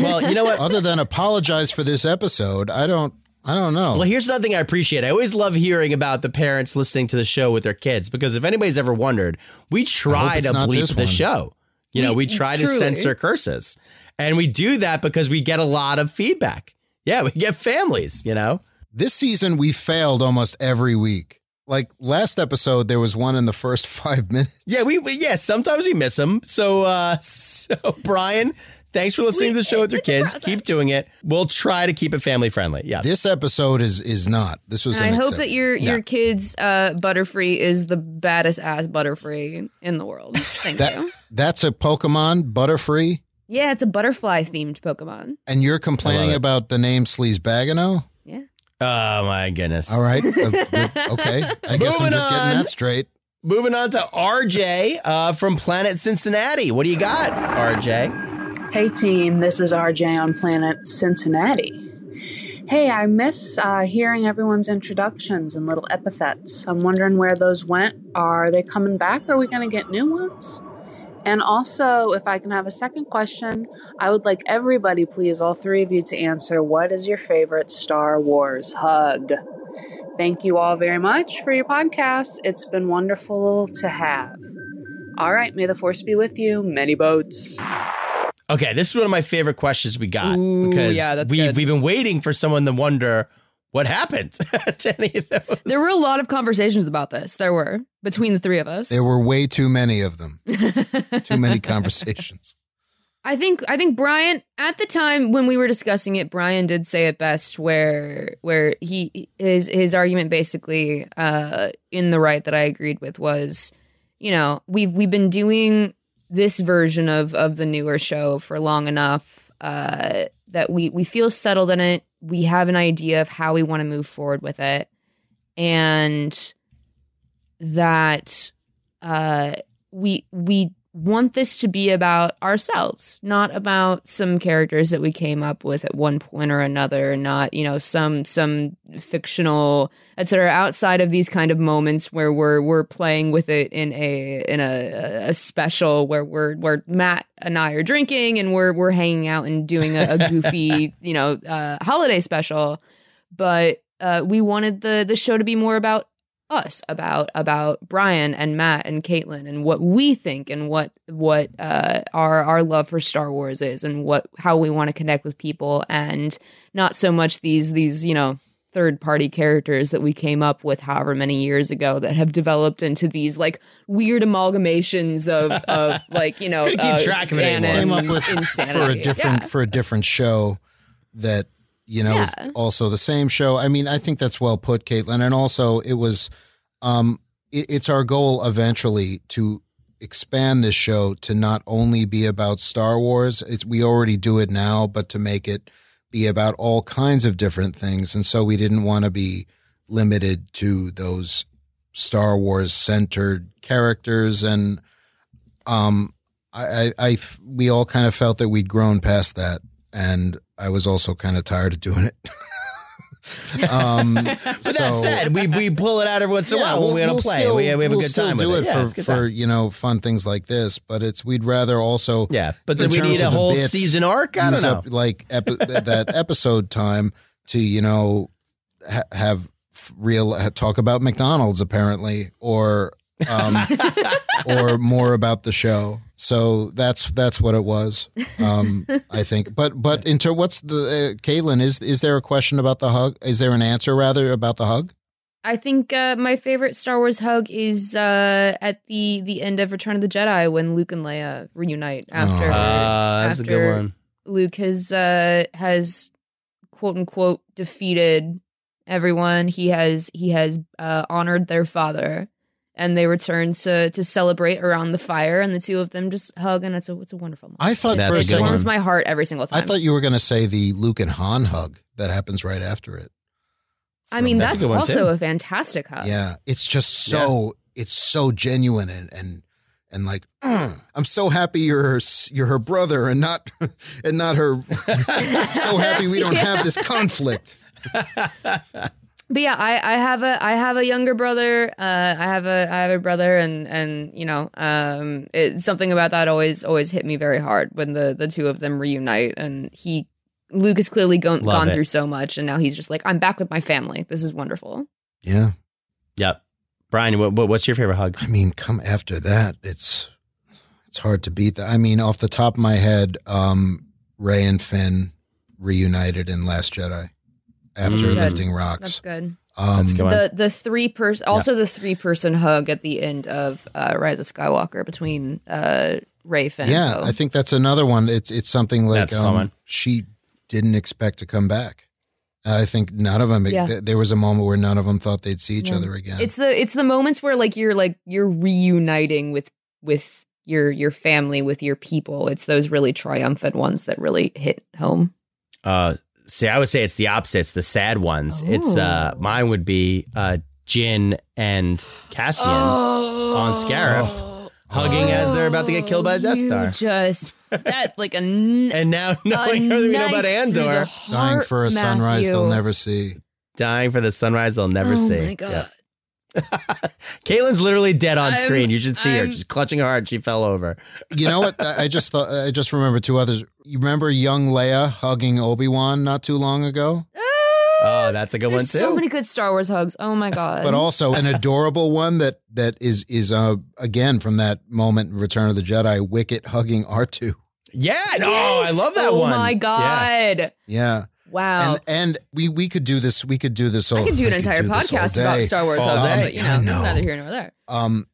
Speaker 4: Well, you know what?
Speaker 3: Other than apologize for this episode, I don't. I don't know.
Speaker 4: Well, here's another thing I appreciate. I always love hearing about the parents listening to the show with their kids because if anybody's ever wondered, we try
Speaker 3: it's
Speaker 4: to
Speaker 3: not
Speaker 4: bleep
Speaker 3: this
Speaker 4: the
Speaker 3: one.
Speaker 4: show. You know,
Speaker 3: We-
Speaker 4: we try to
Speaker 3: truly.
Speaker 4: censor curses. And we do that because we get a lot of feedback. Yeah, we get families, you know?
Speaker 3: This season, we failed almost every week. Like last episode, there was one in the first five minutes.
Speaker 4: Yeah, we, we yeah, sometimes we miss them. So uh so Brian, thanks for listening to the show with your kids. Keep doing it. We'll try to keep it family friendly. Yeah.
Speaker 3: This episode is is not. This was.
Speaker 5: And I
Speaker 3: an
Speaker 5: hope that
Speaker 3: exception.
Speaker 5: your your
Speaker 3: Yeah.
Speaker 5: kids uh Butterfree is the baddest ass Butterfree in the world. Thank you.
Speaker 3: that's a Pokemon Butterfree,
Speaker 5: Yeah, it's a butterfly themed Pokemon.
Speaker 3: and you're complaining about the name Sleazebagano.
Speaker 4: Oh my goodness.
Speaker 3: All right. Oh, Uh, okay. I guess I'm
Speaker 4: Moving
Speaker 3: just
Speaker 4: on.
Speaker 3: getting that straight.
Speaker 4: Moving on to RJ uh, from Planet Cincinnati. What do you got, RJ?
Speaker 32: Hey team, this is RJ on planet Cincinnati. Hey, I miss uh, hearing everyone's introductions and little epithets. I'm wondering where those went. Are they coming back? Are we going to get new ones? And also, if I can have a second question, I would like everybody, please, all three of you, to answer what is your favorite Star Wars hug? Thank you all very much for your podcast. It's been wonderful to have. All right, may the force be with you. Many boats.
Speaker 4: Okay, this is one of my favorite questions we got
Speaker 33: Ooh,
Speaker 4: because
Speaker 33: yeah, that's
Speaker 4: we
Speaker 33: good.
Speaker 4: we've been waiting for someone to wonder what happened to any of those.
Speaker 5: There were a lot of conversations about this. There were between the three of us.
Speaker 3: There were way too many of them. too many conversations.
Speaker 5: I think I think Brian at the time when we were discussing it, Brian did say it best where where he his his argument basically uh in the right that I agreed with was, you know, we've we've been doing this version of of the newer show for long enough uh that we we feel settled in it. We have an idea of how we want to move forward with it. And that uh, we we want this to be about ourselves, not about some characters that we came up with at one point or another, not you know some some fictional etc. Outside of these kind of moments where we're we're playing with it in a in a, a special where we're where Matt and I are drinking and we're we're hanging out and doing a, a goofy you know uh, holiday special, but. Uh, we wanted the the show to be more about us about about Brian and Matt and Caitlin and what we think and what what uh, our our love for Star Wars is and what how we want to connect with people and not so much these these you know third party characters that we came up with however many years ago that have developed into these like weird amalgamations of of like you know
Speaker 4: Couldn't keep track of it
Speaker 5: canon
Speaker 4: anymore.
Speaker 3: Came up with
Speaker 5: insanity.
Speaker 3: for a different for a different show that you know is
Speaker 5: Yeah.
Speaker 3: also the same show. I mean, I think that's well put, Caitlin. And also, it was um, it, it's our goal eventually to expand this show to not only be about Star Wars. It's we already do it now, but to make it be about all kinds of different things. And so we didn't want to be limited to those Star Wars centered characters and um I, I, I f- we all kind of felt that we'd grown past that, and I was also kind of tired of doing it. um,
Speaker 4: But that said, we we pull it out every once in a while when we want to play.
Speaker 3: still-
Speaker 4: we, we have
Speaker 3: we'll
Speaker 4: a good
Speaker 3: still
Speaker 4: time
Speaker 3: do
Speaker 4: with it. Yeah,
Speaker 3: for,
Speaker 4: it's a good
Speaker 3: for
Speaker 4: time.
Speaker 3: you know fun things like this, but it's we'd rather also yeah.
Speaker 4: but do we need a whole season arc? I don't know.
Speaker 3: like epi- th- that episode time to you know ha- have f- real ha- talk about McDonald's apparently or. um, or more about the show. So that's that's what it was, um, I think. But but into what's the uh, Caitlin? Is is there a question about the hug? Is there an answer rather about the hug?
Speaker 5: I think uh, my favorite Star Wars hug is uh, at the the end of Return of the Jedi when Luke and Leia
Speaker 3: Oh.
Speaker 5: reunite after.
Speaker 4: Ah, that's a good
Speaker 5: after
Speaker 4: one.
Speaker 5: Luke has uh, has quote unquote defeated everyone. He has he has uh, honored their father, and they return to to celebrate around the fire, and the two of them just hug, and it's a it's a wonderful. Moment.
Speaker 3: I thought
Speaker 5: It
Speaker 3: for a
Speaker 5: just
Speaker 3: second-
Speaker 5: warms my heart every single time.
Speaker 3: I thought you were going to say the Luke and Han hug that happens right after it.
Speaker 5: I
Speaker 3: That's
Speaker 5: mean,
Speaker 3: a
Speaker 5: that's,
Speaker 3: good one,
Speaker 5: also
Speaker 3: too.
Speaker 5: a fantastic hug.
Speaker 3: Yeah, it's just so it's so genuine and and and like "Mm, I'm so happy you're her, s- you're her brother and not and not her. so happy we don't have this conflict.
Speaker 5: But yeah, I, I have a I have a younger brother. Uh, I have a I have a brother, and and you know, um, it, something about that always always hit me very hard when the the two of them reunite, and he Luke has clearly gone
Speaker 4: Love
Speaker 5: gone
Speaker 4: it.
Speaker 5: through so much, and now he's just like, I'm back with my family. This is
Speaker 3: Um,
Speaker 5: wonderful.
Speaker 3: Yeah.
Speaker 4: Yep. Brian, what, what- what's your favorite hug?
Speaker 3: I mean, come after that. It's it's hard to beat that. I mean, off the top of my head, um, Ray and Finn reunited in Last Jedi
Speaker 5: That's
Speaker 3: after
Speaker 5: good.
Speaker 3: lifting rocks.
Speaker 5: That's good.
Speaker 3: Um, Mm. That's a good one.
Speaker 5: the the three person also the three person hug at the end of uh, Rise of Skywalker between uh, Ray Finn.
Speaker 3: yeah,
Speaker 5: Poe.
Speaker 3: I think that's another one. It's it's something like
Speaker 4: That's a fun
Speaker 3: um,
Speaker 4: one.
Speaker 3: she didn't expect to come back, and I think none of them.
Speaker 5: Yeah.
Speaker 3: th- there was a moment where none of them thought they'd see each
Speaker 5: Yeah.
Speaker 3: other again.
Speaker 5: It's the it's the moments where like you're like you're reuniting with with your your family with your people. It's those really triumphant ones that really hit home.
Speaker 4: Uh, see, I would say it's the opposite. It's the sad ones. It's uh, mine would be uh, Jin and Cassian on Scarif. hugging as they're about to get killed by a Death
Speaker 5: You
Speaker 4: Star.
Speaker 5: just that like a n-
Speaker 4: and now knowing everything we know about Andor,
Speaker 3: dying for a sunrise they'll never see.
Speaker 4: Dying for the sunrise they'll never
Speaker 5: Oh
Speaker 4: see.
Speaker 5: my God.
Speaker 4: Caitlin's literally dead on
Speaker 3: I'm-
Speaker 4: screen. You should see her.
Speaker 3: I'm-
Speaker 4: She's clutching her heart. She fell over.
Speaker 3: You know what? I I just thought. I just remember two others. You remember young Leia hugging Obi Wan not too long ago,
Speaker 5: Ah,
Speaker 4: Oh, that's a good
Speaker 3: one
Speaker 6: There's so many good Star Wars hugs. Oh my god!
Speaker 3: but also an adorable one that that is is uh again from that moment in Return of the Jedi. Wicket hugging R two.
Speaker 4: Yeah. No, I love that
Speaker 5: Oh
Speaker 4: one.
Speaker 5: my god.
Speaker 3: Yeah.
Speaker 5: Wow.
Speaker 3: And, and we we could do this. We could do this. All,
Speaker 5: I could do an
Speaker 3: we
Speaker 5: entire
Speaker 3: do this all
Speaker 5: podcast about
Speaker 3: day.
Speaker 5: Star Wars
Speaker 3: All
Speaker 4: Oh,
Speaker 5: hugs,
Speaker 3: day.
Speaker 5: but you
Speaker 3: I
Speaker 5: know, neither here nor there.
Speaker 3: Um,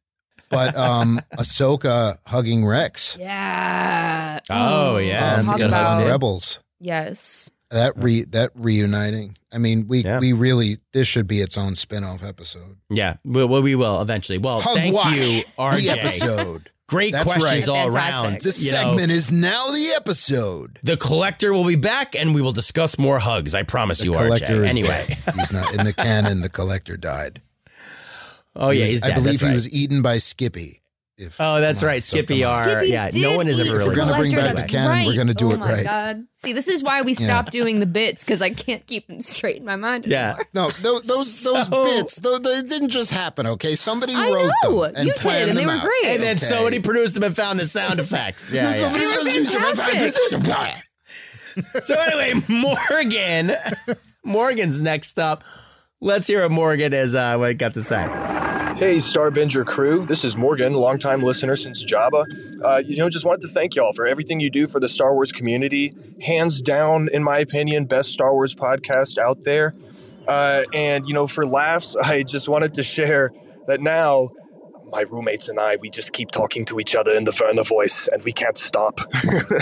Speaker 3: but um, Ahsoka hugging Rex.
Speaker 5: Yeah.
Speaker 4: Oh,
Speaker 3: Um,
Speaker 5: Talk
Speaker 3: and
Speaker 5: about
Speaker 3: hugging Rebels.
Speaker 5: Yes.
Speaker 3: That re that reuniting. I mean, we we really this should be its own spin off episode.
Speaker 4: Yeah, we, well, we will eventually. Well,
Speaker 3: Hug
Speaker 4: thank
Speaker 3: watch
Speaker 4: you,
Speaker 3: the
Speaker 4: RJ.
Speaker 3: episode.
Speaker 4: Great
Speaker 3: That's right.
Speaker 4: questions all
Speaker 3: Fantastic.
Speaker 4: around.
Speaker 3: This segment is now the episode.
Speaker 4: The collector will be back, and we will discuss more hugs. I promise
Speaker 3: The
Speaker 4: you,
Speaker 3: collector
Speaker 4: RJ.
Speaker 3: is
Speaker 4: Anyway,
Speaker 3: dead. he's not in the canon. The collector died.
Speaker 4: Oh,
Speaker 3: He
Speaker 4: yeah,
Speaker 3: was-
Speaker 4: he's
Speaker 3: I
Speaker 4: dead,
Speaker 3: believe
Speaker 4: that's
Speaker 3: he
Speaker 4: right.
Speaker 3: was eaten by Skippy.
Speaker 4: oh, that's right,
Speaker 3: so
Speaker 4: Skippy.
Speaker 3: come on.
Speaker 4: Are
Speaker 3: Skippy
Speaker 4: yeah,
Speaker 3: did
Speaker 4: no one has
Speaker 3: eat
Speaker 4: ever
Speaker 3: the
Speaker 4: really.
Speaker 3: We're gonna bring
Speaker 4: collector,
Speaker 3: back
Speaker 4: that's
Speaker 3: the canon.
Speaker 4: right.
Speaker 3: We're gonna do
Speaker 5: oh
Speaker 3: it
Speaker 5: my
Speaker 3: right.
Speaker 5: God. See, this is why we
Speaker 3: Yeah.
Speaker 5: stopped doing the bits because I can't keep them straight in my mind.
Speaker 4: Yeah.
Speaker 3: No, those those, those
Speaker 5: So-
Speaker 3: bits, those, they didn't just happen. Okay, somebody
Speaker 5: I
Speaker 3: wrote
Speaker 5: know.
Speaker 3: them and
Speaker 5: You did,
Speaker 3: planned
Speaker 5: and they
Speaker 3: them
Speaker 5: were
Speaker 3: out.
Speaker 5: great.
Speaker 4: And then somebody produced them and found the sound effects. Yeah, yeah.
Speaker 3: Somebody produced them and found-
Speaker 4: so anyway, Morgan, Morgan's next up. Let's hear what Morgan is. Uh, what he got to say?
Speaker 13: Hey, Starbinger crew. This is Morgan, longtime listener since Java. Uh, you know, just wanted to thank y'all for everything you do for the Star Wars community. Hands down, in my opinion, best Star Wars podcast out there. Uh, and, you know, for laughs, I just wanted to share that now my roommates and I, we just keep talking to each other in the Verna voice and we can't stop.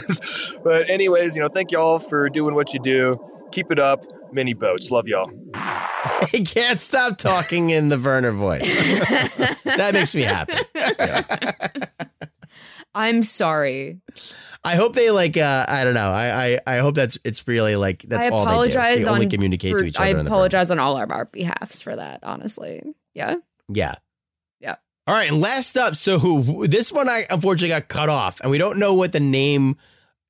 Speaker 13: but, anyways, you know, thank y'all for doing what you do. Keep it up. Mini boats. Love y'all.
Speaker 4: He can't stop talking in the Werner voice. that makes me happy.
Speaker 5: I'm sorry.
Speaker 4: I hope they like. Uh, I don't know. I, I I hope that's it's really like that's
Speaker 5: I
Speaker 4: all they do.
Speaker 5: apologize
Speaker 4: They only
Speaker 5: on-
Speaker 4: communicate
Speaker 5: for-
Speaker 4: to each other.
Speaker 5: I
Speaker 4: in the Werner.
Speaker 5: apologize on all of our behalfs for that, honestly. Yeah.
Speaker 4: Yeah.
Speaker 5: Yeah.
Speaker 4: All right, and last up. So who, this one I unfortunately got cut off, and we don't know what the name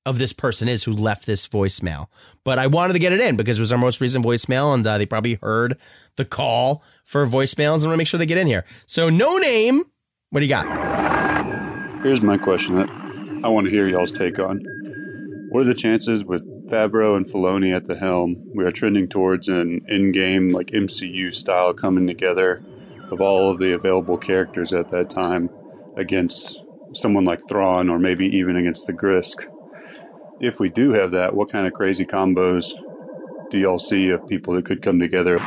Speaker 4: of this person is who left this voicemail. But I wanted to get it in because it was our most recent voicemail, and uh, they probably heard the call for voicemails, and want to make sure they get in here. So no name. What do you got?
Speaker 14: Here's my question that I want to hear y'all's take on. What are the chances with Fabro and Filoni at the helm? We are trending towards an in-game, like MCU style, coming together of all of the available characters at that time against someone like Thrawn, or maybe even against the Grisk. If we do have that, what kind of crazy combos do y'all see of people that could come together?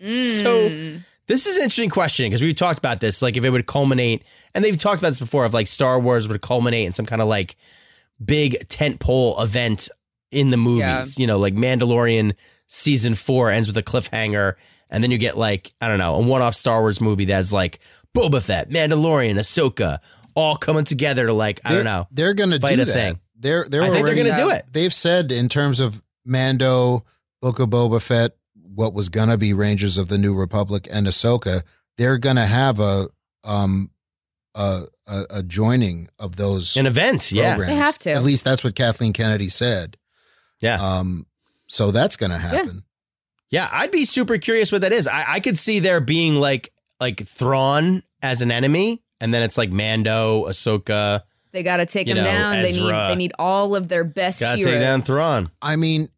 Speaker 4: So
Speaker 3: Hmm.
Speaker 4: this is an interesting question because we've talked about this, like if it would culminate, and they've talked about this before, of like Star Wars would culminate in some kind of like big tent pole event in the movies. You know, like Mandalorian season four ends with a cliffhanger, and then you get like, I don't know, a one off Star Wars movie that's like Boba Fett, Mandalorian, Ahsoka, all coming together to like, I don't know.
Speaker 3: They're gonna
Speaker 4: fight
Speaker 3: do
Speaker 4: a
Speaker 3: that.
Speaker 4: thing.
Speaker 3: They're they're
Speaker 4: I think they're
Speaker 3: already-
Speaker 4: gonna do it.
Speaker 3: They've said in terms of Mando, Book of Boba Fett, what was gonna be Rangers of the New Republic and Ahsoka, they're gonna have a um a a, a joining of those
Speaker 4: an event. yeah.
Speaker 3: programs.
Speaker 4: They have to.
Speaker 3: At least that's what Kathleen Kennedy said.
Speaker 4: Yeah.
Speaker 3: Um. So that's gonna happen.
Speaker 4: Yeah, I'd be super curious what that is. I, I could see there being like like Thrawn as an enemy, and then it's like Mando, Ahsoka.
Speaker 5: They gotta take
Speaker 4: You
Speaker 5: them
Speaker 4: know,
Speaker 5: down. They
Speaker 4: Ezra.
Speaker 5: need they need all of their best
Speaker 4: Gotta
Speaker 5: heroes.
Speaker 4: take down Thrawn.
Speaker 3: I mean,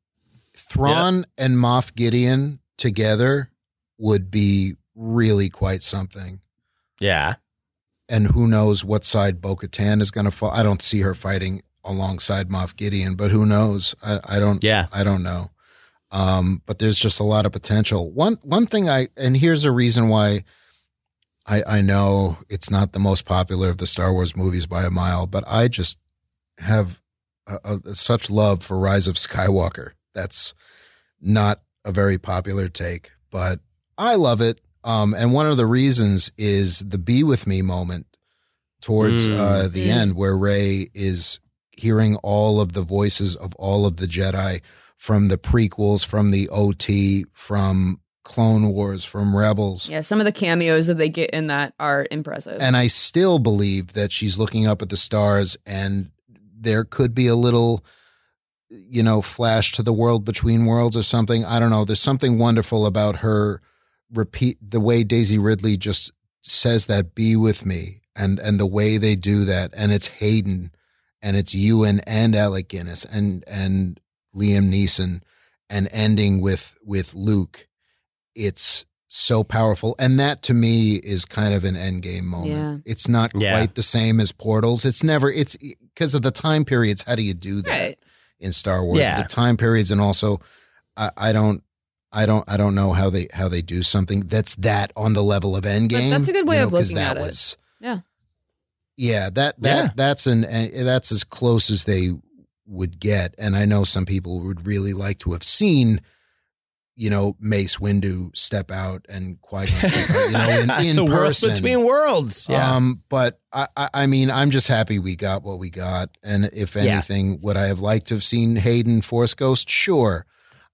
Speaker 3: Thrawn and Moff Gideon together would be really quite something.
Speaker 4: Yeah.
Speaker 3: And who knows what side Bo Katan is going to fall. I don't see her fighting alongside Moff Gideon, but who knows? I, I don't.
Speaker 4: Yeah.
Speaker 3: I don't know. Um, but there's just a lot of potential. One one thing I and here's a reason why I I know it's not the most popular of the Star Wars movies by a mile, but I just have a, a, such love for Rise of Skywalker. That's not a very popular take, but I love it. Um, and one of the reasons is the "Be with Me" moment towards
Speaker 9: Hmm.
Speaker 4: Mm.
Speaker 3: uh, the
Speaker 4: Mm.
Speaker 3: end, where Ray is hearing all of the voices of all of the Jedi from the prequels, from the OT, from Clone Wars from Rebels.
Speaker 6: Yeah, some of the cameos that they get in that are impressive.
Speaker 3: And I still believe that she's looking up at the stars and there could be a little you know flash to the world between worlds or something. I don't know. There's something wonderful about her repeat the way Daisy Ridley just says that be with me and and the way they do that and it's Hayden and it's Ewan and Alec Guinness and and Liam Neeson and ending with with Luke. It's so powerful and that to me is kind of an end game moment. It's not quite
Speaker 4: Yeah.
Speaker 3: the same as Portals. It's never it's because of the time periods how do you do that in Star Wars?
Speaker 4: Yeah.
Speaker 3: The time periods and also I, I don't I don't I don't know how they how they do something that's that on the level of Endgame.
Speaker 6: But that's a good way
Speaker 3: you know,
Speaker 6: of
Speaker 3: 'cause
Speaker 6: looking
Speaker 3: that
Speaker 6: at
Speaker 3: was,
Speaker 6: it. Yeah.
Speaker 3: yeah, that that
Speaker 6: Yeah.
Speaker 3: that's an uh, that's as close as they would get, and I know some people would really like to have seen, you know, Mace Windu step out and Qui Gon step out, you know, in, in
Speaker 4: The world
Speaker 3: person
Speaker 4: between worlds. Yeah.
Speaker 3: Um, but I, I, I mean, I'm just happy we got what we got, and if
Speaker 4: Yeah.
Speaker 3: anything, would I have liked to have seen Hayden Force Ghost? Sure.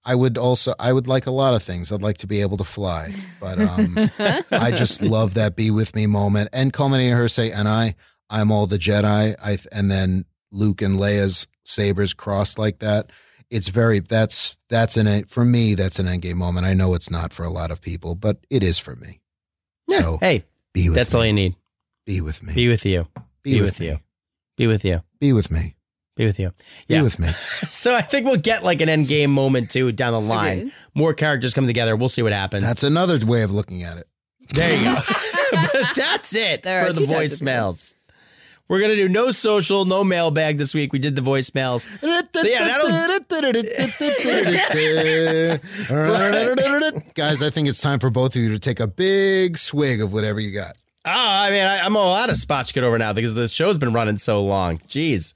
Speaker 3: I would also I would like a lot of things. I'd like to be able to fly, but um, I just love that be with me moment and culminating her say, and I, I'm all the Jedi. I, and then Luke and Leia's sabers crossed like that. It's very, that's, that's an, end- for me, that's an endgame moment. I know it's not for a lot of people, but it is for me. so
Speaker 4: hey,
Speaker 3: be with
Speaker 4: that's all you need.
Speaker 3: Be with me.
Speaker 4: Be with you.
Speaker 3: Be with me.
Speaker 4: you. Be with you.
Speaker 3: Be with me.
Speaker 4: Be with you. Yeah.
Speaker 3: with me.
Speaker 4: so I think we'll get like an end game moment too down the line.
Speaker 3: Agreed.
Speaker 4: More characters come together. We'll see what happens.
Speaker 3: That's another way of looking at it.
Speaker 4: There you go. but that's it
Speaker 3: There
Speaker 4: for
Speaker 3: are two
Speaker 4: the
Speaker 3: types of
Speaker 4: voicemails. We're gonna do no social, no mailbag this week. We did the voicemails. So yeah, that'll
Speaker 3: Guys, I think it's time for both of you to take a big swig of whatever you got.
Speaker 4: Oh, I mean, I, I'm all out of Spotchkit over now because the show's been running so long. Jeez.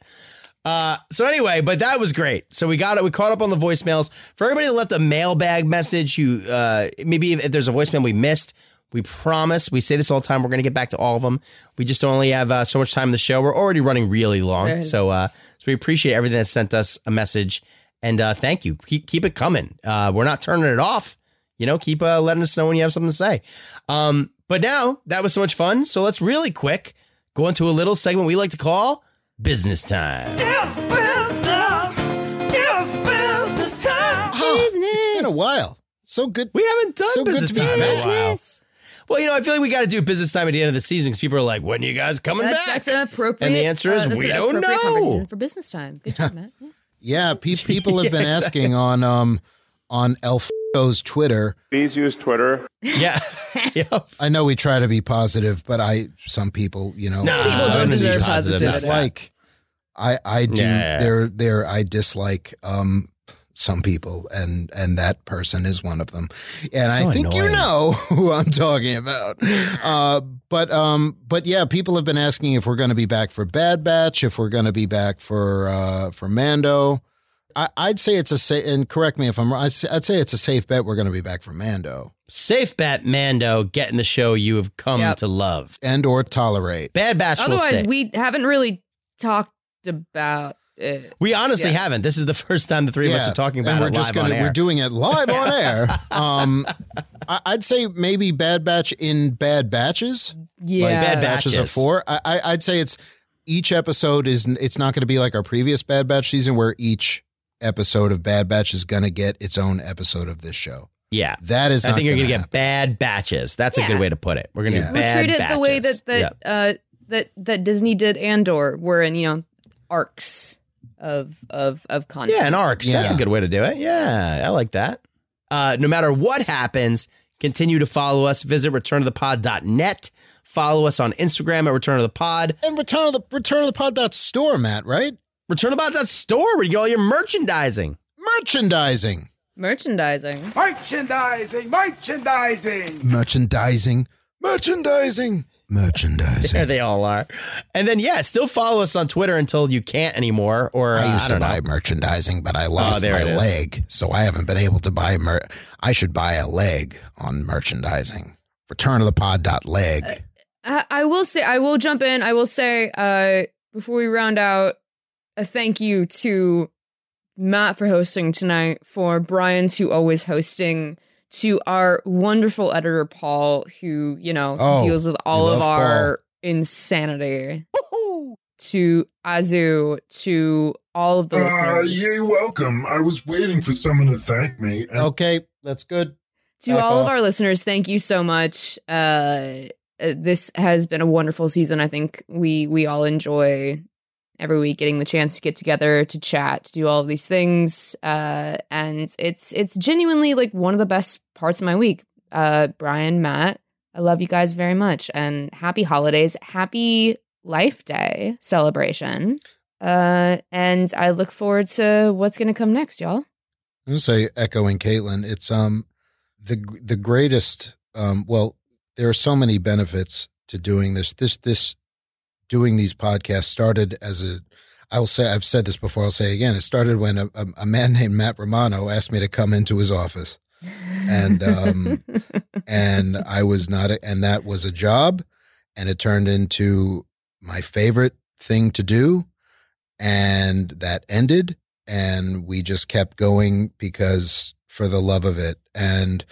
Speaker 4: Uh, so anyway, but that was great. So we got it. We caught up on the voicemails. For everybody that left a mailbag message, who uh, maybe if, if there's a voicemail we missed, we promise. We say this all the time. We're going to get back to all of them. We just only have uh, so much time in the show. We're already running really long.
Speaker 15: Right.
Speaker 4: So uh, so we appreciate everything that sent us a message, and uh, thank you. Keep, keep it coming. Uh, we're not turning it off. You know, keep uh, letting us know when you have something to say. Um, but now that was so much fun. So let's really quick go into a little segment we like to call business time.
Speaker 15: It's business. It's business time.
Speaker 3: It's been a while. So good.
Speaker 4: We haven't done
Speaker 3: so
Speaker 4: business
Speaker 3: good to be
Speaker 4: time in a
Speaker 3: back.
Speaker 4: while. Well, you know, I feel like we got to do business time at the end of the season because people are like, "When are you guys coming
Speaker 6: That-
Speaker 4: back?"
Speaker 6: That's an appropriate.
Speaker 4: And the answer is,
Speaker 5: uh,
Speaker 6: that's
Speaker 4: we
Speaker 6: an
Speaker 4: don't know.
Speaker 6: appropriate conversation For business time. Good job, Matt.
Speaker 3: Yeah, pe- people have been
Speaker 6: Yeah, exactly.
Speaker 3: asking on um on Elfo's Twitter.
Speaker 16: Please use Twitter.
Speaker 4: Yeah.
Speaker 3: I know we try to be positive, but I some people, you know,
Speaker 4: Some people
Speaker 3: I
Speaker 4: don't deserve
Speaker 3: just
Speaker 4: positivity.
Speaker 3: Dislike. I I do
Speaker 4: Yeah.
Speaker 3: there there I dislike um some people and and that person is one of them. And
Speaker 4: So
Speaker 3: I think you
Speaker 4: annoying.
Speaker 3: know who I'm talking about. Uh but um but yeah, people have been asking if we're going to be back for Bad Batch, if we're going to be back for uh for Mando. I, I'd say it's a safe, and correct me if I'm wrong. I'd say I'd say it's a safe bet we're going to be back for Mando
Speaker 4: Safe bet, Mando, getting the show you have come
Speaker 6: Yep.
Speaker 4: to love.
Speaker 3: and or tolerate.
Speaker 4: Bad Batch will
Speaker 6: Otherwise,
Speaker 4: say.
Speaker 6: we haven't really talked about it.
Speaker 4: We honestly
Speaker 6: Yeah.
Speaker 4: haven't. This is the first time the three of us
Speaker 3: Yeah,
Speaker 4: are talking
Speaker 3: and
Speaker 4: about
Speaker 3: we're
Speaker 4: it
Speaker 3: just
Speaker 4: live
Speaker 3: gonna-
Speaker 4: on air.
Speaker 3: We're doing it live on air. Um, I, I'd say maybe Bad Batch in bad batches.
Speaker 6: Yeah.
Speaker 3: like
Speaker 6: Bad
Speaker 3: batches of
Speaker 6: batches.
Speaker 3: four. I, I, I'd say it's each episode is. It's not going to be like our previous Bad Batch season where each episode of Bad Batch is going to get its own episode of this show.
Speaker 4: Yeah,
Speaker 3: That is
Speaker 4: I
Speaker 3: not
Speaker 4: think you're
Speaker 3: gonna
Speaker 4: gonna get bad batches. That's a good way to put it. We're gonna
Speaker 3: Yeah.
Speaker 4: do
Speaker 6: We'll
Speaker 4: bad
Speaker 6: treat it
Speaker 4: batches.
Speaker 6: the way that that
Speaker 4: Yeah.
Speaker 6: uh, that that Disney did Andor, were in you know arcs of of of content.
Speaker 4: Yeah, an arc. So That's a good way to do it. Yeah, I like that. Uh, no matter what happens, continue to follow us. Visit returntothepod.net. Follow us on Instagram at Return of the Pod.
Speaker 3: And Return of the Return of the Pod dot store, Matt, right?
Speaker 4: Return of the Pod dot store where you get all your merchandising.
Speaker 3: Merchandising.
Speaker 6: Merchandising.
Speaker 15: Merchandising. Merchandising.
Speaker 3: Merchandising. Merchandising. Merchandising.
Speaker 4: There they all are. And then yeah, still follow us on Twitter until you can't anymore. Or uh,
Speaker 3: I used to
Speaker 4: don't
Speaker 3: buy
Speaker 4: know. Oh,
Speaker 3: merchandising, but I lost
Speaker 4: there
Speaker 3: my
Speaker 4: it is.
Speaker 3: leg, so I haven't been able to buy mer. I should buy a leg on merchandising. Return of the pod dot leg.
Speaker 4: Uh,
Speaker 6: I, I will say I will jump in. I will say uh, before we round out, a thank you to Matt for hosting tonight, for Brian to always hosting,
Speaker 5: to our wonderful editor Paul, who you know
Speaker 34: Oh,
Speaker 5: deals with all
Speaker 34: we
Speaker 5: of
Speaker 34: love
Speaker 5: our insanity. to Azu, to all of the
Speaker 2: Uh,
Speaker 5: listeners.
Speaker 2: yay, welcome. I was waiting for someone to thank me.
Speaker 3: okay, that's good.
Speaker 5: to all of our listeners thank you so much uh uh, this has been a wonderful season i think we we all enjoy every week getting the chance to get together to chat to do all of these things uh and it's it's genuinely like one of the best parts of my week uh brian matt i love you guys very much and happy holidays happy life day celebration uh and i look forward to what's gonna come next y'all
Speaker 3: I'm gonna say echoing Caitlin. It's um the the greatest um well there are so many benefits to doing this. This this doing these podcasts started as a I will say I've said this before. I'll say again. It started when a, a, a man named Matt Romano asked me to come into his office, and um, and I was not. A, and that was a job, and it turned into my favorite thing to do and that ended and we just kept going because for the love of it and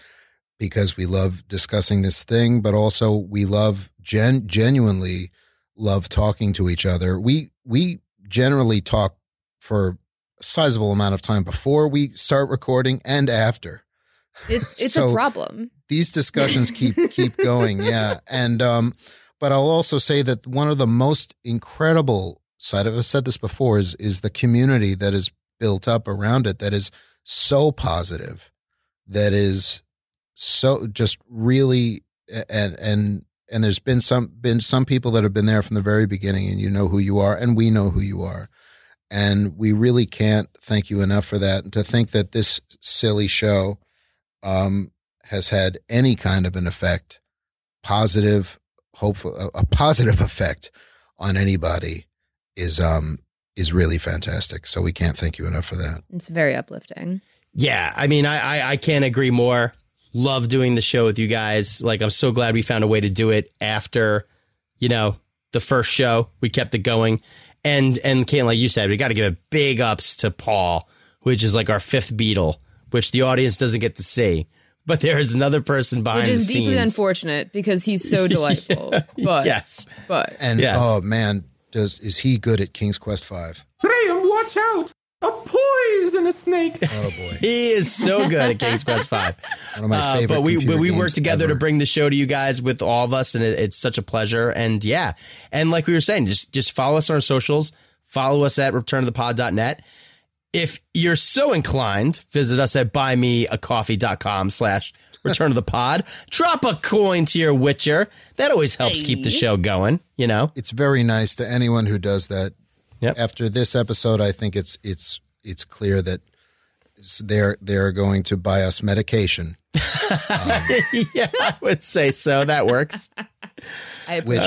Speaker 3: because we love discussing this thing but also we love gen- genuinely love talking to each other we we generally talk for a sizable amount of time before we start recording and after
Speaker 5: it's it's a
Speaker 3: So-
Speaker 5: problem
Speaker 3: these discussions keep keep going yeah and um but i'll also say that one of the most incredible side of i've said this before is is the community that is built up around it that is so positive that is so just really and and and there's been some been some people that have been there from the very beginning and you know who you are and we know who you are and we really can't thank you enough for that and to think that this silly show um, has had any kind of an effect, positive, hopeful, a, a positive effect on anybody is um is really fantastic. So we can't thank you enough for that.
Speaker 5: It's very uplifting.
Speaker 4: Yeah, I mean, I, I I can't agree more. Love doing the show with you guys. Like, I'm so glad we found a way to do it after, you know, the first show. We kept it going, and and Caitlin, like you said, we got to give a big ups to Paul, which is like our fifth Beatle, which the audience doesn't get to see, but there is another person behind
Speaker 5: which is
Speaker 4: the
Speaker 5: deeply
Speaker 4: scenes.
Speaker 5: unfortunate because he's so delightful. but
Speaker 4: yes,
Speaker 5: but
Speaker 3: And oh man, does is he good at King's Quest Five?
Speaker 6: Graham, watch out! A poisonous snake!
Speaker 3: Oh boy.
Speaker 4: he is so good at King's Quest Five.
Speaker 3: One of my favorite
Speaker 4: Uh, but we
Speaker 3: computer
Speaker 4: but we work
Speaker 3: games
Speaker 4: together to bring the show to you guys with all of us, and it, it's such a pleasure. And yeah, and like we were saying, just just follow us on our socials. Follow us at returntothepod.net. If you're so inclined, visit us at buymeacoffee.com slash return of the pod. Drop a coin to your witcher. That always helps keep the
Speaker 3: Hey.
Speaker 4: show going, you know?
Speaker 3: It's very nice to anyone who does that. After this episode, I think it's it's it's clear that s- they're they're going to buy us medication,
Speaker 4: yeah, I would say so. That works. Uh.
Speaker 5: I
Speaker 3: which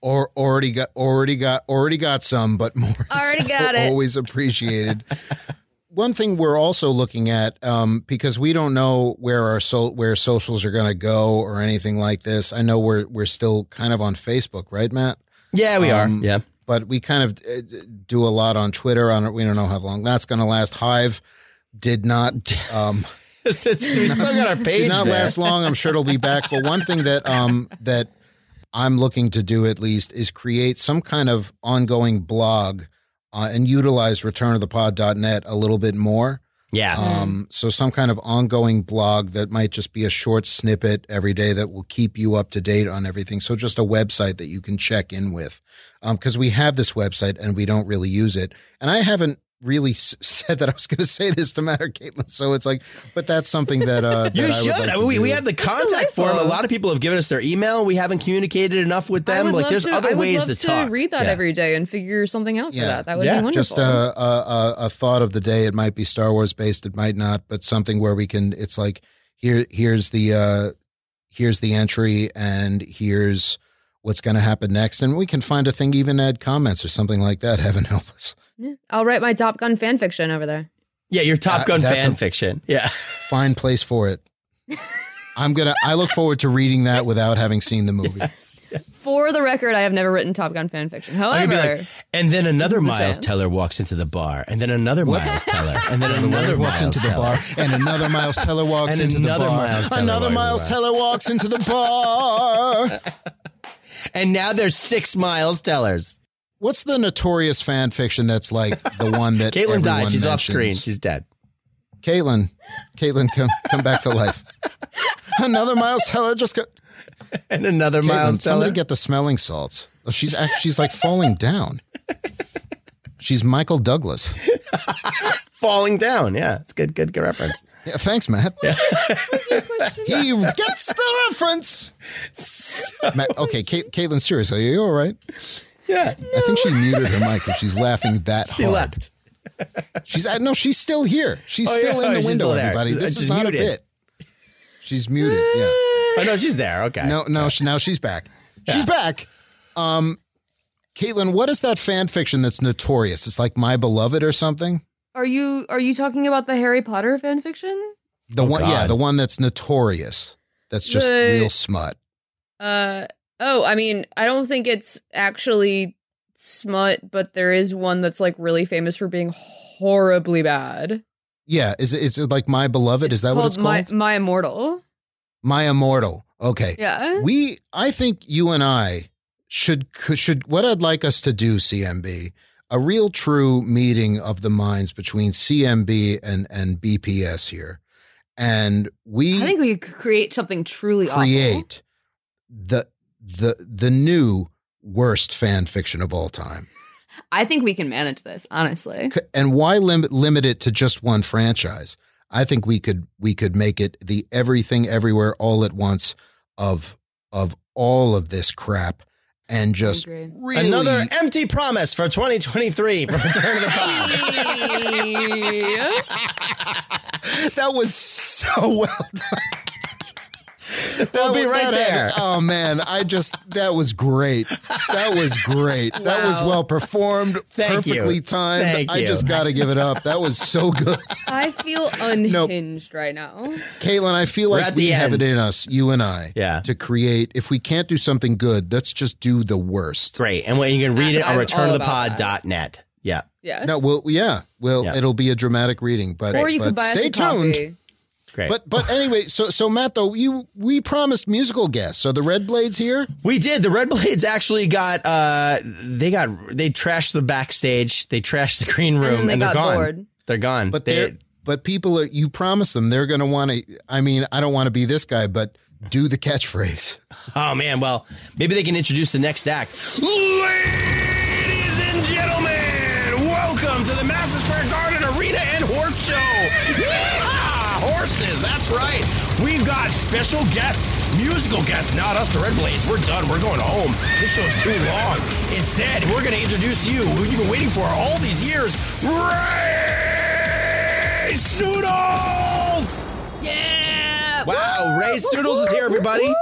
Speaker 3: or already got already got already got some, but more
Speaker 5: Already got it.
Speaker 3: Always appreciated. One thing we're also looking at um, because we don't know where our so- where socials are going to go or anything like this. I know we're we're still kind of on Facebook, right, Matt? Um,
Speaker 4: Yeah, we are. Yeah.
Speaker 3: but we kind of uh, do a lot on Twitter. On we don't know how long that's going to last. Hive did not. Um,
Speaker 4: It's- it's- we still got our page
Speaker 3: Did not
Speaker 4: there.
Speaker 3: last long. I'm sure it'll be back. But one thing that um that I'm looking to do at least is create some kind of ongoing blog uh, and utilize returnofthepod.net a little bit more.
Speaker 4: Yeah.
Speaker 3: Um, so some kind of ongoing blog that might just be a short snippet every day that will keep you up to date on everything. So just a website that you can check in with. Um, cause we have this website and we don't really use it. And I haven't really s- said that I was going to say this to Matt or Caitlin. So it's like, but that's something that, uh, that
Speaker 4: You
Speaker 3: I would
Speaker 4: should.
Speaker 3: like
Speaker 4: I
Speaker 3: to
Speaker 4: mean, we,
Speaker 3: do.
Speaker 4: we have the contact form. A lot of people have given us their e-, email. We haven't communicated enough with
Speaker 5: I
Speaker 4: them.
Speaker 5: would
Speaker 4: Like,
Speaker 5: love
Speaker 4: there's
Speaker 5: to, I
Speaker 4: other
Speaker 5: would
Speaker 4: ways
Speaker 5: love
Speaker 4: to,
Speaker 5: to
Speaker 4: talk.
Speaker 5: read that
Speaker 4: Yeah.
Speaker 5: every day and figure something out for that. That would
Speaker 3: Yeah.
Speaker 5: be wonderful.
Speaker 3: Just
Speaker 4: uh,
Speaker 3: uh, a, a, a, a thought of the day. It might be Star Wars based. It might not, but something where we can. It's like here here's the uh, here's the entry, and here's what's going to happen next, and we can find a thing. Even add comments or something like that. Heaven help us.
Speaker 5: Yeah. I'll write my Top Gun fan fiction over there.
Speaker 3: Uh,
Speaker 4: Yeah, your Top
Speaker 3: That-
Speaker 4: Gun
Speaker 3: that's
Speaker 4: fan
Speaker 3: a
Speaker 4: fiction. Yeah,
Speaker 3: fine place for it. I'm gonna. I look forward to reading that without having seen the movie.
Speaker 5: For the record, I have never written Top Gun fan fiction.
Speaker 4: I'm
Speaker 5: However,
Speaker 4: gonna be like, and then another
Speaker 5: is the
Speaker 4: Miles
Speaker 5: chance.
Speaker 4: Teller walks into the bar, and then another Miles Teller, and then another
Speaker 3: Another walks
Speaker 4: Miles
Speaker 3: into the
Speaker 4: Teller.
Speaker 3: bar, and another Miles Teller walks
Speaker 4: And
Speaker 3: into the bar.
Speaker 4: another Miles Teller
Speaker 3: another
Speaker 4: walks
Speaker 3: Miles
Speaker 4: by.
Speaker 3: Teller walks into the bar.
Speaker 4: and now there's six Miles Tellers.
Speaker 3: What's the notorious fan fiction that's like the one that
Speaker 4: Caitlin died.
Speaker 3: everyone
Speaker 4: She's off
Speaker 3: mentions?
Speaker 4: screen. She's dead.
Speaker 3: Caitlin, Caitlin, come come back to life. Another Miles Teller just got,
Speaker 4: and another
Speaker 3: Caitlin,
Speaker 4: Miles
Speaker 3: Somebody
Speaker 4: Teller.
Speaker 3: get the smelling salts. Oh, She's act- she's like falling down. She's Michael Douglas.
Speaker 4: falling down. Yeah, it's good. Good, good reference.
Speaker 3: Yeah, thanks, Matt. He gets the reference. Matt, okay, Ca- Caitlin, seriously, are you all right?
Speaker 4: Yeah.
Speaker 3: I think she muted her mic because she's laughing that
Speaker 4: She
Speaker 3: hard.
Speaker 4: left.
Speaker 3: She's uh, no, she's still here. She's
Speaker 4: Oh,
Speaker 3: still
Speaker 4: yeah,
Speaker 3: in
Speaker 4: she's
Speaker 3: the window,
Speaker 4: still there.
Speaker 3: everybody.
Speaker 4: Uh,
Speaker 3: This
Speaker 4: she's
Speaker 3: is not
Speaker 4: muted.
Speaker 3: a bit. She's muted. Yeah.
Speaker 4: Oh no, she's there. Okay.
Speaker 3: No, no, she, now she's back. She's back. Um, Caitlin, what is that fan fiction that's notorious? It's like My Beloved or something.
Speaker 5: are you are you talking about the Harry Potter fan fiction?
Speaker 3: The
Speaker 5: Oh,
Speaker 3: one, yeah,
Speaker 5: God.
Speaker 3: the one that's notorious. That's just
Speaker 5: The-
Speaker 3: real smut.
Speaker 5: Uh oh, I mean, I don't think it's actually smut, but there is one that's like really famous for being horribly bad.
Speaker 3: Yeah, is it, is it like My Beloved? is that what it's
Speaker 5: My
Speaker 3: called?
Speaker 5: My Immortal.
Speaker 3: My Immortal. Okay.
Speaker 5: Yeah.
Speaker 3: We, I think you and I should could- should what I'd like us to do, CMB, a real true meeting of the minds between CMB and and BPS here, and we
Speaker 5: I think we could create something truly awful.
Speaker 3: create the the the new worst fan fiction of all time.
Speaker 5: I think we can manage this, honestly.
Speaker 3: C- And why limit limit it to just one franchise? I think we could we could make it the everything everywhere all at once of of all of this crap and just really
Speaker 4: Another empty promise for 2023 from Return of the
Speaker 3: that was so Oh, well done. That
Speaker 4: be
Speaker 3: wa-
Speaker 4: right
Speaker 3: that had-
Speaker 4: there.
Speaker 3: oh man, I just that was great. That was great. That was
Speaker 4: Wow.
Speaker 3: well performed,
Speaker 4: Thank you.
Speaker 3: perfectly timed.
Speaker 4: Thank
Speaker 3: I
Speaker 4: you.
Speaker 3: just got to give it up. That was so good.
Speaker 5: I feel unhinged right now.
Speaker 3: Caitlin, I feel
Speaker 5: We're
Speaker 3: like
Speaker 5: at
Speaker 3: we
Speaker 5: the
Speaker 3: have it
Speaker 5: end.
Speaker 3: in us, you and I, yeah. to create. If we can't do something good, let's just do the worst.
Speaker 4: Great. And what you can read it on
Speaker 3: I'm all
Speaker 4: returnofthepod.net. Yeah.
Speaker 5: Yes.
Speaker 3: No, well, yeah, well, it'll be a dramatic reading, but
Speaker 5: or you
Speaker 3: but
Speaker 5: could buy us
Speaker 3: stay
Speaker 5: a
Speaker 3: tuned.
Speaker 5: copy.
Speaker 4: Great.
Speaker 3: But but anyway, so so Matt though you we promised musical guests. So the Red Blades here.
Speaker 4: We did. The Red Blades actually got uh they got they trashed the backstage, they trashed the green
Speaker 3: And
Speaker 4: room,
Speaker 3: then
Speaker 4: and,
Speaker 3: they
Speaker 4: they're
Speaker 3: got
Speaker 4: gone.
Speaker 3: bored.
Speaker 4: They're gone.
Speaker 3: But
Speaker 4: They-
Speaker 3: they but people are you promised them they're going to want to. I mean, I don't want to be this guy, but do the catchphrase.
Speaker 4: oh man, well, maybe they can introduce the next act.
Speaker 6: Ladies and gentlemen, welcome to the Madison Square Garden Arena and Horse Show. Yeehaw, horses, that's right. We've got special guest, musical guest, not us, the Red Blades. We're done. We're going home. This show's too long. Instead, we're going to introduce you, who you've been waiting for all these years, Ray Snoodles. Yeah.
Speaker 4: Wow, Ray Snoodles is here, everybody.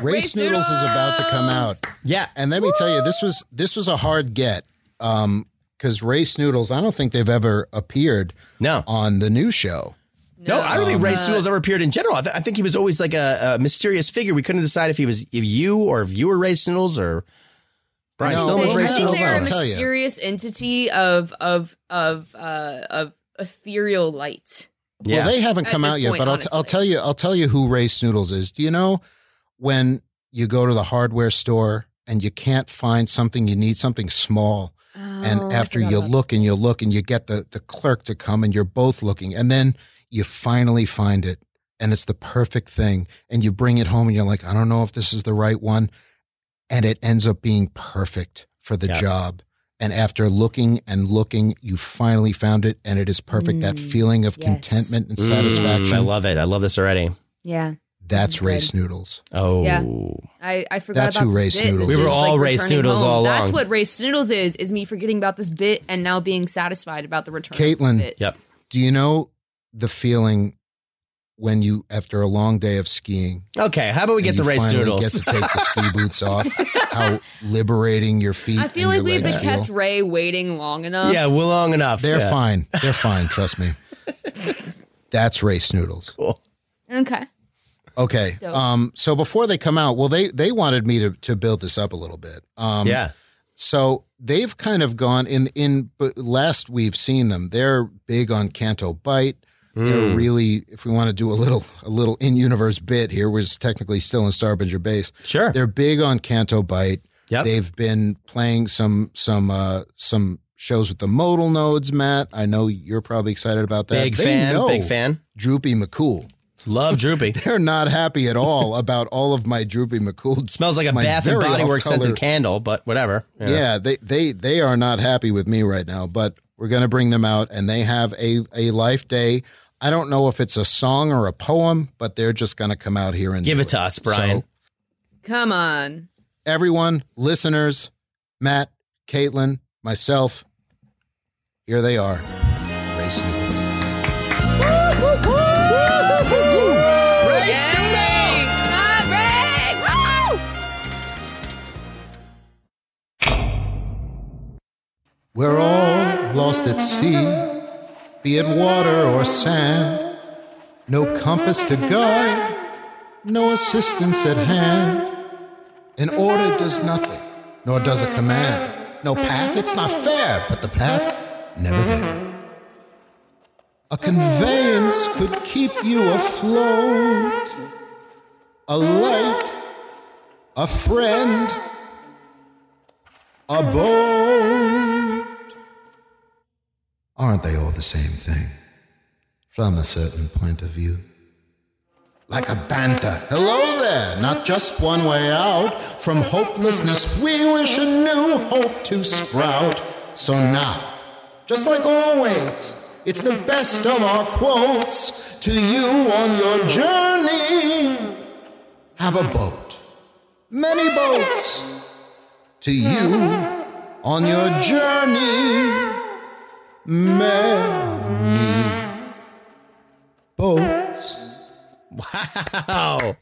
Speaker 3: Race Noodles is about to come out.
Speaker 4: Yeah,
Speaker 3: and let me tell you, this was this was a hard get um, because Race Noodles. I don't think they've ever appeared.
Speaker 4: No.
Speaker 3: on the new show.
Speaker 4: No, I don't think
Speaker 3: Um,
Speaker 4: Ray Sewell's ever appeared in general. I, th- I think he was always like a, a mysterious figure. We couldn't decide if he was if you or if you were Ray Sewell's or Brian
Speaker 3: No,
Speaker 4: Stillman's
Speaker 3: I
Speaker 4: Ray
Speaker 3: think
Speaker 4: Sewell's.
Speaker 3: they're
Speaker 4: I
Speaker 5: They're a
Speaker 4: don't know.
Speaker 5: mysterious entity of of of uh of ethereal light.
Speaker 3: Well, they haven't
Speaker 5: At
Speaker 3: come
Speaker 5: this
Speaker 3: out yet,
Speaker 5: point,
Speaker 3: but I'll, t- I'll tell you, I'll tell you who Ray Snoodles is. Do you know when you go to the hardware store and you can't find something, you need something small,
Speaker 5: Oh,
Speaker 3: and after you look and you look and you get the the clerk to come, and you're both looking, and then you finally find it, and it's the perfect thing, and you bring it home, and you're like, I don't know if this is the right one, and it ends up being perfect for the job. And after looking and looking, you finally found it, and it is perfect. that
Speaker 5: Mm.
Speaker 3: feeling of contentment and
Speaker 4: Mm,
Speaker 3: satisfaction.
Speaker 4: I love it. I love this already.
Speaker 5: Yeah.
Speaker 3: That's Race Noodles.
Speaker 4: Oh,
Speaker 5: Yeah. I, I forgot
Speaker 3: That's
Speaker 5: about
Speaker 3: who
Speaker 5: this
Speaker 3: Ray
Speaker 5: bit.
Speaker 3: Snoodles
Speaker 5: This
Speaker 3: is. We were
Speaker 5: is,
Speaker 3: all
Speaker 5: like,
Speaker 3: Ray
Speaker 5: returning
Speaker 3: Snoodles
Speaker 5: home.
Speaker 3: all
Speaker 5: That's
Speaker 3: along.
Speaker 5: what Ray Snoodles is, is me forgetting about this bit and now being satisfied about the return. Of the
Speaker 3: Caitlin,
Speaker 5: bit.
Speaker 3: do you know the feeling when you, after a long day of skiing,
Speaker 4: Okay, how about we
Speaker 3: and
Speaker 4: get the
Speaker 3: you
Speaker 4: Ray
Speaker 3: finally
Speaker 4: Snoodles?
Speaker 3: Get to take the ski boots off. How liberating your feet.
Speaker 5: I feel like
Speaker 3: and your
Speaker 5: we've
Speaker 3: legs
Speaker 5: been
Speaker 3: feel.
Speaker 5: kept Ray waiting long enough.
Speaker 4: yeah, well, long enough.
Speaker 3: They're
Speaker 4: Yeah.
Speaker 3: fine. They're fine. Trust me. That's Ray Snoodles.
Speaker 4: Cool.
Speaker 5: Okay.
Speaker 3: Okay.
Speaker 9: Dope.
Speaker 3: Um, so before they come out, well, they they wanted me to to build this up a little bit. Um,
Speaker 4: Yeah.
Speaker 3: So they've kind of gone in in but last we've seen them. They're big on Canto Bite. They're
Speaker 4: Mm.
Speaker 3: really, if we want to do a little a little in universe bit here, was technically still in Starbinger base.
Speaker 4: Sure.
Speaker 3: They're big on Canto Bite.
Speaker 4: Yep.
Speaker 3: They've been playing some some uh some shows with the modal nodes, Matt. I know you're probably excited about that.
Speaker 4: Big
Speaker 3: They
Speaker 4: fan,
Speaker 3: know
Speaker 4: big fan.
Speaker 3: Droopy McCool.
Speaker 4: Love Droopy.
Speaker 3: They're not happy at all about all of my Droopy McCool.
Speaker 4: Smells like a Bath and Body Works scented candle, but whatever.
Speaker 3: Yeah. they they they are not happy with me right now, but we're gonna bring them out, and they have a a life day. I don't know if it's a song or a poem, but they're just gonna come out here and
Speaker 4: Give
Speaker 3: do
Speaker 4: it to us, Brian.
Speaker 3: So,
Speaker 6: Come on.
Speaker 3: everyone, listeners, Matt, Caitlin, myself, here they are. Race Noodle. We're all lost at sea, be it water or sand. No compass to guide, no assistance at hand. An order does nothing, nor does a command. No path, it's not fair, but the path, never there. A conveyance could keep you afloat. A light, a friend, a boat. Aren't they all the same thing? From a certain point of view. Like a banter. Hello there, not just one way out. From hopelessness, we wish a new hope to sprout. So now, just like always, it's the best of our quotes to you on your journey. Have a boat, many boats to you on your journey. Many boats.
Speaker 4: Wow.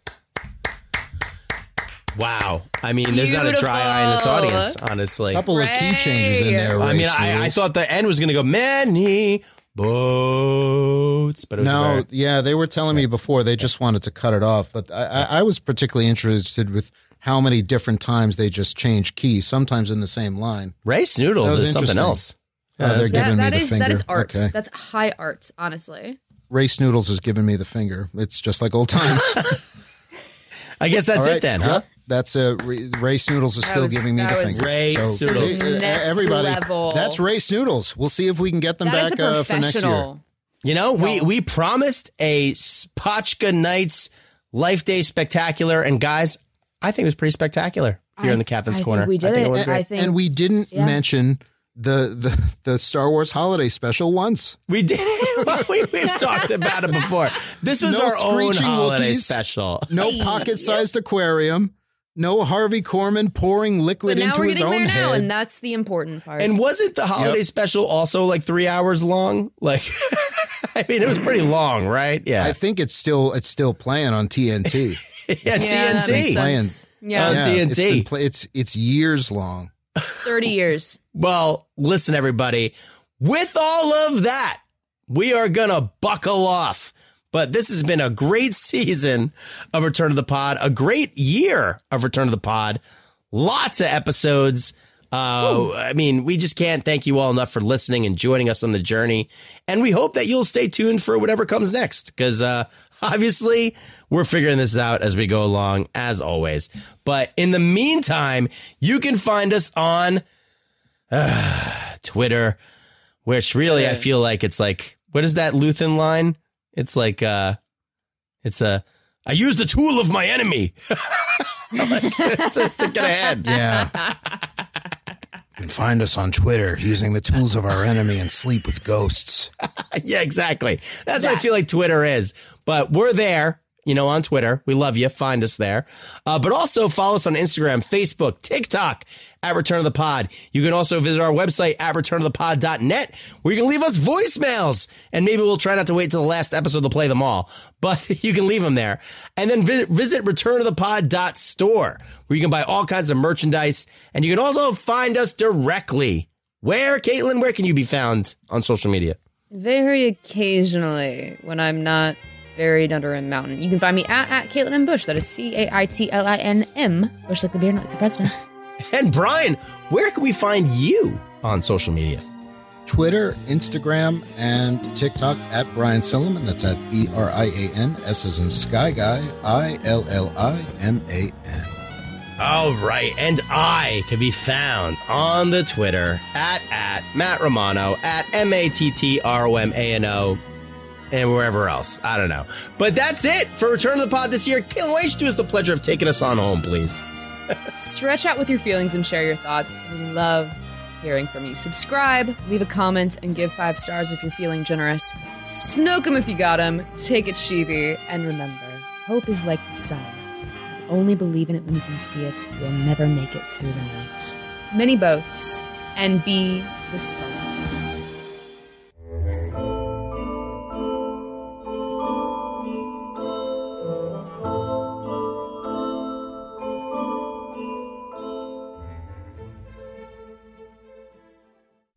Speaker 4: Wow. I mean, there's not a dry eye in this audience, honestly.
Speaker 3: Couple of key changes in there.
Speaker 4: I mean,
Speaker 3: Race
Speaker 4: I, I
Speaker 3: Noodles.
Speaker 4: thought the end was going to go many boats, but it was
Speaker 3: no,
Speaker 4: very-
Speaker 3: yeah, they were telling me before they just wanted to cut it off, but I, I, I was particularly interested with how many different times they just change keys, sometimes in the same line.
Speaker 4: Race Noodles
Speaker 3: That was
Speaker 4: is something
Speaker 3: interesting.
Speaker 4: else.
Speaker 3: Oh, they're
Speaker 6: That-
Speaker 3: giving
Speaker 6: that
Speaker 3: me
Speaker 6: is-
Speaker 3: the finger.
Speaker 6: that is art.
Speaker 3: Okay.
Speaker 6: That's high art, honestly.
Speaker 3: Race Noodles is giving me the finger. It's just like old times.
Speaker 4: I guess that's
Speaker 3: All
Speaker 4: it then, huh?
Speaker 3: Yep. That's a re- Race Noodles is
Speaker 4: That
Speaker 3: still
Speaker 4: was-
Speaker 3: giving me
Speaker 4: that
Speaker 3: the
Speaker 4: was-
Speaker 3: finger.
Speaker 4: Race Noodles.
Speaker 3: e- e-
Speaker 4: Next
Speaker 3: everybody,
Speaker 4: level.
Speaker 3: that's Race Noodles. We'll see if we can get them
Speaker 4: That is
Speaker 3: back
Speaker 4: a
Speaker 3: uh, for next year.
Speaker 4: professional. You know, we we promised a Spotchka Nights Life Day spectacular, and guys, I think it was pretty spectacular here in the Captain's Corner. was
Speaker 3: And,
Speaker 4: great.
Speaker 3: and we didn't mention the, the the Star Wars Holiday Special once.
Speaker 4: We did it. we, we've talked about it before. This was
Speaker 3: No
Speaker 4: our own
Speaker 3: screeching
Speaker 4: holiday
Speaker 3: Wookiees.
Speaker 4: special.
Speaker 3: No pocket-sized aquarium. No Harvey Korman pouring liquid
Speaker 6: But now
Speaker 3: into
Speaker 6: we're
Speaker 3: his
Speaker 6: getting there
Speaker 3: own
Speaker 6: now,
Speaker 3: head.
Speaker 6: and that's the important part.
Speaker 4: And wasn't the holiday special also like three hours long? Like, I mean, it was pretty long, right? Yeah.
Speaker 3: I think it's still it's still playing on TNT.
Speaker 4: Yeah,
Speaker 3: It's been
Speaker 4: TNT.
Speaker 3: playing.
Speaker 4: On
Speaker 3: It's, been
Speaker 4: TNT.
Speaker 3: play- it's it's years long.
Speaker 6: 30 years.
Speaker 4: Well, listen, everybody, with all of that, we are going to buckle off. But this has been a great season of Return of the Pod, a great year of Return of the Pod, lots of episodes. Uh, I mean, we just can't thank you all enough for listening and joining us on the journey. And we hope that you'll stay tuned for whatever comes next because uh, obviously we're figuring this out as we go along, as always. But in the meantime, you can find us on uh, Twitter, which really I feel like it's like what is that Luthen line? It's like uh it's a I use the tool of my enemy Like, to, to- to get ahead.
Speaker 3: Yeah. You can find us on Twitter using the tools of our enemy and sleep with ghosts.
Speaker 4: yeah, exactly. That's what I feel like Twitter is. But we're there, you know, on Twitter. We love you. Find us there. Uh, but also follow us on Instagram, Facebook, TikTok at Return of the Pod. You can also visit our website at returnofthepod.net where you can leave us voicemails. And maybe we'll try not to wait till the last episode to play them all, but you can leave them there. And then visit, visit returnofthepod.store where you can buy all kinds of merchandise. And you can also find us directly. Where, Caitlin, where can you be found on social media?
Speaker 6: Very occasionally, when I'm not
Speaker 5: buried under a mountain. You can find me at, at Caitlin M. Bush. That is C A I T L I N M. Bush like the beer, not like the president's.
Speaker 4: And Brian, where can we find you on social media?
Speaker 3: Twitter, Instagram, and TikTok at Brian Silliman. That's at B R I A N S as in Sky Guy, I L L I M A N.
Speaker 4: All right, and I can be found on the Twitter at at Matt Romano at M A T T R O M A N O and wherever else. I don't know. But that's it for Return to the Pod this year. Caitlin, why don't you do us the pleasure of taking us on home, please?
Speaker 5: Stretch out with your feelings and share your thoughts. We love hearing from you. Subscribe, leave a comment, and give five stars if you're feeling generous. Snoke 'em if you got 'em. Take it, Sheevy. And remember, hope is like the sun. You only believe in it when you can see it. You'll never make it through the night. Many boats and be the spark.